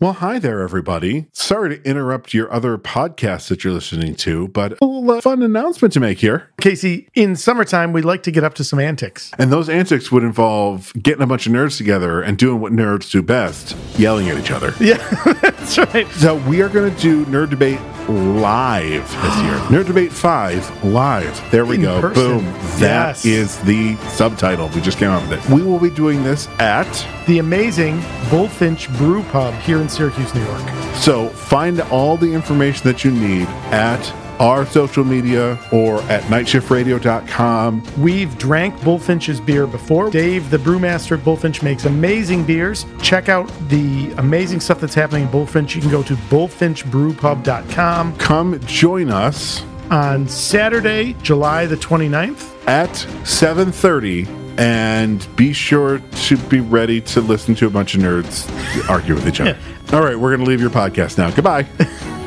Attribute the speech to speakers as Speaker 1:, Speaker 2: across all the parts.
Speaker 1: Well, hi there, everybody. Sorry to interrupt your other podcast that you're listening to, but a little uh, fun announcement to make here.
Speaker 2: Casey, in summertime, we like to get up to some antics.
Speaker 1: And those antics would involve getting a bunch of nerds together and doing what nerds do best yelling at each other.
Speaker 2: Yeah, that's right.
Speaker 1: So, we are going to do Nerd Debate live this year. Nerd Debate 5 live. There we
Speaker 2: In
Speaker 1: go.
Speaker 2: person.
Speaker 1: Boom. That
Speaker 2: Yes.
Speaker 1: is the subtitle. We just came up with it. We will be doing this at
Speaker 2: The amazing Bullfinch Brew Pub here in Syracuse, New York.
Speaker 1: So find all the information that you need at our social media or at nightshiftradio.com.
Speaker 2: We've drank Bullfinch's beer before. Dave, the brewmaster at Bullfinch, makes amazing beers. Check out the amazing stuff that's happening at Bullfinch. You can go to bullfinchbrewpub.com
Speaker 1: Come join us
Speaker 2: on Saturday, July the 29th.
Speaker 1: at 7:30 and be sure to be ready to listen to a bunch of nerds argue with each other. All right, we're going to leave your podcast now. Goodbye.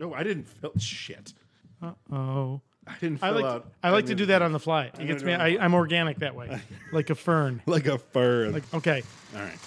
Speaker 1: No, Oh, I didn't feel shit.
Speaker 2: Oh.
Speaker 1: I didn't
Speaker 2: I
Speaker 1: fill
Speaker 2: like,
Speaker 1: out.
Speaker 2: I like to do that on the fly. It gets me, I, I'm organic that way, like a fern.
Speaker 1: like a fur.
Speaker 2: Like, okay.
Speaker 1: All right.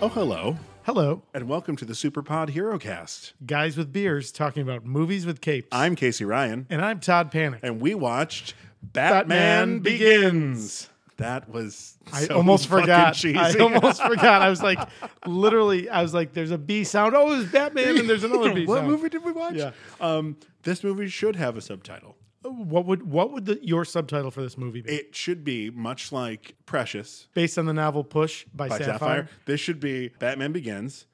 Speaker 1: Oh, hello,
Speaker 2: Hello,
Speaker 1: and welcome to the Superpod HeroCast.
Speaker 2: guys with beers talking about movies with capes.
Speaker 1: I'm Casey Ryan,
Speaker 2: and I'm Todd Panic.
Speaker 1: and we watched Batman,
Speaker 2: Batman
Speaker 1: Begins.
Speaker 2: Begins.
Speaker 1: That was
Speaker 2: I
Speaker 1: so
Speaker 2: almost
Speaker 1: fucking
Speaker 2: forgot.
Speaker 1: cheesy.
Speaker 2: I almost forgot. I was like, literally, I was like, there's a B sound. Oh, it's Batman, and there's another B
Speaker 1: what
Speaker 2: sound.
Speaker 1: movie did we watch?
Speaker 2: Yeah.
Speaker 1: Um, this movie should have a subtitle.
Speaker 2: What would what would the, your subtitle for this movie be?
Speaker 1: It should be much like Precious
Speaker 2: Based on the novel Push by,
Speaker 1: by Sapphire.
Speaker 2: Sapphire.
Speaker 1: This should be Batman Begins,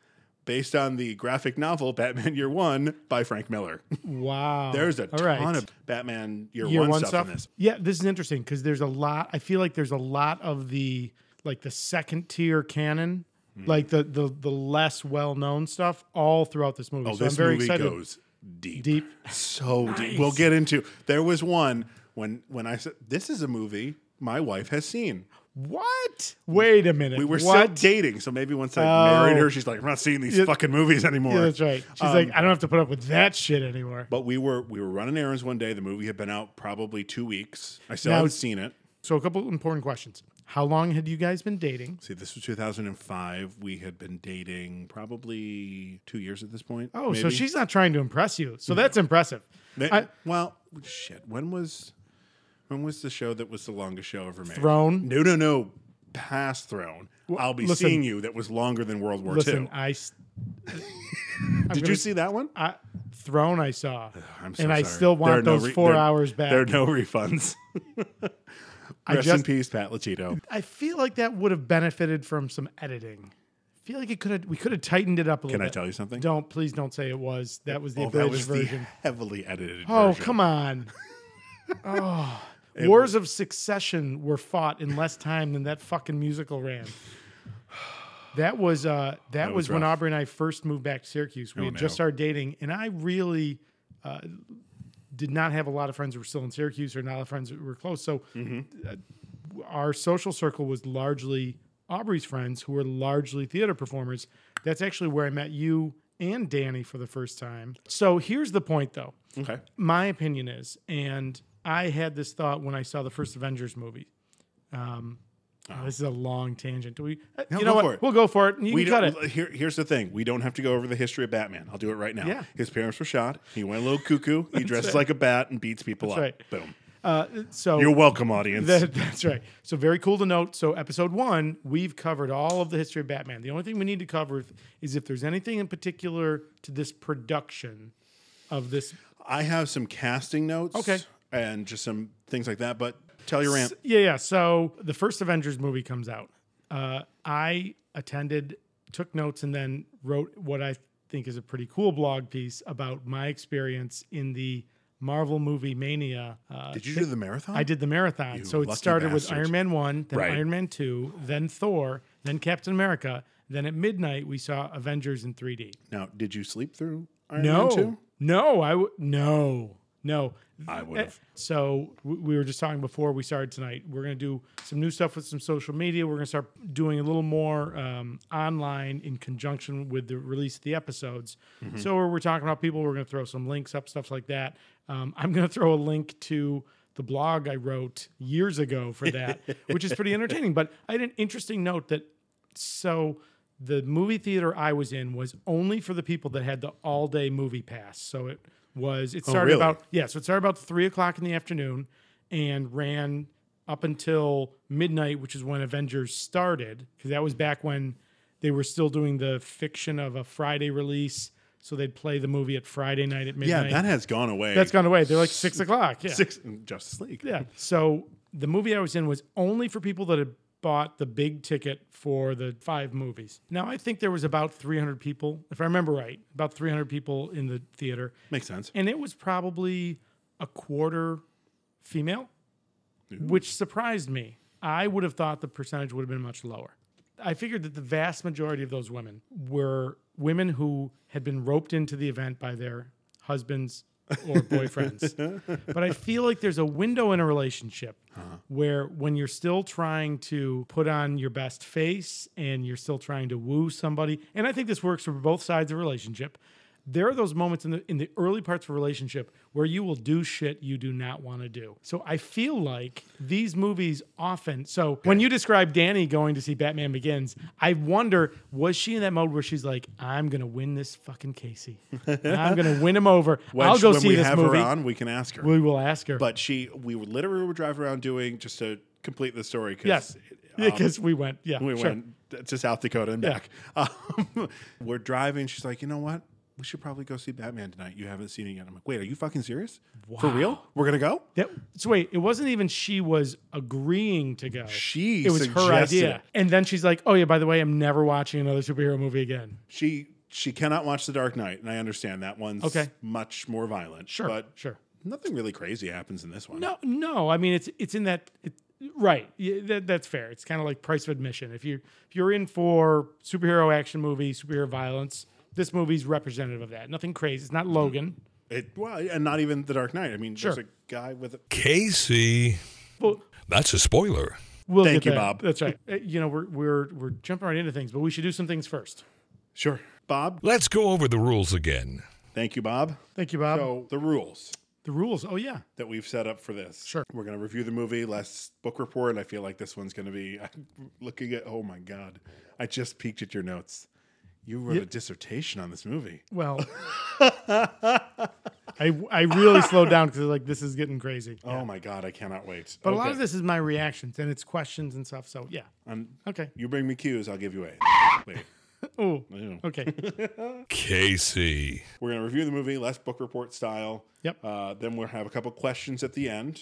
Speaker 1: based on the graphic novel Batman Year One by Frank Miller.
Speaker 2: Wow.
Speaker 1: There's a
Speaker 2: All
Speaker 1: ton
Speaker 2: right.
Speaker 1: of Batman Year,
Speaker 2: Year
Speaker 1: One,
Speaker 2: one
Speaker 1: stuff,
Speaker 2: stuff.
Speaker 1: in this.
Speaker 2: Yeah, this is interesting because there's a lot. I feel like there's a lot of the like the second tier canon,
Speaker 1: Hmm.
Speaker 2: like the the the less well known stuff, all throughout this movie.
Speaker 1: Oh,
Speaker 2: so
Speaker 1: this
Speaker 2: I'm very
Speaker 1: movie
Speaker 2: excited.
Speaker 1: goes deep,
Speaker 2: Deep.
Speaker 1: so deep. We'll get into. There was one when when I said this is a movie my wife has seen.
Speaker 2: What? Wait a minute.
Speaker 1: We were still
Speaker 2: what?
Speaker 1: dating, so maybe once I
Speaker 2: Oh.
Speaker 1: married her, she's like, "I'm not seeing these fucking movies anymore."
Speaker 2: Yeah, that's right. She's
Speaker 1: Um,
Speaker 2: like, I don't have to put up with that shit anymore.
Speaker 1: But we were we were running errands one day. The movie had been out probably two weeks. I still
Speaker 2: Now-
Speaker 1: haven't seen it.
Speaker 2: So a couple important questions. How long had you guys been dating?
Speaker 1: See, this was 2005. We had been dating probably two years at this point.
Speaker 2: Oh, so
Speaker 1: maybe. Hmm.
Speaker 2: she's not trying to impress you. So that's impressive.
Speaker 1: They-
Speaker 2: I-
Speaker 1: well, shit. When was when was the show that was the longest show ever made?
Speaker 2: Throne?
Speaker 1: No, no, no. Past Throne. I'll be
Speaker 2: listen.
Speaker 1: seeing you. That was longer than World War
Speaker 2: Listen,
Speaker 1: II.
Speaker 2: I s-
Speaker 1: Did you
Speaker 2: gonna-
Speaker 1: see that one?
Speaker 2: I, Throne I saw.
Speaker 1: I'm
Speaker 2: and I
Speaker 1: sorry.
Speaker 2: still
Speaker 1: There are
Speaker 2: want
Speaker 1: no
Speaker 2: those
Speaker 1: re-
Speaker 2: four
Speaker 1: there-
Speaker 2: hours back.
Speaker 1: There are no refunds.
Speaker 2: I
Speaker 1: Rest in
Speaker 2: just-
Speaker 1: peace, Pat Latito.
Speaker 2: I feel like that would have benefited from some editing. I feel like it could have we could have tightened it up a
Speaker 1: Can
Speaker 2: little
Speaker 1: I
Speaker 2: bit.
Speaker 1: tell you something?
Speaker 2: Don't please don't say it was. That was the
Speaker 1: Oh, that
Speaker 2: abridged
Speaker 1: was
Speaker 2: version.
Speaker 1: the heavily edited.
Speaker 2: oh,
Speaker 1: version.
Speaker 2: come on. oh. Wars of succession were fought in less time than that fucking musical ran. That was uh that, was,
Speaker 1: was
Speaker 2: when
Speaker 1: rough. Oh,
Speaker 2: Aubrey and I first moved back to Syracuse. We had
Speaker 1: no.
Speaker 2: just started dating and I really uh, did not have a lot of friends who were still in Syracuse or not a lot of friends that were close. So
Speaker 1: Mm-hmm.
Speaker 2: uh, our social circle was largely Aubrey's friends who were largely theater performers. That's actually where I met you and Danny for the first time. So here's the point though.
Speaker 1: Okay.
Speaker 2: My opinion is, and I had this thought when I saw the first Avengers movie. Um, oh, This is a long tangent. Do we? uh, you know
Speaker 1: go
Speaker 2: what?
Speaker 1: for it.
Speaker 2: We'll go for it. and You
Speaker 1: We
Speaker 2: can cut it.
Speaker 1: don't- Here, here's the thing: we don't have to go over the history of Batman. I'll do it right now.
Speaker 2: Yeah.
Speaker 1: His parents were shot. He went a little cuckoo. He dresses like a bat and beats people
Speaker 2: That's
Speaker 1: up. Boom.
Speaker 2: So
Speaker 1: You're welcome, audience.
Speaker 2: That, that's right. So very cool to note. So episode one, we've covered all of the history of Batman. The only thing we need to cover if- is if there's anything in particular to this production of this.
Speaker 1: I have some casting notes.
Speaker 2: Okay.
Speaker 1: And just some things like that. But tell your rant.
Speaker 2: Yeah, yeah. So the first Avengers movie comes out. Uh, I attended, took notes, and then wrote what I think is a pretty cool blog piece about my experience in the Marvel movie Mania. Uh,
Speaker 1: Did you do the marathon?
Speaker 2: I did the marathon. so it
Speaker 1: lucky
Speaker 2: started with
Speaker 1: bastard.
Speaker 2: Iron Man 1, then
Speaker 1: Right.
Speaker 2: Iron Man 2, then Thor, then Captain America. Then at midnight, we saw Avengers in 3D.
Speaker 1: Now, did you sleep through Iron
Speaker 2: No.
Speaker 1: Man 2?
Speaker 2: No, I would no, no.
Speaker 1: I would've.
Speaker 2: Eh, So w- we were just talking before we started tonight. We're gonna do some new stuff with some social media. We're gonna start doing a little more um, online in conjunction with the release of the episodes. So we're talking about people. We're gonna throw some links up, stuff like that. Um, I'm gonna throw a link to the blog I wrote years ago for that, which is pretty entertaining. But I had an interesting note that so the movie theater I was in was only for the people that had the all day movie pass. So it was it started
Speaker 1: really?
Speaker 2: about yeah, so it started about three o'clock in the afternoon and ran up until midnight, which is when Avengers started, because that was back when they were still doing the fiction of a Friday release. So they'd play the movie at Friday night at
Speaker 1: Yeah,
Speaker 2: midnight.
Speaker 1: that has gone away.
Speaker 2: That's gone away. They're like six o'clock. Yeah.
Speaker 1: six Justice League.
Speaker 2: Yeah. So the movie I was in was only for people that had bought the big ticket for the five movies. Now I think there was about 300 people, if I remember right, about 300 people in the theater,
Speaker 1: Makes sense.
Speaker 2: and it was probably a quarter female, which surprised me. I would have thought the percentage would have been much lower. I figured that the vast majority of those women were women who had been roped into the event by their husbands or boyfriends. but I feel like there's a window in a relationship where when you're still trying to put on your best face and you're still trying to woo somebody, and I think this works for both sides of a relationship. There are those moments in the in the early parts of a relationship where you will do shit you do not want to do. So I feel like these movies often. So when you describe Danny going to see Batman Begins, I wonder was she in that mode where she's like, "I'm gonna win this fucking Casey. I'm gonna win him over. I'll
Speaker 1: Which,
Speaker 2: go
Speaker 1: when
Speaker 2: see
Speaker 1: we
Speaker 2: this
Speaker 1: have
Speaker 2: movie."
Speaker 1: her on, we can ask her.
Speaker 2: We will ask her.
Speaker 1: but she, we would literally were driving around doing just to complete the story. Cause
Speaker 2: Yes, because we went. Yeah,
Speaker 1: We
Speaker 2: sure.
Speaker 1: went to South Dakota and back. Um, we're driving. She's like, you know what? We should probably go see Batman tonight. You haven't seen it yet. I'm like, wait, are you fucking serious? For real? We're gonna go?
Speaker 2: That, so wait, it wasn't even she was agreeing to go.
Speaker 1: She
Speaker 2: it was her idea,
Speaker 1: suggested-
Speaker 2: and then she's like, "Oh yeah, by the way, I'm never watching another superhero movie again."
Speaker 1: She she cannot watch The Dark Knight, and I understand that one's
Speaker 2: Okay.
Speaker 1: much more violent.
Speaker 2: Sure,
Speaker 1: but
Speaker 2: sure.
Speaker 1: nothing really crazy happens in this one.
Speaker 2: No, no. I mean, it's it's in that. It, right. Yeah, that, that's fair. It's kind of like price of admission. If you if you're in for superhero action movie, superhero violence, this movie's representative of that. Nothing crazy. It's not Logan.
Speaker 1: It, well, and not even The Dark Knight. I mean,
Speaker 2: Sure.
Speaker 1: there's a guy with a
Speaker 3: Casey.
Speaker 2: Well,
Speaker 3: That's a spoiler.
Speaker 2: we'll get
Speaker 1: Thank you,
Speaker 2: there.
Speaker 1: Bob.
Speaker 2: That's right. Uh, You know, we're we're we're jumping right into things, but we should do some things first.
Speaker 1: sure Bob.
Speaker 3: Let's go over the rules again.
Speaker 1: Thank you, Bob.
Speaker 2: Thank you, Bob.
Speaker 1: So the rules
Speaker 2: the rules. Oh yeah.
Speaker 1: that we've set up for this.
Speaker 2: Sure.
Speaker 1: We're going to review the movie, less book report. I feel like this one's going to be I'm looking at, oh my God, I just peeked at your notes. You wrote a dissertation on this movie.
Speaker 2: Well, I I really slowed down because like this is getting crazy.
Speaker 1: Oh my God, I cannot wait.
Speaker 2: But a lot of this is my reactions and it's questions and stuff. So yeah, okay.
Speaker 1: You bring me cues, I'll give you a. Wait.
Speaker 2: Oh,
Speaker 1: Ew.
Speaker 2: okay.
Speaker 3: Casey.
Speaker 1: We're going to review the movie, less book report style.
Speaker 2: Yep. Mm-hmm.
Speaker 1: Uh, then we'll have a couple questions at the end.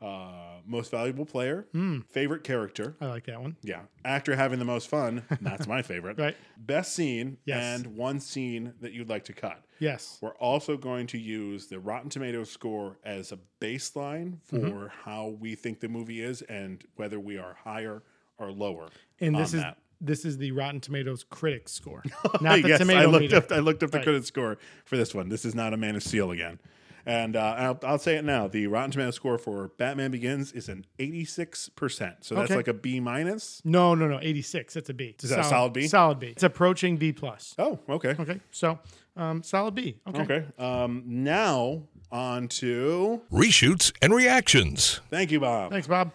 Speaker 1: Uh, most valuable player, favorite character.
Speaker 2: Mm. I like that one.
Speaker 1: Yeah. Actor having the most fun. That's my favorite.
Speaker 2: Right.
Speaker 1: Best scene
Speaker 2: Yes.
Speaker 1: and one scene that you'd like to cut.
Speaker 2: Yes.
Speaker 1: We're also going to use the Rotten Tomatoes score as a baseline for
Speaker 2: Mm-hmm.
Speaker 1: how we think the movie is and whether we are higher or lower.
Speaker 2: And this
Speaker 1: on
Speaker 2: is
Speaker 1: that.
Speaker 2: this is the Rotten Tomatoes critics score, not the
Speaker 1: yes,
Speaker 2: tomato
Speaker 1: I looked
Speaker 2: meter.
Speaker 1: up. I looked up the credit score for this one. This is not a Man of Steel again. And uh, I'll, I'll say it now: the Rotten Tomatoes score for Batman Begins is an eighty-six percent. So that's
Speaker 2: Okay.
Speaker 1: like a B minus.
Speaker 2: No, no, no. Eighty six. That's a B. It's
Speaker 1: that a solid B?
Speaker 2: Solid B. It's approaching B plus.
Speaker 1: Oh, okay, okay.
Speaker 2: Okay. So, um, solid B. Okay.
Speaker 1: Um, now on to
Speaker 3: Reshoots and reactions.
Speaker 1: thank you, Bob.
Speaker 2: Thanks, Bob.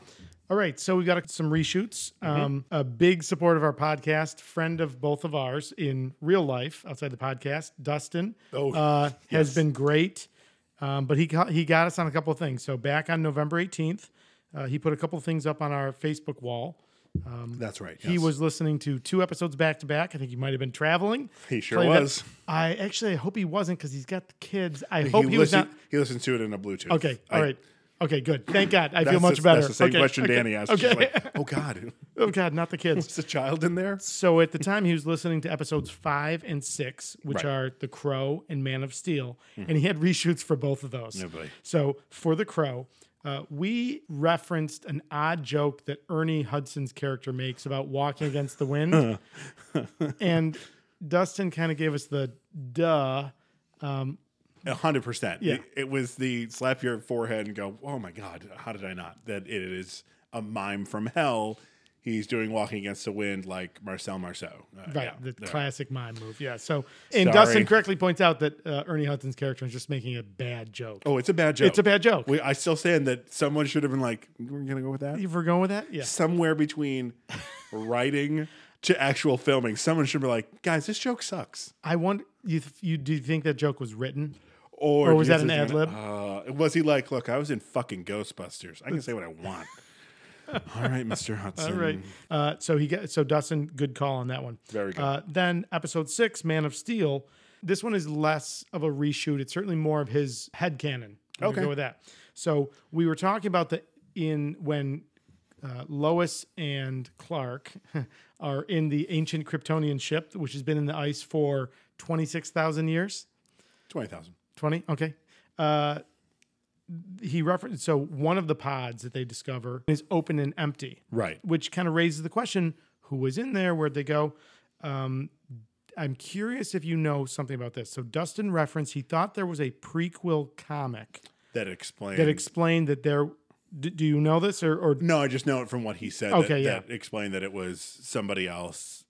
Speaker 2: All right, so we've got some reshoots.
Speaker 1: Mm-hmm.
Speaker 2: Um, a big supporter of our podcast, friend of both of ours in real life outside the podcast, Dustin,
Speaker 1: Oh,
Speaker 2: uh, has been great. Um, but he got, he got us on a couple of things. So back on November 18th, uh, he put a couple of things up on our Facebook wall.
Speaker 1: That's right.
Speaker 2: He
Speaker 1: yes.
Speaker 2: was listening to two episodes back to back. I think he might have been traveling.
Speaker 1: He sure
Speaker 2: Played it.
Speaker 1: was.
Speaker 2: I actually I hope he wasn't because he's got the kids. I hope
Speaker 1: he,
Speaker 2: he, was
Speaker 1: listened,
Speaker 2: not.
Speaker 1: he listened to it in a Bluetooth.
Speaker 2: Okay,
Speaker 1: I-
Speaker 2: all right. Okay, good. Thank God. I feel
Speaker 1: That's
Speaker 2: much
Speaker 1: the,
Speaker 2: better.
Speaker 1: That's the same
Speaker 2: okay.
Speaker 1: question
Speaker 2: okay.
Speaker 1: Danny asked.
Speaker 2: Okay.
Speaker 1: She's like, oh God,
Speaker 2: Oh God, not the kids.
Speaker 1: is a child in there?
Speaker 2: So at the time he was listening to episodes five and six, which
Speaker 1: Right. Mm-hmm.
Speaker 2: are The Crow and Man of Steel, and he had reshoots for both of those.
Speaker 1: boy.
Speaker 2: so for The Crow, uh, we referenced an odd joke that Ernie Hudson's character makes about walking against the wind, and Dustin kind of gave us the duh. Um,
Speaker 1: hundred percent.
Speaker 2: Yeah.
Speaker 1: It, it was the slap your forehead and go, "Oh my god, how did I not?" That it is a mime from hell. He's doing "Walking Against the Wind" like Marcel Marceau. Uh,
Speaker 2: Right,
Speaker 1: yeah,
Speaker 2: the
Speaker 1: yeah.
Speaker 2: classic mime move. Yeah. So, and
Speaker 1: Sorry.
Speaker 2: Dustin correctly points out that uh, Ernie Hudson's character is just making a bad joke.
Speaker 1: Oh, it's a bad joke.
Speaker 2: It's a bad joke.
Speaker 1: We, I still stand that someone should have been like, "We're gonna go with that."
Speaker 2: If we're going with that, yeah.
Speaker 1: Somewhere between writing to actual filming, someone should be like, "Guys, this joke sucks."
Speaker 2: I want you. Th- you do you think that joke was written?
Speaker 1: Or,
Speaker 2: Or was
Speaker 1: here's
Speaker 2: that
Speaker 1: the
Speaker 2: an
Speaker 1: thing,
Speaker 2: ad lib?
Speaker 1: Uh, was he like, look, I was in fucking Ghostbusters. I can say what I want. All right, Mr. Hudson.
Speaker 2: All right. Uh, so he got so Dustin, good call on that one.
Speaker 1: Very good.
Speaker 2: Uh, then episode six, Man of Steel. This one is less of a reshoot. It's certainly more of his head cannon.
Speaker 1: Okay.
Speaker 2: go with that. So we were talking about the in when uh, Lois and Clark are in the ancient Kryptonian ship, which has been in the ice for twenty six thousand years.
Speaker 1: 20,000.
Speaker 2: 20 okay uh he referenced so one of the pods that they discover is open and empty
Speaker 1: Right.
Speaker 2: which kind of raises the question who was in there where'd they go um i'm curious if you know something about this so dustin referenced he thought there was a prequel comic
Speaker 1: That explains.
Speaker 2: that explained that there do, do you know this or, or
Speaker 1: no, I just know it from what he said.
Speaker 2: Okay,
Speaker 1: that,
Speaker 2: yeah.
Speaker 1: That explained that it was somebody else.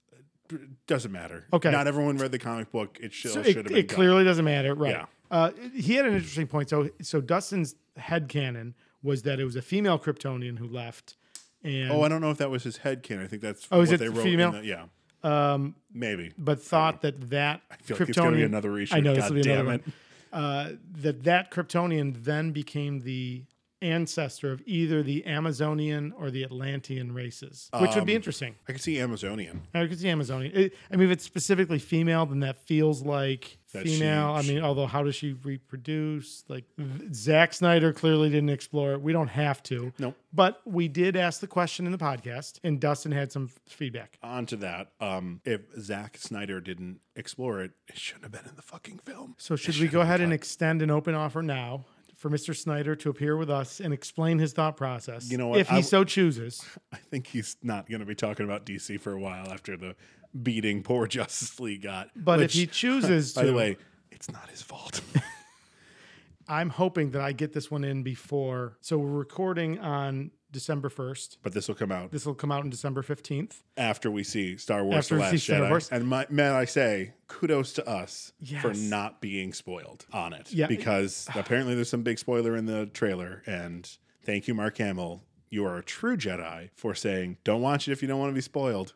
Speaker 1: Doesn't matter.
Speaker 2: Okay.
Speaker 1: Not everyone read the comic book. It should,
Speaker 2: So
Speaker 1: should have
Speaker 2: it,
Speaker 1: been.
Speaker 2: it
Speaker 1: done.
Speaker 2: clearly doesn't matter, right?
Speaker 1: Yeah.
Speaker 2: Uh, he had an interesting point. So, so Dustin's headcanon was that it was a female Kryptonian who left, and
Speaker 1: Oh, I don't know if that was his head can. I think that's
Speaker 2: Oh,
Speaker 1: what
Speaker 2: is it
Speaker 1: they wrote. in
Speaker 2: female?
Speaker 1: the- yeah. Um, Maybe.
Speaker 2: but thought that that
Speaker 1: feel
Speaker 2: Kryptonian
Speaker 1: like it's gonna be another reshoot.
Speaker 2: I know this
Speaker 1: God
Speaker 2: will be another
Speaker 1: damn
Speaker 2: one. Uh, that that Kryptonian then became the ancestor of either the Amazonian or the Atlantean races, which would
Speaker 1: Um,
Speaker 2: be interesting.
Speaker 1: I could see Amazonian.
Speaker 2: Because the Amazonian, it, I mean, if it's specifically female, then that feels like
Speaker 1: That's
Speaker 2: female.
Speaker 1: huge.
Speaker 2: I mean, although how does she reproduce? Like th- Zack Snyder clearly didn't explore it. We don't have to.
Speaker 1: Nope.
Speaker 2: But we did ask the question in the podcast, and Dustin had some f- feedback.
Speaker 1: Onto that, um, if Zack Snyder didn't explore it, it shouldn't have been in the fucking film.
Speaker 2: So should we go ahead and extend an open offer now for Mr. Snyder to appear with us and explain his thought process?
Speaker 1: You know what?
Speaker 2: If he
Speaker 1: I w-
Speaker 2: so chooses.
Speaker 1: I think he's not going to be talking about DC for a while after the beating poor Justice League got.
Speaker 2: But
Speaker 1: which,
Speaker 2: if he chooses
Speaker 1: by the
Speaker 2: to,
Speaker 1: way, it's not his fault.
Speaker 2: I'm hoping that I get this one in before. So we're recording on December 1st.
Speaker 1: but this will come out
Speaker 2: This will come out on December 15th.
Speaker 1: after we see Star Wars:
Speaker 2: After
Speaker 1: The
Speaker 2: we
Speaker 1: Last
Speaker 2: see Star
Speaker 1: Jedi.
Speaker 2: Wars.
Speaker 1: And my, may I say, kudos to us for
Speaker 2: Yes.
Speaker 1: not being spoiled on it.
Speaker 2: Yeah.
Speaker 1: Because apparently there's some big spoiler in the trailer. And thank you, Mark Hamill. You are a true Jedi for saying, "Don't watch it if you don't want to be spoiled."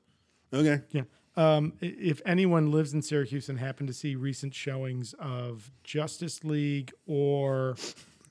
Speaker 1: Okay.
Speaker 2: Yeah. Um, i- if anyone lives in Syracuse and happened to see recent showings of Justice League or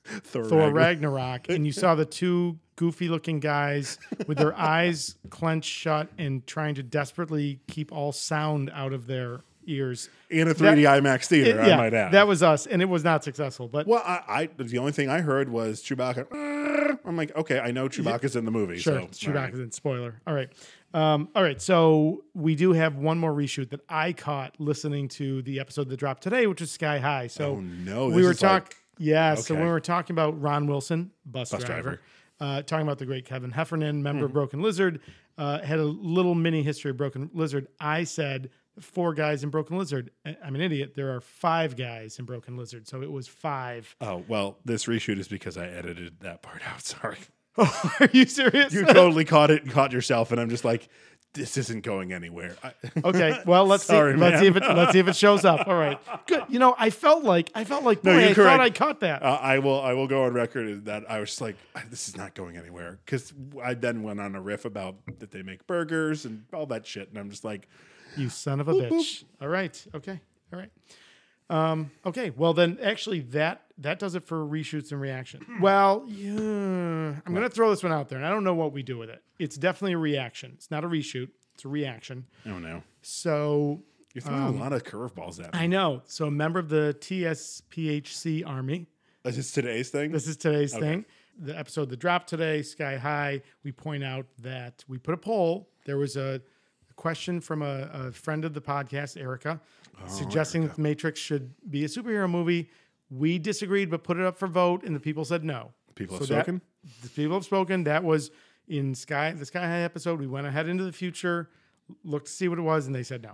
Speaker 1: Thor,
Speaker 2: Thor
Speaker 1: Ragnarok.
Speaker 2: Ragnarok and you saw the two goofy looking guys with their eyes clenched shut and trying to desperately keep all sound out of their ears.
Speaker 1: in a 3D IMAX theater, I
Speaker 2: yeah,
Speaker 1: might add.
Speaker 2: that was us, and it was not successful. But
Speaker 1: Well, I, I the only thing I heard was Chewbacca. I'm like, okay, I know Chewbacca's in the movie.
Speaker 2: sure,
Speaker 1: so,
Speaker 2: it's
Speaker 1: all
Speaker 2: Chewbacca's
Speaker 1: right.
Speaker 2: in spoiler. All right. Um, all right, so we do have one more reshoot that I caught listening to the episode that dropped today, which is Sky High. So
Speaker 1: Oh, no,
Speaker 2: we
Speaker 1: this
Speaker 2: were
Speaker 1: is like-
Speaker 2: talking. yeah, so
Speaker 1: Okay.
Speaker 2: when we were talking about Ron Wilson, bus, driver,
Speaker 1: driver. Hmm.
Speaker 2: Uh, talking about the great Kevin Heffernan, member of Broken Lizard, uh, had a little mini history of Broken Lizard. I said four guys in Broken Lizard. I- I'm an idiot. There are five guys in Broken Lizard, so it was five.
Speaker 1: Oh well, this reshoot is because I edited that part out. Sorry,
Speaker 2: are you serious?
Speaker 1: you totally caught it, caught yourself, and I'm just like, this isn't going anywhere. I,
Speaker 2: Okay, well let's
Speaker 1: Sorry,
Speaker 2: see. Let's see if
Speaker 1: man.
Speaker 2: it let's see if it shows up. All right, good. You know, I felt like I felt like boy,
Speaker 1: you're
Speaker 2: I thought
Speaker 1: correct.
Speaker 2: I caught that.
Speaker 1: Uh, I will. I will go on record that I was just like, "This is not going anywhere." Because I then went on a riff about that they make burgers and all that shit, and I'm just like,
Speaker 2: you son of a bitch. All right, okay, all right. Um, okay, well then, actually that that does it for reshoots and reaction.
Speaker 1: Hmm.
Speaker 2: Well, yeah, I'm gonna throw this one out there, and I don't know what we do with it. It's definitely a reaction. It's not a reshoot. It's a reaction.
Speaker 1: "Oh no,
Speaker 2: So
Speaker 1: you're throwing
Speaker 2: Um,
Speaker 1: a lot of curveballs at me."
Speaker 2: I know. So a member of the TSPHC Army.
Speaker 1: Is this today's thing?
Speaker 2: This is today's thing. The episode that dropped today, Sky High, we point out that we put a poll. There was a, a question from a, a friend of the podcast, Erica, suggesting that The Matrix should be a superhero movie. We disagreed, but put it up for vote, and the people said no.
Speaker 1: People have
Speaker 2: So that-
Speaker 1: spoken?
Speaker 2: the people have spoken. That was in Sky the Sky High episode. We went ahead into the future, looked to see what it was, and they said no.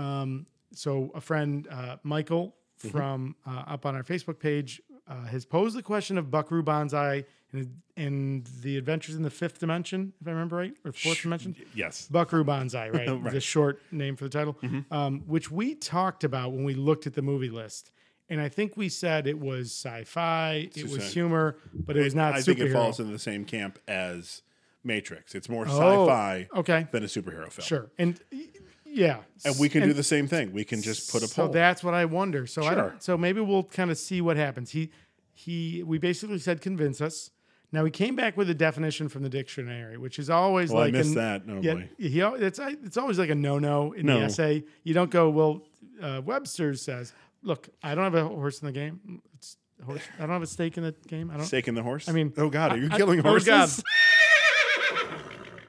Speaker 2: Um, so a friend, uh, Michael
Speaker 1: Mm-hmm.
Speaker 2: from uh, up on our Facebook page uh, has posed the question of Buckaroo Banzai and, and the Adventures in the Fifth Dimension, if I remember right, or Fourth Dimension.
Speaker 1: Yes.
Speaker 2: Buckaroo Banzai, right? The short name for the title,
Speaker 1: Mm-hmm.
Speaker 2: um, which we talked about when we looked at the movie list. And I think we said it was sci-fi, it was
Speaker 1: sci-
Speaker 2: humor, but it was not
Speaker 1: I
Speaker 2: superhero.
Speaker 1: think it falls into the same camp as Matrix. It's more
Speaker 2: Oh,
Speaker 1: sci-fi
Speaker 2: okay.
Speaker 1: than a superhero film.
Speaker 2: Sure, and y- yeah,
Speaker 1: And we can do the same thing. We can just put a
Speaker 2: So
Speaker 1: poll.
Speaker 2: that's what I wonder. So I
Speaker 1: Sure.
Speaker 2: don't, so maybe we'll kind of see what happens. He he. We basically said convince us. Now he came back with a definition from the dictionary, which is always
Speaker 1: well,
Speaker 2: like
Speaker 1: Oh, I missed
Speaker 2: an-
Speaker 1: that. No
Speaker 2: Yeah,
Speaker 1: boy.
Speaker 2: he, al- it's I- it's always like a no no in
Speaker 1: No.
Speaker 2: the essay. You don't go well. Uh, Webster says, "Look, I don't have a horse in the game. It's horse, I don't have a stake in the game. I don't.
Speaker 1: Taking the horse.
Speaker 2: I mean,
Speaker 1: oh god, are you
Speaker 2: I-
Speaker 1: killing
Speaker 2: oh,
Speaker 1: horses?
Speaker 2: God.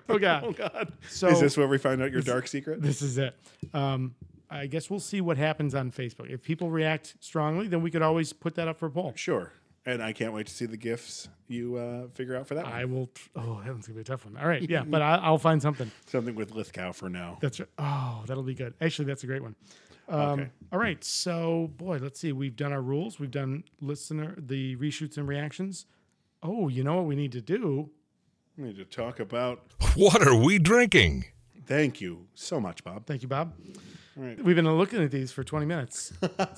Speaker 2: Oh God!
Speaker 1: Oh god.
Speaker 2: So
Speaker 1: Is this where we find out your dark secret?
Speaker 2: this is it. Um, I guess we'll see what happens on Facebook. If people react strongly, then we could always put that up for a poll.
Speaker 1: Sure. And I can't wait to see the gifts you uh, figure out for that. one.
Speaker 2: I will. Oh, that one's gonna be a tough one. All right, yeah, but I, I'll find something.
Speaker 1: Something with Lithgow for now.
Speaker 2: That's right. Oh, that'll be good. Actually, that's a great one. Um,
Speaker 1: Okay.
Speaker 2: All right, so boy, let's see. We've done our rules. We've done listener the reshoots and reactions. Oh, you know what we need to do?
Speaker 1: We need to talk about.
Speaker 3: What are we drinking?
Speaker 1: Thank you so much, Bob.
Speaker 2: Thank you, Bob.
Speaker 1: Right.
Speaker 2: We've been looking at these for 20 minutes.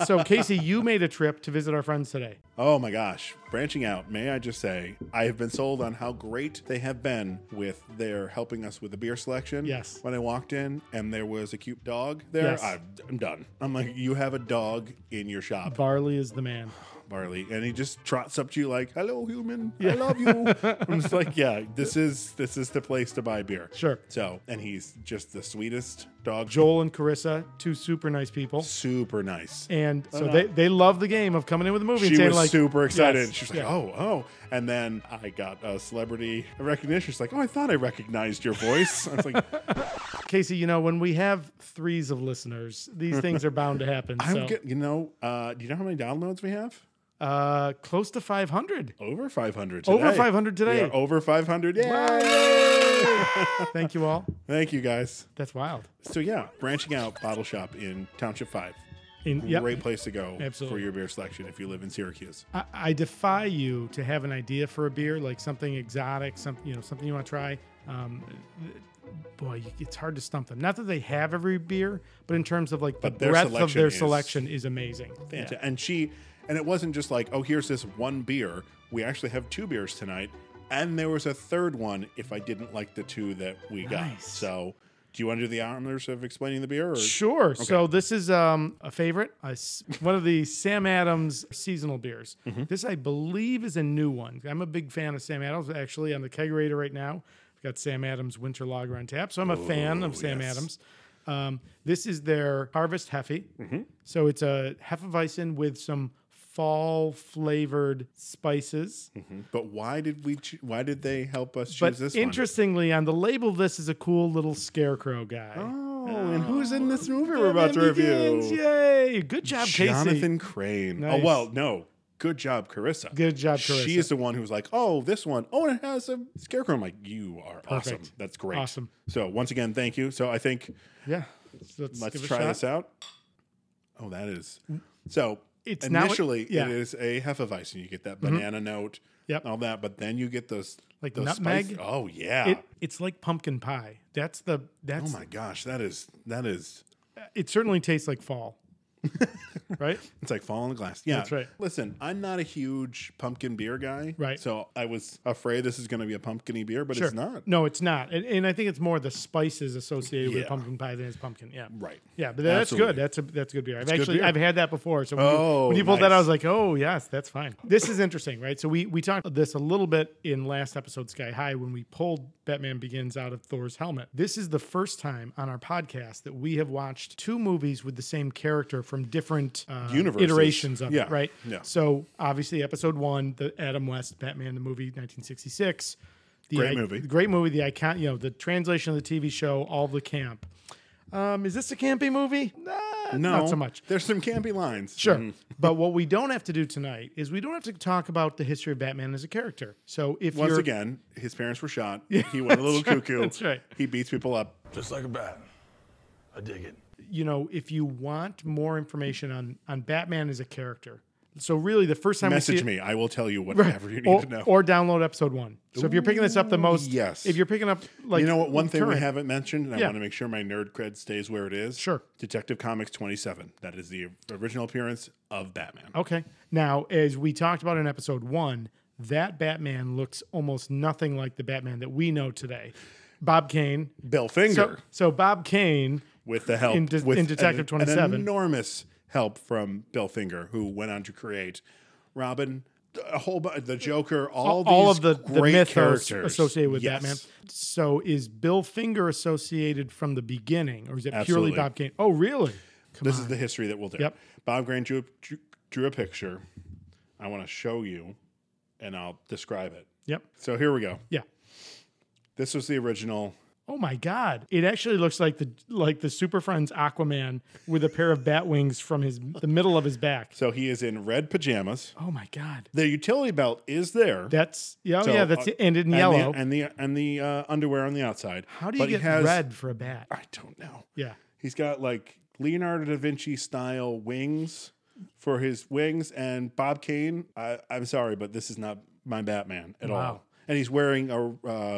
Speaker 2: so, Casey, you made a trip to visit our friends today.
Speaker 1: Oh my gosh. Branching out, may I just say, I have been sold on how great they have been with their helping us with the beer selection.
Speaker 2: Yes.
Speaker 1: When I walked in and there was a cute dog there,
Speaker 2: Yes.
Speaker 1: I, I'm done. I'm like, you have a dog in your shop,
Speaker 2: Barley is the man.
Speaker 1: Barley. And he just trots up to you like, hello, human. I love you. I'm just like, yeah, this is this is the place to buy beer.
Speaker 2: Sure.
Speaker 1: So, and he's just the sweetest dog.
Speaker 2: Joel and Carissa, two super nice people.
Speaker 1: Super nice.
Speaker 2: And so they, they love the game of coming in with a movie and
Speaker 1: she
Speaker 2: saying
Speaker 1: was
Speaker 2: like
Speaker 1: super excited.
Speaker 2: Yes,
Speaker 1: she was like,
Speaker 2: yeah.
Speaker 1: "Oh, oh!" And then I got a celebrity recognition. She's like, "Oh, I thought I recognized your voice." I was like, "Oh."
Speaker 2: Casey, you know, when we have threes of listeners, these things are bound to happen.
Speaker 1: "I'm
Speaker 2: so
Speaker 1: get- you know, uh, do you know how many downloads we have?
Speaker 2: uh close to five hundred.
Speaker 1: Over 500 today.
Speaker 2: Over 500
Speaker 1: We
Speaker 2: today.
Speaker 1: are over 500. Yay!
Speaker 2: Thank you all.
Speaker 1: Thank you guys.
Speaker 2: That's wild.
Speaker 1: So yeah, branching out, bottle shop in Township Five.
Speaker 2: And yep,
Speaker 1: Great place to go
Speaker 2: Absolutely.
Speaker 1: for your beer selection if you live in Syracuse.
Speaker 2: I, I defy you to have an idea for a beer, like something exotic, something you know, something you want to try. Um, boy, you- it's hard to stump them. Not that they have every beer, but in terms of like the
Speaker 1: But their
Speaker 2: breadth of
Speaker 1: selection
Speaker 2: their
Speaker 1: is
Speaker 2: selection is amazing. Yeah.
Speaker 1: Fanta- And she, and it wasn't just like, oh, here's this one beer. We actually have two beers tonight, and there was a third one if I didn't like the two that we got.
Speaker 2: Nice.
Speaker 1: So, do you want to do the honors of explaining the beer? Or?
Speaker 2: Sure. So this is um, a favorite, a s one of the Sam Adams seasonal beers.
Speaker 1: Mm-hmm.
Speaker 2: This, I believe, is a new one. I'm a big fan of Sam Adams. Actually, on the kegerator right now, I've got Sam Adams Winter Lager on tap. So I'm a fan of Sam
Speaker 1: Oh, yes.
Speaker 2: Adams. Um, this is their Harvest Hefe.
Speaker 1: Mm-hmm.
Speaker 2: So it's a Hefeweizen with some fall flavored spices.
Speaker 1: But why did we? Cho- why did they help us choose
Speaker 2: But
Speaker 1: this
Speaker 2: interestingly, on the label, of this is a cool little scarecrow guy.
Speaker 1: one? Oh, and who's in this movie we're about to review?
Speaker 2: Begins. Yay! Good job, Casey.
Speaker 1: Jonathan Crane.
Speaker 2: Nice.
Speaker 1: Oh well, no. Good job, Carissa.
Speaker 2: Good job, Carissa.
Speaker 1: She is the one who was like, "Oh, this one. Oh, and it has a scarecrow." I'm like, "You are awesome.
Speaker 2: Perfect.
Speaker 1: That's great.
Speaker 2: Awesome.
Speaker 1: So once again, thank you. So I think
Speaker 2: Yeah. So
Speaker 1: Let's
Speaker 2: give it a
Speaker 1: try
Speaker 2: shot. Mm.
Speaker 1: this out. Oh, that is so.
Speaker 2: It's now-
Speaker 1: initially
Speaker 2: yeah. Mm-hmm.
Speaker 1: it is a hefeweizen. You get that banana note,
Speaker 2: Yep.
Speaker 1: all that, but then you get those
Speaker 2: Like
Speaker 1: those
Speaker 2: nutmeg?
Speaker 1: spice- Oh yeah.
Speaker 2: It, it's like pumpkin pie. That's the
Speaker 1: oh
Speaker 2: that's
Speaker 1: my gosh, that is that is.
Speaker 2: it certainly tastes like fall. right?
Speaker 1: It's like fall in the glass. Yeah,
Speaker 2: That's right.
Speaker 1: Listen, I'm not a huge pumpkin beer guy,
Speaker 2: Right.
Speaker 1: So I was afraid this is going to be a pumpkiny beer, but it's not.
Speaker 2: No, it's not. And, and I think it's more the spices associated with
Speaker 1: Yeah.
Speaker 2: pumpkin pie than it's pumpkin. Yeah.
Speaker 1: Right.
Speaker 2: Yeah, but that's
Speaker 1: Absolutely.
Speaker 2: good. That's a that's a good beer. I've
Speaker 1: good
Speaker 2: actually
Speaker 1: beer.
Speaker 2: I've had that before. So when, you,
Speaker 1: Oh,
Speaker 2: when you pulled that, I
Speaker 1: nice.
Speaker 2: was like, oh yes, that's fine. This is interesting, right? So we we talked about this a little bit in last episode Sky High when we pulled Batman Begins out of Thor's helmet. This is the first time on our podcast that we have watched two movies with the same character from different uh,
Speaker 1: Universes.
Speaker 2: iterations of
Speaker 1: Yeah.
Speaker 2: it, right?
Speaker 1: Yeah.
Speaker 2: So obviously, Episode One, the Adam West Batman the movie, 1966. The
Speaker 1: Great
Speaker 2: i-
Speaker 1: movie.
Speaker 2: Great movie. The icon, you know, the translation of the TV show, all the camp. Um, is this a campy movie? Nah,
Speaker 1: No, Mm-hmm.
Speaker 2: not so much.
Speaker 1: There's some campy lines.
Speaker 2: Sure. but what we don't have to do tonight is we don't have to talk about the history of Batman as a character. So if
Speaker 1: Once
Speaker 2: you're,
Speaker 1: again, his parents were shot. he went a little
Speaker 2: that's right,
Speaker 1: cuckoo.
Speaker 2: that's right.
Speaker 1: He beats people up.
Speaker 4: Just like a bat. I dig it.
Speaker 2: you know, if you want more information on on Batman as a character, so really the first time we
Speaker 1: Message
Speaker 2: see
Speaker 1: me. I will tell you whatever you
Speaker 2: it,
Speaker 1: need
Speaker 2: or,
Speaker 1: to know.
Speaker 2: or download episode one. So if you're picking this up the most,
Speaker 1: yes.
Speaker 2: If you're picking up like
Speaker 1: you know what? One thing we
Speaker 2: current-
Speaker 1: haven't mentioned, and I
Speaker 2: Yeah.
Speaker 1: want to make sure my nerd cred stays where it is.
Speaker 2: Sure.
Speaker 1: Detective Comics 27. That is the original appearance of Batman.
Speaker 2: Okay. Now, as we talked about in episode one, that Batman looks almost nothing like the Batman that we know today. Bob Kane.
Speaker 1: Bill
Speaker 2: So,
Speaker 1: Finger,
Speaker 2: so Bob Kane.
Speaker 1: with the help
Speaker 2: in De-
Speaker 1: with
Speaker 2: in Detective
Speaker 1: an-
Speaker 2: 27.
Speaker 1: an enormous help from Bill Finger, who went on to create Robin, a whole bu- the Joker, all
Speaker 2: all
Speaker 1: these
Speaker 2: of the, the
Speaker 1: great
Speaker 2: mythos
Speaker 1: characters
Speaker 2: associated with
Speaker 1: Yes.
Speaker 2: Batman. So is Bill Finger associated from the beginning, or is it
Speaker 1: Absolutely.
Speaker 2: purely Bob Kane? Oh, really? Come
Speaker 1: This
Speaker 2: on.
Speaker 1: is the history that we'll do.
Speaker 2: Yep.
Speaker 1: Bob Grant drew, drew, drew a picture. I want to show you, and I'll describe it.
Speaker 2: Yep.
Speaker 1: So here we go.
Speaker 2: Yeah.
Speaker 1: This was the original.
Speaker 2: Oh my God! It actually looks like the like the Super Friends Aquaman with a pair of bat wings from his the middle of his back.
Speaker 1: So he is in red pajamas.
Speaker 2: Oh my God!
Speaker 1: The utility belt is there.
Speaker 2: That's yeah, oh
Speaker 1: So,
Speaker 2: yeah. That's
Speaker 1: uh,
Speaker 2: it and in
Speaker 1: and
Speaker 2: yellow.
Speaker 1: The, and the and the uh, underwear on the outside.
Speaker 2: How do you
Speaker 1: But he
Speaker 2: get
Speaker 1: has-
Speaker 2: red for a bat?
Speaker 1: I don't know.
Speaker 2: Yeah,
Speaker 1: He's got like Leonardo da Vinci style wings for his wings, and Bob Kane. I, I'm sorry, but this is not my Batman at
Speaker 2: Wow.
Speaker 1: all. And he's wearing a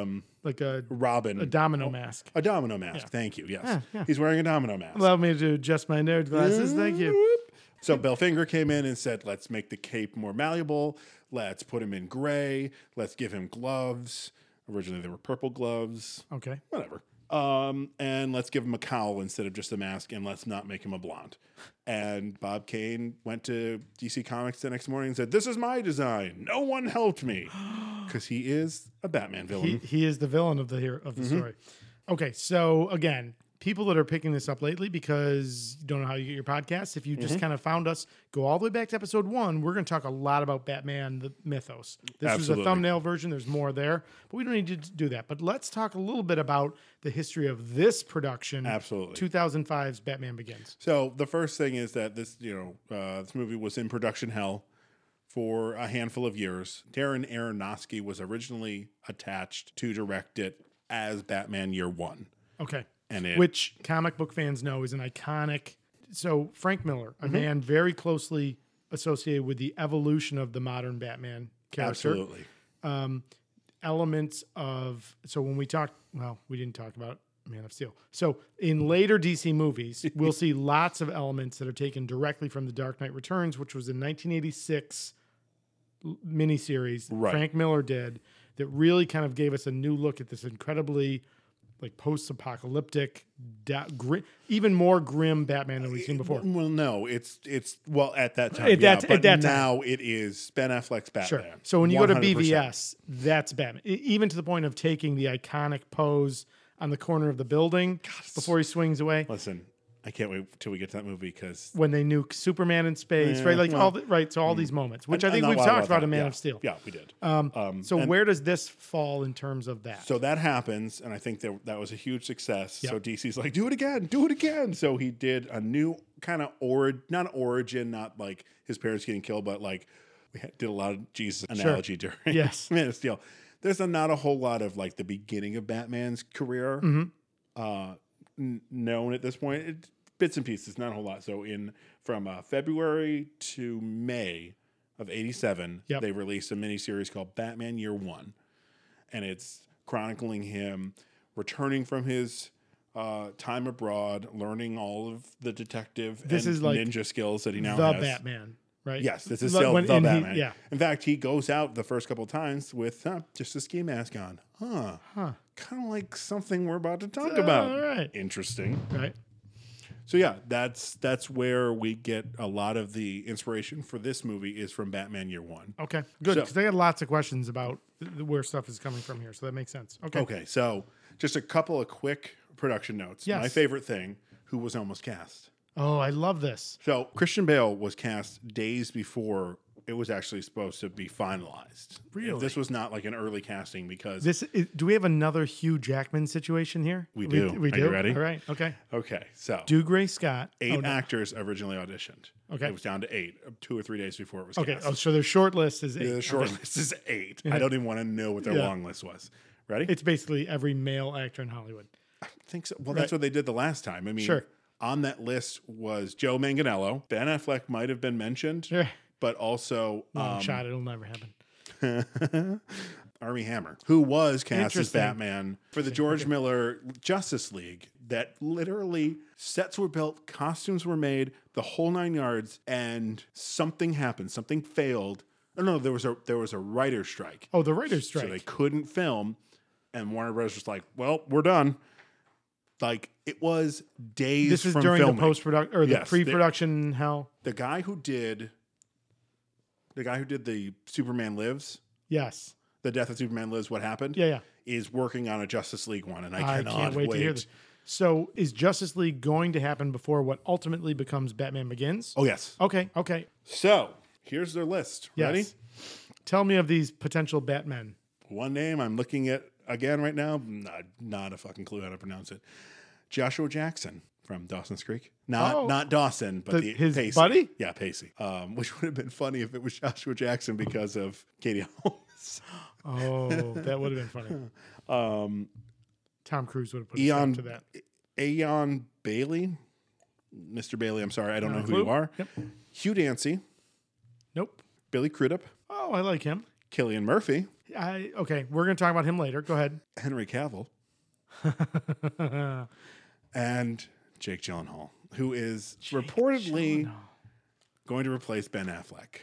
Speaker 1: um,
Speaker 2: like a,
Speaker 1: Robin
Speaker 2: a domino mask.
Speaker 1: A domino mask. Thank you. Yes.
Speaker 2: yeah.
Speaker 1: He's wearing a domino mask.
Speaker 2: Allow me to adjust my nerd glasses. Thank you.
Speaker 1: Whoop. So Bellfinger came in and said, let's make the cape more malleable. Let's put him in gray. Let's give him gloves. Originally, they were purple gloves.
Speaker 2: Okay.
Speaker 1: Whatever. Um, and let's give him a cowl instead of just a mask and let's not make him a blonde. And Bob Kane went to DC Comics the next morning and said, This is my design. No one helped me. Because he is a Batman villain. Mm-hmm.
Speaker 2: He, he is the villain of the hero, of the story. Okay, so again, people that are picking this up lately because you don't know how you get your podcast. If you just
Speaker 1: Mm-hmm.
Speaker 2: kind of found us, go all the way back to episode one. We're going to talk a lot about Batman the mythos. This
Speaker 1: Absolutely.
Speaker 2: is a thumbnail version. There's more there, but we don't need to do that. But let's talk a little bit about the history of this production.
Speaker 1: Absolutely.
Speaker 2: 2005's Batman Begins.
Speaker 1: So the first thing is that this, you know, uh, this movie was in production hell for a handful of years. Darren Aronofsky was originally attached to direct it as Batman Year One,
Speaker 2: Okay.
Speaker 1: and it
Speaker 2: which comic book fans know is an iconic. So Frank Miller,
Speaker 1: Mm-hmm.
Speaker 2: a man very closely associated with the evolution of the modern Batman character,
Speaker 1: absolutely
Speaker 2: elements of. So when we talked, well, we didn't talk about Man of Steel. So in later DC movies, we'll see lots of elements that are taken directly from The Dark Knight Returns, which was a 1986 l- miniseries that
Speaker 1: Right.
Speaker 2: Frank Miller did that really kind of gave us a new look at this incredibly like post-apocalyptic, da- gri- even more grim Batman than we've seen before.
Speaker 1: Well, no, it's it's well at that time,
Speaker 2: At
Speaker 1: yeah,
Speaker 2: that-
Speaker 1: but
Speaker 2: at that time.
Speaker 1: now it is Ben Affleck's Batman.
Speaker 2: Sure. So when you go to
Speaker 1: 100%.
Speaker 2: BVS, that's Batman. E- Even to the point of taking the iconic pose on the corner of the building before he swings away.
Speaker 1: listen, I can't wait till we get to that movie because
Speaker 2: When they nuke Superman in space, right? Like all the, right. So
Speaker 1: mm.
Speaker 2: all these moments, which I think we've talked about in Man
Speaker 1: yeah.
Speaker 2: of Steel. Uh,
Speaker 1: Yeah, we did.
Speaker 2: So where does this fall in terms of that?
Speaker 1: So that happens, and I think that that was a huge success. So DC's like, do it again, do it again. So he did a new kind of origin, not origin, not like his parents getting killed, but like we had, did a lot of Jesus analogy during
Speaker 2: Yes.
Speaker 1: Man of Steel. There's a, not a whole lot of like the beginning of Batman's career
Speaker 2: Mm-hmm.
Speaker 1: uh, n- known at this point. It, bits and pieces, not a whole lot. So in from uh, February to May of '87,
Speaker 2: Yep.
Speaker 1: they released a miniseries called Batman Year One and it's chronicling him returning from his uh, time abroad, learning all of the detective
Speaker 2: This
Speaker 1: and
Speaker 2: is like
Speaker 1: ninja skills that he now
Speaker 2: the
Speaker 1: has.
Speaker 2: Batman, right?
Speaker 1: Yes, this is
Speaker 2: Like
Speaker 1: still
Speaker 2: when-
Speaker 1: the
Speaker 2: and he-
Speaker 1: Batman.
Speaker 2: yeah.
Speaker 1: In fact, he goes out the first couple times with huh, just a ski mask on. Huh. Huh. Kind of like something we're about to talk about.
Speaker 2: all right.
Speaker 1: Interesting.
Speaker 2: Right.
Speaker 1: So yeah, that's that's where we get a lot of the inspiration for this movie is from Batman Year One.
Speaker 2: Okay. Good.
Speaker 1: So-
Speaker 2: Because they had lots of questions about th- th- where stuff is coming from here, so that makes sense. Okay.
Speaker 1: Okay, so just a couple of quick production notes.
Speaker 2: Yes.
Speaker 1: My favorite thing, who was almost cast.
Speaker 2: Oh, I love this.
Speaker 1: So Christian Bale was cast days before it was actually supposed to be finalized.
Speaker 2: Really?
Speaker 1: This was not like an early casting because
Speaker 2: This is, do we have another Hugh Jackman situation here?
Speaker 1: We
Speaker 2: We,
Speaker 1: do.
Speaker 2: we
Speaker 1: Are
Speaker 2: do.
Speaker 1: you ready?
Speaker 2: All right. Okay.
Speaker 1: Okay, so
Speaker 2: Do Gray Scott.
Speaker 1: eight
Speaker 2: oh, no.
Speaker 1: actors originally auditioned.
Speaker 2: Okay.
Speaker 1: It was down to eight, uh, two or three days before it was
Speaker 2: Okay.
Speaker 1: cast.
Speaker 2: Oh, so their short list is eight.
Speaker 1: The short
Speaker 2: Okay.
Speaker 1: list is eight. I don't even want to know what their
Speaker 2: Yeah.
Speaker 1: long list was. Ready?
Speaker 2: It's basically every male actor in Hollywood.
Speaker 1: think so. Well, that's what they did the last time. I mean,
Speaker 2: Sure.
Speaker 1: On that list was Joe Manganello. Ben Affleck might have been mentioned,
Speaker 2: Sure.
Speaker 1: but also
Speaker 2: Long
Speaker 1: um,
Speaker 2: shot. Oh, It'll never happen.
Speaker 1: Army Hammer, who was cast as
Speaker 2: Interesting.
Speaker 1: Batman for the George Miller Justice League that literally sets were built, costumes were made, the whole nine yards, and something happened. Something failed. Oh, No, no, there was a there was a writer's strike.
Speaker 2: Oh, the writer's strike.
Speaker 1: So they couldn't film. And Warner Bros. was like, well, we're done. Like it was days.
Speaker 2: this is
Speaker 1: from
Speaker 2: during
Speaker 1: filming.
Speaker 2: the post production or the
Speaker 1: Yes, they-
Speaker 2: pre-production hell.
Speaker 1: The guy who did the guy who did the Superman Lives,
Speaker 2: Yes.
Speaker 1: the death of Superman Lives, what happened?
Speaker 2: Yeah. Yeah.
Speaker 1: is working on a Justice League one, and I
Speaker 2: I
Speaker 1: cannot
Speaker 2: can't wait,
Speaker 1: wait.
Speaker 2: to hear this. So, is Justice League going to happen before what ultimately becomes Batman Begins?
Speaker 1: Oh yes.
Speaker 2: Okay. Okay.
Speaker 1: So here's their list.
Speaker 2: Yes.
Speaker 1: Ready?
Speaker 2: Tell me of these potential Batmen.
Speaker 1: One name I'm looking at again right now. Not, not a fucking clue how to pronounce it. Joshua Jackson from Dawson's Creek. Not
Speaker 2: Oh.
Speaker 1: not Dawson, but
Speaker 2: The-
Speaker 1: the,
Speaker 2: his
Speaker 1: Pacey.
Speaker 2: buddy?
Speaker 1: Yeah, Pacey. Um, which would have been funny if it was Joshua Jackson because of Katie Holmes.
Speaker 2: Oh, that would have been funny.
Speaker 1: Um,
Speaker 2: Tom Cruise would have put a
Speaker 1: Eon
Speaker 2: stop to that.
Speaker 1: Aeon Bailey, Mr. Bailey. I'm sorry, I don't
Speaker 2: Not
Speaker 1: know
Speaker 2: a
Speaker 1: who you
Speaker 2: clue.
Speaker 1: are.
Speaker 2: Uh, Yep.
Speaker 1: Hugh Dancy,
Speaker 2: Nope.
Speaker 1: Billy Crudup,
Speaker 2: Oh, I like him.
Speaker 1: Killian Murphy,
Speaker 2: I okay. We're gonna talk about him later. Go ahead.
Speaker 1: Henry Cavill, and Jake Gyllenhaal, who is reportedly going to replace Ben Affleck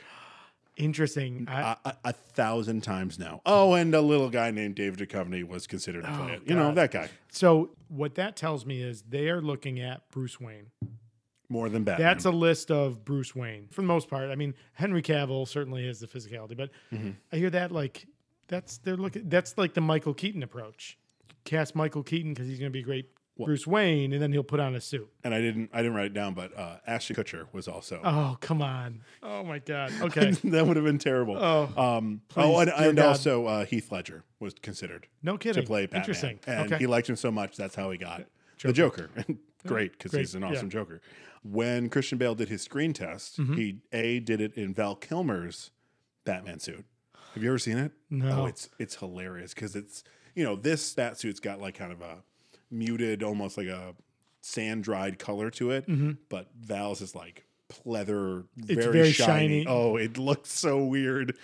Speaker 2: Interesting. I,
Speaker 1: a, a, a thousand times now. Oh, and a little guy named David Duchovny was considered
Speaker 2: Oh,
Speaker 1: to play it. You know that guy
Speaker 2: so what that tells me is they are looking at Bruce Wayne.
Speaker 1: more than Batman.
Speaker 2: That's a list of Bruce Wayne for the most part. I mean, Henry Cavill certainly has the physicality, but I hear that like that's they're looking. That's like the Michael Keaton approach. Cast Michael Keaton because he's gonna be a great Bruce Wayne, and then he'll put on a suit.
Speaker 1: and I didn't I didn't write it down, but uh, Ashton Kutcher was also.
Speaker 2: Oh come on. Oh my God. Okay.
Speaker 1: that would have been terrible.
Speaker 2: Oh,
Speaker 1: um,
Speaker 2: please,
Speaker 1: oh and,
Speaker 2: dear
Speaker 1: and
Speaker 2: God.
Speaker 1: also uh, Heath Ledger was considered
Speaker 2: No kidding.
Speaker 1: to play Batman.
Speaker 2: Interesting.
Speaker 1: And
Speaker 2: okay.
Speaker 1: he liked him so much, that's how he got the Joker. Great, because
Speaker 2: Great,
Speaker 1: he's an
Speaker 2: yeah.
Speaker 1: awesome Joker. When Christian Bale did his screen test,
Speaker 2: Mm-hmm.
Speaker 1: he A did it in Val Kilmer's Batman suit. Have you ever seen it?
Speaker 2: No.
Speaker 1: Oh, it's it's hilarious because it's you know, this bat suit's got like kind of a muted, almost like a sand dried color to it.
Speaker 2: Mm-hmm.
Speaker 1: But Val's is like pleather, very,
Speaker 2: very
Speaker 1: shiny.
Speaker 2: shiny. Oh,
Speaker 1: Oh, it looks so weird.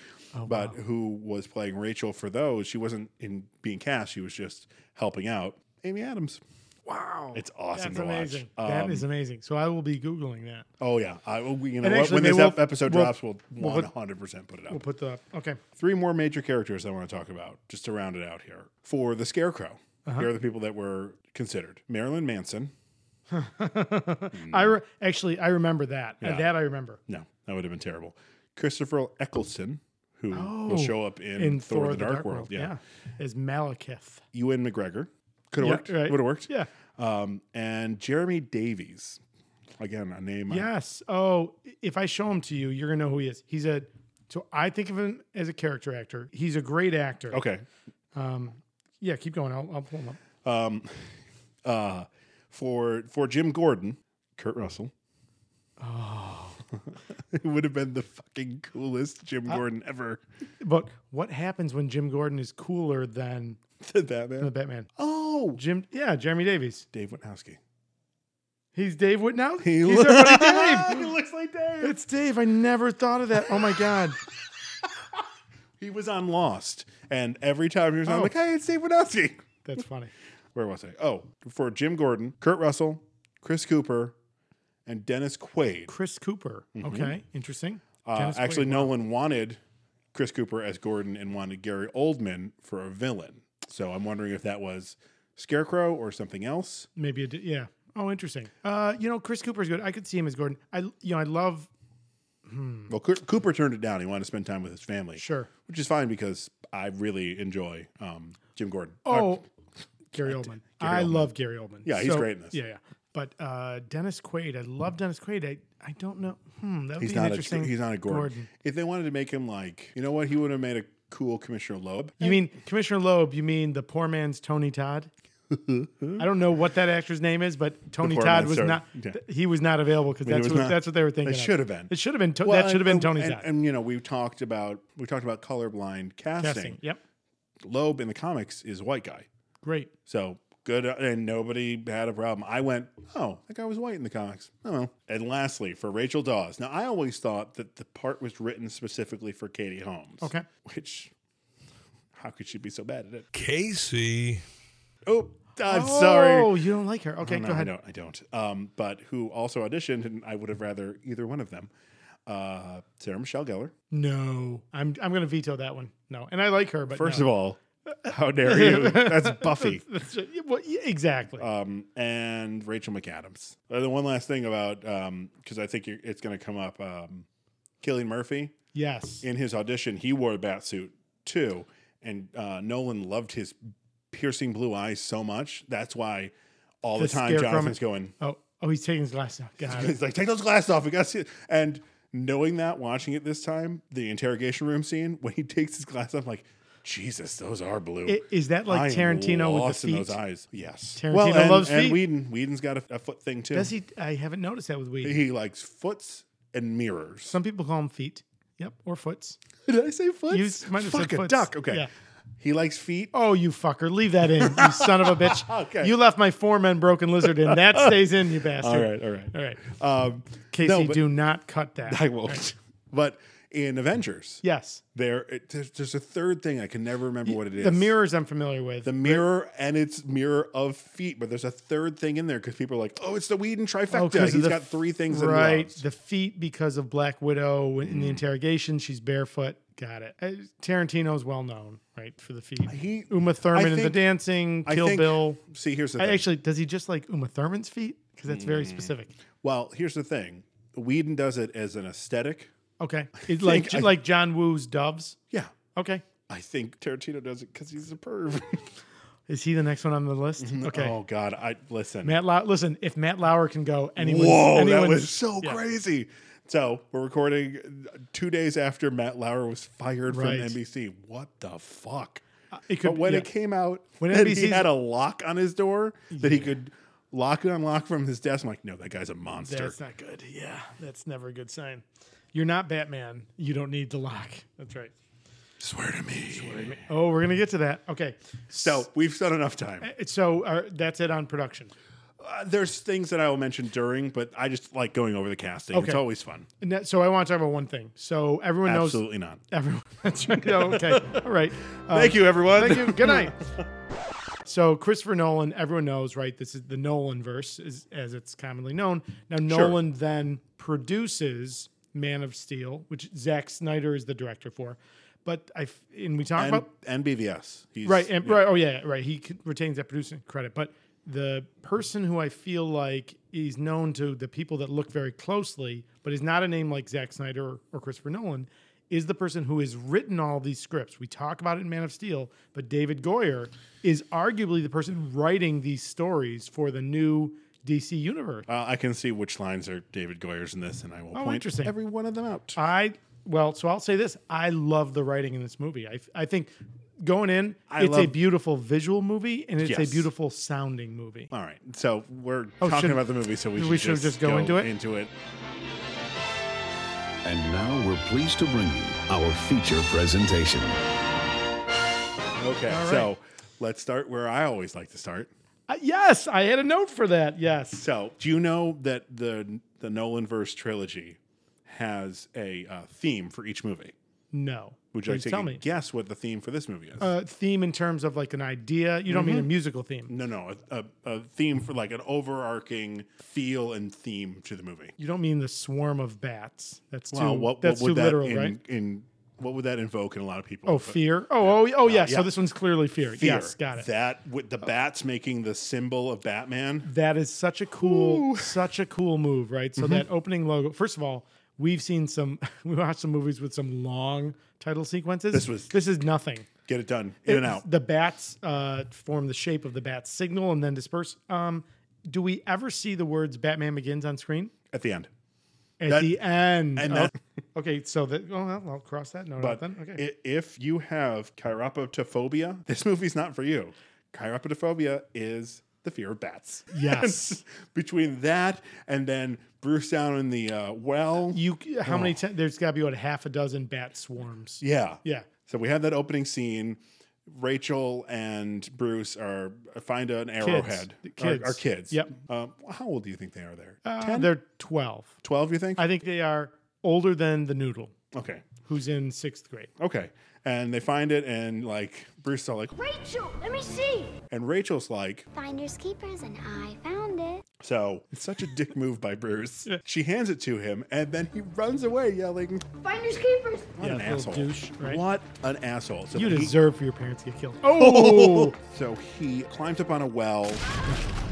Speaker 1: but who was playing Rachel for those? She wasn't in being cast. She was just helping out. Amy Adams.
Speaker 2: wow.
Speaker 1: It's awesome
Speaker 2: That's
Speaker 1: to
Speaker 2: amazing.
Speaker 1: watch. Uh,
Speaker 2: that is amazing. So I will be googling that.
Speaker 1: Oh yeah. I, we, you know,
Speaker 2: And
Speaker 1: what?
Speaker 2: actually,
Speaker 1: when
Speaker 2: they
Speaker 1: this
Speaker 2: will-
Speaker 1: ep- episode
Speaker 2: we'll-
Speaker 1: drops, we'll
Speaker 2: we'll
Speaker 1: one
Speaker 2: put-
Speaker 1: hundred percent put it up.
Speaker 2: We'll put the okay.
Speaker 1: Three more major characters I want to talk about, just to round it out here. For the Scarecrow,
Speaker 2: Uh-huh.
Speaker 1: here are the people that were considered: Marilyn Manson.
Speaker 2: I re- actually I remember that. Uh,
Speaker 1: Hmm. Yeah.
Speaker 2: That I remember.
Speaker 1: No, that would have been terrible. Christopher Eccleston, who will show up in,
Speaker 2: Oh, in
Speaker 1: Thor: The Dark, World. Yeah.
Speaker 2: as Malekith.
Speaker 1: Ewan McGregor could have
Speaker 2: Yeah,
Speaker 1: worked.
Speaker 2: right.
Speaker 1: Would have worked.
Speaker 2: Yeah.
Speaker 1: Um, and Jeremy Davies, again a name. I-
Speaker 2: Yes. Oh, if I show him to you, you're gonna know who he is. He's a. So I think of him as a character actor. He's a great actor.
Speaker 1: okay.
Speaker 2: Yeah. Keep going. I'll, I'll pull him up.
Speaker 1: Uh, for for Jim Gordon, Kurt Russell. Oh, it would have been the fucking coolest Jim
Speaker 2: Uh,
Speaker 1: Gordon ever.
Speaker 2: But what happens when Jim Gordon is cooler than
Speaker 1: The Batman.
Speaker 2: the Batman?
Speaker 1: Oh,
Speaker 2: Jim. Yeah. Jeremy Davies.
Speaker 1: Dave Witnowski.
Speaker 2: He's Dave Witnow.
Speaker 1: He
Speaker 2: He's
Speaker 1: looks-
Speaker 2: our buddy Dave.
Speaker 1: Ah, He looks like Dave.
Speaker 2: It's Dave. I never thought of that. Oh my god.
Speaker 1: He was on Lost, and every time he was on,
Speaker 2: Oh.
Speaker 1: like, hey, it's Dave Witnowski.
Speaker 2: That's funny.
Speaker 1: where was I? Oh, for Jim Gordon, Kurt Russell, Chris Cooper, and Dennis Quaid.
Speaker 2: Chris Cooper. Okay. Interesting.
Speaker 1: Mm-hmm. Uh,
Speaker 2: Dennis Quaid.
Speaker 1: actually, Nolan wanted Chris Cooper as Gordon and wanted Gary Oldman for a villain. So I'm wondering if that was Scarecrow or something else.
Speaker 2: Maybe it did. Yeah. Oh, interesting. Uh, you know, Chris Cooper's good. I could see him as Gordon. I, you know, I love.
Speaker 1: Well, Coo- Cooper turned it down. He wanted to spend time with his family,
Speaker 2: Mm. Sure.
Speaker 1: which is fine because I really enjoy um, Jim Gordon.
Speaker 2: Oh, Gary Oldman. I love Gary Oldman.
Speaker 1: Yeah, he's great in this.
Speaker 2: Yeah, yeah. But uh, Dennis Quaid, I love Dennis Quaid. I, I don't know. Hmm, that would
Speaker 1: he's
Speaker 2: be an
Speaker 1: not a
Speaker 2: interesting.
Speaker 1: he's not a Gordon. If they wanted to make him like, you know what, he would have made a cool Commissioner Loeb.
Speaker 2: You mean Commissioner Loeb? You mean the poor man's Tony Todd? I don't know what that actor's name is, but Tony
Speaker 1: poor
Speaker 2: Todd
Speaker 1: man's
Speaker 2: was
Speaker 1: Tony.
Speaker 2: not.
Speaker 1: Yeah.
Speaker 2: th- He was not available because that's
Speaker 1: was
Speaker 2: what
Speaker 1: not.
Speaker 2: that's what they were thinking.
Speaker 1: It
Speaker 2: of.
Speaker 1: should have been.
Speaker 2: It should have been. To-
Speaker 1: Well,
Speaker 2: that should have been
Speaker 1: and-
Speaker 2: Tony
Speaker 1: and,
Speaker 2: Todd.
Speaker 1: And you know, we talked about we talked about colorblind casting.
Speaker 2: Casting. Yep.
Speaker 1: Loeb in the comics is a white guy,
Speaker 2: Great.
Speaker 1: so Good, and nobody had a problem. I went, oh, that guy was white in the comics. Oh, and lastly, for Rachel Dawes. Now, I always thought that the part was written specifically for Katie Holmes.
Speaker 2: Okay.
Speaker 1: which how could she be so bad at it?
Speaker 3: Casey.
Speaker 1: Oh, I'm sorry.
Speaker 2: Oh, you don't like her. Okay,
Speaker 1: No,
Speaker 2: go
Speaker 1: I
Speaker 2: ahead.
Speaker 1: don't. I don't. Um, but who also auditioned, and I would have rather either one of them. Uh, Sarah Michelle Gellar.
Speaker 2: No, I'm I'm gonna veto that one. No, and I like her, but
Speaker 1: First of all, how dare you? That's Buffy.
Speaker 2: well, yeah, exactly.
Speaker 1: Um, and Rachel McAdams. And then one last thing about because I think you're, it's going to come up. Um, Killian Murphy
Speaker 2: yes.
Speaker 1: in his audition, he wore a bat suit too, and uh, Nolan loved his piercing blue eyes so much. That's why all the,
Speaker 2: To
Speaker 1: time
Speaker 2: scare from
Speaker 1: Jonathan's
Speaker 2: it.
Speaker 1: going.
Speaker 2: oh, oh, he's taking his glasses off. Got it.
Speaker 1: It's like take those glasses off. We got to see it. And knowing that, watching it this time, the interrogation room scene when he takes his glass off, I'm like Jesus, those are blue.
Speaker 2: I- Is that
Speaker 1: I
Speaker 2: like
Speaker 1: am
Speaker 2: Tarantino with
Speaker 1: lost
Speaker 2: the feet?
Speaker 1: in those eyes. Yes,
Speaker 2: Tarantino
Speaker 1: well, and,
Speaker 2: loves
Speaker 1: and
Speaker 2: feet.
Speaker 1: Whedon, Whedon's got a, a foot thing too.
Speaker 2: Does he? I haven't noticed that with Weed.
Speaker 1: He likes foots and mirrors.
Speaker 2: Some people call them feet. Yep, or foots.
Speaker 1: Did I say foots?
Speaker 2: You might have said
Speaker 1: Fuck a
Speaker 2: foots.
Speaker 1: duck. Okay.
Speaker 2: Yeah.
Speaker 1: He likes feet.
Speaker 2: Oh, you fucker! Leave that in, you son of a bitch.
Speaker 1: Okay.
Speaker 2: You left my four men broken lizard in. That stays in, you bastard.
Speaker 1: All right, all right.
Speaker 2: All right.
Speaker 1: Um,
Speaker 2: Casey,
Speaker 1: no, but-
Speaker 2: do not cut that.
Speaker 1: I will. But in Avengers,
Speaker 2: Yes.
Speaker 1: there it, there's, there's a third thing I can never remember what it is.
Speaker 2: The mirrors I'm familiar with.
Speaker 1: the mirror and its mirror of feet. But there's a third thing in there because people are like, "Oh, it's the Whedon trifecta."
Speaker 2: 'cause
Speaker 1: He's
Speaker 2: of the
Speaker 1: got three things that he
Speaker 2: right.
Speaker 1: loves.
Speaker 2: The feet because of Black Widow in
Speaker 1: Mm.
Speaker 2: the interrogation. She's barefoot. Got it. Uh, Tarantino's well known, right, for the feet.
Speaker 1: He-
Speaker 2: Uma Thurman
Speaker 1: I
Speaker 2: in the
Speaker 1: think-
Speaker 2: dancing. Kill
Speaker 1: think-
Speaker 2: Bill.
Speaker 1: See, here's the
Speaker 2: I
Speaker 1: thing.
Speaker 2: actually, does he just like Uma Thurman's feet? Because that's
Speaker 1: Mm.
Speaker 2: very specific.
Speaker 1: well, here's the thing. Whedon does it as an aesthetic.
Speaker 2: Okay, It's like
Speaker 1: I-
Speaker 2: like John Woo's doves.
Speaker 1: Yeah,
Speaker 2: Okay,
Speaker 1: I think Tarantino does it because he's a perv.
Speaker 2: is he the next one on the list? Okay,
Speaker 1: oh God, I listen.
Speaker 2: Matt. Lau- Listen, if Matt Lauer can go, anyone.
Speaker 1: Whoa,
Speaker 2: anyone,
Speaker 1: that was so
Speaker 2: yeah.
Speaker 1: crazy. So we're recording uh, two days after Matt Lauer was fired
Speaker 2: Right.
Speaker 1: from NBC. What the fuck?
Speaker 2: It could,
Speaker 1: But when
Speaker 2: yeah.
Speaker 1: it came out,
Speaker 2: When
Speaker 1: when that he
Speaker 2: NBC's
Speaker 1: had a lock on his door that he could lock and unlock from his desk, I'm like, no, that guy's a monster.
Speaker 2: That's not good. Yeah, that's never a good sign. You're not Batman. You don't need the lock. That's right.
Speaker 1: Swear to me.
Speaker 2: Oh, we're gonna get to that. Okay,
Speaker 1: So we've spent enough time.
Speaker 2: so uh, that's it on production.
Speaker 1: Uh, there's things that I will mention during, but I just like going over the casting.
Speaker 2: Okay.
Speaker 1: It's always fun.
Speaker 2: And that, so I want to talk about one thing. So everyone knows.
Speaker 1: Absolutely not.
Speaker 2: Everyone. That's right. Oh, okay. All right. Uh,
Speaker 1: Thank you, everyone.
Speaker 2: Thank you. Good night. So Christopher Nolan, everyone knows, right? This is the Nolan verse, as, as it's commonly known. Now Nolan then produces Man of Steel, which Zack Snyder is the director for. But I f- and we talk
Speaker 1: And,
Speaker 2: about
Speaker 1: and BVS. He's,
Speaker 2: right, and, right. Oh yeah, right. He c- retains that producing credit, but the person who I feel like is known to the people that look very closely, but is not a name like Zack Snyder or, or Christopher Nolan, is the person who has written all these scripts. We talk about it in Man of Steel, but David Goyer is arguably the person writing these stories for the new DC universe.
Speaker 1: Uh, I can see which lines are David Goyer's in this, and I will point
Speaker 2: Oh, interesting. Uh,
Speaker 1: every one of them out.
Speaker 2: I well, so I'll say this: I love the writing in this movie. I I think going in, it's a
Speaker 1: love-
Speaker 2: beautiful visual movie and it's
Speaker 1: Yes.
Speaker 2: a beautiful sounding movie.
Speaker 1: All right, so we're
Speaker 2: Oh,
Speaker 1: talking
Speaker 2: should-
Speaker 1: about the movie, so we should,
Speaker 2: we should just go into it?
Speaker 1: Into it.
Speaker 4: And now we're pleased to bring you our feature presentation.
Speaker 1: Okay,
Speaker 2: right.
Speaker 1: so let's start where I always like to start.
Speaker 2: Uh, yes, I had a note for that. Yes.
Speaker 1: So, do you know that the the Nolan verse trilogy has a uh, theme for each movie?
Speaker 2: No.
Speaker 1: Would you like
Speaker 2: Please
Speaker 1: to take
Speaker 2: tell
Speaker 1: a
Speaker 2: me?
Speaker 1: guess what the theme for this movie is?
Speaker 2: Uh, theme in terms of like an idea. You don't mean a
Speaker 1: Mm-hmm.
Speaker 2: musical theme.
Speaker 1: no, no, a, a, a theme for like an overarching feel and theme to the movie.
Speaker 2: You don't mean the swarm of bats. That's too.
Speaker 1: Wow, what, what
Speaker 2: that's
Speaker 1: would
Speaker 2: too
Speaker 1: that
Speaker 2: literal,
Speaker 1: in,
Speaker 2: right?
Speaker 1: in what would that invoke in a lot of people?
Speaker 2: Oh,
Speaker 1: But-
Speaker 2: fear. Oh, oh, oh, yeah.
Speaker 1: yeah.
Speaker 2: So this one's clearly fear.
Speaker 1: fear.
Speaker 2: Yes, got it.
Speaker 1: That with the bats making the symbol of Batman.
Speaker 2: that is such a cool, such a cool move, right?
Speaker 1: Mm-hmm.
Speaker 2: So that opening logo. First of all, we've seen some. We watched some movies with some long title sequences.
Speaker 1: This was-
Speaker 2: This is nothing.
Speaker 1: Get it done in and
Speaker 2: It's-
Speaker 1: out.
Speaker 2: The bats uh, form the shape of the bat signal and then disperse. Um, do we ever see the words Batman Begins on screen?
Speaker 1: at the end.
Speaker 2: At
Speaker 1: That-
Speaker 2: the end.
Speaker 1: and
Speaker 2: Oh,
Speaker 1: that-
Speaker 2: okay, so that, oh, well, I'll cross that note out
Speaker 1: But
Speaker 2: then. Okay.
Speaker 1: i- if you have chiroptophobia, this movie's not for you. Chiroptophobia is the fear of bats.
Speaker 2: Yes.
Speaker 1: Between that and then Bruce down in the uh, well.
Speaker 2: you, how
Speaker 1: Oh.
Speaker 2: many times? There's got to be what, half a dozen bat swarms.
Speaker 1: yeah.
Speaker 2: Yeah.
Speaker 1: So we have that opening scene. Rachel and Bruce are find an arrowhead.
Speaker 2: The
Speaker 1: Are-
Speaker 2: kids.
Speaker 1: Are, kids.
Speaker 2: Yep.
Speaker 1: Um, how old do you think they are there?
Speaker 2: Uh,
Speaker 1: 10?
Speaker 2: They're 12.
Speaker 1: 12, you think?
Speaker 2: I think they are older than the noodle,
Speaker 1: okay.
Speaker 2: who's in sixth grade.
Speaker 1: Okay. And they find it, and like Bruce's all like,
Speaker 5: Rachel, let me see.
Speaker 1: and Rachel's like,
Speaker 5: Finders keepers, and I found it.
Speaker 1: so it's such a dick move by Bruce. She hands it to him, and then he runs away yelling,
Speaker 5: Finders keepers.
Speaker 1: What an
Speaker 2: little
Speaker 1: asshole.
Speaker 2: douche, right?
Speaker 1: What an asshole. So
Speaker 2: You
Speaker 1: he-
Speaker 2: deserve for your parents to get killed. Oh,
Speaker 1: So he climbs up on a well.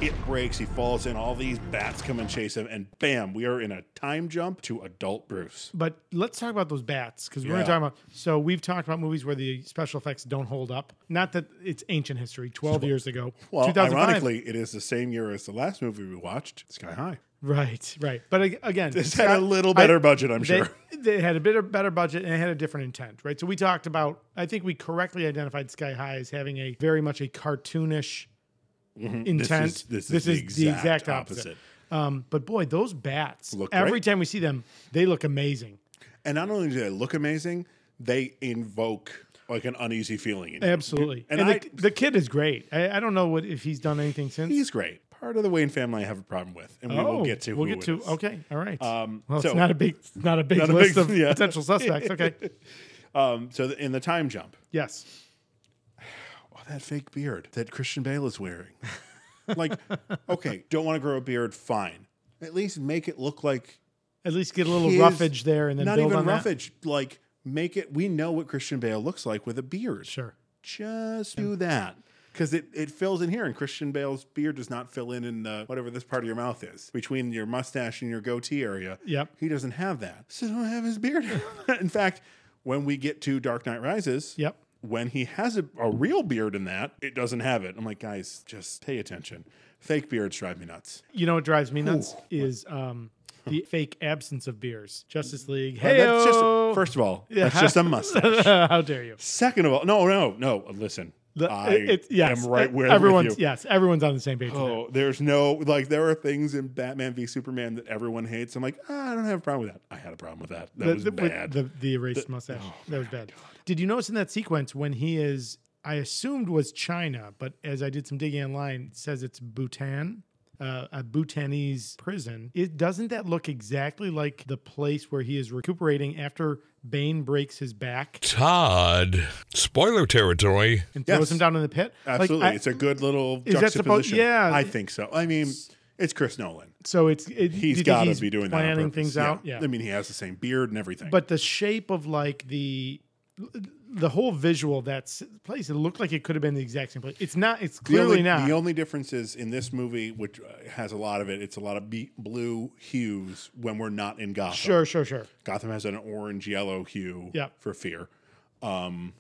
Speaker 1: It breaks. He falls in. All these bats come and chase him. And bam, we are in a time jump to adult Bruce.
Speaker 2: but let's talk about those bats because we're going
Speaker 1: Yeah.
Speaker 2: to talk about. So we've talked about movies where the special effects don't hold up. Not that it's ancient history. Twelve years ago,
Speaker 1: Well,
Speaker 2: 2005.
Speaker 1: ironically, it is the same year as the last movie we watched, Sky High.
Speaker 2: right, right. But ag- again,
Speaker 1: This had a little better budget, I'm
Speaker 2: they,
Speaker 1: sure.
Speaker 2: They had a bit of better budget and it had a different intent, right? So we talked about. I think we correctly identified Sky High as having a very much a cartoonish intent.
Speaker 1: Mm-hmm. This is, this is the, exact opposite.
Speaker 2: Um, but boy, those bats!
Speaker 1: Look
Speaker 2: every
Speaker 1: great.
Speaker 2: time we see them, they look amazing.
Speaker 1: And not only do they look amazing, they invoke like an uneasy feeling. In you.
Speaker 2: Absolutely. And,
Speaker 1: And
Speaker 2: the, the kid is great. I, I don't know what if he's done anything since. Oh,
Speaker 1: He's great. Part of the Wayne family I have a problem with, and we will get to.
Speaker 2: We'll
Speaker 1: who
Speaker 2: get
Speaker 1: it
Speaker 2: to.
Speaker 1: is.
Speaker 2: Okay. All right.
Speaker 1: Um,
Speaker 2: well,
Speaker 1: so-
Speaker 2: it's not a big, it's not a big
Speaker 1: Not a
Speaker 2: list
Speaker 1: big-
Speaker 2: of
Speaker 1: yeah.
Speaker 2: potential suspects. Okay. oh.
Speaker 1: Um, so the, in the time jump,
Speaker 2: Yes.
Speaker 1: oh, that fake beard that Christian Bale is wearing. like, okay, don't want to grow a beard, fine. At least make it look like
Speaker 2: At least get a little
Speaker 1: his-
Speaker 2: roughage there, and then
Speaker 1: not
Speaker 2: build
Speaker 1: even
Speaker 2: on that.
Speaker 1: roughage. Like, make it. We know what Christian Bale looks like with a beard.
Speaker 2: Sure.
Speaker 1: Just do that. Because it, it fills in here, and Christian Bale's beard does not fill in in the, whatever this part of your mouth is between your mustache and your goatee area.
Speaker 2: Yep.
Speaker 1: he doesn't have that, so don't have his beard. in fact, when we get to Dark Knight Rises,
Speaker 2: Yep.
Speaker 1: when he has a, a real beard in that, it doesn't have it. I'm like, guys, just pay attention. Fake beards drive me nuts.
Speaker 2: You know what drives me nuts is um, the fake absence of beers. Justice League.
Speaker 1: But
Speaker 2: Hey,
Speaker 1: Uh, that's just first of all, that's just a mustache.
Speaker 2: How dare you?
Speaker 1: Second of all, no, no, no. Listen,
Speaker 2: The-
Speaker 1: I
Speaker 2: it- it- yes, e,
Speaker 1: am right where
Speaker 2: everyone's.
Speaker 1: with you.
Speaker 2: Yes, everyone's on the same page. with that.
Speaker 1: Oh, there's no like there are things in Batman v Superman that everyone hates. I'm like, ah, I don't have a problem with that. I had a problem with that. That
Speaker 2: the,
Speaker 1: was
Speaker 2: the, with
Speaker 1: bad. oh
Speaker 2: The, the erased mustache. that was bad. Did you notice in that sequence when he is, I assumed was China, but as I did some digging online, it says it's Bhutan. Uh, a Bhutanese prison. It doesn't that look exactly like the place where he is recuperating after Bane breaks his back
Speaker 3: Todd. Spoiler territory.
Speaker 2: and
Speaker 1: Yes.
Speaker 2: throws him down in the pit? Like,
Speaker 1: Absolutely,
Speaker 2: I-
Speaker 1: it's a good little
Speaker 2: Is that suppo-
Speaker 1: juxtaposition.
Speaker 2: yeah.
Speaker 1: I think so. I mean, it's Chris Nolan.
Speaker 2: so it's it, do you
Speaker 1: He's
Speaker 2: think
Speaker 1: got to be doing that. on
Speaker 2: planning
Speaker 1: purpose.
Speaker 2: things out. Yeah,
Speaker 1: I mean, he has the same beard and everything.
Speaker 2: but the shape of like the the whole visual of that s- place it looked like it could have been the exact same place it's not it's
Speaker 1: the
Speaker 2: clearly
Speaker 1: only,
Speaker 2: not
Speaker 1: The only difference is in this movie, which uh, has a lot of it. It's a lot of be- blue hues when we're not in Gotham.
Speaker 2: Sure, sure, sure.
Speaker 1: Gotham has an orange yellow hue
Speaker 2: Yeah.
Speaker 1: for fear. Um,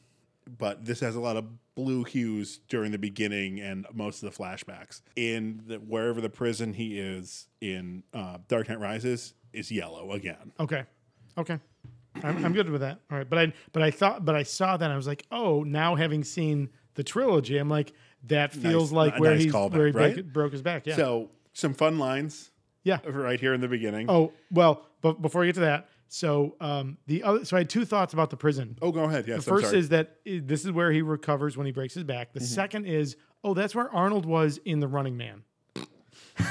Speaker 1: but this has a lot of blue hues during the beginning and most of the flashbacks. In the, wherever the prison he is in uh, Dark Knight Rises is yellow again.
Speaker 2: Okay, okay. I'm, I'm good with that. All right, but I but I thought but I saw that and I was like, oh, now having seen the trilogy, I'm like, that feels
Speaker 1: Nice-
Speaker 2: like
Speaker 1: a
Speaker 2: where
Speaker 1: nice
Speaker 2: he's
Speaker 1: callback,
Speaker 2: where he broke-
Speaker 1: right?
Speaker 2: broke his back. Yeah,
Speaker 1: So some fun lines
Speaker 2: yeah.
Speaker 1: right here in the beginning.
Speaker 2: Oh well, but before we get to that, so um the other so I had two thoughts about the prison.
Speaker 1: Oh, go ahead. Yes,
Speaker 2: The first
Speaker 1: I'm sorry. Mm-hmm.
Speaker 2: is that i- this is where he recovers when he breaks his back. The second is, oh, that's where Arnold was in The Running Man.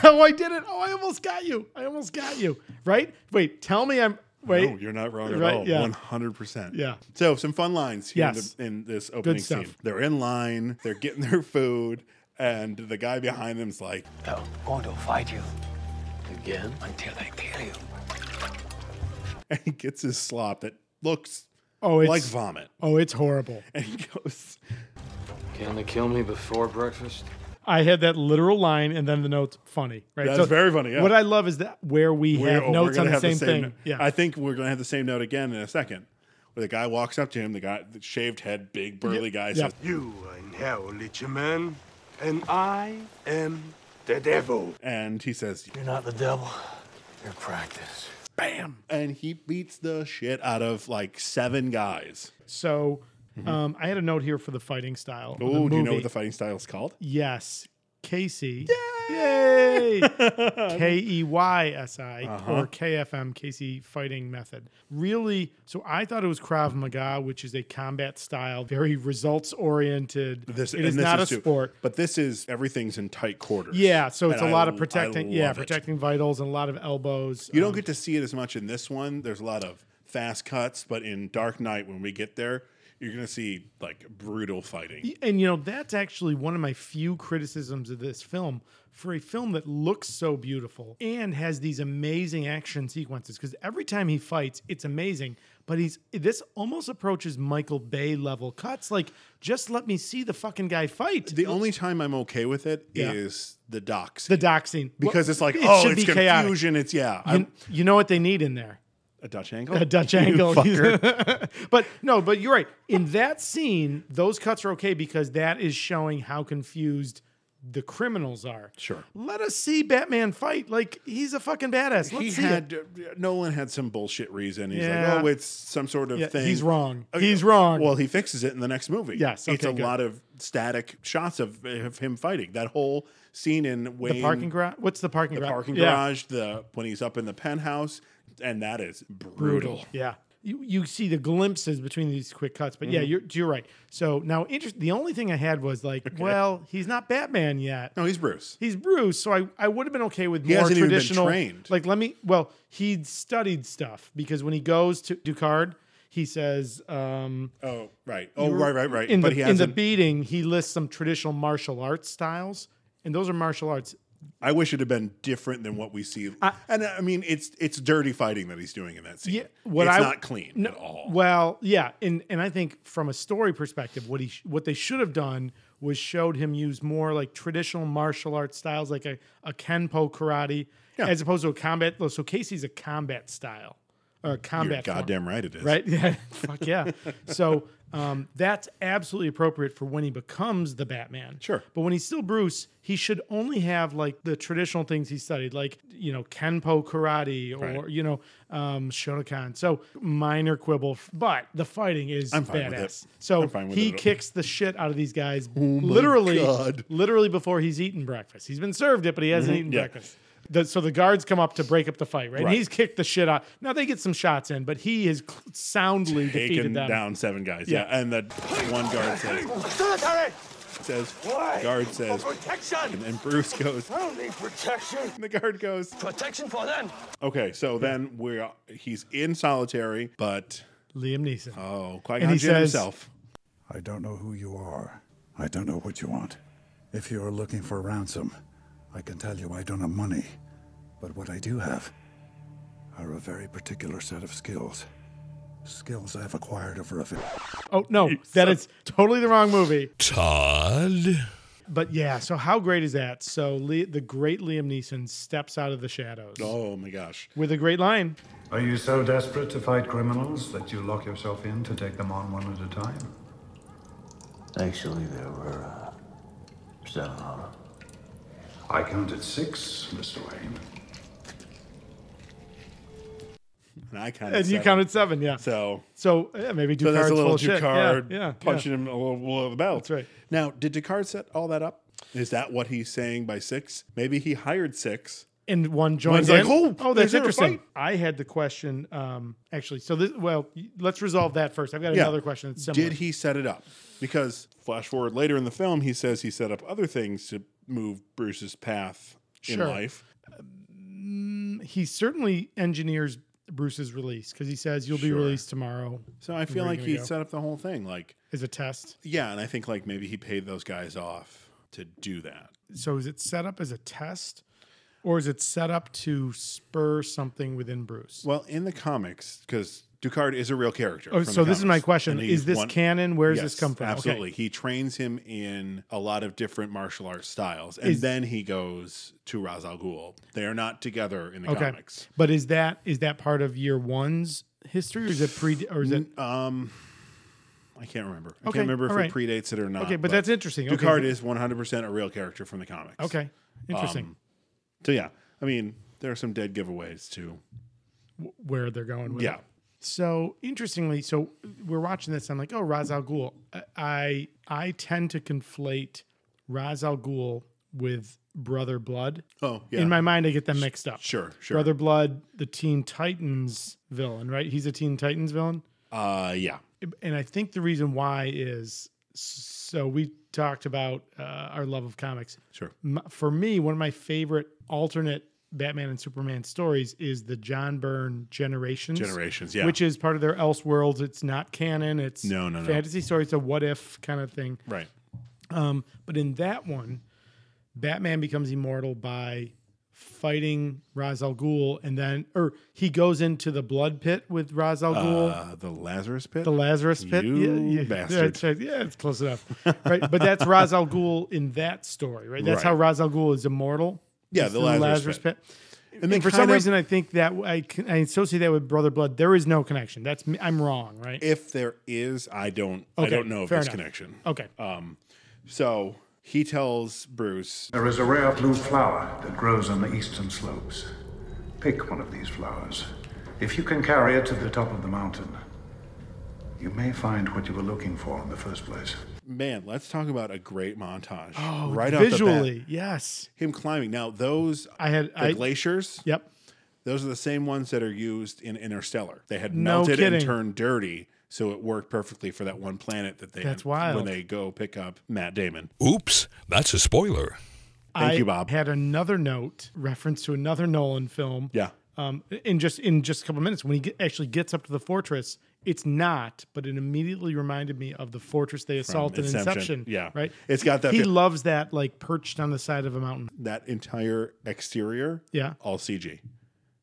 Speaker 2: oh, I did it. Oh, I almost got you. I almost got you. Right? Wait, tell me I'm. Wait.
Speaker 1: no, you're not wrong at
Speaker 2: Right,
Speaker 1: all.
Speaker 2: yeah.
Speaker 1: One hundred percent.
Speaker 2: Yeah.
Speaker 1: So some fun lines here
Speaker 2: Yes.
Speaker 1: in, the, in this opening
Speaker 2: stuff.
Speaker 1: scene. They're in line. They're getting their food, and the guy behind them's like,
Speaker 6: I'm going to fight you again until I kill you.
Speaker 1: and he gets his slop that looks
Speaker 2: Oh, it's
Speaker 1: like vomit,
Speaker 2: oh, it's horrible.
Speaker 1: and he goes,
Speaker 6: Can they kill me before breakfast?
Speaker 2: I had that literal line and then the notes funny. Right.
Speaker 1: That's very funny, yeah.
Speaker 2: What I love is that where we
Speaker 1: "We're,
Speaker 2: have
Speaker 1: oh, we're
Speaker 2: notes
Speaker 1: gonna
Speaker 2: on the
Speaker 1: have
Speaker 2: same, thing.
Speaker 1: note."
Speaker 2: yeah.
Speaker 1: I think we're gonna have the same note again in a second. Where the guy walks up to him, the guy, the shaved head, big burly guy,
Speaker 2: yeah.
Speaker 1: says,
Speaker 7: You are in hell, little man, and I am the devil.
Speaker 1: and he says,
Speaker 6: You're not the devil. You're practice.
Speaker 1: and he beats the shit out of like seven guys.
Speaker 2: so. Um, I had a note here for the fighting style. of the
Speaker 1: Oh, Mm-hmm. do you know
Speaker 2: movie.
Speaker 1: what the fighting style is called?
Speaker 2: Yes, Casey. Yay! K E Y S I
Speaker 1: Uh-huh.
Speaker 2: or KFM KC fighting method. Really, so I thought it was Krav Maga, which is a combat style, very results oriented.
Speaker 1: This,
Speaker 2: it
Speaker 1: and
Speaker 2: is
Speaker 1: this
Speaker 2: not a
Speaker 1: too-
Speaker 2: sport.
Speaker 1: but this is everything's in tight quarters.
Speaker 2: Yeah, so it's
Speaker 1: And
Speaker 2: a
Speaker 1: I
Speaker 2: lot
Speaker 1: l-
Speaker 2: of
Speaker 1: I
Speaker 2: protecting. Yeah, um,
Speaker 1: love it.
Speaker 2: protecting vitals and a lot of elbows.
Speaker 1: You don't get to see it as much in this one. There's a lot of fast cuts, but in Dark Knight, when we get there, you're gonna see like brutal fighting.
Speaker 2: And you know, that's actually one of my few criticisms of this film for a film that looks so beautiful and has these amazing action sequences because every time he fights, it's amazing. But he's this almost approaches Michael Bay level cuts. Like, just let me see the fucking guy fight.
Speaker 1: The only time I'm okay with it is
Speaker 2: Yeah.
Speaker 1: the docs
Speaker 2: the doc scene
Speaker 1: because it's like
Speaker 2: It
Speaker 1: oh,
Speaker 2: should
Speaker 1: it's
Speaker 2: be chaotic.
Speaker 1: confusion. It's yeah,
Speaker 2: You,
Speaker 1: I'm,
Speaker 2: you know what they need in there?
Speaker 1: a Dutch angle.
Speaker 2: a Dutch
Speaker 1: You
Speaker 2: angle.
Speaker 1: fucker.
Speaker 2: but no, but you're right. In that scene, those cuts are okay because that is showing how confused the criminals are.
Speaker 1: Sure.
Speaker 2: Let us see Batman fight. Like he's a fucking badass. Let's
Speaker 1: he
Speaker 2: see
Speaker 1: had
Speaker 2: it.
Speaker 1: Nolan had some bullshit reason. He's
Speaker 2: Yeah.
Speaker 1: like, oh, it's some sort of
Speaker 2: Yeah,
Speaker 1: thing.
Speaker 2: he's wrong.
Speaker 1: Oh,
Speaker 2: He's
Speaker 1: yeah.
Speaker 2: wrong.
Speaker 1: Well, he fixes it in the next movie.
Speaker 2: Yes,
Speaker 1: it's a
Speaker 2: okay, good.
Speaker 1: lot of static shots of, of him fighting. That whole scene in Wayne,
Speaker 2: the parking garage. What's the parking
Speaker 1: the
Speaker 2: garage?
Speaker 1: parking
Speaker 2: Yeah.
Speaker 1: garage, the when he's up in the penthouse, and that is brutal.
Speaker 2: Yeah. You, you see the glimpses between these quick cuts, but yeah,
Speaker 1: Mm-hmm.
Speaker 2: you're you're right. So now, interest. The only thing I had was like, well, he's not Batman yet.
Speaker 1: No, he's Bruce.
Speaker 2: He's Bruce, so I, I would have been okay with more
Speaker 1: hasn't even been
Speaker 2: traditional.
Speaker 1: trained.
Speaker 2: Like let me well, he studied stuff because when he goes to Ducard, he says um,
Speaker 1: Oh, right. Oh, right, right, right.
Speaker 2: in
Speaker 1: but
Speaker 2: the
Speaker 1: he
Speaker 2: in the
Speaker 1: hasn't.
Speaker 2: beating he lists some traditional martial arts styles, and those are martial arts.
Speaker 1: I wish it had been different than what we see. and uh, I mean, it's it's dirty fighting that he's doing in that scene.
Speaker 2: Yeah, what
Speaker 1: it's
Speaker 2: I-
Speaker 1: not clean
Speaker 2: no,
Speaker 1: at all.
Speaker 2: Well, yeah, and and I think from a story perspective, what he sh- what they should have done was showed him use more like traditional martial arts styles, like a a kenpo karate,
Speaker 1: Yeah.
Speaker 2: as opposed to a combat. So Casey's a combat style or a combat.
Speaker 1: You're
Speaker 2: form.
Speaker 1: goddamn right, it is.
Speaker 2: right? Yeah, fuck yeah. So um, that's absolutely appropriate for when he becomes the Batman.
Speaker 1: Sure.
Speaker 2: but when he's still Bruce, he should only have like the traditional things he studied, like you know kenpo karate or
Speaker 1: Right.
Speaker 2: you know um, shotokan. So minor quibble, f- but the fighting is
Speaker 1: I'm fine with it.
Speaker 2: badass. So
Speaker 1: I'm fine with
Speaker 2: he
Speaker 1: it. Oh
Speaker 2: kicks the shit out of these guys literally,
Speaker 1: God.
Speaker 2: literally before he's eaten breakfast. He's been served it, but he hasn't eaten
Speaker 1: Mm-hmm. Yeah.
Speaker 2: breakfast. The- so the guards come up to break up the fight, right?
Speaker 1: Right.
Speaker 2: And he's kicked the shit out. Now they get some shots in, but he has cl- soundly
Speaker 1: taken
Speaker 2: defeated them.
Speaker 1: down seven guys. Yeah,
Speaker 2: Yeah.
Speaker 1: and the one guard says, says guard says,
Speaker 6: protection!
Speaker 1: and then Bruce goes,
Speaker 6: I don't need protection.
Speaker 1: and the guard goes.
Speaker 6: Protection for them.
Speaker 1: Okay, so then we're he's in solitary, but
Speaker 2: Liam Neeson.
Speaker 1: oh, Qui
Speaker 2: And
Speaker 1: Gon
Speaker 2: he
Speaker 1: Jinn
Speaker 2: says-
Speaker 1: himself.
Speaker 8: I don't know who you are. I don't know what you want. If you are looking for ransom, I can tell you I don't have money. But what I do have are a very particular set of skills. Skills I've acquired over a. vi-
Speaker 2: oh no, that is totally the wrong movie.
Speaker 3: Todd?
Speaker 2: But yeah, so how great is that? So Le- the great Liam Neeson steps out of the shadows
Speaker 1: Oh my gosh,
Speaker 2: with a great line.
Speaker 9: Are you so desperate to fight criminals that you lock yourself in to take them on one at a time?
Speaker 6: Actually, there were uh, seven of them.
Speaker 9: I counted six, Mr. Wayne.
Speaker 1: and I kind of
Speaker 2: And you counted seven, yeah. So,
Speaker 1: so.
Speaker 2: yeah, maybe Ducard's
Speaker 1: So that's a little
Speaker 2: full of shit. Yeah,
Speaker 1: Ducard
Speaker 2: yeah, yeah.
Speaker 1: punching him a little below the belt.
Speaker 2: That's right.
Speaker 1: Now, did Ducard set all that up? Is that what he's saying by six? Maybe he hired six.
Speaker 2: and one joins
Speaker 1: One's like,
Speaker 2: in.
Speaker 1: "Oh, is
Speaker 2: that's
Speaker 1: there a
Speaker 2: interesting.
Speaker 1: fight?"
Speaker 2: I had the question um, actually. So this, well, y- let's resolve that first. I've got
Speaker 1: Yeah.
Speaker 2: another question. That's similar.
Speaker 1: Did he set it up? Because flash forward later in the film, he says he set up other things to move Bruce's path
Speaker 2: Sure.
Speaker 1: in life.
Speaker 2: He certainly engineers Bruce's release because he says you'll be released tomorrow
Speaker 1: So I feel like
Speaker 2: gonna
Speaker 1: he
Speaker 2: go?
Speaker 1: set up the whole thing. Like,
Speaker 2: as a test.
Speaker 1: yeah, and I think like maybe he paid those guys off to do that.
Speaker 2: So is it set up as a test, or is it set up to spur something within Bruce?
Speaker 1: Well, in the comics, because Ducard is a real character.
Speaker 2: Oh,
Speaker 1: from
Speaker 2: so
Speaker 1: the
Speaker 2: this is my
Speaker 1: comics,
Speaker 2: question:
Speaker 1: and he's
Speaker 2: Is this
Speaker 1: one-
Speaker 2: canon? Where does
Speaker 1: Yes,
Speaker 2: this come from? Okay.
Speaker 1: Absolutely. He trains him in a lot of different martial arts styles. And
Speaker 2: Is-
Speaker 1: then he goes to Ra's al Ghul. They are not together in the
Speaker 2: Okay.
Speaker 1: comics.
Speaker 2: But is that is that part of year one's history, or is it pre, or is it
Speaker 1: Um, I can't remember. I
Speaker 2: Okay,
Speaker 1: can't remember if
Speaker 2: all right.
Speaker 1: it predates it or not.
Speaker 2: okay? But, that's interesting. Okay,
Speaker 1: Ducard is 100% a real character from the comics.
Speaker 2: okay. Interesting.
Speaker 1: So, yeah. I mean, there are some dead giveaways too.
Speaker 2: where they're going with
Speaker 1: Yeah.
Speaker 2: it. So interestingly, so we're watching this. I'm like, oh, Ra's al Ghul. I I tend to conflate Ra's al Ghul with Brother Blood.
Speaker 1: Oh, yeah.
Speaker 2: In my mind, I get them mixed up.
Speaker 1: Sure, sure.
Speaker 2: Brother Blood, the Teen Titans villain, right? He's a Teen Titans villain.
Speaker 1: Uh, yeah.
Speaker 2: And I think the reason why is so we talked about uh, our love of comics.
Speaker 1: Sure.
Speaker 2: M- For me, one of my favorite alternate Batman and Superman stories is the John Byrne Generations.
Speaker 1: Generations, yeah.
Speaker 2: Which is part of their Elseworlds. It's not canon. It's
Speaker 1: No, no, no.
Speaker 2: fantasy story. It's a what if kind of thing.
Speaker 1: Right.
Speaker 2: Um, but in that one, Batman becomes immortal by fighting Ra's al Ghul, and then, or he goes into the blood pit with Ra's al Ghul,
Speaker 1: Uh, the Lazarus Pit.
Speaker 2: the Lazarus pit.
Speaker 1: you bastard.
Speaker 2: that's right. Yeah, it's close enough, right? But that's Ra's al Ghul in that story, right? That's how
Speaker 1: Right.
Speaker 2: Ra's al Ghul is immortal.
Speaker 1: Yeah,
Speaker 2: It's
Speaker 1: the Lazarus Pit.
Speaker 2: And
Speaker 1: they
Speaker 2: for some
Speaker 1: kind of-
Speaker 2: reason, I think that I, can- I associate that with Brother Blood. There is no connection. That's me- I'm wrong, right?
Speaker 1: if there is, I don't. I
Speaker 2: Okay,
Speaker 1: don't know of
Speaker 2: fair
Speaker 1: this
Speaker 2: enough.
Speaker 1: connection. Uh,
Speaker 2: okay.
Speaker 1: So he tells Bruce,
Speaker 9: There is a rare blue flower that grows on the eastern slopes. Pick one of these flowers. If you can carry it to the top of the mountain, you may find what you were looking for in the first place.
Speaker 1: "Man, let's talk about a great montage.
Speaker 2: Oh,
Speaker 1: right off the
Speaker 2: visually,
Speaker 1: bat,
Speaker 2: yes.
Speaker 1: him climbing. Now those
Speaker 2: I had
Speaker 1: the
Speaker 2: I,
Speaker 1: glaciers.
Speaker 2: Yep.
Speaker 1: Those are the same ones that are used in Interstellar. They had
Speaker 2: No
Speaker 1: melted
Speaker 2: kidding.
Speaker 1: and turned dirty, so it worked perfectly for that one planet that they.
Speaker 2: That's
Speaker 1: when
Speaker 2: wild.
Speaker 1: they go pick up Matt Damon.
Speaker 3: Oops, that's a spoiler.
Speaker 2: I
Speaker 1: Thank you, Bob.
Speaker 2: Had another note reference to another Nolan film.
Speaker 1: Yeah.
Speaker 2: Um, in just in just a couple minutes, when he get, actually gets up to the fortress, it's not, but it immediately reminded me of the fortress they assault in
Speaker 1: Inception.
Speaker 2: Inception.
Speaker 1: Yeah.
Speaker 2: right.
Speaker 1: It's got that
Speaker 2: He
Speaker 1: feel-
Speaker 2: loves that, like perched on the side of a mountain.
Speaker 1: That entire exterior,
Speaker 2: Yeah.
Speaker 1: all CG.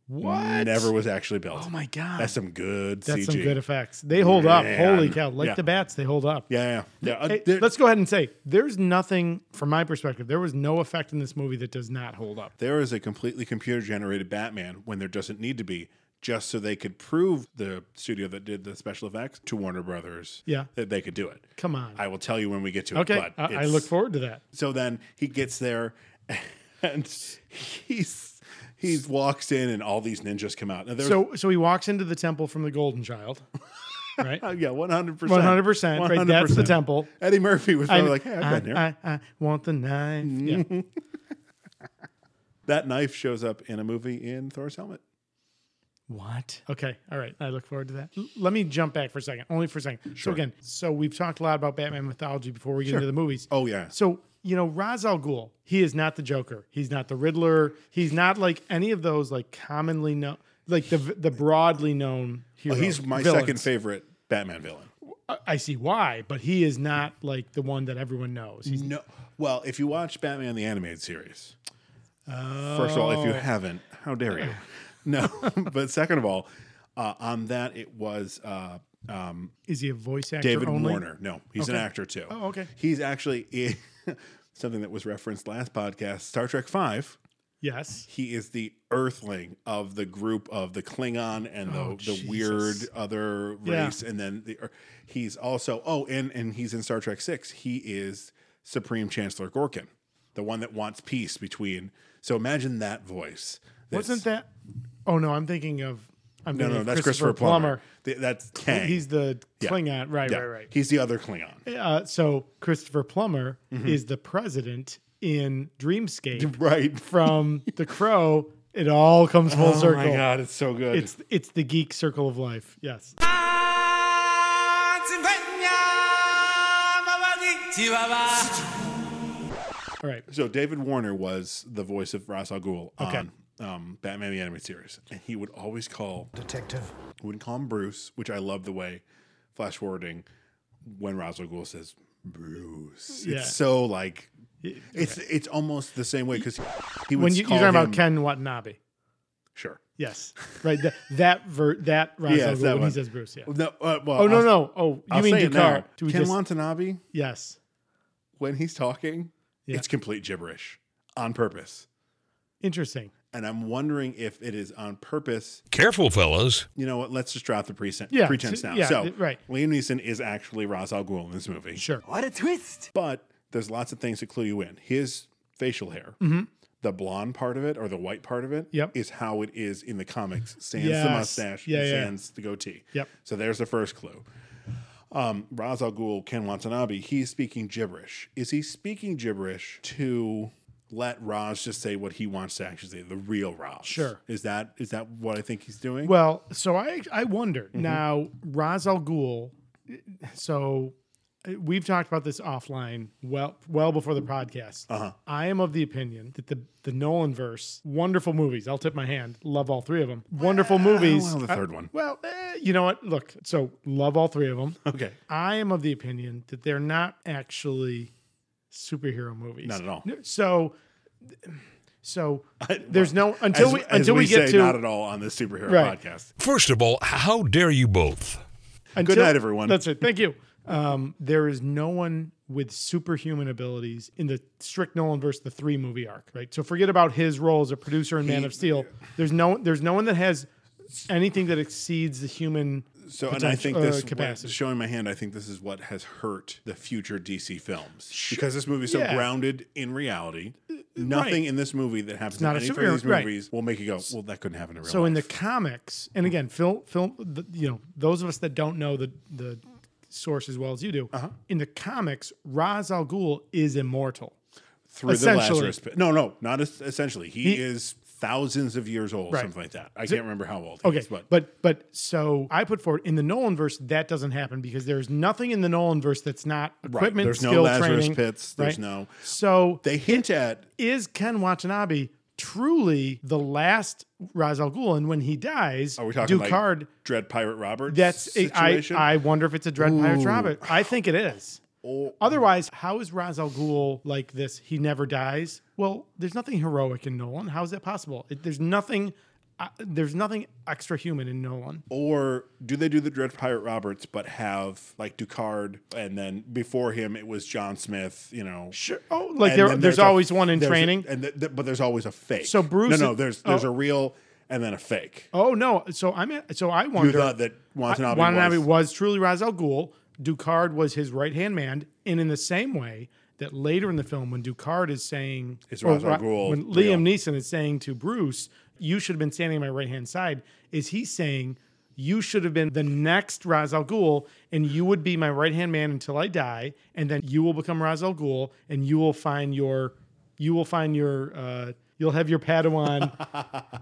Speaker 2: What?
Speaker 1: Never was actually built.
Speaker 2: Oh my god.
Speaker 1: That's some good
Speaker 2: That's
Speaker 1: CG.
Speaker 2: some good effects. They hold up.
Speaker 1: Man.
Speaker 2: Holy cow! Like
Speaker 1: Yeah.
Speaker 2: the bats, they hold up.
Speaker 1: yeah, yeah, yeah. Uh,
Speaker 2: Hey,
Speaker 1: there-
Speaker 2: let's go ahead and say there's nothing from my perspective. There was no effect in this movie that does not hold up.
Speaker 1: there is a completely computer generated Batman when there doesn't need to be, just so they could prove the studio that did the special effects to Warner Brothers
Speaker 2: Yeah.
Speaker 1: that they could do it.
Speaker 2: Come on.
Speaker 1: I will tell you when we get to
Speaker 2: okay,
Speaker 1: it.
Speaker 2: I- I
Speaker 1: it's-
Speaker 2: look forward to that.
Speaker 1: So then he gets there and he's he walks in and all these ninjas come out. Now there's
Speaker 2: So so he walks into the temple from the Golden Child, right?
Speaker 1: uh, yeah, one hundred percent.
Speaker 2: One hundred percent. Right, that's the temple.
Speaker 1: Eddie Murphy was
Speaker 2: I
Speaker 1: probably like, "Hey, I've been Mm-hmm. here."
Speaker 2: I, I want the knife. Yeah.
Speaker 1: that knife shows up in a movie in Thor's helmet.
Speaker 2: What? Okay. All right. I look forward to that. L- Let me jump back for a second, only for a second. So again, so we've talked a lot about Batman mythology before we get into the movies.
Speaker 1: Oh, yeah.
Speaker 2: So you know, Ra's al Ghul, he is not the Joker. He's not the Riddler. He's not like any of those like commonly known, like the the broadly known
Speaker 1: Oh,
Speaker 2: heroes.
Speaker 1: he's my
Speaker 2: villains.
Speaker 1: second favorite Batman villain.
Speaker 2: I see why, but he is not like the one that everyone knows. He's
Speaker 1: No. Well, if you watch Batman the animated series, first of all, if you
Speaker 2: Oh.
Speaker 1: haven't, how dare you? No. but second of all, uh, on that it was uh, um,
Speaker 2: is he a voice actor?
Speaker 1: David
Speaker 2: only?
Speaker 1: Warner. No, he's an actor too.
Speaker 2: Oh, okay.
Speaker 1: He's actually something that was referenced last podcast, Star Trek Five.
Speaker 2: Yes.
Speaker 1: He is the Earthling of the group of the Klingon and the, the weird other
Speaker 2: Oh, Yeah.
Speaker 1: race, and then the Ear- he's also oh, and and he's in Star Trek Six. He is Supreme Chancellor Gorkin, the one that wants peace between. So imagine that voice. That's-
Speaker 2: Wasn't that? Oh no, I'm thinking of. I'm
Speaker 1: no
Speaker 2: thinking
Speaker 1: no?
Speaker 2: of
Speaker 1: That's Christopher, Plummer. Th- that's Kang.
Speaker 2: He's the
Speaker 1: Yeah.
Speaker 2: Klingon, right?
Speaker 1: Yeah.
Speaker 2: Right? Right?
Speaker 1: He's the other Klingon.
Speaker 2: Uh, so Christopher Plummer
Speaker 1: Mm-hmm.
Speaker 2: is the president in Dreamscape
Speaker 1: Right.
Speaker 2: from The Crow. It all comes full
Speaker 1: Oh
Speaker 2: circle.
Speaker 1: my god, it's so good.
Speaker 2: It's it's the geek circle of life. Yes. All right.
Speaker 1: So David Warner was the voice of Ra's al Ghul on
Speaker 2: Okay.
Speaker 1: um, Batman the Animated Series, and he would always call
Speaker 9: Detective.
Speaker 1: he wouldn't call him Bruce, which I love the way flash forwarding when Ra's al Ghul says Bruce.
Speaker 2: Yeah.
Speaker 1: It's so like it's it's almost the same way because he would
Speaker 2: When you, you're
Speaker 1: call
Speaker 2: talking about
Speaker 1: him-
Speaker 2: Ken Watanabe.
Speaker 1: sure
Speaker 2: Yes. Right. That that ver, that Ra's
Speaker 1: Yeah,
Speaker 2: al
Speaker 1: it's
Speaker 2: Ghul
Speaker 1: that
Speaker 2: when
Speaker 1: one.
Speaker 2: he says Bruce. Yeah.
Speaker 1: no uh, well,
Speaker 2: Oh no
Speaker 1: I'll-
Speaker 2: no. Oh, you
Speaker 1: I'll
Speaker 2: mean
Speaker 1: say it
Speaker 2: Dakar?
Speaker 1: now.
Speaker 2: Do we
Speaker 1: Ken
Speaker 2: just?
Speaker 1: Watanabe
Speaker 2: yes.
Speaker 1: when he's talking
Speaker 2: Yeah.
Speaker 1: it's complete gibberish on purpose
Speaker 2: Interesting.
Speaker 1: and I'm wondering if it is on purpose
Speaker 3: Careful, fellas.
Speaker 1: you know what? Let's just drop the pretense,
Speaker 2: Yeah,
Speaker 1: pretense
Speaker 2: so-
Speaker 1: now.
Speaker 2: yeah,
Speaker 1: so,
Speaker 2: th- right.
Speaker 1: Liam Neeson is actually Ra's al Ghul in this movie.
Speaker 2: Sure.
Speaker 1: But there's lots of things to clue you in. His facial hair, the blonde part of it or the white part of it, is
Speaker 2: Mm-hmm. Yep.
Speaker 1: how it is in the comics. Sans the
Speaker 2: Yes.
Speaker 1: mustache,
Speaker 2: Yeah, yeah.
Speaker 1: sans the goatee.
Speaker 2: Yep.
Speaker 1: So there's the first clue. Um, Ra's al Ghul, Ken Watanabe, he's speaking gibberish. Is he speaking gibberish to let Raj just say what he wants to actually say, the real Raj.
Speaker 2: Sure.
Speaker 1: Is that is that what I think he's doing?
Speaker 2: Well, so I I wonder
Speaker 1: Mm-hmm.
Speaker 2: now, Ra's al Ghul. So uh, we've talked about this offline, well well before the podcast. Uh-huh. I am of the opinion that the the Nolan verse, wonderful movies. I'll tip my hand. Love all three of them. Wonderful movies.
Speaker 1: well, the
Speaker 2: I-
Speaker 1: third one.
Speaker 2: well, eh, you know what? Look, so love all three of them.
Speaker 1: okay.
Speaker 2: I am of the opinion that they're not actually superhero movies.
Speaker 1: Not at all.
Speaker 2: So, so there's no until
Speaker 1: As-
Speaker 2: we
Speaker 1: as
Speaker 2: until we, get
Speaker 1: say
Speaker 2: to
Speaker 1: not at all on this superhero
Speaker 2: Right.
Speaker 1: podcast.
Speaker 3: First of all, how dare you both?
Speaker 2: until-
Speaker 1: Good night, everyone.
Speaker 2: That's it. Thank you. Um, there is no one with superhuman abilities in the strict Nolan versus the three movie arc, right? So forget about his role as a producer in Man of Steel. There's no there's no one that has anything that exceeds the human.
Speaker 1: So, and I
Speaker 2: potential-
Speaker 1: think
Speaker 2: uh,
Speaker 1: this
Speaker 2: capacity.
Speaker 1: showing my hand, I think this is what has hurt the future DC films because this movie is so
Speaker 2: Yeah. Uh,
Speaker 1: grounded in reality. Nothing in this movie that happens in
Speaker 2: not a
Speaker 1: any of these
Speaker 2: superhero- right.
Speaker 1: movies will make you go, "Well, that couldn't happen in real
Speaker 2: So
Speaker 1: life."
Speaker 2: in the comics,
Speaker 1: Hmm.
Speaker 2: and again, film film, the, you know, those of us that don't know the the source as well as you do,
Speaker 1: Uh-huh.
Speaker 2: in the comics, Ra's al Ghul is immortal.
Speaker 1: through the
Speaker 2: essentially-
Speaker 1: Lazarus pit. No, no, not es- essentially. He,
Speaker 2: He-
Speaker 1: is thousands of years old,
Speaker 2: Right.
Speaker 1: something like that. I can't remember how old. He
Speaker 2: Okay,
Speaker 1: is, but,
Speaker 2: but but so I put forward in the Nolan verse that doesn't happen because there's nothing in the Nolan verse that's not
Speaker 1: Right.
Speaker 2: equipment,
Speaker 1: There's no
Speaker 2: skill,
Speaker 1: Lazarus
Speaker 2: training,
Speaker 1: pits.
Speaker 2: right?
Speaker 1: There's no-
Speaker 2: So
Speaker 1: they hint at
Speaker 2: is Ken Watanabe truly the last Ra's al Ghul? And when he dies,
Speaker 1: Are we talking
Speaker 2: Ducard?
Speaker 1: like Dread Pirate Roberts?
Speaker 2: that's I,
Speaker 1: situation?
Speaker 2: I wonder if it's a Dread Pirates Robert. I think it is.
Speaker 1: Oh.
Speaker 2: Otherwise, how is Ra's al Ghul like this? He never dies. Well, there's nothing heroic in Nolan. How is that possible? It, there's nothing. Uh, there's nothing extra human in Nolan.
Speaker 1: Oh. or do they do the Dread Pirate Roberts but have like Ducard and then before him it was John Smith, you know?
Speaker 2: Sure. Oh, like
Speaker 1: And
Speaker 2: there,
Speaker 1: then
Speaker 2: there's,
Speaker 1: a-
Speaker 2: always one in
Speaker 1: there's a-
Speaker 2: training.
Speaker 1: and th- th- but there's always a fake.
Speaker 2: So Bruce-
Speaker 1: no, no, there's there's
Speaker 2: oh.
Speaker 1: a real and then a fake.
Speaker 2: oh no. So I'm. At, so I
Speaker 1: You
Speaker 2: wonder.
Speaker 1: thought that Watanabe,
Speaker 2: I- Watanabe
Speaker 1: was,
Speaker 2: was truly Ra's al Ghul. Ducard was his right hand man, and in the same way that later in the film, when Ducard is saying,
Speaker 1: Is
Speaker 2: or
Speaker 1: Ra's al
Speaker 2: Ra-
Speaker 1: Ghul
Speaker 2: when
Speaker 1: real?
Speaker 2: Liam Neeson is saying to Bruce, "You should have been standing on my right hand side," is he saying? You should have been the next Ra's al Ghul, and you would be my right hand man until I die, and then you will become Ra's al Ghul, and you will find your, you will find your, uh, you'll have your Padawan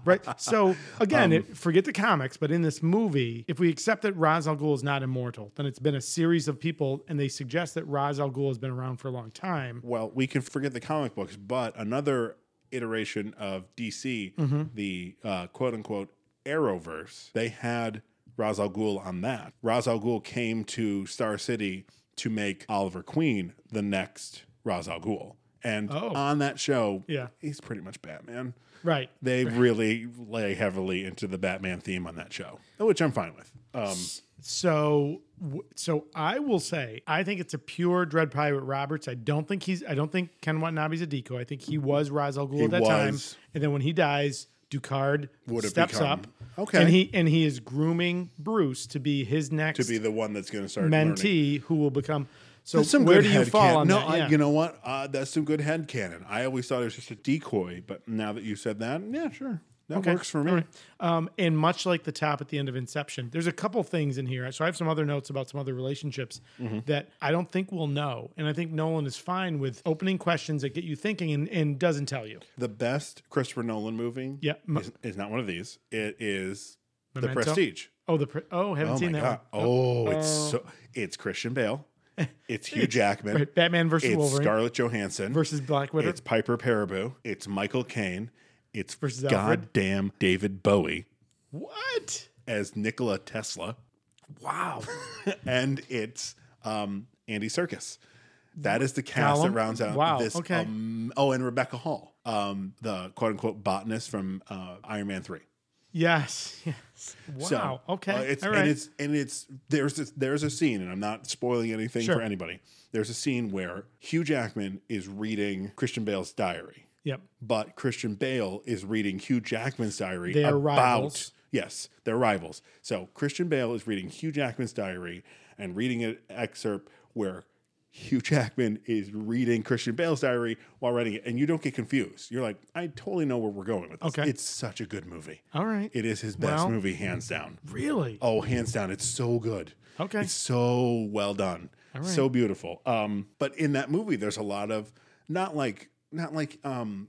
Speaker 2: right? So
Speaker 1: Um,
Speaker 2: again, it, forget the comics, but in this movie, if we accept that Ra's al Ghul is not immortal, then it's been a series of people, and they suggest that Ra's al Ghul has been around for a long time.
Speaker 1: well, we can forget the comic books, but another iteration of DC,
Speaker 2: Mm-hmm.
Speaker 1: the uh, quote unquote Arrowverse, they had Ra's al Ghul on that. Ra's al Ghul came to Star City to make Oliver Queen the next Ra's al Ghul. And on that show,
Speaker 2: Oh. Yeah.
Speaker 1: he's pretty much Batman.
Speaker 2: Right.
Speaker 1: They really lay heavily into the Batman theme on that show, which I'm fine with. Um,
Speaker 2: So w- so I will say I think it's a pure Dread Pirate Roberts. I don't think he's I don't think Ken Watanabe's a decoy. I think he was Ra's al Ghul
Speaker 1: He
Speaker 2: at that time,
Speaker 1: was.
Speaker 2: and then when he dies, Ducard
Speaker 1: Would have
Speaker 2: steps
Speaker 1: become-
Speaker 2: up.
Speaker 1: Okay.
Speaker 2: and he and he is grooming Bruce to be his next
Speaker 1: to be the one that's going to start learning.
Speaker 2: mentee who will become. So
Speaker 1: That's some
Speaker 2: where
Speaker 1: good
Speaker 2: do you
Speaker 1: head
Speaker 2: fall
Speaker 1: can-
Speaker 2: on
Speaker 1: no,
Speaker 2: that?
Speaker 1: I,
Speaker 2: Yeah.
Speaker 1: you know what? Uh, that's some good head cannon. I always thought it was just a decoy, but now that you said that, yeah, sure, that works for me.
Speaker 2: Um, and much like the top at the end of Inception, there's a couple things in here. So I have some other notes about some other relationships
Speaker 1: Mm-hmm.
Speaker 2: that I don't think we'll know. And I think Nolan is fine with opening questions that get you thinking and, and doesn't tell you.
Speaker 1: The best Christopher Nolan movie,
Speaker 2: Yeah, m-
Speaker 1: is, is not one of these. It is The
Speaker 2: Memento?
Speaker 1: Prestige.
Speaker 2: Oh, the pre- oh, haven't
Speaker 1: Oh
Speaker 2: seen
Speaker 1: my
Speaker 2: that
Speaker 1: god!
Speaker 2: one.
Speaker 1: Oh, it's so it's Christian Bale, it's Hugh Jackman,
Speaker 2: Right, Batman versus
Speaker 1: it's
Speaker 2: Wolverine
Speaker 1: Scarlett Johansson
Speaker 2: versus Black Widow.
Speaker 1: It's Piper Perabo. It's Michael Caine. It's
Speaker 2: Versus Alfred.
Speaker 1: goddamn David Bowie
Speaker 2: what?
Speaker 1: as Nikola Tesla. Wow. and it's um, Andy Circus. That is the cast
Speaker 2: Gollum?
Speaker 1: that rounds out
Speaker 2: Wow,
Speaker 1: this.
Speaker 2: okay.
Speaker 1: Um, oh, and Rebecca Hall, um, the quote unquote botanist from uh, Iron Man 3.
Speaker 2: Yes. Yes.
Speaker 1: So,
Speaker 2: Wow. okay.
Speaker 1: uh, it's,
Speaker 2: All right.
Speaker 1: And it's and it's there's a, there's a scene, and I'm not spoiling anything
Speaker 2: Sure.
Speaker 1: for anybody. There's a scene where Hugh Jackman is reading Christian Bale's diary,
Speaker 2: yep.
Speaker 1: but Christian Bale is reading Hugh Jackman's diary.
Speaker 2: They're
Speaker 1: about,
Speaker 2: rivals.
Speaker 1: Yes, they're rivals. So Christian Bale is reading Hugh Jackman's diary and reading an excerpt where Hugh Jackman is reading Christian Bale's diary while writing it, and you don't get confused. You're like, I totally know where we're going with this.
Speaker 2: Okay.
Speaker 1: It's such a good movie.
Speaker 2: All right.
Speaker 1: It is his best
Speaker 2: Well-
Speaker 1: movie, hands down.
Speaker 2: Really?
Speaker 1: Oh, hands down, it's so good.
Speaker 2: Okay.
Speaker 1: it's so well done,
Speaker 2: right.
Speaker 1: so beautiful. Um, but in that movie, there's a lot of not like not like um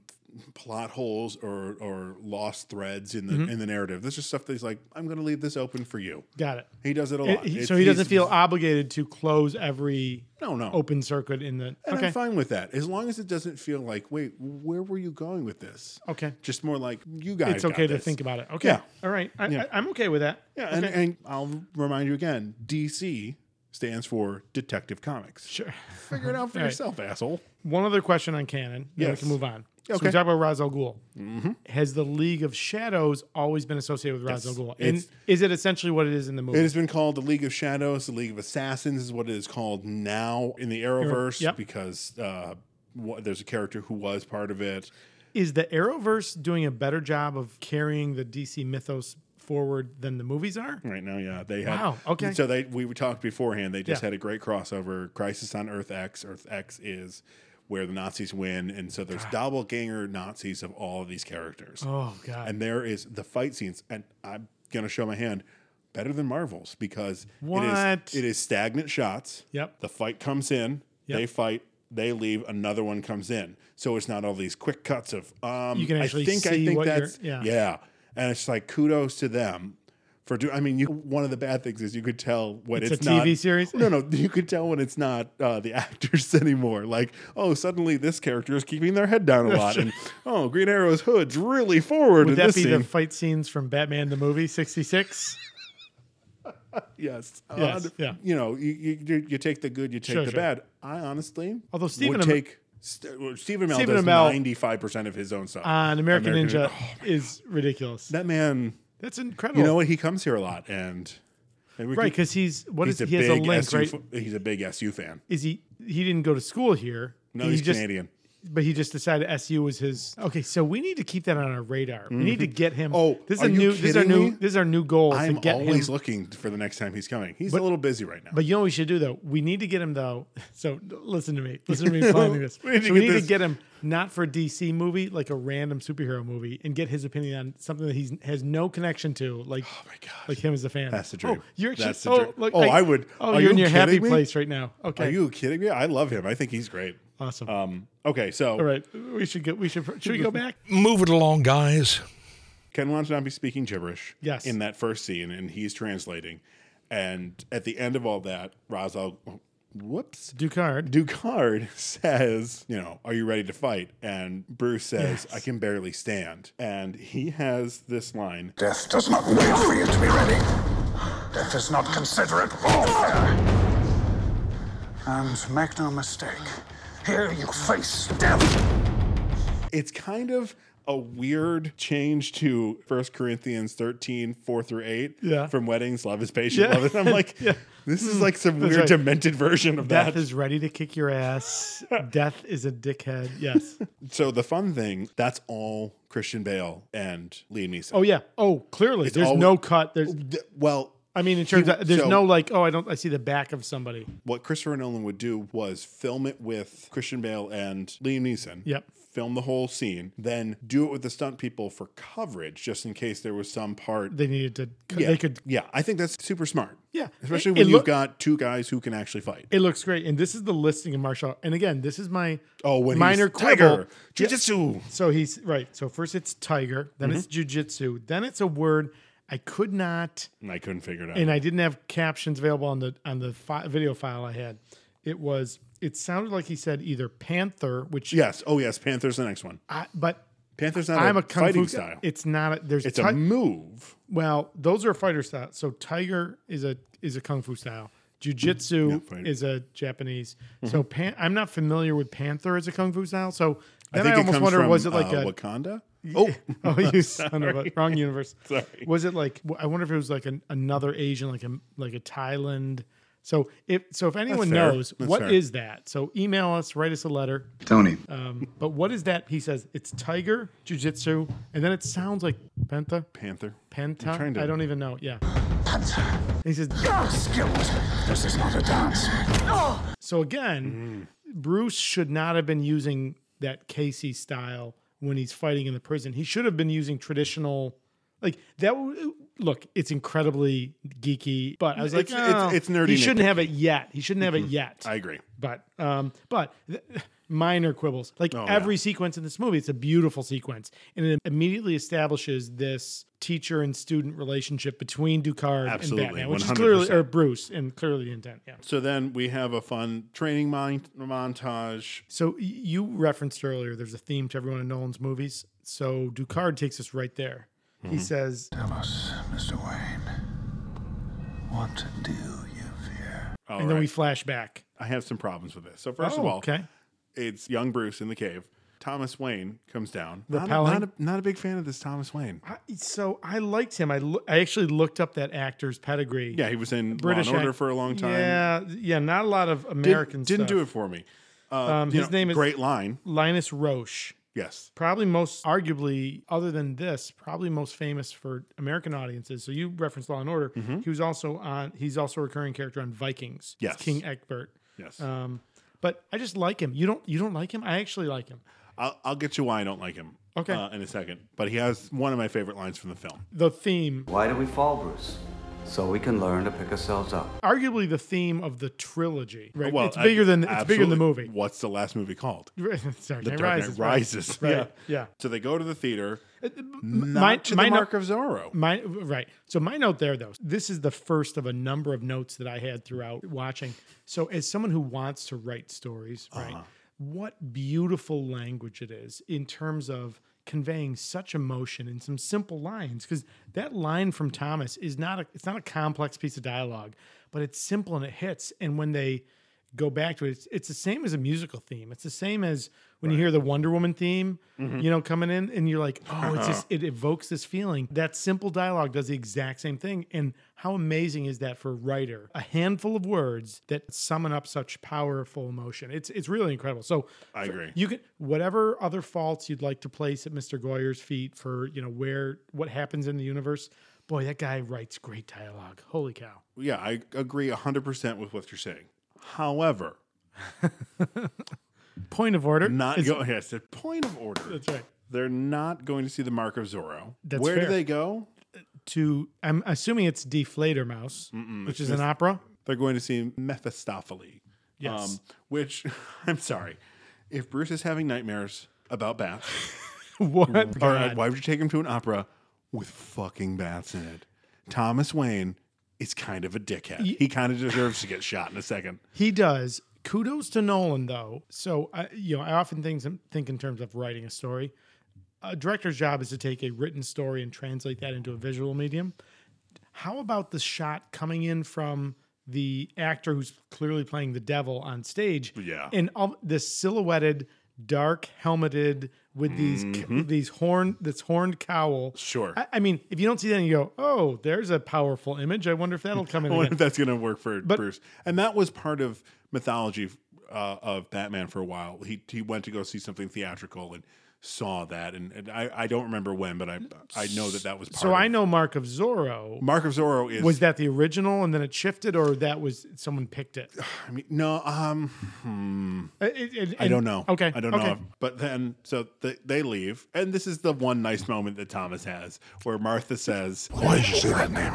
Speaker 1: plot holes or or lost threads in the
Speaker 2: Mm-hmm.
Speaker 1: in the narrative. This is stuff that he's like, I'm gonna leave this open for you.
Speaker 2: Got it.
Speaker 1: He does it a lot.
Speaker 2: Eh, He-
Speaker 1: It's-
Speaker 2: so he doesn't
Speaker 1: he's-
Speaker 2: feel obligated to close every
Speaker 1: No, no.
Speaker 2: open circuit in the.
Speaker 1: And
Speaker 2: okay.
Speaker 1: I'm fine with that. As long as it doesn't feel like, wait, where were you going with this?
Speaker 2: Okay.
Speaker 1: Just more like you guys.
Speaker 2: It's okay
Speaker 1: got
Speaker 2: to
Speaker 1: this.
Speaker 2: think about it. Okay.
Speaker 1: Yeah.
Speaker 2: All right. I,
Speaker 1: Yeah.
Speaker 2: I, am okay with that.
Speaker 1: Yeah,
Speaker 2: Okay.
Speaker 1: and, and I'll remind you again, DC stands for Detective Comics.
Speaker 2: sure.
Speaker 1: Figure it out for
Speaker 2: All right.
Speaker 1: yourself, asshole.
Speaker 2: One other question on canon. Yeah. We
Speaker 1: Yes.
Speaker 2: can move on. So
Speaker 1: Okay. Mm-hmm.
Speaker 2: we talked about Ra's al Ghul. Has the League of Shadows always been associated with Ra's al
Speaker 1: Yes.
Speaker 2: Ghul? And
Speaker 1: It's-
Speaker 2: is it essentially what it is in the movie?
Speaker 1: It has been called the League of Shadows, the League of Assassins is what it is called now in the Arrowverse
Speaker 2: Yep.
Speaker 1: because uh, wha- there's a character who was part of it.
Speaker 2: Is the Arrowverse doing a better job of carrying the DC mythos forward than the movies are?
Speaker 1: Right now, yeah, they had.
Speaker 2: Wow, okay.
Speaker 1: So they we talked beforehand. They just
Speaker 2: Yeah.
Speaker 1: had a great crossover. Crisis on Earth X. Earth X is where the Nazis win, and so there's doppelganger Nazis of all of these characters.
Speaker 2: Ah. Oh God.
Speaker 1: and there is the fight scenes and i'm going to show my hand better than marvel's because
Speaker 2: What?
Speaker 1: it is it is stagnant shots
Speaker 2: Yep.
Speaker 1: the fight comes in
Speaker 2: Yep.
Speaker 1: they fight they leave another one comes in so it's not all these quick cuts of um
Speaker 2: You can actually
Speaker 1: i think i
Speaker 2: see
Speaker 1: think
Speaker 2: what you're-
Speaker 1: that's
Speaker 2: yeah.
Speaker 1: and it's like kudos to them for do i mean you one of the bad things is you could tell when
Speaker 2: It's
Speaker 1: it's,
Speaker 2: a
Speaker 1: not
Speaker 2: TV series?
Speaker 1: no no you could tell when it's not uh, the actors anymore like oh suddenly this character is keeping their head down a lot and oh green arrow's hood's really forward
Speaker 2: Would
Speaker 1: in
Speaker 2: that
Speaker 1: this
Speaker 2: be
Speaker 1: scene.
Speaker 2: the fight scenes from Batman the movie '66?
Speaker 1: Yes.
Speaker 2: Yes,
Speaker 1: Uh,
Speaker 2: yeah.
Speaker 1: You know, you, you- you you take the good, you take
Speaker 2: Sure,
Speaker 1: the
Speaker 2: sure.
Speaker 1: bad. I honestly,
Speaker 2: Although Stephen
Speaker 1: would
Speaker 2: Am-
Speaker 1: take St- well, Stephen Amell
Speaker 2: Stephen
Speaker 1: does
Speaker 2: Amell-
Speaker 1: ninety five percent of his own stuff.
Speaker 2: On American,
Speaker 1: American
Speaker 2: Ninja
Speaker 1: Ninja.
Speaker 2: is ridiculous.
Speaker 1: that man,
Speaker 2: That's incredible.
Speaker 1: you know what? He comes here a lot, and, and we
Speaker 2: Oh. right?
Speaker 1: can-
Speaker 2: Because he's what is
Speaker 1: he's a
Speaker 2: he has a
Speaker 1: big
Speaker 2: link,
Speaker 1: SU
Speaker 2: right?
Speaker 1: f- He's a big SU fan.
Speaker 2: Is he? He didn't go to school here.
Speaker 1: No,
Speaker 2: he
Speaker 1: he's
Speaker 2: just,
Speaker 1: Canadian.
Speaker 2: But he just decided SU was his. Okay, so we need to keep that on our radar. We need to get him.
Speaker 1: Oh,
Speaker 2: this is a
Speaker 1: are you
Speaker 2: new. This is our
Speaker 1: kidding
Speaker 2: new.
Speaker 1: me?
Speaker 2: This is our new goal
Speaker 1: I'm
Speaker 2: to get
Speaker 1: always
Speaker 2: him.
Speaker 1: looking for the next time he's coming. He's a little busy right now.
Speaker 2: But you know what we should do though? We need to get him though. So listen to me. Listen to me planning this.
Speaker 1: We need to
Speaker 2: So we
Speaker 1: get
Speaker 2: need to
Speaker 1: this-
Speaker 2: get him not for a DC movie, like a random superhero movie, and get his opinion on something that he has no connection to, like
Speaker 1: oh my god,
Speaker 2: like him as a fan.
Speaker 1: That's the dream.
Speaker 2: Oh, you're actually,
Speaker 1: That's the
Speaker 2: oh,
Speaker 1: dream.
Speaker 2: look,
Speaker 1: Oh, I would-
Speaker 2: Oh,
Speaker 1: are
Speaker 2: you're in
Speaker 1: you
Speaker 2: your happy
Speaker 1: kidding me?
Speaker 2: place right now. Okay,
Speaker 1: are you kidding me? I love him. I think he's great.
Speaker 2: awesome?
Speaker 1: Um, okay, so
Speaker 2: All right, we should go. We should should we go back?
Speaker 3: Move it along, guys.
Speaker 1: Ken Watanabe speaking gibberish.
Speaker 2: Yes.
Speaker 1: In that first scene, and he's translating. And at the end of all that, Ra's al whoops.
Speaker 2: Ducard.
Speaker 1: Ducard says, you know, are you ready to fight? And Bruce says, I can barely stand. And he has this line.
Speaker 9: Death does not wait for you to be ready. Death is not considerate warfare. And make no mistake, here you face death.
Speaker 1: It's kind of a weird change to 1 Corinthians 13, 4 through 8
Speaker 2: Yeah.
Speaker 1: from weddings, love is patient,
Speaker 2: Yeah.
Speaker 1: love is. I'm like,
Speaker 2: Yeah. Hmm.
Speaker 1: this is like some weird
Speaker 2: right.
Speaker 1: demented version of that.
Speaker 2: Death is ready to kick your ass. Death is a dickhead. Yes.
Speaker 1: so the fun thing, that's all Christian Bale and Liam Neeson.
Speaker 2: Oh yeah. Oh, clearly, there's
Speaker 1: always-
Speaker 2: no cut. There's
Speaker 1: Th- well,
Speaker 2: I mean, in terms of there's
Speaker 1: so-
Speaker 2: no like, oh, I don't, I see the back of somebody.
Speaker 1: what Christopher Nolan would do was film it with Christian Bale and Liam Neeson.
Speaker 2: Yep.
Speaker 1: Film the whole scene, then do it with the stunt people for coverage, just in case there was some part.
Speaker 2: They needed to,
Speaker 1: yeah,
Speaker 2: they could,
Speaker 1: Yeah, I think that's super smart.
Speaker 2: Yeah.
Speaker 1: especially
Speaker 2: It-
Speaker 1: when
Speaker 2: it
Speaker 1: you've
Speaker 2: look-
Speaker 1: got two guys who can actually fight.
Speaker 2: it looks great. And this is the listing of martial. And again, this is my
Speaker 1: oh, when
Speaker 2: minor
Speaker 1: he's Tiger,
Speaker 2: quibble. Yeah.
Speaker 1: jujitsu.
Speaker 2: So he's right. So first it's tiger,
Speaker 1: Mm-hmm.
Speaker 2: then it's jujitsu, then it's a word I could not,
Speaker 1: And I couldn't figure it out.
Speaker 2: and I didn't have captions available on the on the fi- video file I had. It was. It sounded like he said either panther, which
Speaker 1: yes, oh yes, Panther's the next one.
Speaker 2: I, but
Speaker 1: Panther's not
Speaker 2: I'm
Speaker 1: a,
Speaker 2: a kung
Speaker 1: fighting
Speaker 2: fu,
Speaker 1: style.
Speaker 2: It's not. A, there's
Speaker 1: it's
Speaker 2: ti-
Speaker 1: a move.
Speaker 2: Well, those are fighter style. So tiger is a is a kung fu style. Jiu-jitsu
Speaker 1: fighter. Mm-hmm.
Speaker 2: is a Japanese. So pan, I'm not familiar with panther as a kung fu style. So
Speaker 1: I
Speaker 2: then I,
Speaker 1: think it
Speaker 2: almost
Speaker 1: comes
Speaker 2: wonder
Speaker 1: from
Speaker 2: was it like
Speaker 1: uh,
Speaker 2: a
Speaker 1: Wakanda? Oh,
Speaker 2: oh you son of a wrong universe.
Speaker 1: Sorry.
Speaker 2: Was it like I wonder if it was like an, another Asian like a like a Thailand. So if so if anyone
Speaker 1: fair.
Speaker 2: knows what
Speaker 1: That's
Speaker 2: is
Speaker 1: fair.
Speaker 2: that? So email us, write us a letter.
Speaker 4: Tony.
Speaker 2: Um, but what is that? He says it's tiger, jiu-jitsu, and then it sounds like penta.
Speaker 1: Panther. trying
Speaker 2: Penta?
Speaker 1: to-
Speaker 2: I don't even know. Yeah.
Speaker 9: Panther,
Speaker 2: He says,
Speaker 9: you're skilled. This is not a dance.
Speaker 2: Oh! so again,
Speaker 1: Mm.
Speaker 2: Bruce should not have been using that Casey style when he's fighting in the prison. He should have been using traditional, like that. w- Look, it's incredibly geeky, but I was like,
Speaker 1: It's- it's-
Speaker 2: "Oh,
Speaker 1: it's nerdy Mm-hmm.
Speaker 2: He shouldn't have it yet. He shouldn't have it yet.
Speaker 1: I agree.
Speaker 2: but, um, but th- minor quibbles. Like every sequence in this movie, it's a beautiful sequence, and it immediately establishes this teacher and student relationship between Ducard
Speaker 1: Absolutely,
Speaker 2: and Batman, which is clearly
Speaker 1: 100%.
Speaker 2: or Bruce and clearly the intent. Yeah.
Speaker 1: So then we have a fun training mon- montage.
Speaker 2: So y- you referenced earlier. There's a theme to every one of Nolan's movies. So Ducard takes us right there. He says,
Speaker 9: Tell us, Mr. Wayne, what do you fear?
Speaker 1: All
Speaker 2: and then
Speaker 1: right.
Speaker 2: we flash back.
Speaker 1: I have some problems with this. So first
Speaker 2: Oh,
Speaker 1: of all,
Speaker 2: okay.
Speaker 1: it's young Bruce in the cave. Thomas Wayne comes down. Not, a-
Speaker 2: Repelling?
Speaker 1: not, a, not a big fan of this Thomas Wayne.
Speaker 2: I, so I liked him. I, lo- I actually looked up that actor's pedigree.
Speaker 1: Yeah, he was in
Speaker 2: British
Speaker 1: Law and Order
Speaker 2: act-
Speaker 1: for a long time.
Speaker 2: Yeah, yeah, not a lot of
Speaker 1: Did-
Speaker 2: American
Speaker 1: didn't do
Speaker 2: stuff.
Speaker 1: it for me. Uh,
Speaker 2: Um,
Speaker 1: you
Speaker 2: his
Speaker 1: know,
Speaker 2: name is-
Speaker 1: Great Line.
Speaker 2: Linus Roche,
Speaker 1: Yes.
Speaker 2: probably most arguably other than this, probably most famous for American audiences. So you referenced Law and Order. He was also on. He's also a recurring character on Vikings. It's
Speaker 1: Mm-hmm. Yes.
Speaker 2: King Egbert.
Speaker 1: Yes.
Speaker 2: Um, but I just like him. You don't. You don't like him. I actually like him.
Speaker 1: I'll, I'll get you why I don't like him.
Speaker 2: Okay.
Speaker 1: Uh, in a second, but he has one of my favorite lines from the film.
Speaker 2: The theme,
Speaker 6: Why do we fall, Bruce? So we can learn to pick ourselves up.
Speaker 2: arguably the theme of the trilogy. Right.
Speaker 1: Well,
Speaker 2: it's bigger than.
Speaker 1: I-
Speaker 2: It's bigger than the
Speaker 1: absolutely.
Speaker 2: movie.
Speaker 1: What's the last movie called?
Speaker 2: Sorry,
Speaker 1: The Dark Knight Rises.
Speaker 2: Right.
Speaker 1: Yeah.
Speaker 2: Yeah.
Speaker 1: So they go to the theater. Not
Speaker 2: my-
Speaker 1: to
Speaker 2: my
Speaker 1: the
Speaker 2: no-
Speaker 1: Mark of Zorro.
Speaker 2: My right. So my note there though. This is the first of a number of notes that I had throughout watching. So as someone who wants to write stories, right? What beautiful language it is in terms of conveying such emotion in some simple lines because that line from Thomas is not a it's not a complex piece of dialogue, but it's simple and it hits and when they go back to it. It's, it's the same as a musical theme. It's the same as when you hear the Wonder Woman theme, you know, coming in and you're like, oh, it's just, it evokes this feeling. That simple dialogue does the exact same thing. And how amazing is that for a writer? A handful of words that summon up such powerful emotion. It's it's really incredible. So
Speaker 1: I agree.
Speaker 2: you can whatever other faults you'd like to place at Mr. Goyer's feet for, you know, where what happens in the universe. Boy, that guy writes great dialogue. Holy cow.
Speaker 1: yeah, I agree 100% with what you're saying. However,
Speaker 2: Point of order.
Speaker 1: not
Speaker 2: Is-
Speaker 1: go. Yes, the point of order.
Speaker 2: That's right.
Speaker 1: They're not going to see the Mark of Zorro.
Speaker 2: That's
Speaker 1: Where
Speaker 2: fair.
Speaker 1: do they go?
Speaker 2: to I'm assuming it's Deflator Mouse, which is an opera.
Speaker 1: They're going to see Mephistopheles. Um,
Speaker 2: Yes.
Speaker 1: which, I'm sorry. If Bruce is having nightmares about bats,
Speaker 2: What?
Speaker 1: or, uh, why would you take him to an opera with fucking bats in it? Thomas Wayne is kind of a dickhead. He kind of deserves to get shot in a second.
Speaker 2: He does. Kudos to Nolan though. So I, you know, I often think think in terms of writing a story. A director's job is to take a written story and translate that into a visual medium. How about the shot coming in from the actor who's clearly playing the devil on stage?
Speaker 1: Yeah.
Speaker 2: and all this silhouetted, dark helmeted with these these horn this horned cowl.
Speaker 1: Sure.
Speaker 2: I, I mean, if you don't see that, and you go, "Oh, there's a powerful image. I wonder if that'll come in."
Speaker 1: I wonder
Speaker 2: Again.
Speaker 1: if that's going to work for
Speaker 2: But-
Speaker 1: Bruce. And that was part of mythology uh, of Batman for a while. He he went to go see something theatrical and saw that. And, and I, I don't remember when, but I I know that that was part.
Speaker 2: So
Speaker 1: of,
Speaker 2: I know Mark of Zorro.
Speaker 1: Mark of Zorro is
Speaker 2: Was that the original, and then it shifted, or that was someone picked it?
Speaker 1: I mean, no, um, hmm,
Speaker 2: It- it- it-
Speaker 1: I don't know.
Speaker 2: Okay,
Speaker 1: I don't know.
Speaker 2: okay.
Speaker 1: if- but then, so th- they leave, and this is the one nice moment that Thomas has, where Martha says,
Speaker 8: Why did you say that name?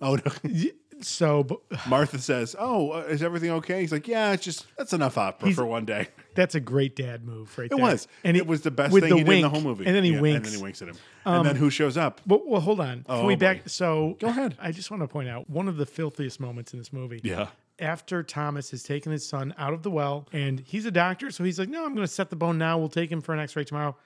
Speaker 1: "Oh, no.
Speaker 2: So but
Speaker 1: Martha says, oh, uh, is everything okay?" He's like, "Yeah, it's just that's enough opera for one day."
Speaker 2: that's a great dad move, right
Speaker 1: It
Speaker 2: there.
Speaker 1: was. And it was the best
Speaker 2: with
Speaker 1: thing he did in the
Speaker 2: wink,
Speaker 1: whole movie.
Speaker 2: And then he
Speaker 1: Yeah,
Speaker 2: winks. Um,
Speaker 1: And then he winks at him. and then who shows up?
Speaker 2: But well, hold on. Can we
Speaker 1: boy.
Speaker 2: back? So
Speaker 1: Go ahead.
Speaker 2: I just want to point out one of the filthiest moments in this movie.
Speaker 1: Yeah.
Speaker 2: After Thomas has taken his son out of the well, and he's a doctor, so he's like, "No, I'm going to set the bone now. We'll take him for an X-ray tomorrow."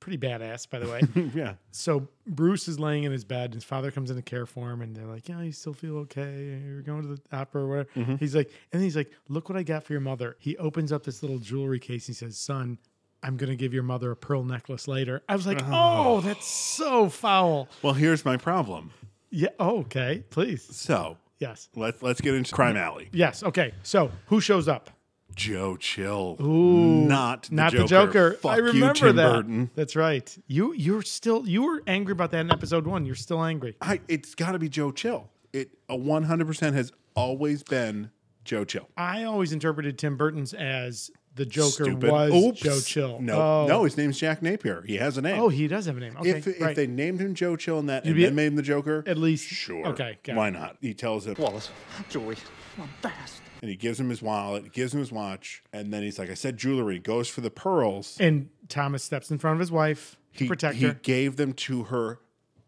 Speaker 2: Pretty badass, by the way.
Speaker 1: Yeah.
Speaker 2: so Bruce is laying in his bed. His father comes into care for him, and they're like, "Yeah, you still feel okay? You're going to the opera, or whatever." He's like, and he's like, "Look what I got for your mother." He opens up this little jewelry case. He says, "Son." I'm gonna give your mother a pearl necklace later. I was like, "Oh, that's so foul."
Speaker 1: Well, here's my problem.
Speaker 2: Yeah. Oh, okay. Please.
Speaker 1: So
Speaker 2: Yes.
Speaker 1: let's let's get into Crime Alley.
Speaker 2: Yes. Okay. So who shows up?
Speaker 1: Joe Chill. Ooh, not the
Speaker 2: Not
Speaker 1: Joker.
Speaker 2: the Joker.
Speaker 1: Fuck
Speaker 2: I
Speaker 1: you,
Speaker 2: remember
Speaker 1: Tim
Speaker 2: that.
Speaker 1: Burton.
Speaker 2: That's right. You you're still you were angry about that in episode one. You're still angry.
Speaker 1: I, it's got to be Joe Chill. It a 100 percent has always been Joe Chill.
Speaker 2: I always interpreted Tim Burton's as the Joker
Speaker 1: Stupid.
Speaker 2: was
Speaker 1: Oops.
Speaker 2: Joe Chill.
Speaker 1: No,
Speaker 2: Oh.
Speaker 1: no, his name's Jack Napier. He has a name.
Speaker 2: Oh, he does have a name. Okay.
Speaker 1: if if
Speaker 2: right.
Speaker 1: they named him Joe Chill in that
Speaker 2: You'd
Speaker 1: and
Speaker 2: be-
Speaker 1: then made him the Joker,
Speaker 2: at least
Speaker 1: sure.
Speaker 2: Okay. got it.
Speaker 1: why not? He tells him.
Speaker 10: Wallace, Joey, I'm fast.
Speaker 1: and he gives him his wallet, he gives him his watch, and then he's like, I said jewelry, goes for the pearls.
Speaker 2: And Thomas steps in front of his wife to
Speaker 1: He,
Speaker 2: protect
Speaker 1: he
Speaker 2: her.
Speaker 1: gave them to her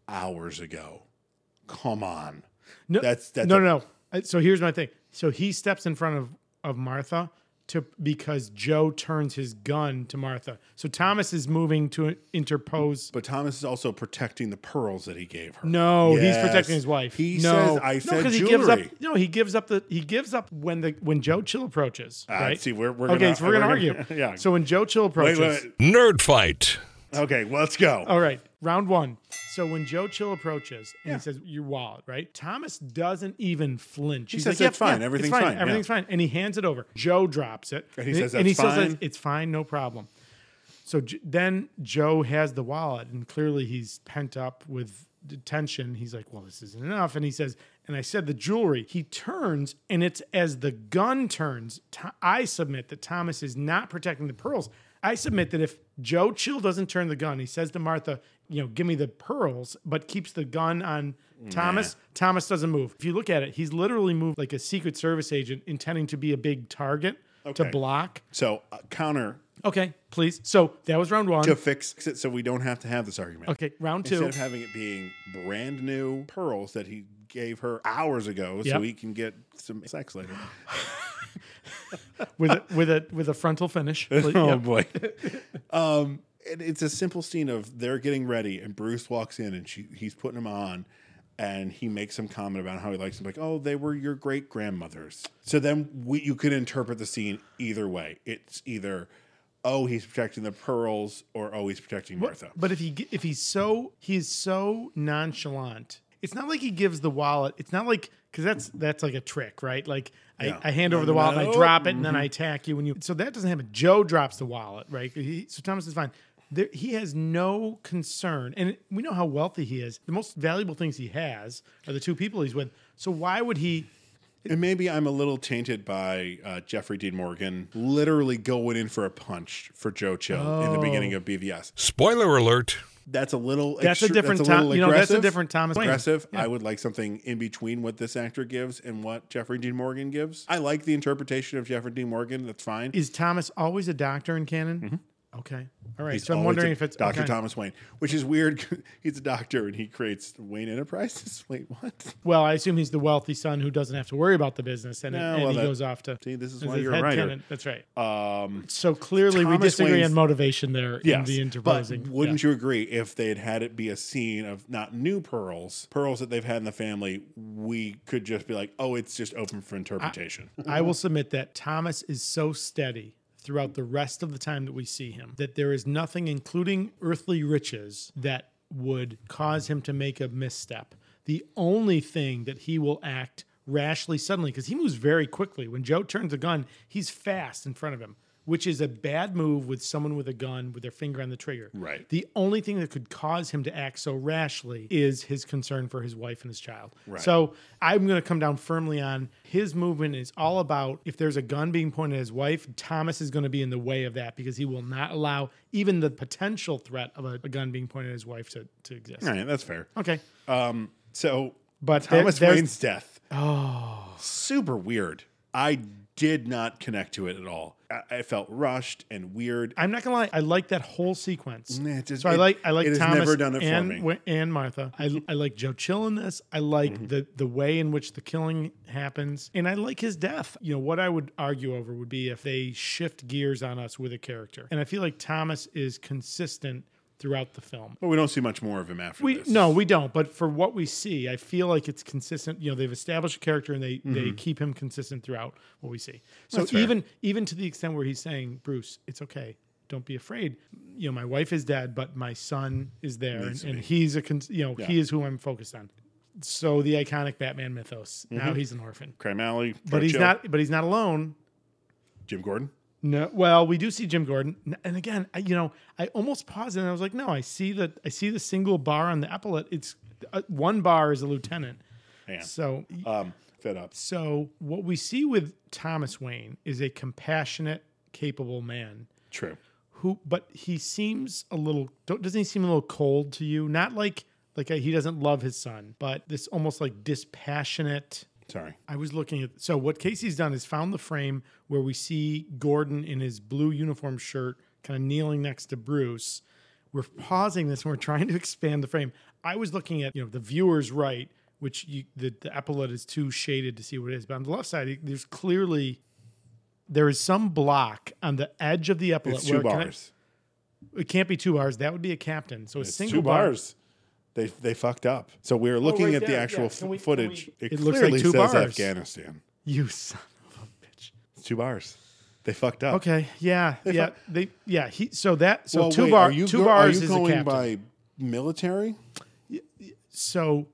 Speaker 1: hours ago. Come on.
Speaker 2: No,
Speaker 1: that's- that's
Speaker 2: no,
Speaker 1: a-
Speaker 2: no, no. Uh, So here's my thing. So he steps in front of of Martha to because Joe turns his gun to Martha. So Thomas is moving to interpose.
Speaker 1: But Thomas is also protecting the pearls that he gave her.
Speaker 2: No, he's
Speaker 1: Yes.
Speaker 2: protecting his wife.
Speaker 1: He
Speaker 2: no.
Speaker 1: says, "I
Speaker 2: No,
Speaker 1: said
Speaker 2: 'cause he gives up.
Speaker 1: jewelry."
Speaker 2: No, he gives up the he gives up when the when Joe Chill approaches.
Speaker 1: Ah,
Speaker 2: right?
Speaker 1: see, we're- we're
Speaker 2: okay.
Speaker 1: gonna-
Speaker 2: so we're gonna
Speaker 1: we're
Speaker 2: argue.
Speaker 1: gonna- yeah.
Speaker 2: So when Joe Chill
Speaker 1: Wait,
Speaker 2: approaches,
Speaker 1: wait,
Speaker 3: Nerd fight.
Speaker 1: Okay, well, let's go.
Speaker 2: All right, round one. So when Joe Chill approaches and he says, "Your wallet," right? Thomas doesn't even flinch. He
Speaker 1: says, "That's fine. Everything's fine." Yeah.
Speaker 2: Everything's fine. And he hands it over. Joe drops it.
Speaker 1: And he says,
Speaker 2: and he
Speaker 1: "That's
Speaker 2: says,
Speaker 1: fine."
Speaker 2: "It's fine, no problem." So J- then Joe has the wallet, and clearly he's pent up with the tension. He's like, "Well, this isn't enough," and he says, "And I said the jewelry." He turns, and it's as the gun turns. Tho- I submit that Thomas is not protecting the pearls. I submit that if Joe Chill doesn't turn the gun, he says to Martha, "You know, give me the pearls," but keeps the gun on Thomas. Thomas doesn't move. If you look at it, he's literally moved like a Secret Service agent intending to be a big target to
Speaker 1: Okay.
Speaker 2: block.
Speaker 1: So, uh, counter
Speaker 2: Okay, please. So that was round one.
Speaker 1: to fix it so we don't have to have this argument.
Speaker 2: Okay, round two.
Speaker 1: Instead of having it being brand new pearls that he gave her hours ago
Speaker 2: Yep.
Speaker 1: so he can get some sex later.
Speaker 2: with a, with a with a frontal finish. please.
Speaker 1: Oh
Speaker 2: Yep.
Speaker 1: boy. um, and it's a simple scene of they're getting ready, and Bruce walks in, and she he's putting them on, and he makes some comment about how he likes them, like, "Oh, they were your great grandmothers." So then we, you could interpret the scene either way. It's either, "Oh, he's protecting the pearls," or "Oh, he's protecting Martha."
Speaker 2: But if he g- if he's so he is so nonchalant. It's not like he gives the wallet. It's not like because that's that's like a trick, right? Like I, I hand over the wallet, and I drop it, and then I attack you. And you so that doesn't happen. Joe drops the wallet, right? He- so Thomas is fine. There, he has no concern, and we know how wealthy he is. The most valuable things he has are the two people he's with. So why would he?
Speaker 1: and maybe I'm a little tainted by uh, Jeffrey Dean Morgan literally going in for a punch for Joe Chill in the
Speaker 2: Oh.
Speaker 1: beginning of BVS.
Speaker 3: Spoiler alert.
Speaker 1: that's a little
Speaker 2: That's a
Speaker 1: extre-
Speaker 2: different
Speaker 1: little
Speaker 2: Tom- you know, that's a
Speaker 1: aggressive.
Speaker 2: different Thomas Wayne.
Speaker 1: aggressive i would like something in between what this actor gives and what jeffrey dean morgan gives i like the interpretation of jeffrey dean morgan that's fine
Speaker 2: Is Thomas always a doctor in canon? Okay, all right.
Speaker 1: He's
Speaker 2: so I'm
Speaker 1: always
Speaker 2: wondering
Speaker 1: a-
Speaker 2: if it's
Speaker 1: dr
Speaker 2: okay.
Speaker 1: thomas wayne which is weird he's a doctor and he creates wayne enterprises wait what
Speaker 2: Well, I assume he's the wealthy son who doesn't have to worry about the business, and,
Speaker 1: No,
Speaker 2: and
Speaker 1: well,
Speaker 2: he
Speaker 1: that-
Speaker 2: goes off to.
Speaker 1: see, this is
Speaker 2: as
Speaker 1: why
Speaker 2: his
Speaker 1: you're a
Speaker 2: head
Speaker 1: writer.
Speaker 2: canon. That's right. Um, so clearly, we
Speaker 1: Thomas
Speaker 2: disagree
Speaker 1: Wayne's-
Speaker 2: on motivation there in
Speaker 1: yes
Speaker 2: the interposing.
Speaker 1: but wouldn't you agree if they had had it be a scene of not new pearls pearls that they've had in the family we could just be like oh it's just open for interpretation
Speaker 2: I will submit that Thomas is so steady throughout the rest of the time that we see him that there is nothing, including earthly riches, that would cause him to make a misstep. The only thing that he will act rashly suddenly, because he moves very quickly. When Joe turns a gun, he's fast in front of him, which is a bad move with someone with a gun with their finger on the trigger.
Speaker 1: Right.
Speaker 2: The only thing that could cause him to act so rashly is his concern for his wife and his child. So I'm going to come down firmly on his movement is all about if there's a gun being pointed at his wife, Thomas is going to be in the way of that because he will not allow even the potential threat of a, a gun being pointed at his wife to, to exist.
Speaker 1: all right that's fair
Speaker 2: Okay.
Speaker 1: so
Speaker 2: But there-
Speaker 1: Thomas
Speaker 2: there's-
Speaker 1: Wayne's death. Oh, super weird. I did not connect to it at all. I, I felt rushed and weird.
Speaker 2: I'm not gonna lie. I like that whole sequence.
Speaker 1: Yeah, it just-
Speaker 2: so I
Speaker 1: it-
Speaker 2: like I like
Speaker 1: it has
Speaker 2: Thomas
Speaker 1: never done it for
Speaker 2: and
Speaker 1: me. Mm-hmm.
Speaker 2: Wi- and Martha. I, I like Joe Chill in this. I like the the way in which the killing happens, and I like his death. You know what I would argue over would be if they shift gears on us with a character, and I feel like Thomas is consistent throughout the film.
Speaker 1: But we don't see much more of him after
Speaker 2: We
Speaker 1: this.
Speaker 2: no, we don't. But for what we see, I feel like it's consistent. You know, they've established a character and they they keep him consistent throughout what we see. So even even to the extent where he's saying, Bruce, it's okay. Don't be afraid. You know, my wife is dead, but my son is there, and, and he's a cons- you know he is who I'm focused on. So the iconic Batman mythos. Now he's an orphan,
Speaker 1: Crime Alley,
Speaker 2: but he's
Speaker 1: Churchill,
Speaker 2: not. But he's not alone.
Speaker 1: Jim Gordon.
Speaker 2: No, well, we do see Jim Gordon, N- and again, I, you know, I almost paused and I was like, no, I see the I see the single bar on the epaulet. It's uh, one bar is a lieutenant. So,
Speaker 1: Um, fed up.
Speaker 2: so what we see with Thomas Wayne is a compassionate, capable man
Speaker 1: True.
Speaker 2: who, but he seems a little. Don't, doesn't he seem a little cold to you? Not like like uh, he doesn't love his son, but this almost like dispassionate.
Speaker 1: Sorry.
Speaker 2: I was looking at. So what Casey's done is found the frame where we see Gordon in his blue uniform shirt, kind of kneeling next to Bruce. We're pausing this and we're trying to expand the frame. I was looking at you know the viewer's right, which you, the the epaulette is too shaded to see what it is, but on the left side, it- there's clearly there is some block on the edge of the epaulette.
Speaker 1: It's two
Speaker 2: it connect-
Speaker 1: bars.
Speaker 2: it can't be two bars. That would be a captain. So a
Speaker 1: It's
Speaker 2: single
Speaker 1: two
Speaker 2: bar-
Speaker 1: bars. They they fucked up. So we are looking
Speaker 2: right
Speaker 1: at the
Speaker 2: there,
Speaker 1: actual
Speaker 2: yeah. Can we-
Speaker 1: f-
Speaker 2: can
Speaker 1: footage.
Speaker 2: we-
Speaker 1: it
Speaker 2: It looks like
Speaker 1: clearly
Speaker 2: two
Speaker 1: says
Speaker 2: bars.
Speaker 1: Afghanistan.
Speaker 2: You son of a bitch.
Speaker 1: It's two bars. They fucked up.
Speaker 2: Okay. Yeah. yeah.
Speaker 1: fu-
Speaker 2: they. Yeah. He. So that. So
Speaker 1: Well,
Speaker 2: two
Speaker 1: wait,
Speaker 2: bar.
Speaker 1: are you
Speaker 2: two
Speaker 1: go- are
Speaker 2: bars
Speaker 1: you
Speaker 2: is a
Speaker 1: going
Speaker 2: captain.
Speaker 1: by military?
Speaker 2: so.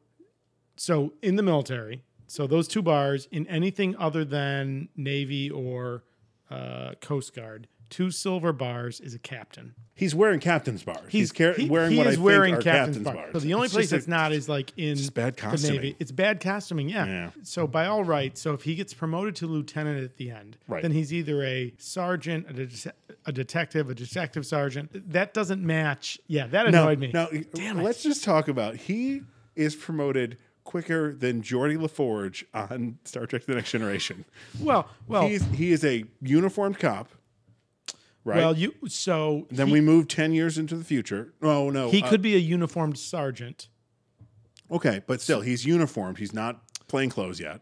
Speaker 2: So in the military, so those two bars in anything other than Navy or uh, Coast Guard, two silver bars is a captain.
Speaker 1: He's wearing captain's bars. He's, car-
Speaker 2: he-
Speaker 1: wearing
Speaker 2: he
Speaker 1: what I
Speaker 2: is
Speaker 1: think
Speaker 2: wearing
Speaker 1: are
Speaker 2: captain's,
Speaker 1: captain's, bars.
Speaker 2: So the only
Speaker 1: It's
Speaker 2: place
Speaker 1: just a-
Speaker 2: that's not is like in
Speaker 1: just bad
Speaker 2: the
Speaker 1: costuming.
Speaker 2: Navy. It's bad costuming. Yeah.
Speaker 1: Yeah.
Speaker 2: So by all rights, so if he gets promoted to lieutenant at the end,
Speaker 1: Right.
Speaker 2: then he's either a sergeant, a, de- a detective, a detective sergeant. That doesn't match. Yeah, that
Speaker 1: no,
Speaker 2: annoyed me.
Speaker 1: no. Let's just talk about he is promoted quicker than Geordie LaForge on Star Trek: The Next Generation.
Speaker 2: Well, well,
Speaker 1: He's he is a uniformed cop, right?
Speaker 2: well. You so
Speaker 1: then we move ten years into the future. Oh no,
Speaker 2: he
Speaker 1: uh,
Speaker 2: could be a uniformed sergeant.
Speaker 1: Okay, but still, he's uniformed. He's not plain clothes yet.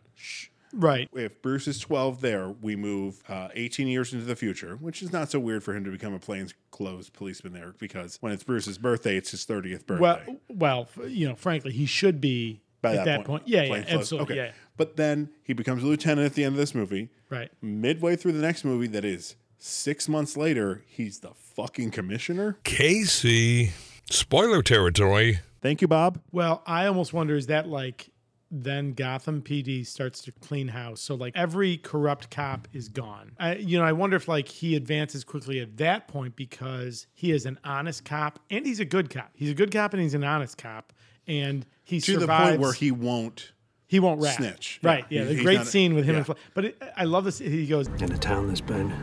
Speaker 2: Right.
Speaker 1: If Bruce is 12 there, we move uh, 18 years into the future, which is not so weird for him to become a plain clothes policeman there because when it's Bruce's birthday, it's his 30th birthday.
Speaker 2: Well, well, f- you know, frankly, he should be
Speaker 1: By
Speaker 2: at that, point. Yeah, yeah,
Speaker 1: plainclothes.
Speaker 2: absolutely. Yeah,
Speaker 1: But then he becomes a lieutenant at the end of this movie.
Speaker 2: right.
Speaker 1: Midway through the next movie, that is six months later, he's the fucking commissioner.
Speaker 3: Casey. Spoiler territory.
Speaker 1: Thank you, Bob.
Speaker 2: Well, I almost wonder is that like then Gotham PD starts to clean house. So like every corrupt cop is gone. I, you know, I wonder if like he advances quickly at that point because he is an honest cop and he's a good cop. He's a good cop and he's an honest cop and he survives.
Speaker 1: To the point where he won't.
Speaker 2: he won't rat.
Speaker 1: snitch.
Speaker 2: Right.
Speaker 1: Yeah.
Speaker 2: Yeah.
Speaker 1: He's-
Speaker 2: the
Speaker 1: he's
Speaker 2: great
Speaker 1: not a-
Speaker 2: scene with him
Speaker 1: yeah.
Speaker 2: and Fla- but it, I love this he goes
Speaker 6: In a town that's been,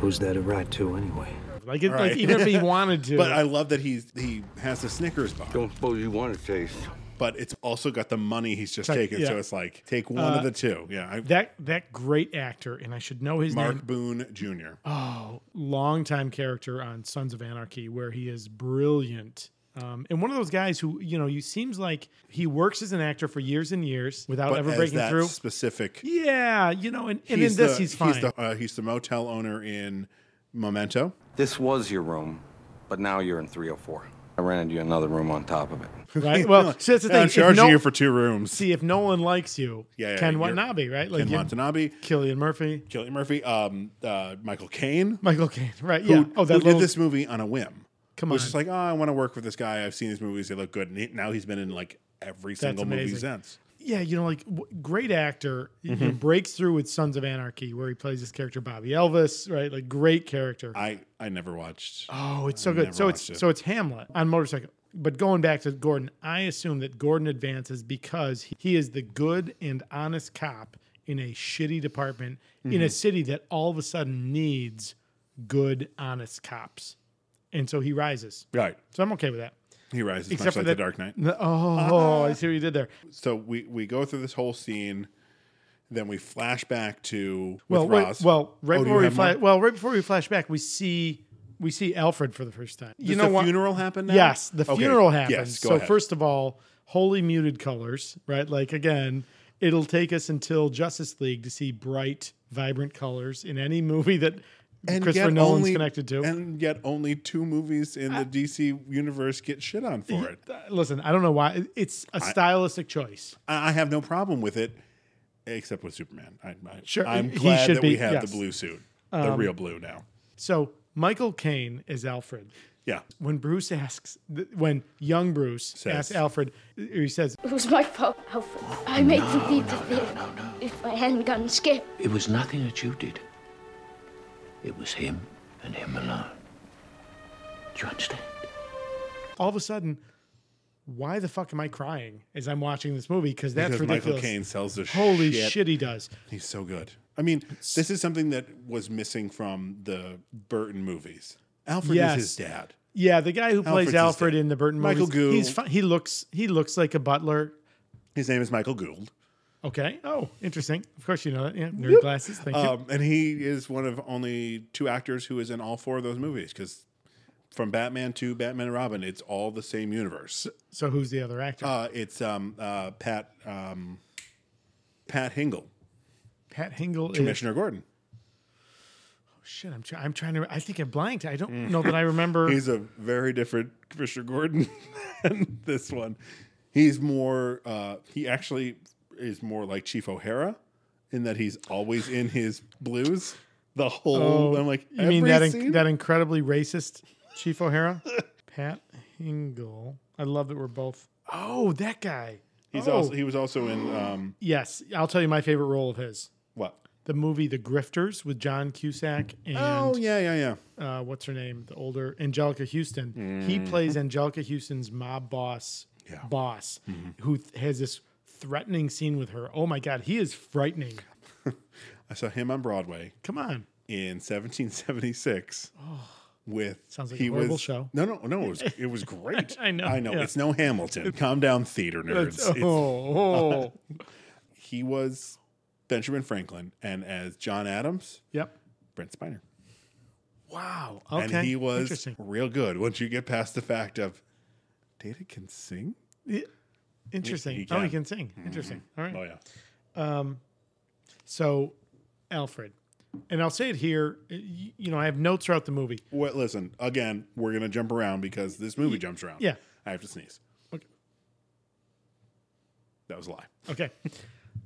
Speaker 6: who's that a right to anyway?
Speaker 2: like it,
Speaker 1: right.
Speaker 2: like even if he wanted to.
Speaker 1: But I love that he's he has the Snickers bar.
Speaker 4: Don't suppose you want to taste.
Speaker 1: but it's also got the money he's just
Speaker 2: Right,
Speaker 1: taken. So
Speaker 2: yeah. Uh,
Speaker 1: it's like take one of the two. Yeah, I,
Speaker 2: that that great actor and I should know his name. Oh,
Speaker 1: Mark Boone Jr.
Speaker 2: longtime character on Sons of Anarchy, where he is brilliant. Um, and one of those guys who, you know, you seems like he works as an actor for years and years without
Speaker 1: But
Speaker 2: ever
Speaker 1: as
Speaker 2: breaking
Speaker 1: that
Speaker 2: through.
Speaker 1: specific.
Speaker 2: Yeah, you know, and, and in this
Speaker 1: the,
Speaker 2: he's fine.
Speaker 1: He's the, uh, he's the motel owner in Memento.
Speaker 10: This was your room, but now you're in 304. I rented you another room on top of it.
Speaker 2: right? Well, see, that's the thing.
Speaker 1: I'm
Speaker 2: If
Speaker 1: charging
Speaker 2: no-
Speaker 1: you for two rooms.
Speaker 2: see, if no one likes you,
Speaker 1: Yeah, yeah,
Speaker 2: Ken
Speaker 1: you're-
Speaker 2: Watanabe, right? Like
Speaker 1: Ken
Speaker 2: you're-
Speaker 1: Watanabe,
Speaker 2: Cillian Murphy,
Speaker 1: Killian Murphy, um, uh, Michael Caine,
Speaker 2: Michael Caine, right?
Speaker 1: who,
Speaker 2: Yeah. oh, that
Speaker 1: who
Speaker 2: little,
Speaker 1: did this movie on a whim.
Speaker 2: Come
Speaker 1: was
Speaker 2: on.
Speaker 1: just like, oh, I want to work with this guy. I've seen his movies; they look good. And he, now he's been in like every single movie
Speaker 2: amazing.
Speaker 1: since.
Speaker 2: yeah, you know, like w- great actor you
Speaker 1: Mm-hmm.
Speaker 2: know, breaks through with Sons of Anarchy, where he plays this character Bobby Elvis, right? Like great character.
Speaker 1: I I never watched.
Speaker 2: Oh, it's so good. So it's
Speaker 1: watched it.
Speaker 2: so it's Hamlet on motorcycle. But going back to Gordon, I assume that Gordon advances because he- he is the good and honest cop in a shitty department in
Speaker 1: Mm-hmm.
Speaker 2: a city that all of a sudden needs good, honest cops, and so he rises.
Speaker 1: Right,
Speaker 2: So I'm okay with that.
Speaker 1: he rises much
Speaker 2: Except for
Speaker 1: like
Speaker 2: that-
Speaker 1: the Dark Knight.
Speaker 2: No- Oh, I see what you did there.
Speaker 1: so we we go through this whole scene, then we flash back to with
Speaker 2: Well,
Speaker 1: Roz.
Speaker 2: right, well, right
Speaker 1: Oh, do you
Speaker 2: before we
Speaker 1: have
Speaker 2: flash,
Speaker 1: more?
Speaker 2: well, right before we flash back, we see we see Alfred for the first time.
Speaker 1: Does
Speaker 2: you know
Speaker 1: the
Speaker 2: what?
Speaker 1: funeral happened. Now?
Speaker 2: Yes, the
Speaker 1: Okay,
Speaker 2: funeral happens.
Speaker 1: Yes, go
Speaker 2: so
Speaker 1: ahead.
Speaker 2: first of all, wholly muted colors, right? Like again, it'll take us until Justice League to see bright, vibrant colors in any movie that Christopher
Speaker 1: yet
Speaker 2: Nolan's
Speaker 1: only-
Speaker 2: connected to. Ah.
Speaker 1: and yet only two movies in the DC universe get shit on for it.
Speaker 2: Uh, Listen, I don't know why It- it's a stylistic choice.
Speaker 1: I, I have no problem with it, except with Superman. I, I,
Speaker 2: Sure,
Speaker 1: I'm
Speaker 2: he
Speaker 1: glad
Speaker 2: should
Speaker 1: that we
Speaker 2: be-
Speaker 1: have
Speaker 2: yes. Um,
Speaker 1: the blue suit, the real blue now.
Speaker 2: So Michael Caine is Alfred.
Speaker 1: Yeah,
Speaker 2: When Bruce asks, th- when young Bruce asks Alfred, he says,
Speaker 5: It was my fault, Alfred. I made the deed to this. If my handgun skipped.
Speaker 6: It was nothing that you did. It was him and him alone. Do you understand?
Speaker 2: all of a sudden, why the fuck am I crying as I'm watching this movie? Because that's
Speaker 1: because Michael
Speaker 2: ridiculous.
Speaker 1: Caine sells the
Speaker 2: Holy
Speaker 1: shit
Speaker 2: shit, he does.
Speaker 1: He's so good. I mean, this is something that was missing from the Burton movies. Alfred
Speaker 2: Yes.
Speaker 1: is his dad.
Speaker 2: Yeah, the guy who
Speaker 1: Alfred's
Speaker 2: plays
Speaker 1: his
Speaker 2: Alfred
Speaker 1: dad.
Speaker 2: in the Burton
Speaker 1: Michael
Speaker 2: movies, he's
Speaker 1: Gould.
Speaker 2: fi- he looks he looks like a butler.
Speaker 1: His name is Michael Gould.
Speaker 2: Okay. Oh, interesting. Of course you know that. Yeah. Nerd glasses. Thank you.
Speaker 1: Um, and he is one of only two actors who is in all four of those movies because from Batman to Batman and Robin, it's all the same universe.
Speaker 2: so who's the other actor?
Speaker 1: Uh, it's um, uh, Pat um, Pat Hingle,
Speaker 2: Pat Hingle is-
Speaker 1: Commissioner Gordon.
Speaker 2: Shit, I'm trying. I'm trying to. I think I'm blind. I don't know that I remember.
Speaker 1: Mm. He's a very different Commissioner Gordon than this one. He's more. Uh, he actually is more like Chief O'Hara in that he's always in his blues. The whole. I'm like.
Speaker 2: Oh, you mean that
Speaker 1: every
Speaker 2: inc-
Speaker 1: scene?
Speaker 2: that incredibly racist Chief O'Hara, Pat Hingle. I love that we're both. Oh, that guy.
Speaker 1: He's
Speaker 2: Oh.
Speaker 1: also he was also in um,
Speaker 2: Yes, I'll tell you my favorite role of his.
Speaker 1: What?
Speaker 2: The movie The Grifters with John Cusack and
Speaker 1: Oh, yeah, yeah,
Speaker 2: yeah. Uh, what's her name? The older Angelica Houston. He
Speaker 1: Mm.
Speaker 2: plays Angelica Houston's mob boss boss
Speaker 1: Mm-hmm.
Speaker 2: who th- has this threatening scene with her. Oh my god, he is frightening.
Speaker 1: I saw him on Broadway.
Speaker 2: Come on.
Speaker 1: In 1776. With
Speaker 2: Sounds like a horrible
Speaker 1: was,
Speaker 2: show.
Speaker 1: No, no, no. It was it was great.
Speaker 2: I know,
Speaker 1: I know.
Speaker 2: yeah.
Speaker 1: It's no Hamilton. Calm down, theater nerds.
Speaker 2: That's- oh.
Speaker 1: It's- he was Benjamin Franklin, and as John Adams.
Speaker 2: Yep.
Speaker 1: Brent Spiner.
Speaker 2: Wow.
Speaker 1: And he was
Speaker 2: interesting.
Speaker 1: real good. Once you get past the fact of Data can sing.
Speaker 2: Yeah. Interesting.
Speaker 1: he
Speaker 2: Oh, he can
Speaker 1: can.
Speaker 2: sing. Interesting. All right.
Speaker 1: Oh yeah.
Speaker 2: Um, so, Alfred, and I'll say it here. y- You know, I have notes throughout the movie.
Speaker 1: What? Listen again. We're gonna jump around because this movie jumps around.
Speaker 2: yeah.
Speaker 1: I have to sneeze.
Speaker 2: Okay.
Speaker 1: That was a lie.
Speaker 2: Okay.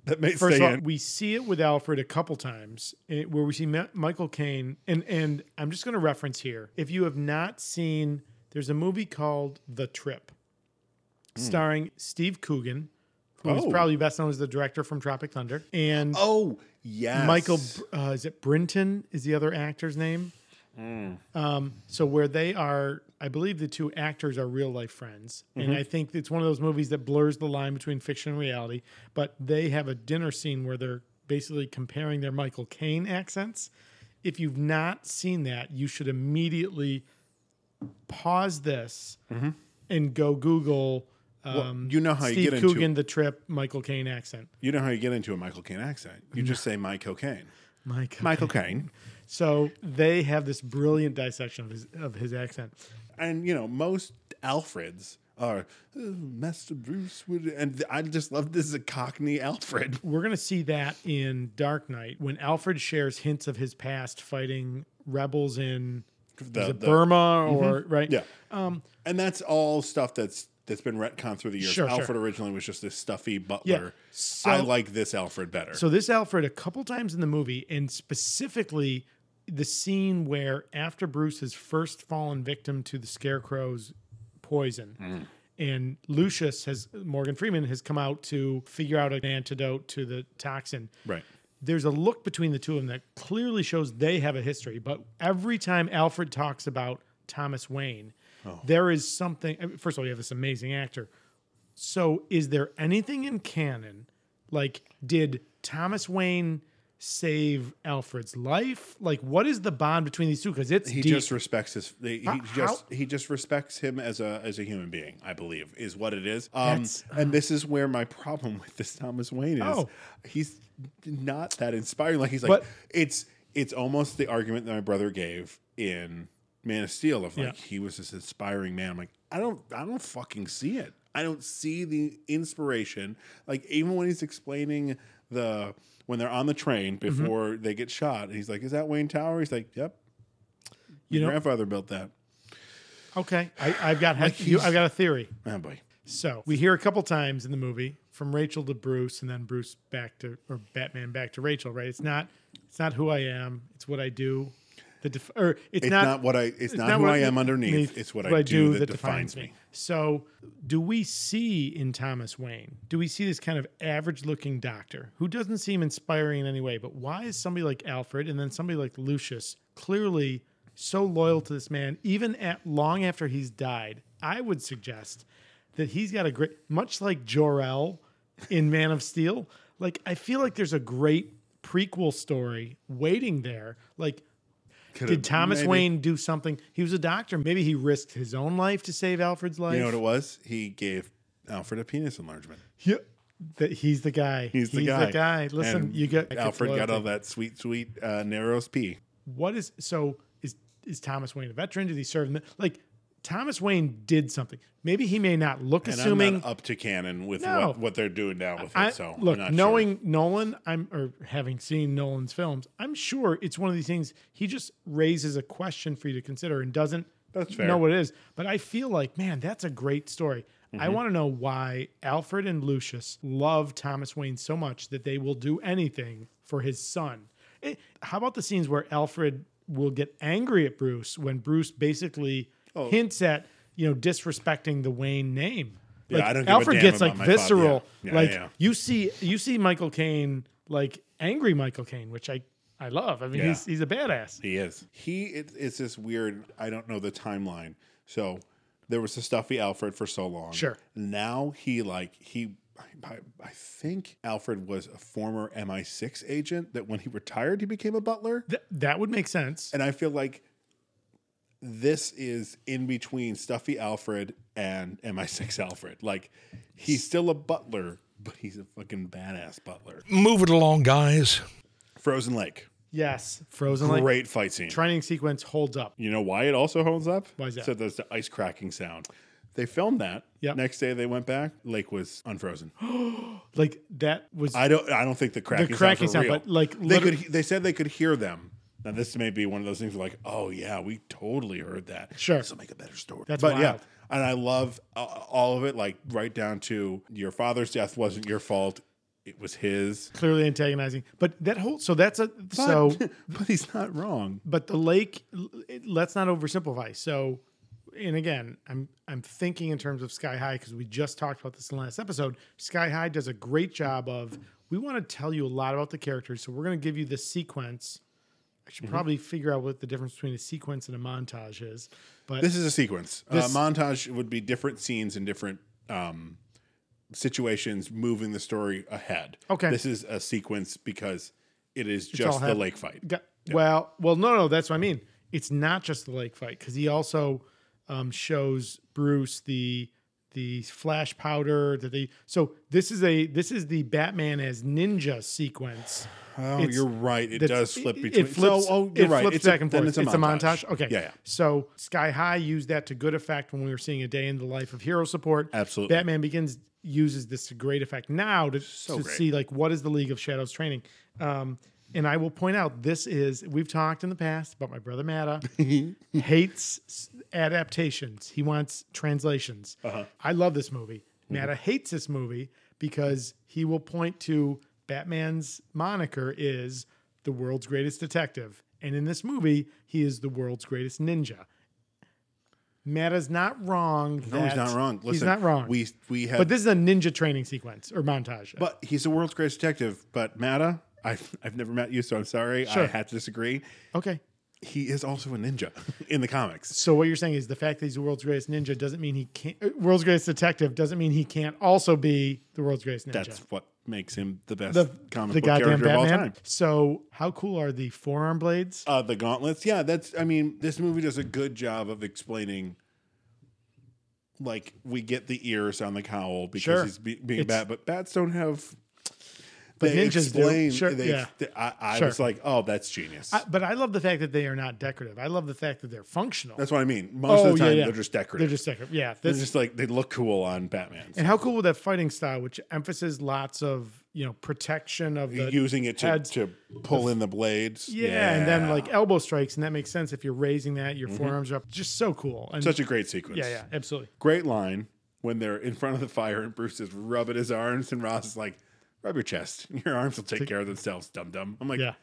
Speaker 1: That may
Speaker 2: First
Speaker 1: stay
Speaker 2: of all,
Speaker 1: in.
Speaker 2: we see it with Alfred a couple times, eh, where we see Ma- Michael Caine, and and I'm just going to reference here. If you have not seen, there's a movie called The Trip, starring Steve Coogan, who's
Speaker 1: Oh.
Speaker 2: probably best known as the director from Tropic Thunder, and
Speaker 1: oh yes,
Speaker 2: Michael, uh, is it Brinton? Is the other actor's name?
Speaker 1: Mm.
Speaker 2: Um, so where they are, I believe the two actors are real life friends, and
Speaker 1: Mhm.
Speaker 2: I think it's one of those movies that blurs the line between fiction and reality. But they have a dinner scene where they're basically comparing their Michael Caine accents. If you've not seen that, you should immediately pause this
Speaker 1: Mhm.
Speaker 2: and go Google.
Speaker 1: Well,
Speaker 2: Um,
Speaker 1: you know how Uh-huh, you
Speaker 2: Steve
Speaker 1: get into
Speaker 2: Coogan,
Speaker 1: it.
Speaker 2: the trip, Michael Caine accent.
Speaker 1: You know how you get into a Michael Caine accent? You just say my cocaine.
Speaker 2: Mike
Speaker 1: Michael Caine.
Speaker 2: So they have this brilliant dissection of his of his accent.
Speaker 1: And you know most Alfreds are "Oh, Master Bruce would, and I just love this is a Cockney Alfred.
Speaker 2: We're gonna see that in Dark Knight when Alfred shares hints of his past fighting rebels in is it Burma or
Speaker 1: Mhm.
Speaker 2: right?
Speaker 1: Uh, Yeah. and that's all stuff that's that's been retconned through the years.
Speaker 2: Sure, sure.
Speaker 1: Alfred originally was just this stuffy butler. I
Speaker 2: So-
Speaker 1: like this Alfred better.
Speaker 2: So this Alfred a couple times in the movie, and specifically the scene where after Bruce has first fallen victim to the Scarecrow's poison, and Lucius has Morgan Freeman has come out to figure out an antidote to the toxin.
Speaker 1: Right.
Speaker 2: There's a look between the two of them that clearly shows they have a history. But every time Alfred talks about Thomas Wayne,
Speaker 1: Oh.
Speaker 2: there is something. I mean, First of all, you have this amazing actor. So, is there anything in canon? Like, did Thomas Wayne save Alfred's life? Like, what is the bond between these two? Because it's
Speaker 1: he
Speaker 2: deep.
Speaker 1: just respects his he,
Speaker 2: Ho-
Speaker 1: he just he just respects him as a as a human being i believe is what it is um
Speaker 2: That's-
Speaker 1: and this is where my problem with this thomas wayne is
Speaker 2: Oh.
Speaker 1: he's not that inspiring like he's like
Speaker 2: But-
Speaker 1: it's it's almost the argument that my brother gave in man of steel of
Speaker 2: Yeah.
Speaker 1: like he was this inspiring man i'm like i don't i don't fucking see it i don't see the inspiration like even when he's explaining the when they're on the train before they get shot and he's like is that wayne tower he's like yep
Speaker 2: You
Speaker 1: your
Speaker 2: know-
Speaker 1: grandfather built that.
Speaker 2: okay. I, I've got
Speaker 1: Like,
Speaker 2: you,
Speaker 1: he's-
Speaker 2: I've got a theory.
Speaker 1: Oh boy.
Speaker 2: So we hear a couple times in the movie from Rachel to Bruce, and then Bruce back to or Batman back to Rachel. Right? It's not it's not who I am. It's what I do. The def- or it's,
Speaker 1: It's
Speaker 2: not,
Speaker 1: not what I- it's not who
Speaker 2: what
Speaker 1: I am underneath. It's what I do that defines me.
Speaker 2: So, do we see in Thomas Wayne? Do we see this kind of average-looking doctor who doesn't seem inspiring in any way? But why is somebody like Alfred and then somebody like Lucius clearly so loyal to this man, even at long after he's died? I would suggest that he's got a great, much like Jor El in Man of Steel. Like I feel like there's a great prequel story waiting there. Like
Speaker 1: Could've
Speaker 2: did Thomas
Speaker 1: maybe-
Speaker 2: Wayne do something? He was a doctor. Maybe he risked his own life to save Alfred's life.
Speaker 1: You know what it was? He gave Alfred a penis enlargement.
Speaker 2: Yeah. that he's the guy.
Speaker 1: He's the guy.
Speaker 2: Listen,
Speaker 1: And
Speaker 2: you get
Speaker 1: Alfred got all
Speaker 2: that.
Speaker 1: that sweet, sweet uh, Narrows P.
Speaker 2: What is so? Is is Thomas Wayne a veteran? Did he serve? in the- Like Thomas Wayne did something. Maybe he may not look
Speaker 1: And
Speaker 2: assuming.
Speaker 1: I'm not up to canon with
Speaker 2: No.
Speaker 1: what, what they're doing now with
Speaker 2: I-
Speaker 1: it. So
Speaker 2: look,
Speaker 1: I'm not sure.
Speaker 2: knowing Nolan, I'm or having seen Nolan's films, I'm sure it's one of these things he just raises a question for you to consider and doesn't
Speaker 1: That's fair.
Speaker 2: know what it is. But I feel like, man, that's a great story. I
Speaker 1: Mhm.
Speaker 2: want to know why Alfred and Lucius love Thomas Wayne so much that they will do anything for his son. It- how about the scenes where Alfred will get angry at Bruce when Bruce basically
Speaker 1: Oh.
Speaker 2: hints at, you know, disrespecting the Wayne name?
Speaker 1: Yeah,
Speaker 2: Like,
Speaker 1: I don't give a
Speaker 2: Alfred
Speaker 1: damn
Speaker 2: gets
Speaker 1: about
Speaker 2: like
Speaker 1: my father.
Speaker 2: visceral.
Speaker 1: Yeah. Yeah,
Speaker 2: like
Speaker 1: yeah.
Speaker 2: you see, you see Michael Caine like angry Michael Caine, which I I love. I mean,
Speaker 1: Yeah.
Speaker 2: he's he's a badass.
Speaker 1: He is. He it, it's this weird. I don't know the timeline. So there was the stuffy Alfred for so long.
Speaker 2: Sure.
Speaker 1: Now he like he. I, I- I think Alfred was a former MI6 agent. That when he retired, he became a butler.
Speaker 2: that would make sense.
Speaker 1: And I feel like this is in between stuffy Alfred and MI6 Alfred. Like he's still a butler, but he's a fucking badass butler.
Speaker 3: Move it along, guys.
Speaker 1: Frozen Lake.
Speaker 2: Yes, Frozen. Lake.
Speaker 1: Great fight scene.
Speaker 2: training sequence holds up.
Speaker 1: You know why it also holds up?
Speaker 2: Why is that?
Speaker 1: So there's the ice cracking sound. They filmed that.
Speaker 2: Yep.
Speaker 1: Next day they went back. Lake was unfrozen.
Speaker 2: like that was
Speaker 1: I don't. I don't think the cracking.
Speaker 2: cracking
Speaker 1: sounds
Speaker 2: sound,
Speaker 1: were real.
Speaker 2: but, like,
Speaker 1: they could.
Speaker 2: literally-
Speaker 1: They said they could hear them. Now this may be one of those things like, oh yeah, we totally heard that.
Speaker 2: Sure.
Speaker 1: This will make a better story.
Speaker 2: That's
Speaker 1: but yeah,
Speaker 2: wild.
Speaker 1: and I love uh, all of it. Like right down to your father's death wasn't your fault. It was his.
Speaker 2: clearly antagonizing. But that whole so that's a so
Speaker 1: but he's not wrong.
Speaker 2: But the lake, l- it- let's not oversimplify. So, and again, I'm I'm thinking in terms of Sky High because we just talked about this in the last episode. Sky High does a great job of we want to tell you a lot about the characters, so we're going to give you the sequence. I should
Speaker 1: Mhm.
Speaker 2: probably figure out what the difference between a sequence and a montage is. But
Speaker 1: this is a sequence.
Speaker 2: This-
Speaker 1: uh, montage would be different scenes in different um, situations, moving the story ahead.
Speaker 2: Okay.
Speaker 1: This is a sequence because it is
Speaker 2: It's all
Speaker 1: just the
Speaker 2: hap-
Speaker 1: lake fight.
Speaker 2: Got- Well, well, no, no, that's what I mean. It's not just the lake fight because he also um, shows Bruce the the flash powder that they. So this is a this is the Batman as ninja sequence.
Speaker 1: Oh, you're right. It
Speaker 2: that's-
Speaker 1: does flip
Speaker 2: it-
Speaker 1: between-
Speaker 2: It flips,
Speaker 1: so, oh, you're
Speaker 2: it
Speaker 1: right.
Speaker 2: flips
Speaker 1: It's a-
Speaker 2: back and
Speaker 1: then
Speaker 2: forth.
Speaker 1: it's a montage.
Speaker 2: Okay.
Speaker 1: Yeah, yeah.
Speaker 2: So Sky High used that to good effect when we were seeing a day in the life of hero support.
Speaker 1: Absolutely.
Speaker 2: Batman Begins uses this to great effect now to, to
Speaker 1: great.
Speaker 2: see like what is the League of Shadows training. Um, and I will point out this is we've talked in the past about my brother Matta hates s- adaptations. He wants translations.
Speaker 1: Uh-huh.
Speaker 2: I love this movie.
Speaker 1: Mm-hmm.
Speaker 2: Matta hates this movie because he will point to Batman's moniker is the world's greatest detective. And in this movie, he is the world's greatest ninja. Matta's not wrong.
Speaker 1: No, he's
Speaker 2: that-
Speaker 1: not wrong.
Speaker 2: he's
Speaker 1: Listen,
Speaker 2: not wrong.
Speaker 1: We we have,
Speaker 2: but this is a ninja training sequence or montage.
Speaker 1: But he's the world's greatest detective. But Matta, I've I've never met you, so I'm sorry. I
Speaker 2: Sure.
Speaker 1: had to disagree.
Speaker 2: Okay.
Speaker 1: He is also a ninja in the comics.
Speaker 2: So what you're saying is the fact that he's the world's greatest ninja doesn't mean he can't. uh, World's greatest detective doesn't mean he can't also be the world's greatest ninja.
Speaker 1: That's what makes him the best
Speaker 2: the
Speaker 1: comic
Speaker 2: the
Speaker 1: book
Speaker 2: goddamn
Speaker 1: character
Speaker 2: Batman.
Speaker 1: of all time.
Speaker 2: So how cool are the forearm blades?
Speaker 1: Uh, the gauntlets. Yeah, that's. I mean, this movie does a good job of explaining. Like we get the ears on the cowl because
Speaker 2: Sure.
Speaker 1: he's be- being
Speaker 2: It's-
Speaker 1: bat, but bats don't have.
Speaker 2: But
Speaker 1: they
Speaker 2: ninjas do.
Speaker 1: explain.
Speaker 2: Sure,
Speaker 1: they,
Speaker 2: yeah.
Speaker 1: they- I, I
Speaker 2: Sure.
Speaker 1: was like, oh, that's genius.
Speaker 2: I, but I love the fact that they are not decorative. I love the fact that they're functional.
Speaker 1: that's what I mean. Most
Speaker 2: Oh,
Speaker 1: of the
Speaker 2: yeah,
Speaker 1: time,
Speaker 2: yeah.
Speaker 1: they're just decorative.
Speaker 2: They're just decorative. Yeah,
Speaker 1: They're
Speaker 2: that's-
Speaker 1: just like they look cool on Batman.
Speaker 2: And how cool would that fighting style, which emphasizes lots of you know protection of the
Speaker 1: Using it to,
Speaker 2: heads-
Speaker 1: to pull in the blades.
Speaker 2: yeah, and then like elbow strikes, and that makes sense if you're raising that, your
Speaker 1: Mhm.
Speaker 2: forearms are up. Just so cool. And
Speaker 1: Such a great sequence.
Speaker 2: Yeah, yeah, absolutely.
Speaker 1: Great line when they're in front of the fire and Bruce is rubbing his arms and Ross is like, rub your chest. Your arms will take care of themselves, dum dum. I'm like,
Speaker 2: Yeah.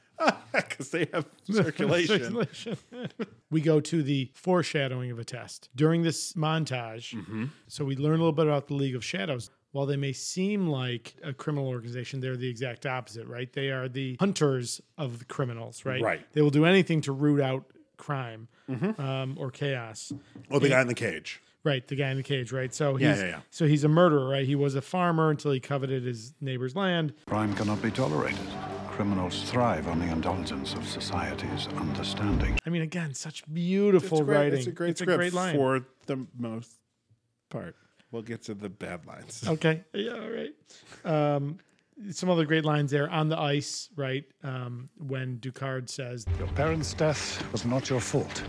Speaker 1: because they have circulation.
Speaker 2: Circulation. we go to the foreshadowing of a test during this montage.
Speaker 1: Mm-hmm.
Speaker 2: So we learn a little bit about the League of Shadows. While they may seem like a criminal organization, they're the exact opposite, right? They are the hunters of the criminals, right?
Speaker 1: Right.
Speaker 2: They will do anything to root out crime
Speaker 1: Mhm.
Speaker 2: um, or chaos.
Speaker 1: Oh, the
Speaker 2: And-
Speaker 1: guy in the cage.
Speaker 2: Right, the guy in the cage, right? So
Speaker 1: Yeah,
Speaker 2: he's
Speaker 1: yeah, yeah.
Speaker 2: so he's a murderer, right? He was a farmer until he coveted his neighbor's land.
Speaker 9: Crime cannot be tolerated. Criminals thrive on the indulgence of society's understanding.
Speaker 2: I mean, again, such beautiful
Speaker 1: It's great-
Speaker 2: writing.
Speaker 1: It's a great
Speaker 2: it's
Speaker 1: script
Speaker 2: a great line.
Speaker 1: for the most part. We'll get to the bad lines.
Speaker 2: Okay. Yeah. All right. Um, some other great lines there on the ice, right? Um, when Ducard says,
Speaker 9: Your parents' death was not your fault.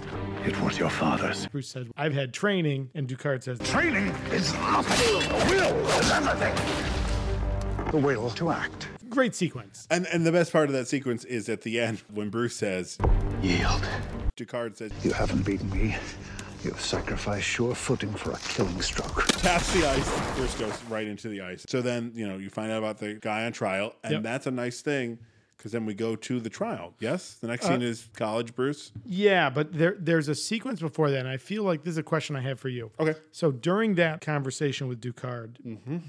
Speaker 9: It was your father's.
Speaker 2: Bruce said, I've had training. And Ducard says,
Speaker 9: Training is nothing. The will is everything. The will to act.
Speaker 2: Great sequence.
Speaker 1: And and the best part of that sequence is at the end when Bruce says,
Speaker 9: Yield.
Speaker 1: Ducard says,
Speaker 9: You haven't beaten me. You've sacrificed sure footing for a killing stroke.
Speaker 1: taps the ice. Bruce goes right into the ice. So then, you know, you find out about the guy on trial, and
Speaker 2: Yep.
Speaker 1: that's a nice thing because then we go to the trial. Yes? The
Speaker 2: Uh,
Speaker 1: next scene is college Bruce.
Speaker 2: Yeah, but there there's a sequence before that, and I feel like this is a question I have for you.
Speaker 1: Okay.
Speaker 2: So during that conversation with Ducard,